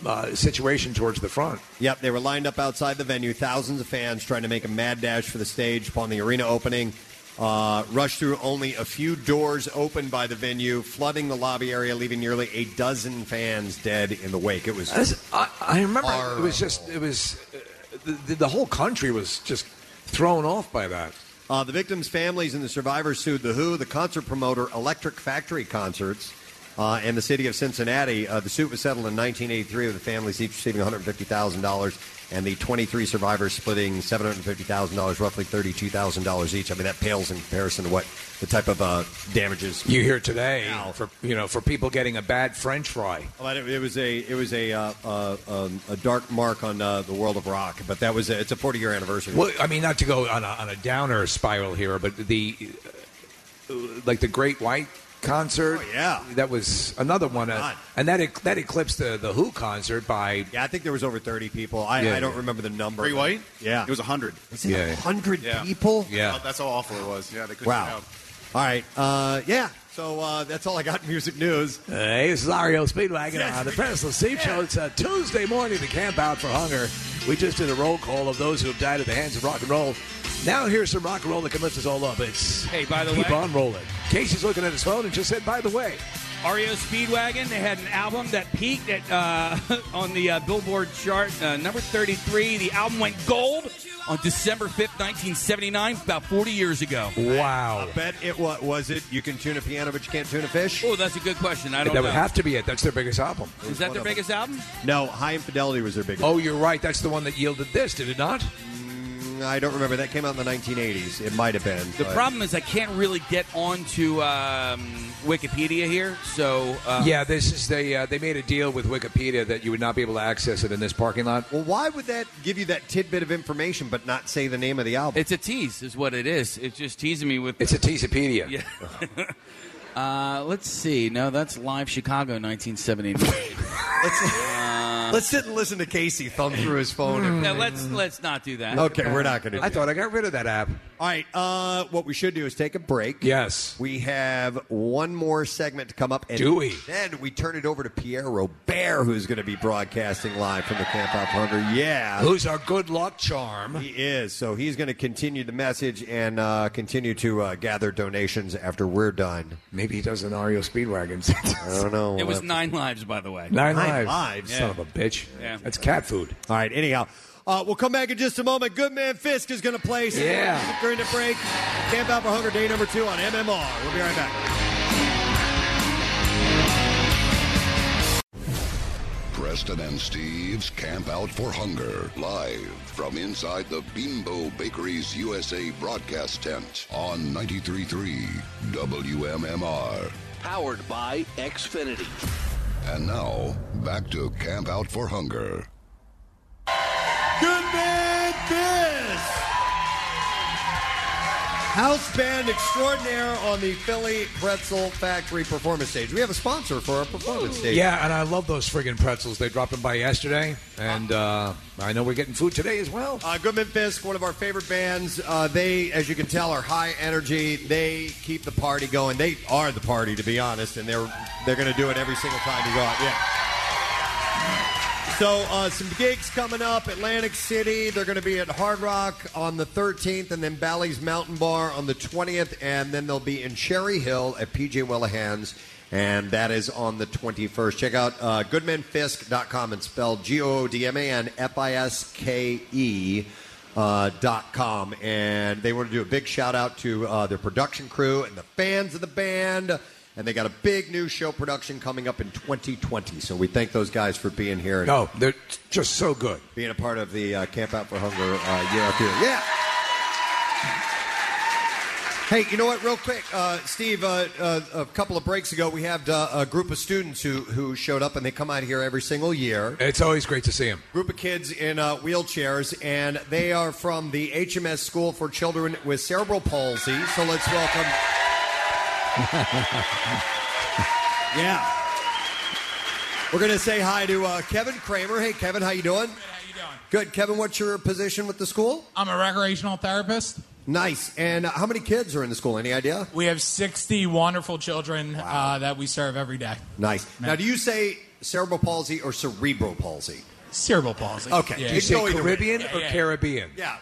uh, situation towards the front.
Yep, they were lined up outside the venue, thousands of fans trying to make a mad dash for the stage upon the arena opening. Uh, rushed through only a few doors opened by the venue, flooding the lobby area, leaving nearly a dozen fans dead in the wake. It was.
I, I remember it was just it was uh, the, the whole country was just thrown off by that.
Uh, the victims' families and the survivors sued The Who, the concert promoter Electric Factory Concerts, uh, and the city of Cincinnati. Uh, the suit was settled in 1983 with the families each receiving $150,000 and the 23 survivors splitting $750,000, roughly $32,000 each. I mean, that pales in comparison to what the type of uh, damages
You hear today for you know for people getting a bad French fry.
Well, it, it was a it was a uh, uh, um, a dark mark on uh, the world of rock, but that was a, it's a 40 year anniversary.
Well, I mean, not to go on a, on a downer spiral here, but the uh, like the Great White concert.
Oh, yeah,
that was another one, uh, and that ec- that eclipsed the the Who concert by.
Yeah, I think there was over 30 people. I,
Yeah,
I don't
yeah.
remember the number.
Free
but-
white?
Yeah,
It was
100. Is it
Yeah, yeah.
100 people?
Oh, that's how awful it was. Yeah, they couldn't
Wow.
get out.
All right. Uh, yeah. So uh, that's all I got in music news.
Hey, this is Ario Speedwagon on the President Steve Show. It's a Tuesday morning to camp out for hunger. We just did a roll call of those who have died at the hands of rock and roll. Now here's some rock and roll that can lift us all up. It's
[LAUGHS] Hey, by the
keep
way-
on rolling. Casey's looking at his phone and just said, "By the way."
REO E Speedwagon, they had an album that peaked at uh, [LAUGHS] on the uh, Billboard chart, uh, number 33. The album went gold on December 5th, 1979, about 40 years ago.
Wow.
I bet it was, was it. You can tune a piano, but you can't tune a fish.
Oh, that's a good question. I don't
that
know.
would have to be it. That's their biggest album.
Is that their biggest album?
No, High Infidelity was their biggest.
Oh, you're right. That's the one that yielded this, did it not?
Mm, I don't remember. That came out in the 1980s. It might have been.
The problem is I can't really get onto um, Wikipedia here, so uh,
yeah, this is they. Uh, they made a deal with Wikipedia that you would not be able to access it in this parking lot.
Well, why would that give you that tidbit of information, but not say the name of the album?
It's a tease, is what it is. It's just teasing me with.
It's a teasepedia.
Yeah. [LAUGHS] uh, let's see. No, that's live Chicago, 1979.
Let's sit and listen to Casey thumb through his phone. and-
No, let's let's not do that.
Hmm. Okay, we're not going to.
I thought I got rid of that app.
All right. Uh, what we should do is take a break.
Yes.
We have one more segment to come up. And
Do we?
Then we turn it over to Pierre Robert, who's going to be broadcasting live from the Camp Out for Hunger. Yeah.
Who's our good luck charm?
He is. So he's going to continue the message and uh, continue to uh, gather donations after we're done.
Maybe he does an REO Speedwagon. [LAUGHS] I
don't know. Uh,
It was nine lives, by the way.
Nine,
Nine
lives.
lives.
Son of a bitch.
Yeah.
That's cat food.
All right. Anyhow, uh, we'll come back in just a moment. Good man Fisk is going to play some
Yeah.
music during the break. Camp Out for Hunger Day number two on MMR. We'll be right back.
Preston and Steve's Camp Out for Hunger, live from inside the Bimbo Bakeries USA broadcast tent on 93.3 WMMR.
Powered by Xfinity.
And now, back to Camp Out for Hunger.
Good man Fist! House band extraordinaire on the Philly Pretzel Factory performance stage. We have a sponsor for our performance stage.
Yeah, and I love those friggin' pretzels. They dropped them by yesterday, and uh, I know we're getting food today as well.
Uh, Goodman Fisk, one of our favorite bands. Uh, they, as you can tell, are high energy. They keep the party going. They are the party, to be honest, and they're they're going to do it every single time you go out. Yeah. So uh, some gigs coming up. Atlantic City. They're going to be at Hard Rock on the 13th, and then Bally's Mountain Bar on the 20th, and then they'll be in Cherry Hill at PJ Wellahan's. And that is on the 21st. Check out uh, goodmanfisk.com and spelled G O O D M A N F I S K E uh, dot com, and they want to do a big shout out to uh, their production crew and the fans of the band. And they got a big new show production coming up in 2020. So we thank those guys for being here. And
No, they're just so good.
Being a part of the uh, Camp Out for Hunger uh, year after year. Yeah. Hey, you know what? Real quick, uh, Steve. Uh, uh, a couple of breaks ago, we had uh, a group of students who who showed up, and they come out here every single year.
It's always great to see them.
group of kids in uh, wheelchairs, and they are from the HMS School for Children with Cerebral Palsy. So let's welcome. yeah. We're going to say hi to uh, Kevin Kramer. Hey, Kevin, how you doing? Good, how you doing? Good. Kevin, what's your position with the school?
I'm a recreational therapist.
Nice. And uh, how many kids are in the school? Any idea?
We have 60 wonderful children uh, that we serve every day.
Nice. Now, do you say cerebral palsy or cerebral palsy?
Cerebral palsy.
Okay.
Yeah.
You
You
can
say
go either way.
Caribbean or Yeah, yeah.
Caribbean?
Yeah.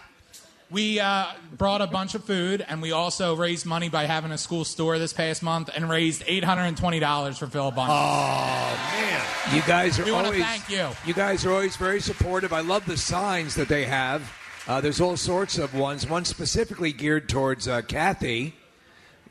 We uh, brought a bunch of food, and we also raised money by having a school store this past month, and raised eight hundred and twenty dollars for Phil Bunch.
Oh, You guys are
We wanna
always.
thank you.
guys are always very supportive. I love the signs that they have. Uh, there's all sorts of ones. One specifically geared towards uh, Kathy.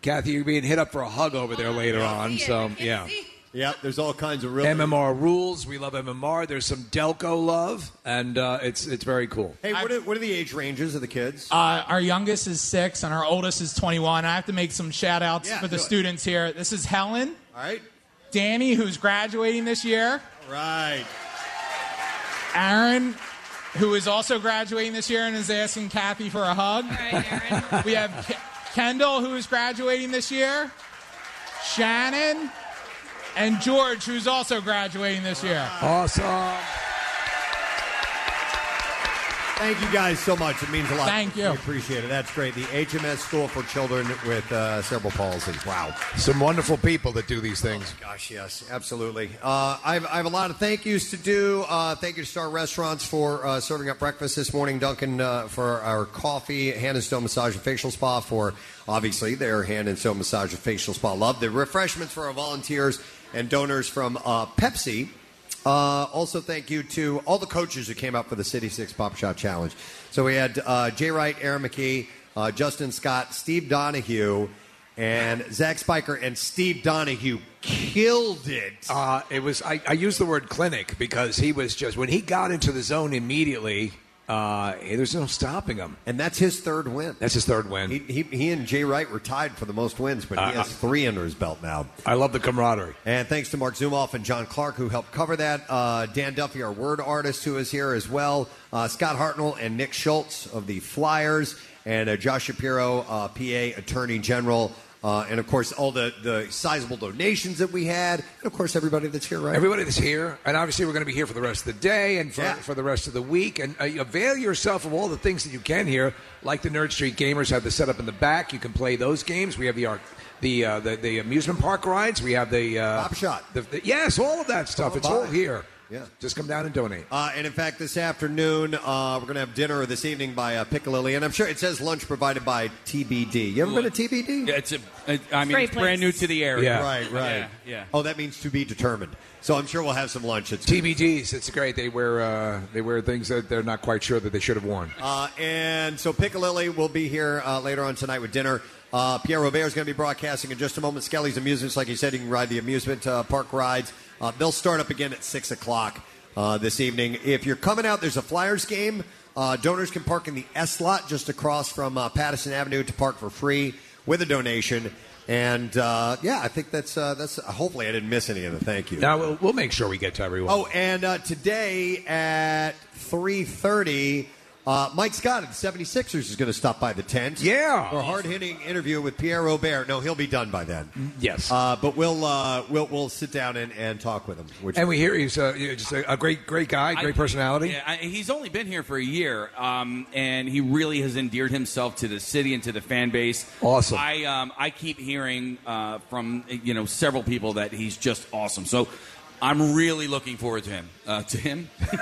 Kathy, you're being hit up for a hug over there later on. So yeah.
Yeah, there's all kinds of real
MMR rules. We love MMR. There's some Delco love, and uh, it's it's very cool.
Hey, what are, what are the age ranges of the kids?
Uh, our youngest is six, and our oldest is twenty-one. I have to make some shout-outs
Yeah,
for the
do it.
students here. This is Helen.
All right.
Danny, who's graduating this year.
Right.
Aaron, who is also graduating this year and is asking Kathy for a hug. [LAUGHS] we have Ke- Kendall, who is graduating this year, Shannon, and George, who's also graduating this year.
Awesome.
Thank you guys so much. It means a lot.
Thank you.
We appreciate it. That's great. The HMS School for Children with uh, Cerebral Palsy. Wow.
Some wonderful people that do these things.
Gosh, yes, absolutely. Uh, I've, I have a lot of thank yous to do. Uh, thank you to Star Restaurants for uh, serving up breakfast this morning. Duncan uh, for our coffee. Hand and Stone Massage and Facial Spa for obviously their Hand and Stone Massage and Facial Spa love. The refreshments for our volunteers and donors from uh, Pepsi. Uh, also, thank you to all the coaches who came out for the City Six Pop Shot Challenge. So we had uh, Jay Wright, Aaron McKee, uh, Justin Scott, Steve Donahue, and Zach Spiker and Steve Donahue killed it.
Uh, it was. I, I used the word clinic because he was just when he got into the zone immediately. Uh, there's no stopping him.
And that's his third win.
That's his third win.
He, he, he and Jay Wright were tied for the most wins, but
Uh,
he has
uh,
three under his belt now.
I love the camaraderie.
And thanks to Mark Zumoff and John Clark, who helped cover that. Uh, Dan Duffy, our word artist, who is here as well. Uh, Scott Hartnell and Nick Schultz of the Flyers. And uh, Josh Shapiro, uh, PA Attorney General. Uh, and of course, all the, the sizable donations that we had. And of course, everybody that's here, right?
Everybody that's here, and obviously we're going to be here for the rest of the day and for, for the rest of the week. And uh, you avail yourself of all the things that you can here, like the Nerd Street Gamers have the setup in the back. You can play those games. We have the arc, the, uh, the the amusement park rides. We have the uh, pop
shot.
yes, all of that stuff.
Come
It's
by.
all here.
Yeah.
just come down and donate.
Uh, and in fact, this afternoon, uh, we're going to have dinner this evening by uh, Piccalilli. And I'm sure it says lunch provided by TBD. You ever been to TBD?
It's a, it- I mean,
Great
it's brand new
place.
to the area.
Right, right.
Yeah, yeah.
Oh, that means to be determined. So I'm sure we'll have some lunch. It's
TBGs. It's great. They wear uh, they wear things that they're not quite sure that they should have worn.
Uh, and so Piccalilli will be here uh, later on tonight with dinner. Uh, Pierre Robert is going to be broadcasting in just a moment. Skelly's Amusements, like you said, you can ride the amusement uh, park rides. Uh, they'll start up again at 6 o'clock uh, this evening. If you're coming out, there's a Flyers game. Uh, donors can park in the S lot just across from uh, Patterson Avenue to park for free with a donation. And uh, yeah, I think that's uh, that's. Hopefully, I didn't miss any of the thank you.
Now we'll, we'll make sure we get to everyone.
Oh, and uh, today at 3.30, uh, Mike Scott of the 76ers is going to stop by the tent.
Yeah.
For a hard-hitting interview with Pierre Robert. No, he'll be done by then.
Yes.
Uh, but we'll, uh, we'll we'll sit down and, and talk with him. Um, Which
and we hear he's uh, you know, just a, a great great guy, great personality.
Yeah, I, he's only been here for a year, um, and he really has endeared himself to the city and to the fan base.
Awesome.
I um, I keep hearing uh, from you know several people that he's just awesome. So I'm really looking forward to him. Uh, to him,
[LAUGHS]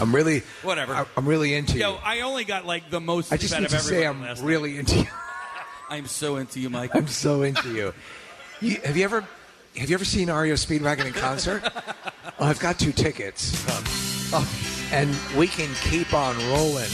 I'm really
whatever.
I, am really into
Yo,
you.
I only got like the most.
I just
out
need
of
to say
everyone
I'm
last
really into you. [LAUGHS]
I'm so into you, Mike.
I'm so into you. you have you ever have you ever seen Ario Speedwagon in concert?
[LAUGHS]
oh, I've got two tickets, Um, oh, and we can keep on rolling.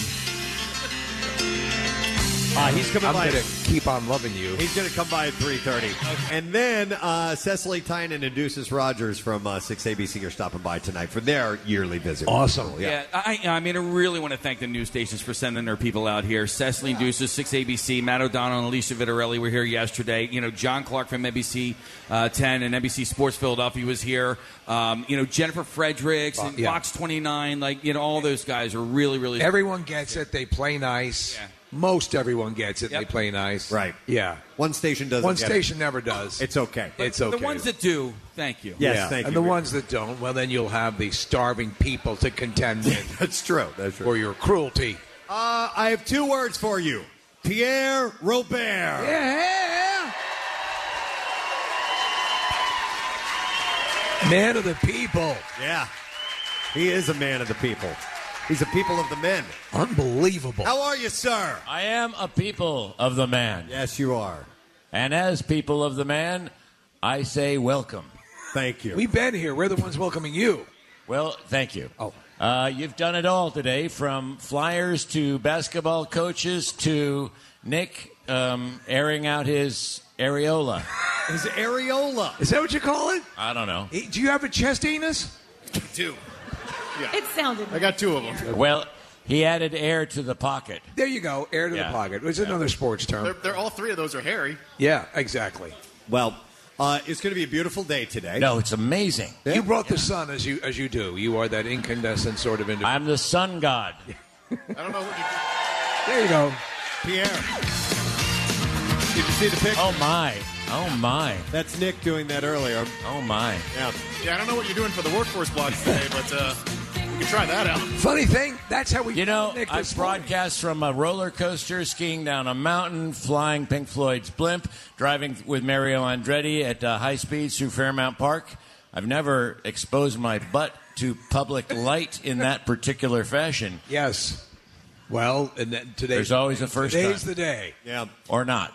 Uh, he's coming
I'm
by.
gonna keep on loving you.
He's going to come by at 3.30. And then uh, Cecily Tynan and Deuces Rogers from uh, 6ABC are stopping by tonight for their yearly visit.
Awesome.
Yeah.
Yeah, I, I mean, I really want to thank the news stations for sending their people out here. Cecily Deuces, 6ABC, Matt O'Donnell and Alicia Vitarelli were here yesterday. You know, John Clark from NBC uh, 10 and NBC Sports Philadelphia was here. Um, you know, Jennifer Fredericks and
Yeah.
Fox 29, like, you know, all those guys are really, really.
Everyone gets it. They play nice. Most everyone gets it. They play nice. Right. Yeah.
One station doesn't
One
get it.
station never does.
It's okay.
It's okay.
The ones that do, thank you.
yeah. and the ones that don't, well, then you'll have the starving people
[LAUGHS]
to contend with.
That's true. That's true.
For your cruelty.
Uh, I have two words for you Pierre Robert.
Yeah. Man of the people.
Yeah. He is a man of the people. He's a people of the men. [LAUGHS]
Unbelievable.
How are you, sir?
I am a people of the man.
Yes, you are.
And as people of the man, I say welcome.
Thank you.
We've been here. We're the ones welcoming you.
Well, thank you. Oh. Uh, you've done it all today from flyers to basketball coaches to Nick um, airing out his areola.
His areola.
Is that what you call it?
I don't know.
Eh, Do you have a chest anus?
Two.
It sounded.
I got two of them.
Well, he added air to the pocket.
There you go. Air to
Yeah.
the pocket. It's another sports term.
They're, they're all three of those are hairy.
yeah, exactly.
Well, uh, it's going to be a beautiful day today.
No, it's amazing.
You brought the sun as you as you do. You are that incandescent sort of individual.
I'm the sun
[LAUGHS]
god.
I don't know. What
There you go.
Pierre. Did you see the picture?
Oh, my. Oh, my.
That's Nick doing that earlier.
Oh, my.
Yeah.
you, yeah, I don't know what you're doing for the workforce block today, but uh, you can try that out.
Funny thing, that's how we.
You know,
Nick
I
this morning.
broadcast from a roller coaster, skiing down a mountain, flying Pink Floyd's blimp, driving with Mario Andretti at uh, high speeds through Fairmount Park. I've never exposed my butt to public light in that particular fashion,
Yes. Well, and then today.
There's always a first
Today's
time.
the day.
Yeah.
or not.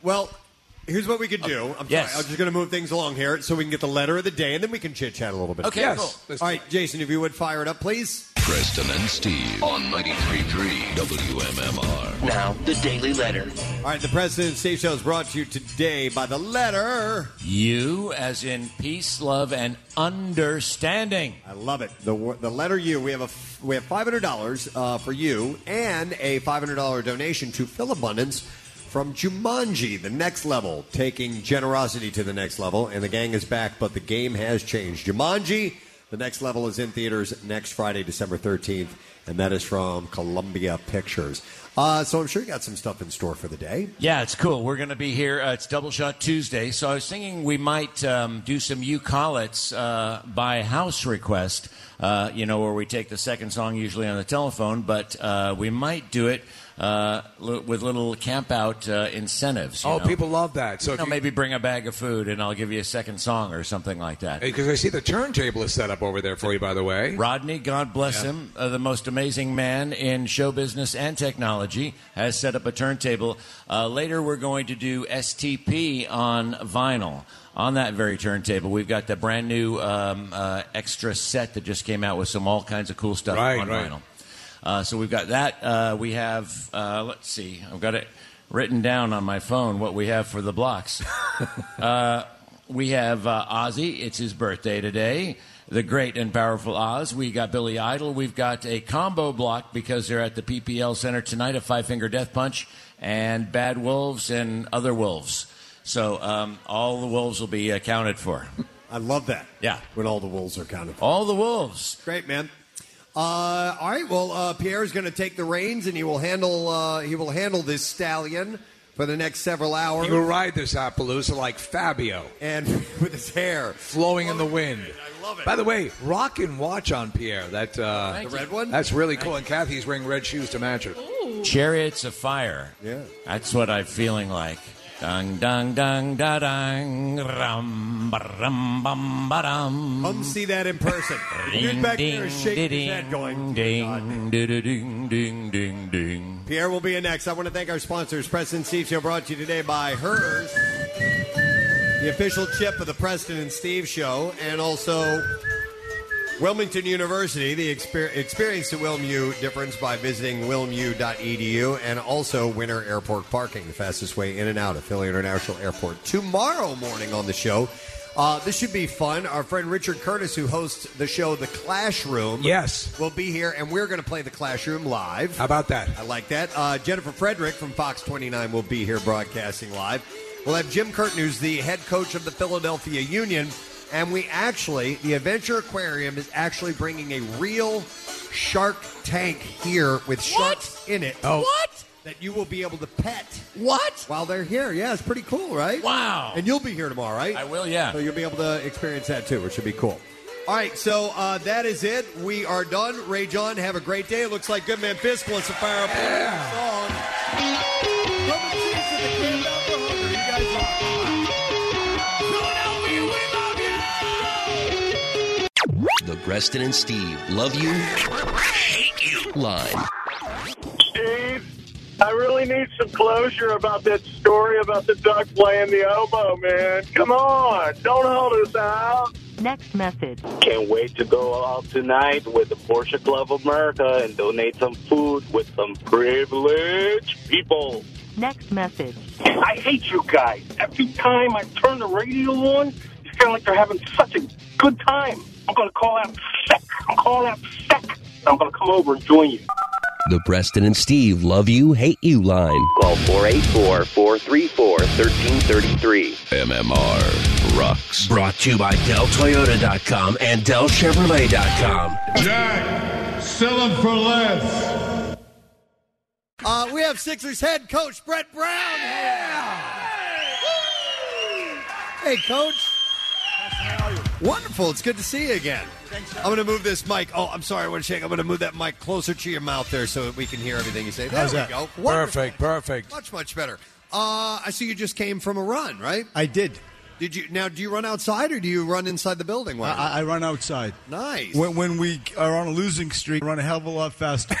Well, here's what we could do.
Uh,
I'm
Yes.
sorry. I'm just going to move things along here so we can get the letter of the day, and then we can chit chat a little bit.
Okay,
Yes.
cool.
Let's-
All right, Jason, if you would fire it up, please.
Preston and Steve on 93.3 WMMR.
Now, the Daily Letter.
All right, the President and Steve Show is brought to you today by the letter.
You, as in peace, love, and understanding.
I love it. The wor- the letter U. We have a f- we have five hundred dollars uh, for you and a five hundred dollar donation to Philabundance from Jumanji, the next level, taking generosity to the next level. And the gang is back, but the game has changed. Jumanji, the next level is in theaters next Friday, December thirteenth, and that is from Columbia Pictures. Uh, so I'm sure you got some stuff in store for the day.
Yeah, it's cool. We're going to be here. Uh, it's Double Shot Tuesday, so I was thinking we might um, do some you call it's uh, by house request. Uh, you know, where we take the second song usually on the telephone, but uh, we might do it uh, li- with little camp out uh, incentives. you
Oh,
know?
people love that. So
You
if
know,
you-
maybe bring a bag of food, and I'll give you a second song or something like that.
Because I see the turntable is set up over there for you, by the way.
Rodney, God bless
Yeah.
him, uh, the most amazing man in show business and technology, has set up a turntable. Uh, later, we're going to do STP on vinyl. On that very turntable, we've got the brand new um, uh, extra set that just came out with some all kinds of cool stuff
Right,
on
right.
vinyl. Uh, so we've got that. Uh, we have, uh, let's see, I've got it written down on my phone what we have for the
[LAUGHS]
blocks. uh, we have uh, Ozzy, it's his birthday today. The great and powerful Oz. We got Billy Idol. We've got a combo block because they're at the PPL Center tonight A Five Finger Death Punch and Bad Wolves and Other Wolves. So um, all the wolves will be uh, counted for.
I love that.
Yeah.
when all the wolves are counted.
All the wolves.
Great, man. Uh, all right. Well, uh, Pierre is going to take the reins, and he will handle uh, he will handle this stallion for the next several hours,
You will ride this Appaloosa like Fabio,
and [LAUGHS] with his hair,
flowing in the wind.
I love it.
By the way, rock and watch on Pierre. That uh,
the red one.
that's really cool. And Kathy's wearing red shoes to match it.
Chariots
[LAUGHS]
of Fire.
Yeah.
That's what I'm feeling like. Dang, dang, dang, da, dang, ram, ba, ram, bam, ba, dam.
Come see that in person.
[LAUGHS]
Dude back there shaking his head, going,
ding, ding, ding, ding, ding, ding.
Pierre will be in next. I want to thank our sponsors. Preston and Steve Show brought to you today by Hers, the official chip of the Preston and Steve Show, and also Wilmington University, the exper- experience the WilmU difference by visiting wilmu.edu, E and also Winter Airport Parking, the fastest way in and out of Philly International Airport. Tomorrow morning on the show, uh, this should be fun. Our friend Richard Curtis, who hosts the show The Clash Room,
Yes.
will be here, and we're going to play The Clash Room live.
How about that?
I like that. Uh, Jennifer Frederick from Fox 29 will be here broadcasting live. We'll have Jim Curtin, who's the head coach of the Philadelphia Union. And we actually, the Adventure Aquarium is actually bringing a real shark tank here with sharks in it.
Oh.
What? That you will be able to pet
What?
while they're here. Yeah, it's pretty cool, right?
Wow.
And you'll be here tomorrow, right?
I will, yeah.
So you'll be able to experience that too, which should be cool. All right, so uh, that is it. We are done. Ray John, have a great day. It looks like Goodman Fisk wants to fire up a song. Rubber Chiefs in the Camp Out for Hunger. You guys rock. Tune out.
Preston and Steve love you, hate you line.
Steve, I really need some closure about that story about the duck playing the oboe, man. Come on, don't hold us out.
Next message.
Can't wait to go out tonight with the Porsche Club of America and donate some food with some privileged people.
Next message.
I hate you guys. Every time I turn the radio on, you sound like you're having such a good time. I'm going to call out sick. I'm calling out sick. I'm going to come over and join you.
The Preston and Steve love you, hate you line.
Call 484 434 1333.
MMR rocks. Brought to you by DellToyota.com and DellChevrolet.com.
Jack, sell him for less.
Uh, we have Sixers head coach Brett Brown here. Hey, coach. Wonderful. It's good to see you again. I'm going to move this mic. Oh, I'm sorry. I want to shake. I'm going to move that mic closer to your mouth there so that we can hear everything you say. There How's
we
that?
go.
Perfect, perfect.
Much, much better. Uh, I see you just came from a run, right?
I did.
Did you now? Do you run outside or do you run inside the building? Why?
I, I run outside.
Nice.
When, when we are on a losing streak, run a hell of a lot faster.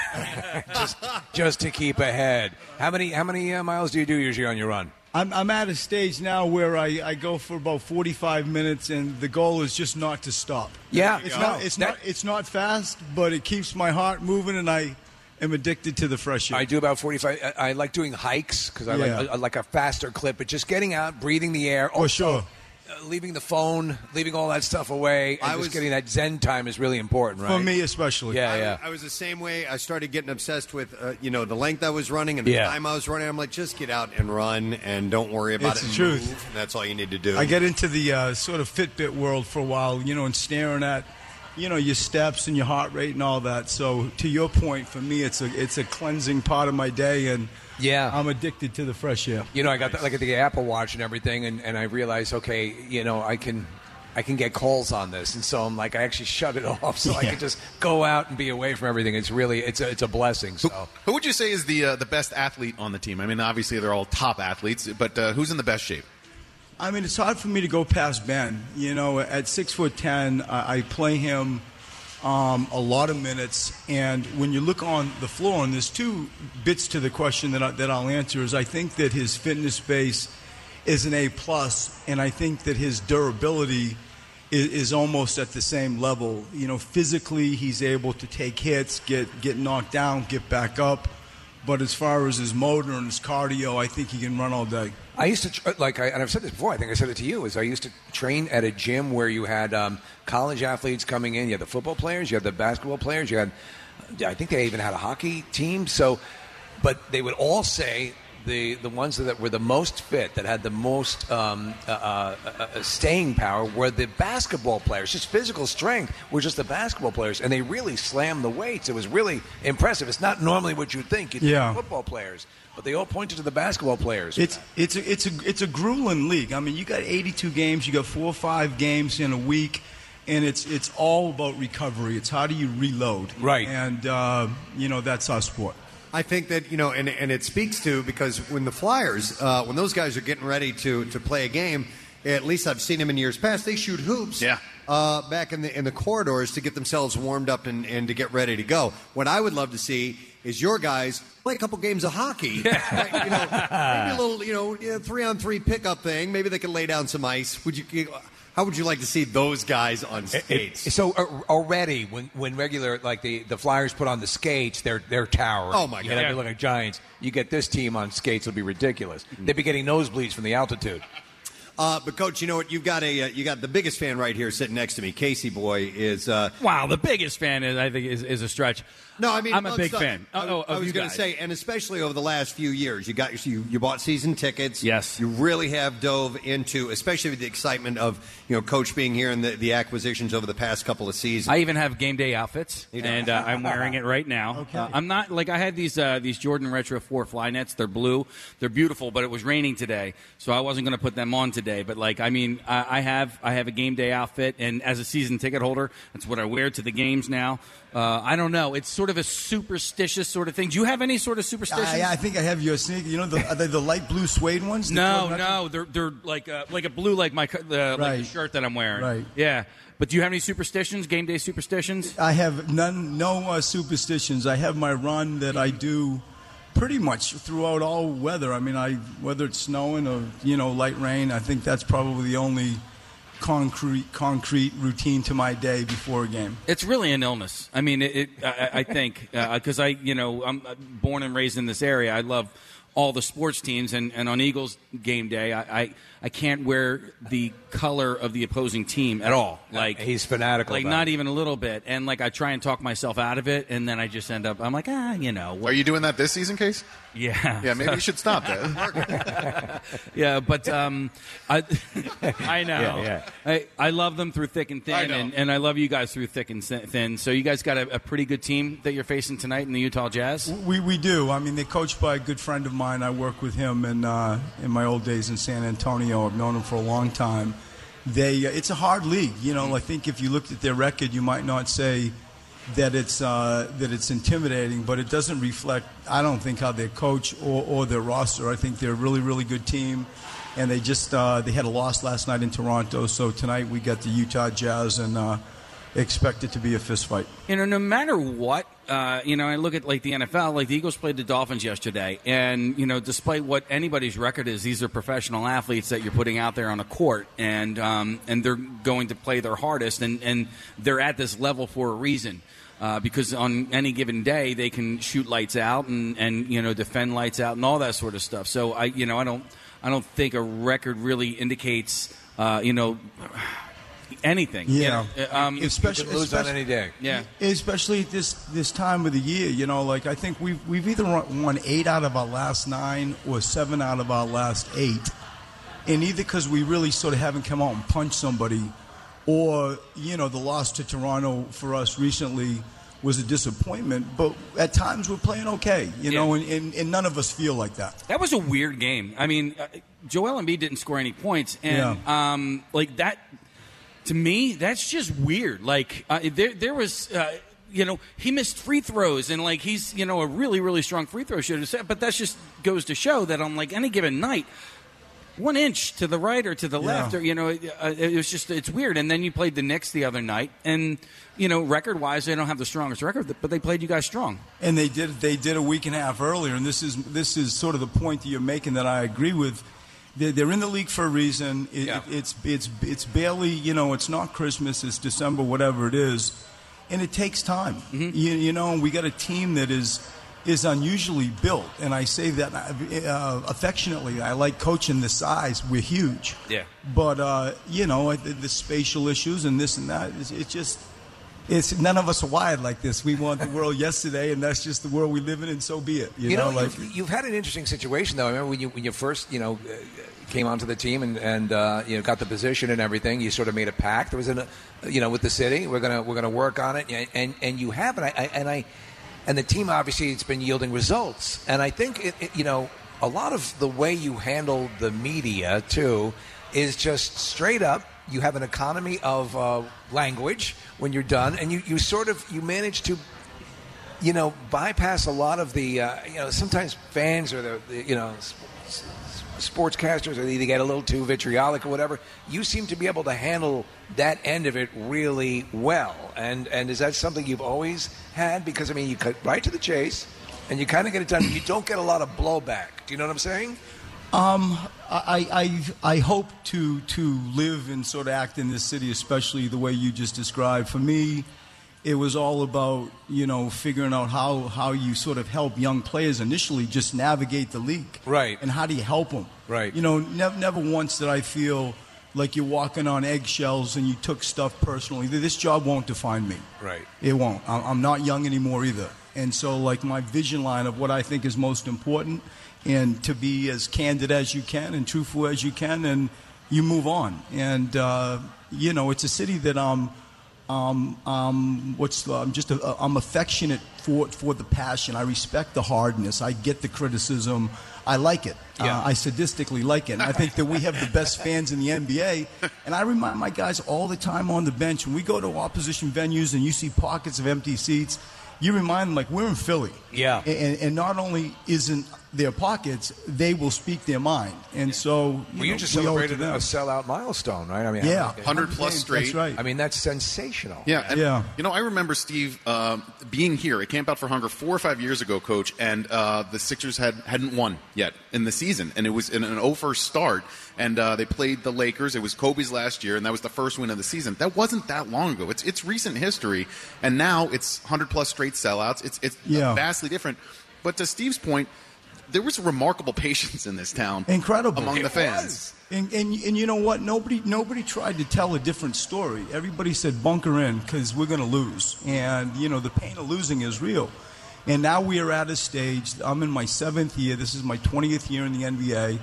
just to keep ahead. How many how many uh, miles do you do usually on your run?
I'm, I'm at a stage now where I, I go for about 45 minutes, and the goal is just not to stop.
Yeah.
it's not it's not it's not fast, but it keeps my heart moving, and I am addicted to the fresh air.
I do about 45. I, I like doing hikes because I, like,
Yeah.
I like a faster clip, but just getting out, breathing the air.
Oh, sure.
Uh, leaving the phone, leaving all that stuff away, and
I
just
was-
getting that zen time is really important, right?
especially.
Yeah,
I,
yeah.
I was the same way. I started getting obsessed with, uh, you know, the length I was running and the
Yeah.
time I was running. I'm like, just get out and run and don't worry about
It's
it.
the
and
truth.
move, and that's all you need to do.
I get into the uh, sort of Fitbit world for a while, you know, and staring at, you know, your steps and your heart rate and all that. So, to your point, for me, it's a it's a cleansing part of my day, and
yeah,
I'm addicted to the fresh air.
You know, I got that, like the Apple Watch and everything, and, and I realized, okay, you know, I can, I can get calls on this, and so I'm like, I actually shut it [LAUGHS] off, so I
Yeah.
can just go out and be away from everything. It's really, it's a, it's a blessing. So
Who would you say is the uh, the best athlete on the team? I mean, obviously they're all top athletes, but uh, who's in the best shape?
I mean, it's hard for me to go past Ben. You know, at six foot ten, I, I play him um, a lot of minutes, and when you look on the floor, and there's two bits to the question that I, that I'll answer is I think that his fitness base is an A plus, and I think that his durability is, is almost at the same level. You know, physically, he's able to take hits, get get knocked down, get back up. But as far as his motor and his cardio, I think he can run all day.
I used to tr- uh, like, I, and I've said this before. I think I said it to you. Is I used to train at a gym where you had um, college athletes coming in. You had the football players, you had the basketball players, you had, I think they even had a hockey team. So, but they would all say the the ones that were the most fit, that had the most um, uh, uh, uh, uh, staying power, were the basketball players. Just physical strength were just the basketball players, and they really slammed the weights. It was really impressive. It's not normally what you would think. You
Yeah.
think football players, but they all pointed to the basketball players.
It's it's a, it's a it's a grueling league. I mean, you got 82 games, you got four or five games in a week, and it's it's all about recovery. It's how do you reload? Right. And uh, you know that's our sport.
I think that you know, and and it speaks to because when the Flyers, uh, when those guys are getting ready to to play a game, at least I've seen them in years past. They shoot hoops, yeah. uh, back in the in the corridors to get themselves warmed up and, and to get ready to go. What I would love to see is your guys play a couple games of hockey, Right, you know, maybe a little you know yeah, three on three pickup thing. Maybe they can lay down some ice. Would you? How would you like to see those guys on skates?
So al- already, when, when regular like the, the Flyers put on the skates, they're they're towering.
Oh, my
You know,
God.
they look like giants. You get this team on skates, it'll be ridiculous. They'd be getting nosebleeds from the altitude.
Uh, but coach, you know what? You've got a uh, you got the biggest fan right here sitting next to me. Casey boy is uh,
Wow, the biggest fan is I think is, is a stretch.
No, I mean
I'm a
amongst
big
the-
fan.
Uh,
I,
Oh, oh,
I
of
was
you
gonna
guys.
say, and especially over the last few years, you got you, you bought season tickets. Yes, you really have dove into, especially with the excitement of you know coach being here and the, the acquisitions over the past couple of seasons.
I even have game day outfits, and uh, I'm wearing it right now. Uh, I'm not like I had these uh, these Jordan Retro Four fly nets. They're blue, they're beautiful, but it was raining today, so I wasn't going to put them on today. But like, I mean, I, I have I have a game day outfit, and as a season ticket holder, that's what I wear to the games now. Uh, I don't know. It's sort of a superstitious sort of thing. Do you have any sort of superstitions?
I, I think I have your sneaker. You know the are they the light blue suede ones. The
No,
Jordan-
no, they're they're like a, like a uh, blue like my co- the, like
Right.
the shirt that I'm wearing.
Right.
Yeah. But do you have any superstitions? Game day superstitions?
I have none, no uh, superstitions. I have my run that I do pretty much throughout all weather. I mean, I whether it's snowing or you know light rain. I think that's probably the only concrete concrete routine to my day before a game.
It's really an illness. I mean, it, it, I, I think because I, you know, I'm born and raised in this area. I love all the sports teams, and, and on Eagles game day, I, I I can't wear the color of the opposing team at all. Like
he's fanatical.
Like
about
not
it.
even a little bit. And like I try and talk myself out of it, and then I just end up. I'm like, ah, you know.
Are you doing that this season, Case?
Yeah.
Yeah, maybe you should stop that.
[LAUGHS]
[LAUGHS]
yeah, but um, I, I know.
Yeah, yeah.
I, I love them through thick and thin,
I know.
and, and I love you guys through thick and thin- thin. So you guys got a, a pretty good team that you're facing tonight in the Utah Jazz.
We, we do. I mean, they're coached by a good friend of mine. I work with him in, uh, in my old days in San Antonio. I've known him for a long time. They, uh, it's a hard league. You know, I think if you looked at their record, you might not say that it's, uh, that it's intimidating, but it doesn't reflect, I don't think, how they coach or, or their roster. I think they're a really, really good team. And they just uh, they had a loss last night in Toronto, so tonight we got the Utah Jazz and uh, expect it to be a fist fight.
You know, no matter what, uh, you know, I look at like the NFL, like the Eagles played the Dolphins yesterday, and you know, despite what anybody's record is, these are professional athletes that you're putting out there on a court, and um, and they're going to play their hardest, and and they're at this level for a reason. Uh, because on any given day they can shoot lights out and, and you know defend lights out and all that sort of stuff. So I you know I don't I don't think a record really indicates uh, you know anything. you
Yeah.
know. Uh, um,
Especially- You could lose on especially- any
day.
Yeah.
especially at this this time of the year. You know, like I think we've we've either won won eight out of our last nine or seven out of our last eight, and either because we really sort of haven't come out and punched somebody, or you know the loss to Toronto for us recently was a disappointment. But at times we're playing okay, you know, and, and, and none of us feel like that.
That was a weird game. I mean, uh, Joel Embiid didn't score any points, and um, like that to me, that's just weird. Like uh, there, there was. Uh, you know he missed free throws and like he's you know a really really strong free throw shooter so- but that just goes to show that on like any given night one inch to the right or to the
Yeah.
left or you know it, uh, it was just it's weird and then you played the Knicks the other night and you know record wise they don't have the strongest record but they played you guys strong
And they did they did a week and a half earlier, and this is this is sort of the point that you're making that I agree with. They're, they're in the league for a reason. It,
Yeah.
it- it's it's it's barely you know it's not Christmas, it's December, whatever it is, and it takes time.
Mm-hmm.
You, you know, and we got a team that is is unusually built, and I say that uh, affectionately. I like coaching the size. We're huge.
Yeah.
But uh, you know, I- the, the spatial issues and this and that. It's, it's just, it's none of us are wired like this. We want the world yesterday, and that's just the world we live in, and so be it. You, know, like
you've, you've had an interesting situation though. I remember when you when you first you know uh, came onto the team and and uh, you know got the position and everything. You sort of made a pact. There was an uh, you know with the city. We're gonna we're gonna work on it, and and, and you have. And I, I and I and the team obviously it's been yielding results. And I think it, it, you know a lot of the way you handle the media too is just straight up. You have an economy of uh, language when you're done, and you, you sort of you manage to you know, bypass a lot of the, uh, you know, sometimes fans or the, the you know, s- s- sportscasters or they either get a little too vitriolic or whatever. You seem to be able to handle that end of it really well. And and is that something you've always had? Because I mean, you cut right to the chase, and you kind of get it done. You don't get a lot of blowback. Do you know what I'm saying?
Um, I, I, I hope to, to live and sort of act in this city, especially the way you just described. For me, it was all about, you know, figuring out how, how you sort of help young players initially just navigate the league.
Right.
And how do you help them?
Right.
You know, never, never once did I feel like you're walking on eggshells and you took stuff personally. This job won't define me.
Right.
It won't. I'm, I'm not young anymore either. And so, like, my vision line of what I think is most important and to be as candid as you can and truthful as you can, and you move on. And, uh, you know, it's a city that I'm. Um, um, what's the, I'm just a, I'm affectionate for for the passion. I respect the hardness. I get the criticism. I like it.
Yeah.
Uh, I sadistically like it. And I think that we have the best fans in the NBA. And I remind my guys all the time on the bench when we go to opposition venues and you see pockets of empty seats, you remind them like we're in Philly.
Yeah.
And, and not only isn't their pockets, they will speak their mind. And so, you
Well, you
know,
just
we owe it to
celebrated
them.
a sellout milestone, right? I mean,
Yeah.
100 plus straight.
That's right. I mean, that's sensational.
Yeah, and, You know, I remember Steve um, being here at Camp Out for Hunger four or five years ago, Coach, and uh, the Sixers had hadn't won yet in the season, and it was in an 0 first start, and uh, they played the Lakers. It was Kobe's last year, and that was the first win of the season. That wasn't that long ago. It's it's recent history, and now it's 100 plus straight sellouts. It's it's
Yeah.
vastly different. But to Steve's point, there was remarkable [LAUGHS] patience in this town,
Incredible
among the fans.
And, and and you know what? Nobody nobody tried to tell a different story. Everybody said bunker in because we're going to lose, and you know the pain of losing is real. And now we are at a stage. I'm in my seventh year. This is my 20th year in the NBA,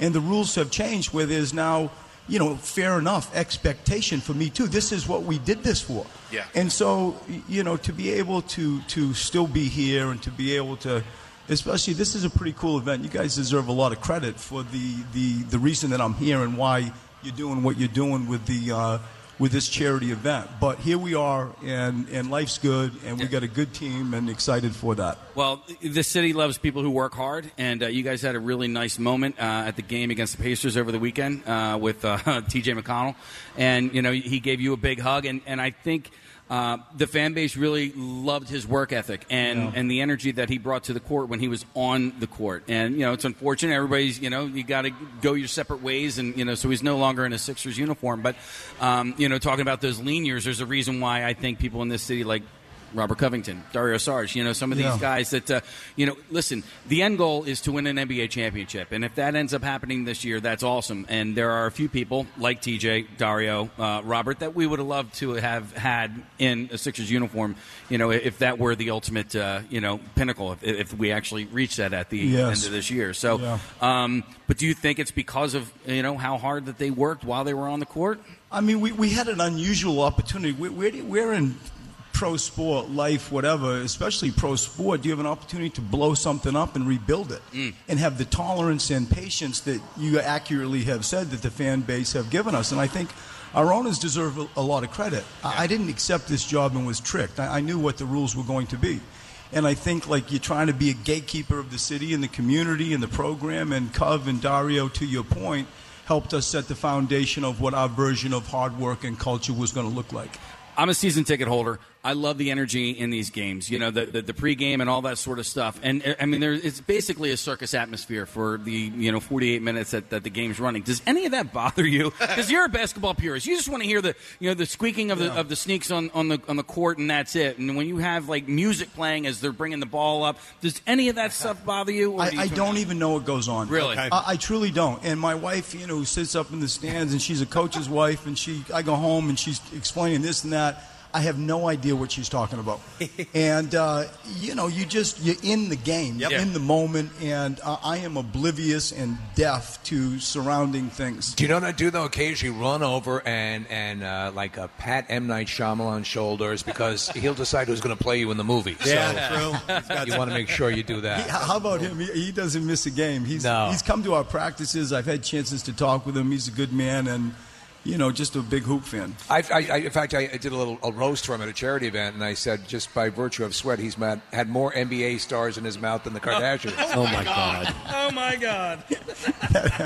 and the rules have changed where there's now you know fair enough expectation for me too. This is what we did this for.
Yeah.
And so, y- you know, to be able to to still be here and to be able to, especially this is a pretty cool event. You guys deserve a lot of credit for the the the reason that I'm here and why you're doing what you're doing with the. Uh, with this charity event, but here we are, and, and life's good, and we got a good team, and excited for that.
Well, the city loves people who work hard, and uh, you guys had a really nice moment uh, at the game against the Pacers over the weekend uh, with uh, [LAUGHS] T.J. McConnell, and you know he gave you a big hug, and and I think. Uh, the fan base really loved his work ethic and,
Yeah.
and the energy that he brought to the court when he was on the court. And you know, it's unfortunate everybody's you know you got to go your separate ways, and you know, so he's no longer in a Sixers uniform. But um, you know, talking about those lean years, there's a reason why I think people in this city like Robert Covington, Dario Sarge, you know, some of
Yeah.
these guys that, uh, you know, listen, the end goal is to win an NBA championship. And if that ends up happening this year, that's awesome. And there are a few people like TJ, Dario, uh, Robert that we would have loved to have had in a Sixers uniform, you know, if that were the ultimate, uh, you know, pinnacle, if, if we actually reach that at the
Yes.
end of this year. So,
Yeah.
um, but do you think it's because of, you know, how hard that they worked while they were on the court?
I mean, we, we had an unusual opportunity. We, we're, we're in pro sport, life, whatever, especially pro sport. You have an opportunity to blow something up and rebuild it
Mm.
and have the tolerance and patience that you accurately have said that the fan base have given us. And I think our owners deserve a, a lot of credit. I, I didn't accept this job and was tricked. I, I knew what the rules were going to be. And I think like you're trying to be a gatekeeper of the city and the community and the program and Cov and Dario to your point helped us set the foundation of what our version of hard work and culture was going to look like.
I'm a season ticket holder. I love the energy in these games. You know, the the, the pregame and all that sort of stuff. And uh, I mean, there it's basically a circus atmosphere for the you know 48 minutes that, that the game's running. Does any of that bother [LAUGHS] you? Because you're a basketball purist. You just want to hear the you know the squeaking of the of the sneaks on, on the on the court, and that's it. And when you have like music playing as they're bringing the ball up, does any of that stuff bother you? Or
I,
do you
I don't even know what goes on.
Really? Okay.
I, I truly don't. And my wife, you know, sits up in the stands and she's a coach's wife and she I go home and she's explaining this and that. I have no idea what she's
[LAUGHS]
talking about. and uh, you know, you just you're in the game, you're
Yeah.
in the moment, and uh, I am oblivious and deaf to surrounding things.
Do you know what I do though? Occasionally run over and and uh, like a pat M Night Shyamalan
[LAUGHS]
shoulders because he'll decide who's going to play you in the movie.
Yeah,
so
true.
You want to make sure you do that.
[LAUGHS]
He- how about him? He, he doesn't miss a game. He's
No.
he's come to our practices. I've had chances to talk with him. He's a good man, and you know, just a big hoop fan.
I, I, I, in fact, I I did a little a roast for him at a charity event, and I said, just by virtue of sweat, he's mad, had more NBA stars in his mouth than the Kardashians.
[LAUGHS] Oh, my God.
Oh my God!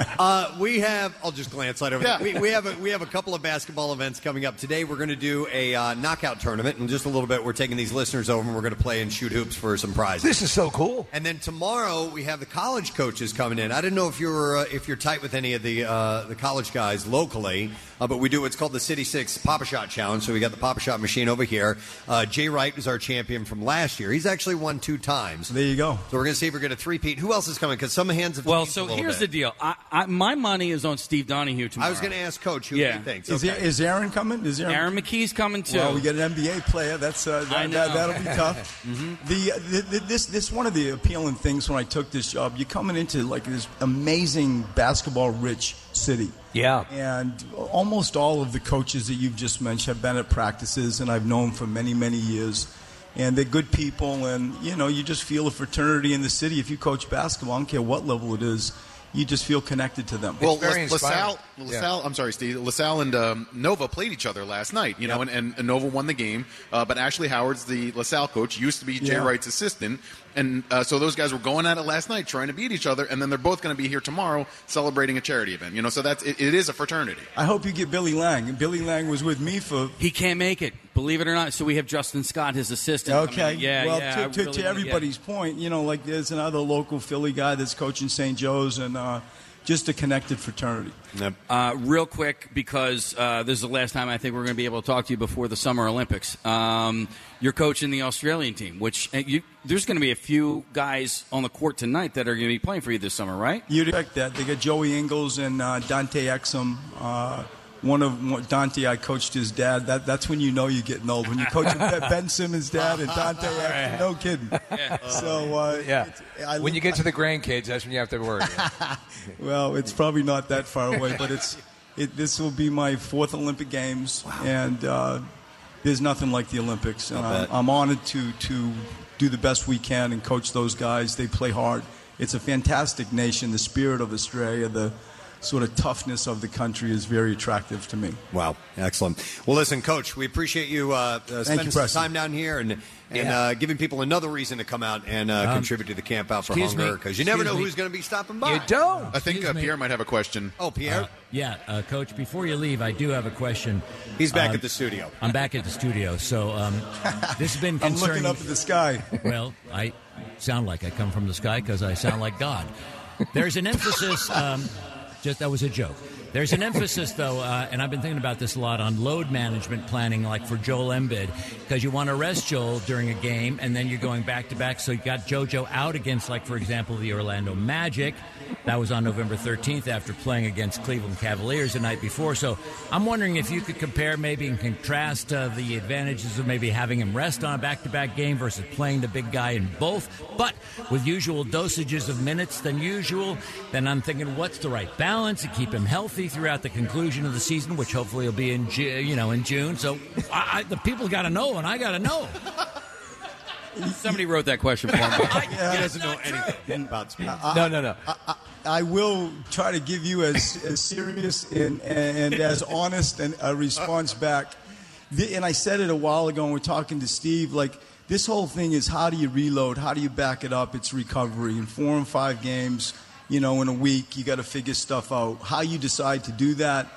[LAUGHS] uh, we have. I'll just glance right over.
Yeah.
There. We, we have a, we have a couple of basketball events coming up today. We're going to do a uh, knockout tournament in just a little bit. We're taking these listeners over and we're going to play and shoot hoops for some prizes.
This is so cool.
And then tomorrow we have the college coaches coming in. I didn't know if you were uh, if you're tight with any of the uh, the college guys locally, uh, but we do what's called the City Six Papa Shot Challenge. So we got the Papa Shot machine over here. Uh, Jay Wright was our champion from last year. He's actually won two times. There
you go.
So we're going to see if we're going to three-peat. Who else is coming? Because some hands
[LAUGHS]
have
Well,
changed a
so
little
here's
bit.
the deal. I, I, my money is on Steve Donahue tomorrow.
I was going to ask Coach who
Yeah.
he thinks.
Is,
Okay.
there- is Aaron coming? Is Aaron?
Aaron McKee's coming too.
Well, we get an NBA player. That's uh,
I
that, that,
know.
that'll be
[LAUGHS]
tough.
Mhm.
the, the, the this this one of the appealing things when I took this job. You're coming into like this amazing basketball rich city.
Yeah.
And almost all of the coaches that you've just mentioned have been at practices, and I've known for many, many years. And they're good people, and you know, you just feel a fraternity in the city. If you coach basketball, I don't care what level it is, you just feel connected to them.
Well, La- LaSalle, LaSalle I'm sorry, Steve. LaSalle and um, Nova played each other last night, you know, and, and Nova won the game. Uh, but Ashley Howard's the LaSalle coach, used to be Jay
Yeah.
Wright's assistant, And uh, so those guys were going at it last night, trying to beat each other, and then they're both going to be here tomorrow celebrating a charity event. You know, so that's it, it is a fraternity.
I hope you get Billy Lang. Billy Lang was with me for.
He can't make it.
Believe
it or not. So we have Justin Scott, his assistant.
Okay.
coming in. yeah,
Well,
yeah. I
to, to,
really
to
wanna get-
everybody's point, you know, like there's another local Philly guy that's coaching St. Joe's and uh, just a connected fraternity.
Uh, real quick, because uh, this is the last time I think we're going to be able to talk to you before the Summer Olympics. Um, you're coaching the Australian team, which uh, you, there's going to be a few guys on the court tonight that are going to be playing for you this summer, right?
You'd expect that. They got Joey Ingles and uh, Dante Exum. Uh, one of one- Dante, I coached his dad. That, that's when you know you're getting old. When you coach
[LAUGHS]
Ben Ben Simmons' dad and Dante Exum. No kidding.
[LAUGHS]
[LAUGHS] So uh,
yeah, when you get to the grandkids, that's when you have to worry.
Well, it's probably not that far away, but it's it, this will be my fourth Olympic Games, and uh, there's nothing like the Olympics. And
I'll
I'm,
bet.
I'm honored to to do the best we can and coach those guys. They play hard. It's a fantastic nation. The spirit of Australia, the sort of toughness of the country, is very attractive to me.
Wow, excellent. Well, listen, Coach, we appreciate you uh, uh, spending
you,
some
Preston.
time down here and and
Yeah.
uh, giving people another reason to come out and uh,
Um,
contribute to the camp out for
excuse me,
hunger because you never
excuse
know
me.
who's going to be stopping by.
You
don't.
I think uh,
me.
Pierre might have a question.
Oh, Pierre.
Uh, yeah, uh, Coach. Before you leave, I do have a question.
He's back
Um,
at the studio.
I'm back at the studio. So um, this has been
[LAUGHS] I'm
concerning.
looking up at the sky.
[LAUGHS] Well, I sound like I come from the sky because I sound like God. There's an
[LAUGHS]
emphasis. Um, just that was a joke. There's an emphasis, though, uh, and I've been thinking about this a lot on load management planning, like for Joel Embiid, because you want to rest Joel during a game, and then you're going back to back. So you got JoJo out against, like for example, the Orlando Magic. That was on November 13th after playing against Cleveland Cavaliers the night before. So I'm wondering if you could compare, maybe, and contrast uh, the advantages of maybe having him rest on a back to back game versus playing the big guy in both, but with usual dosages of minutes than usual. Then I'm thinking, what's the right balance to keep him healthy throughout the conclusion of the season, which hopefully will be in Ju- you know in June. So I, I, the people got to know, and I got to know.
Somebody wrote that question for me.
Yeah.
anything about uh,
No, no, no. I, I, uh, I will try to give you as, as serious and, and as honest an, a response back. The, and I said it a while ago when we are talking to Steve. Like, this whole thing is how do you reload? How do you back it up? It's recovery. In four and five games, you know, in a week, you got to figure stuff out. How you decide to do that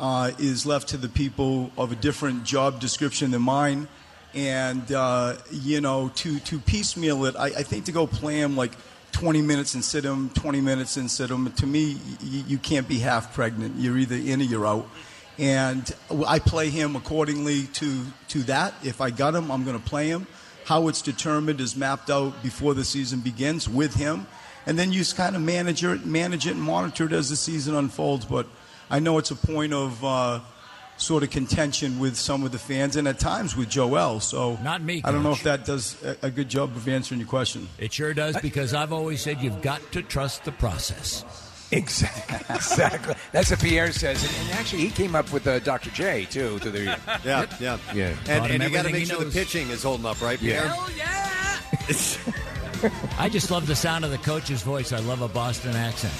uh, is left to the people of a different job description than mine and uh, you know to to piecemeal it I, I think to go play him like 20 minutes and sit him 20 minutes and sit him to me you, you can't be half pregnant you're either in or you're out and i play him accordingly to to that if i got him i'm going to play him how it's determined is mapped out before the season begins with him and then you just kind of manage it manage it and monitor it as the season unfolds but i know it's a point of uh, sort of contention with some of the fans and at times with Joel. So not me. I don't know
Coach.
if that does a, a good job of answering your question.
It sure does because I've always said you've got to trust the process.
Exactly. exactly. That's what Pierre says, and, and actually he came up with uh, Dr. J too. To the
Yeah, yeah,
yeah.
And, and you got to make sure the pitching is holding up, right, Pierre?
Yeah.
I just love the sound of the coach's voice. I love a Boston accent.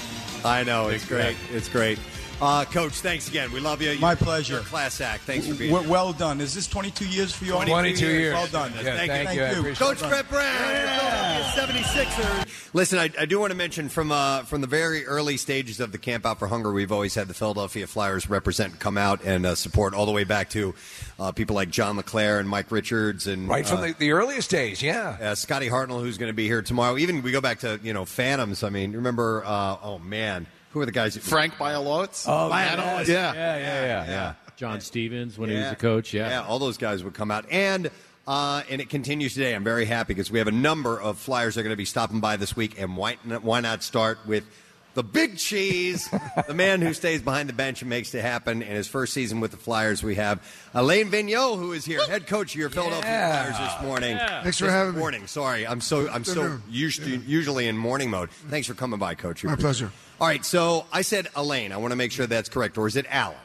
I know it's great. It's great. Uh, Coach, thanks again. We love you. you
My pleasure.
You're a class act. Thanks for being
W-
here.
well done. Is this 22 years for you all? Well done.
Coach
Well
Brett
done.
Brown, Philadelphia 76ers. Listen, I, I do want to mention from uh, from the very early stages of the Camp Out for Hunger, we've always had the Philadelphia Flyers represent, come out and uh, support all the way back to uh, people like John LeClaire and Mike Richards and
Right from
uh,
the, the earliest days, yeah.
uh, Scotty Hartnell, who's going to be here tomorrow. Even we go back to you know Phantoms. I mean, remember? Uh, oh man, who are the guys? that-
Frank Bialowitz?
Oh,
Bialowitz.
yeah.
Yeah, yeah, yeah.
yeah.
John Stevens when he was a coach. Yeah.
all those guys would come out and. Uh, and it continues today. I'm very happy because we have a number of flyers that are going to be stopping by this week. And why, not- why not start with the big cheese, [LAUGHS] the man who stays behind the bench and makes it happen? In his first season with the Flyers, we have Elaine Vigneault, who is here, head coach of your Philadelphia
Yeah.
Flyers this morning.
Yeah. Thanks for
This
having me.
morning. Sorry, I'm so I'm so
Afternoon.
used to, usually in morning mode. Thanks for coming by, coach. We
My
appreciate
pleasure.
it. All right, so I said Elaine. I want to make sure that's correct, or is it Alan?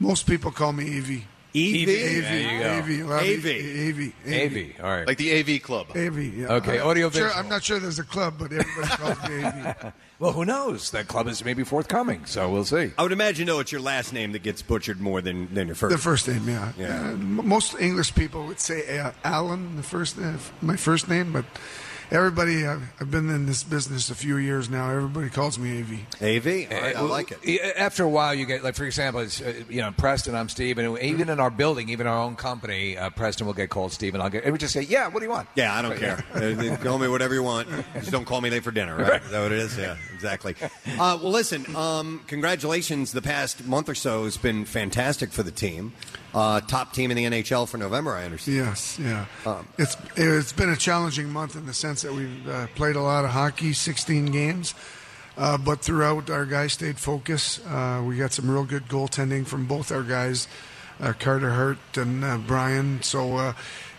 Most people call me Evie.
E
Evie? There you go.
Evie. Evie. Evie.
AV.
Evie.
all right.
Like the AV club.
Evie. Yeah.
Okay,
I'm
audio
sure-
visual.
I'm not sure there's a club, but everybody calls me
[LAUGHS]
Evie.
well, who knows? That club is maybe forthcoming, so we'll see.
I would imagine, though, it's your last name that gets butchered more than, than your first.
The first name, yeah.
Yeah.
Uh, m- most English people would say uh, Alan, the first uh, my first name, but everybody, I've, I've been in this business a few years now. Everybody calls me AV.
AV, All right, I like it.
After a while, you get like, for example, it's, uh, you know, Preston. I'm Steve, and even in our building, even our own company, uh, Preston will get called Steve, and I'll get. It would just say, "Yeah, what do you want?"
Yeah, I don't
[LAUGHS]
care. Uh, call me whatever you want. Just don't call me late for dinner, right? Is that what it is? Yeah, exactly. [LAUGHS] Uh, well, listen, um, congratulations. The past month or so has been fantastic for the team. Uh, top team in the NHL for November, I understand. Um,
Yes, yeah. It's it's been a challenging month in the sense that we've uh, played a lot of hockey, 16 games, uh, but throughout our guys stayed focused. Uh, we got some real good goaltending from both our guys, uh, Carter Hurt and uh, Brian. So uh,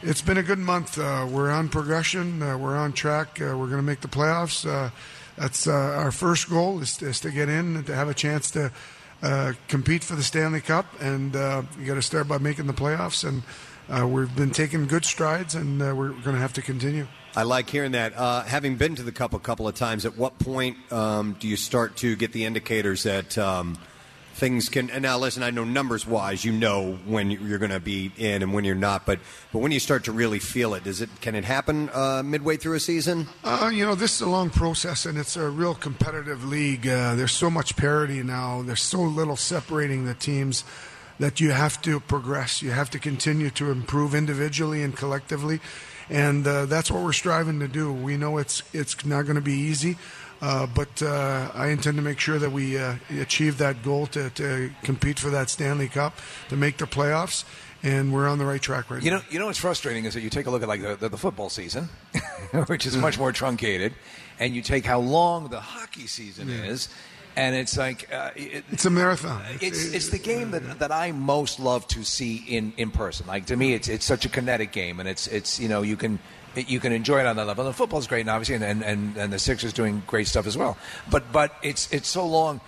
it's been a good month. Uh, we're on progression. Uh, we're on track. Uh, we're going to make the playoffs. Uh, that's uh, our first goal is, is to get in and to have a chance to uh, compete for the Stanley Cup. And uh, you got to start by making the playoffs. And uh, we've been taking good strides, and uh, we're going to have to continue.
I like hearing that. Uh, having been to the Cup a couple of times, at what point um, do you start to get the indicators that um, things can? And now, listen, I know numbers wise, you know when you're going to be in and when you're not, but but when you start to really feel it, does it can it happen uh, midway through a season?
Uh, you know, this is a long process, and it's a real competitive league. Uh, there's so much parity now. There's so little separating the teams that you have to progress. You have to continue to improve individually and collectively, and uh, that's what we're striving to do. We know it's it's not going to be easy. Uh, but uh, I intend to make sure that we uh, achieve that goal to, to compete for that Stanley Cup, to make the playoffs, and we're on the right track right
You
now.
know, you know what's frustrating is that you take a look at like the, the, the football season, [LAUGHS] which is much more truncated, and you take how long the hockey season
Mm.
is, and it's like uh, it,
It's a marathon.
it's it's the game that, that I most love to see in, in person. Like to me, it's it's such a kinetic game, and it's it's you know you can you can enjoy it on that level. And football's great, and obviously, and and, and, and the Sixers doing great stuff as well. But but it's it's so long.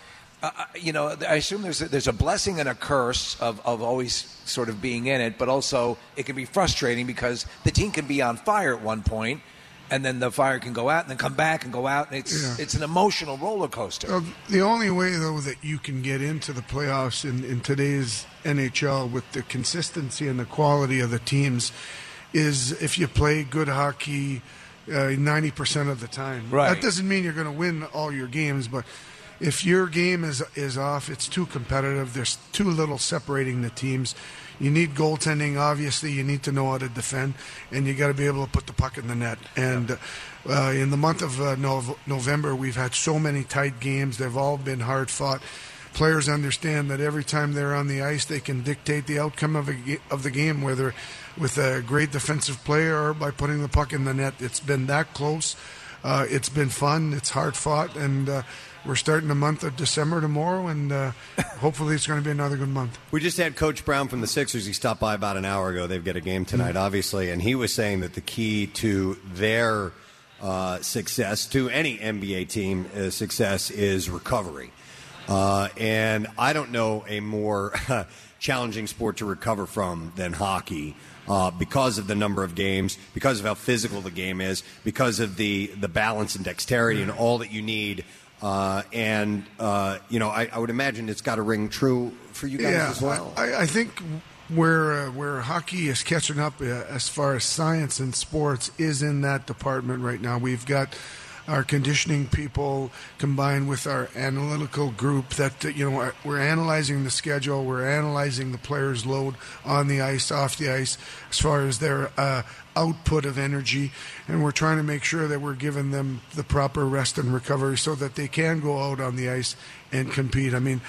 Uh, uh, you know, I assume there's a, there's a blessing and a curse of, of always sort of being in it, but also it can be frustrating because the team can be on fire at one point, and then the fire can go out and then come back and go out, and it's
Yeah.
it's an emotional roller coaster.
Uh, the only way, though, that you can get into the playoffs in, in today's NHL with the consistency and the quality of the teams is if you play good hockey uh, ninety percent of the time.
Right.
That doesn't mean you're going to win all your games, but if your game is is off, it's too competitive. There's too little separating the teams. You need goaltending, obviously. You need to know how to defend, and you got to be able to put the puck in the net. And uh, in the month of uh, Nov- November, we've had so many tight games. They've all been hard fought. Players understand that every time they're on the ice, they can dictate the outcome of, a, ga- of the game, whether with a great defensive player or by putting the puck in the net. It's been that close. Uh, it's been fun. It's hard fought, and uh, we're starting the month of December tomorrow, and uh, [LAUGHS] hopefully it's going to be another good month.
We just had Coach Brown from the Sixers. He stopped by about an hour ago. They've got a game tonight, obviously, and he was saying that the key to their uh, success, to any NBA team uh, success, is recovery. Uh, and I don't know a more [LAUGHS] challenging sport to recover from than hockey. Uh, because of the number of games, because of how physical the game is, because of the, the balance and dexterity and all that you need. Uh, and, uh, you know, I, I would imagine it's got to ring true for you guys
yeah,
as well.
I, I think where uh, where hockey is catching up uh, as far as science and sports is in that department right now. We've got our conditioning people combined with our analytical group that uh, you know are- we're analyzing the schedule, we're analyzing the players' load on the ice, off the ice, as far as their uh, output of energy, and we're trying to make sure that we're giving them the proper rest and recovery so that they can go out on the ice and compete. I mean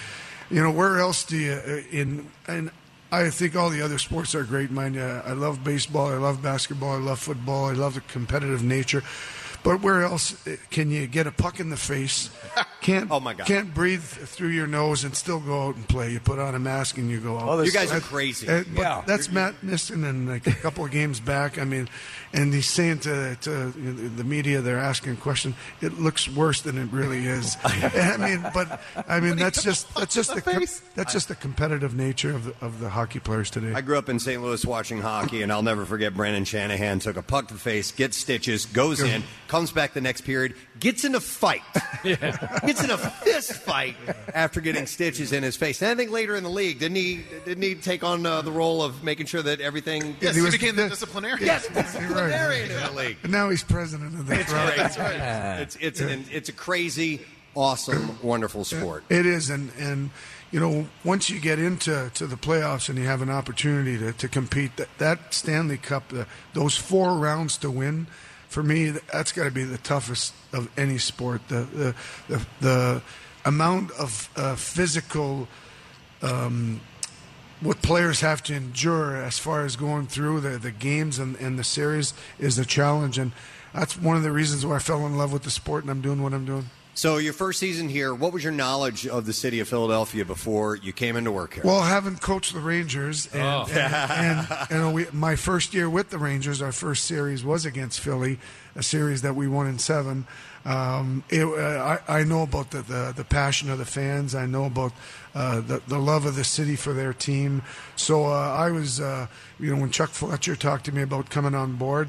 you know where else do you uh, in and I think all the other sports are great. Mind uh, I love baseball, I love basketball, I love football, I love the competitive nature. But where else uh, can you get a puck in the
[LAUGHS]
face? Can't oh my
God.
Can't breathe through your nose and still go out and play. You put on a mask and you go out.
Oh, there's- You guys are
That-
crazy.
uh, but
Yeah.
that's Matt Nissen and like a couple of games back. I mean, and he's saying to, to the media, they're asking questions. It looks worse than it really
[LAUGHS]
is. I mean, but I mean that's just that's just the, com- that's just the competitive nature of the, of the hockey players today.
I grew up in St. Louis watching hockey, and I'll never forget Brandon Shanahan took a puck to the face, gets stitches, goes in, comes back the next period, gets in a fight. Gets gets in a fist fight after getting stitches in his face. And I think later in the league, didn't he? Didn't he take on uh, the role of making sure that everything?
Yes, he, became the disciplinarian.
Yes, [LAUGHS]
[LAUGHS] You're right.
disciplinarian in the league.
And now he's president of the
It's great. It's, it's, it's, an, it's a crazy, awesome, wonderful sport.
It is, and and you know, once you get into to the playoffs and you have an opportunity to, to compete, that that Stanley Cup, the, those four rounds to win, for me, that's got to be the toughest of any sport. The the the, the amount of uh, physical. Um, what players have to endure as far as going through the, the games and, and the series is a challenge. And that's one of the reasons why I fell in love with the sport and I'm doing what I'm doing.
So your first season here, what was your knowledge of the city of Philadelphia before you came into work here?
Well, having coached the Rangers, and,
Oh.
and, and, you know, we, my first year with the Rangers, our first series was against Philly, a series that we won in seven. Um, it, uh, I, I know about the, the, the passion of the fans. I know about uh, the, the love of the city for their team. So uh, I was, uh, you know, when Chuck Fletcher talked to me about coming on board,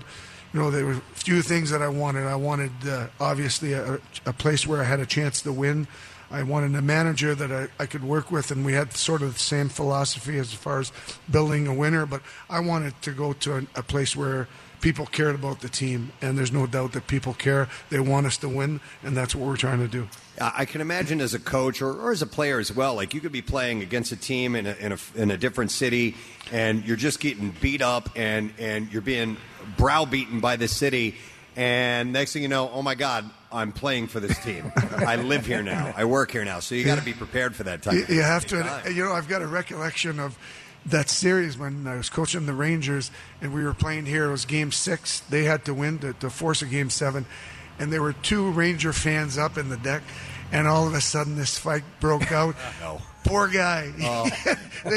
you know, there were a few things that I wanted. I wanted, uh, obviously, a, a place where I had a chance to win. I wanted a manager that I, I could work with, and we had sort of the same philosophy as far as building a winner. But I wanted to go to an, a place where people cared about the team, and there's no doubt that people care. They want us to win, and that's what we're trying to do.
I I can imagine as a coach or, or as a player as well, like you could be playing against a team in a, in, a, in a different city and you're just getting beat up and, and you're being browbeaten by the city. And next thing you know, oh my God, I'm playing for this team. I live here now. I work here now. So you got to be prepared for that type
You,
of
you have to.
time.
You know, I've got a recollection of that series when I was coaching the Rangers and we were playing here. It was game six. They had to win to, to force a game seven. And there were two Ranger fans up in the deck. And all of a sudden, this fight broke
[LAUGHS]
out.
no.
Poor guy.
Oh.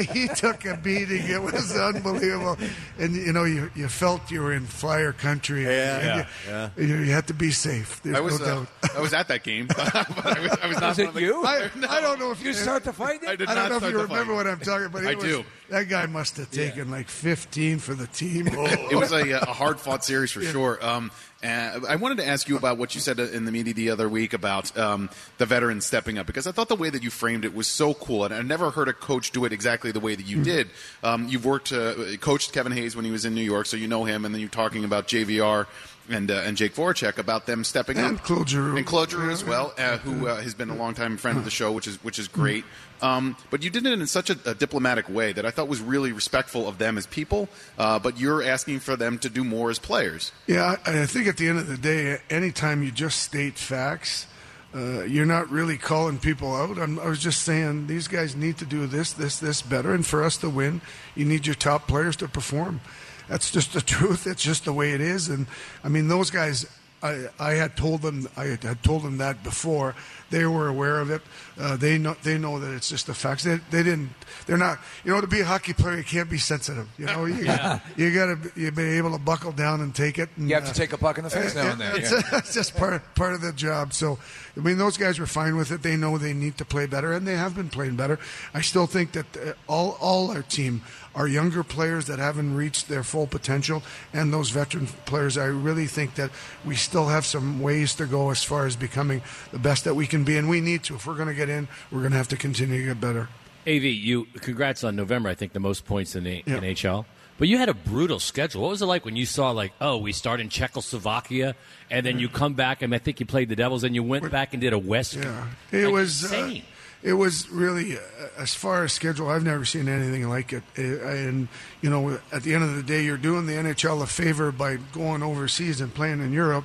[LAUGHS] he took a beating. It was unbelievable. And, you know, you, you felt you were in flyer country. And
Yeah,
you-
yeah.
You, you had to be safe. There's
I was,
no
uh,
doubt.
[LAUGHS] I was at that game. I was, I was not
Was it
one of the-
you? I-
No.
I don't know if you start the fight.
I did
I
not
don't know if
start
you
the fight.
remember what I'm talking about. It
I
was-
do.
That guy must have taken like 15 for the team.
it was a, uh, a hard fought series for sure. Um, and I wanted to ask you about what you said in the media the other week about um, the veterans stepping up because I thought the way that you framed it was so cool, and I never heard a coach do it exactly the way that
Mm.
you did. Um, you've worked, uh, coached Kevin Hayes when he was in New York, so you know him, and then you're talking about JVR and uh, and Jake Voracek about them stepping
And
up,
Claude Giroux.
and Claude Giroux as well, uh, who uh, has been a longtime friend of the show, which is which is
Mm-hmm.
great. Um, but you did it in such a, a diplomatic way that I thought was really respectful of them as people. Uh, but you're asking for them to do more as players.
[LAUGHS] Yeah, I I think at the end of the day, anytime you just state facts, uh, you're not really calling people out. I'm, I was just saying these guys need to do this, this, this better, and for us to win, you need your top players to perform. That's just the [LAUGHS] truth. It's just the way it is. And I mean, those guys. I, I had told them I had told them that before. They were aware of it. Uh, they know they know that it's just the facts. They, they didn't. They're not. You know, to be a hockey player, you can't be sensitive. You know, you,
Yeah.
you gotta be- you be able to buckle down and take it. And,
You have to
uh,
take a puck in the face now and then.
It's,
Yeah.
it's just part part of the job. So, I mean, those guys were fine with it. They know they need to play better, and they have been playing better. I still think that uh, all all our team are younger players that haven't reached their full potential, and those veteran players. I really think that we still have some ways to go as far as becoming the best that we can be, and we need to. If we're going to get in, we're going to have to continue to get better.
Av, you congrats on November. I think the most points in the
Yeah.
NHL.
But you had a brutal schedule. What was it like when you saw like, oh, we start in Czechoslovakia, and then you come back, and I think you played the Devils, and you went back and did a West. Yeah,
It was uh, it was really uh, as far as schedule. I've never seen anything like it. Uh, And you know, at the end of the day, you're doing the NHL a favor by going overseas and playing in Europe.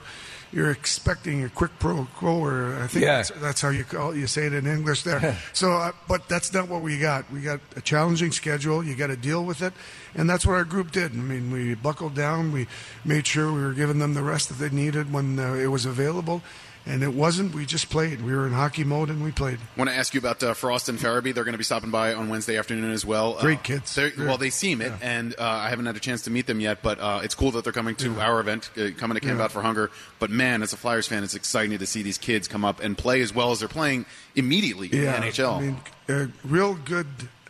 You're expecting a quick pro quo, or I think
Yeah.
that's, that's how you call you say it in English there. so, uh, but that's not what we got. We got a challenging schedule. You got to deal with it, and that's what our group did. I mean, we buckled down. We made sure we were giving them the rest that they needed when uh, it was available, and it wasn't. We just played. We were in hockey mode, and we played.
I want to ask you about uh, Frost and Farabee. They're going to be stopping by on Wednesday afternoon as well.
Great
Uh,
kids.
they're- Well, they seem it, and uh, I haven't had a chance to meet them yet. But uh, it's cool that they're coming to our event, uh, coming to Camp
Yeah.
Out for Hunger. But man, as a Flyers fan, it's exciting to see these kids come up and play as well as they're playing immediately in the NHL.
I mean, uh, real good,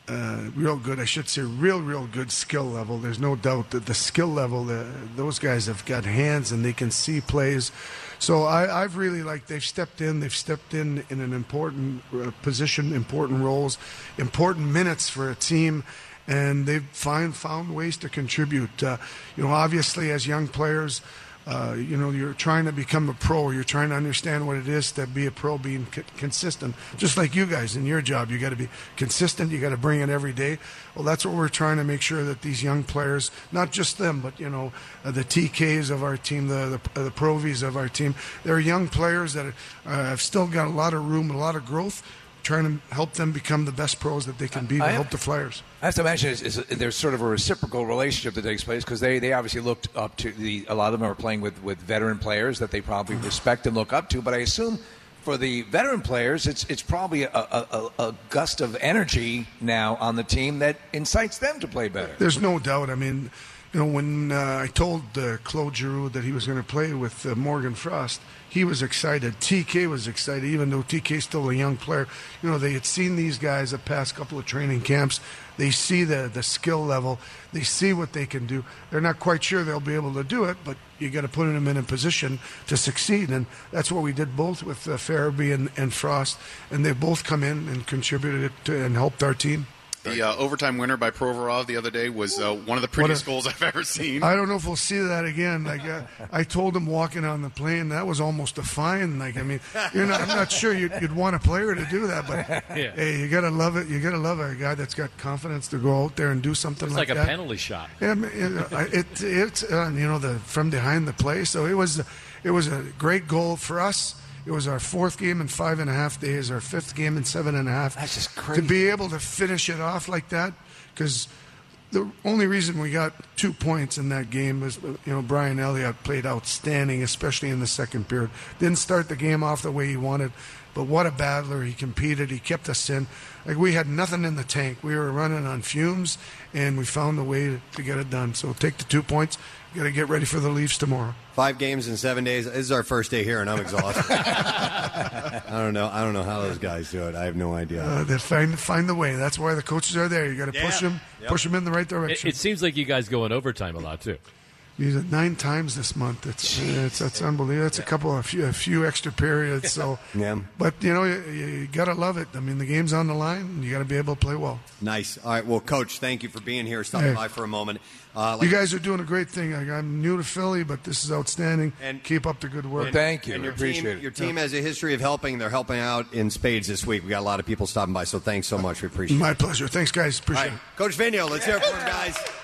uh, real good. I should say, real, real good skill level. There's no doubt that the skill level, uh, those guys have got hands and they can see plays. So I, I've really like they've stepped in. They've stepped in in an important uh, position, important roles, important minutes for a team, and they've find found ways to contribute. Uh, you know, obviously as young players. Uh, you know, you're trying to become a pro. You're trying to understand what it is to be a pro, being co- consistent. Just like you guys in your job, you got to be consistent. You got to bring it every day. Well, that's what we're trying to make sure that these young players, not just them, but you know, uh, the TKs of our team, the the, uh, the Provies of our team, they're young players that are, uh, have still got a lot of room, a lot of growth. Trying to help them become the best pros that they can be to
I am-
help the Flyers.
I have to imagine is, is there's sort of a reciprocal relationship that takes place because they, they obviously looked up to the a lot of them are playing with, with veteran players that they probably respect and look up to. But I assume for the veteran players, it's it's probably a, a, a, a gust of energy now on the team that incites them to play better.
There's no doubt. I mean, you know, when uh, I told uh, Claude Giroux that he was going to play with uh, Morgan Frost, he was excited. TK was excited, even though TK's still a young player. You know, they had seen these guys the past couple of training camps. They see the, the skill level. They see what they can do. They're not quite sure they'll be able to do it, but you got to put them in a position to succeed. And that's what we did both with uh, Farabee and, and Frost. And they both come in and contributed to, and helped our team.
The uh, overtime winner by Provorov the other day was uh, one of the
What a-
prettiest goals I've ever seen.
I don't know if we'll see that again. Like uh, I told him walking on the plane, that was almost a fine. Like I mean, you're not, I'm not sure you'd, you'd want a player to do that, but
Yeah.
hey, you gotta love it. You gotta love a guy that's got confidence to go out there and do something
It's like, a
that.
penalty shot.
Yeah, I mean, it, I- it, it's uh, you know the from behind the play. So it was it was a great goal for us. It was our fourth game in five and a half days, our fifth game in seven and a half. That's just crazy to be able to finish it off like that because. The only reason we got two points in that game was, you know, Brian Elliott played outstanding, especially in the second period. Didn't start the game off the way he wanted, but what a battler. He competed. He kept us in. Like, we had nothing in the tank. We were running on fumes, and we found a way to get it done. So take the two points. Got to get ready for the Leafs tomorrow.
Five games in seven days. This is our first day here, and
[LAUGHS]
I'm exhausted. I don't know. I don't know how those guys do it. I have no idea.
Uh, they find, find the way. That's why the coaches are there. You got to push them, push them in the right
It,
direction.
it seems like you guys go in overtime a lot too.
He's at nine times this month. It's, uh, it's that's unbelievable. That's a couple, a few, a few extra periods. So,
Yeah.
but you know, you, you gotta love it. I mean, the game's on the line. and You gotta be able to play well.
Nice. All right. Well, Coach, thank you for being here, stopping
Hey.
by for a moment. Uh,
you guys are doing a great thing. Like, I'm new to Philly, but this is outstanding. And keep up the good work.
And your team, Your team has a history of helping. They're helping out in spades this week. We got a lot of people stopping by, so thanks so much. We appreciate it.
My pleasure. Thanks, guys. Appreciate it.
Coach Vigneault, let's hear it for him, guys.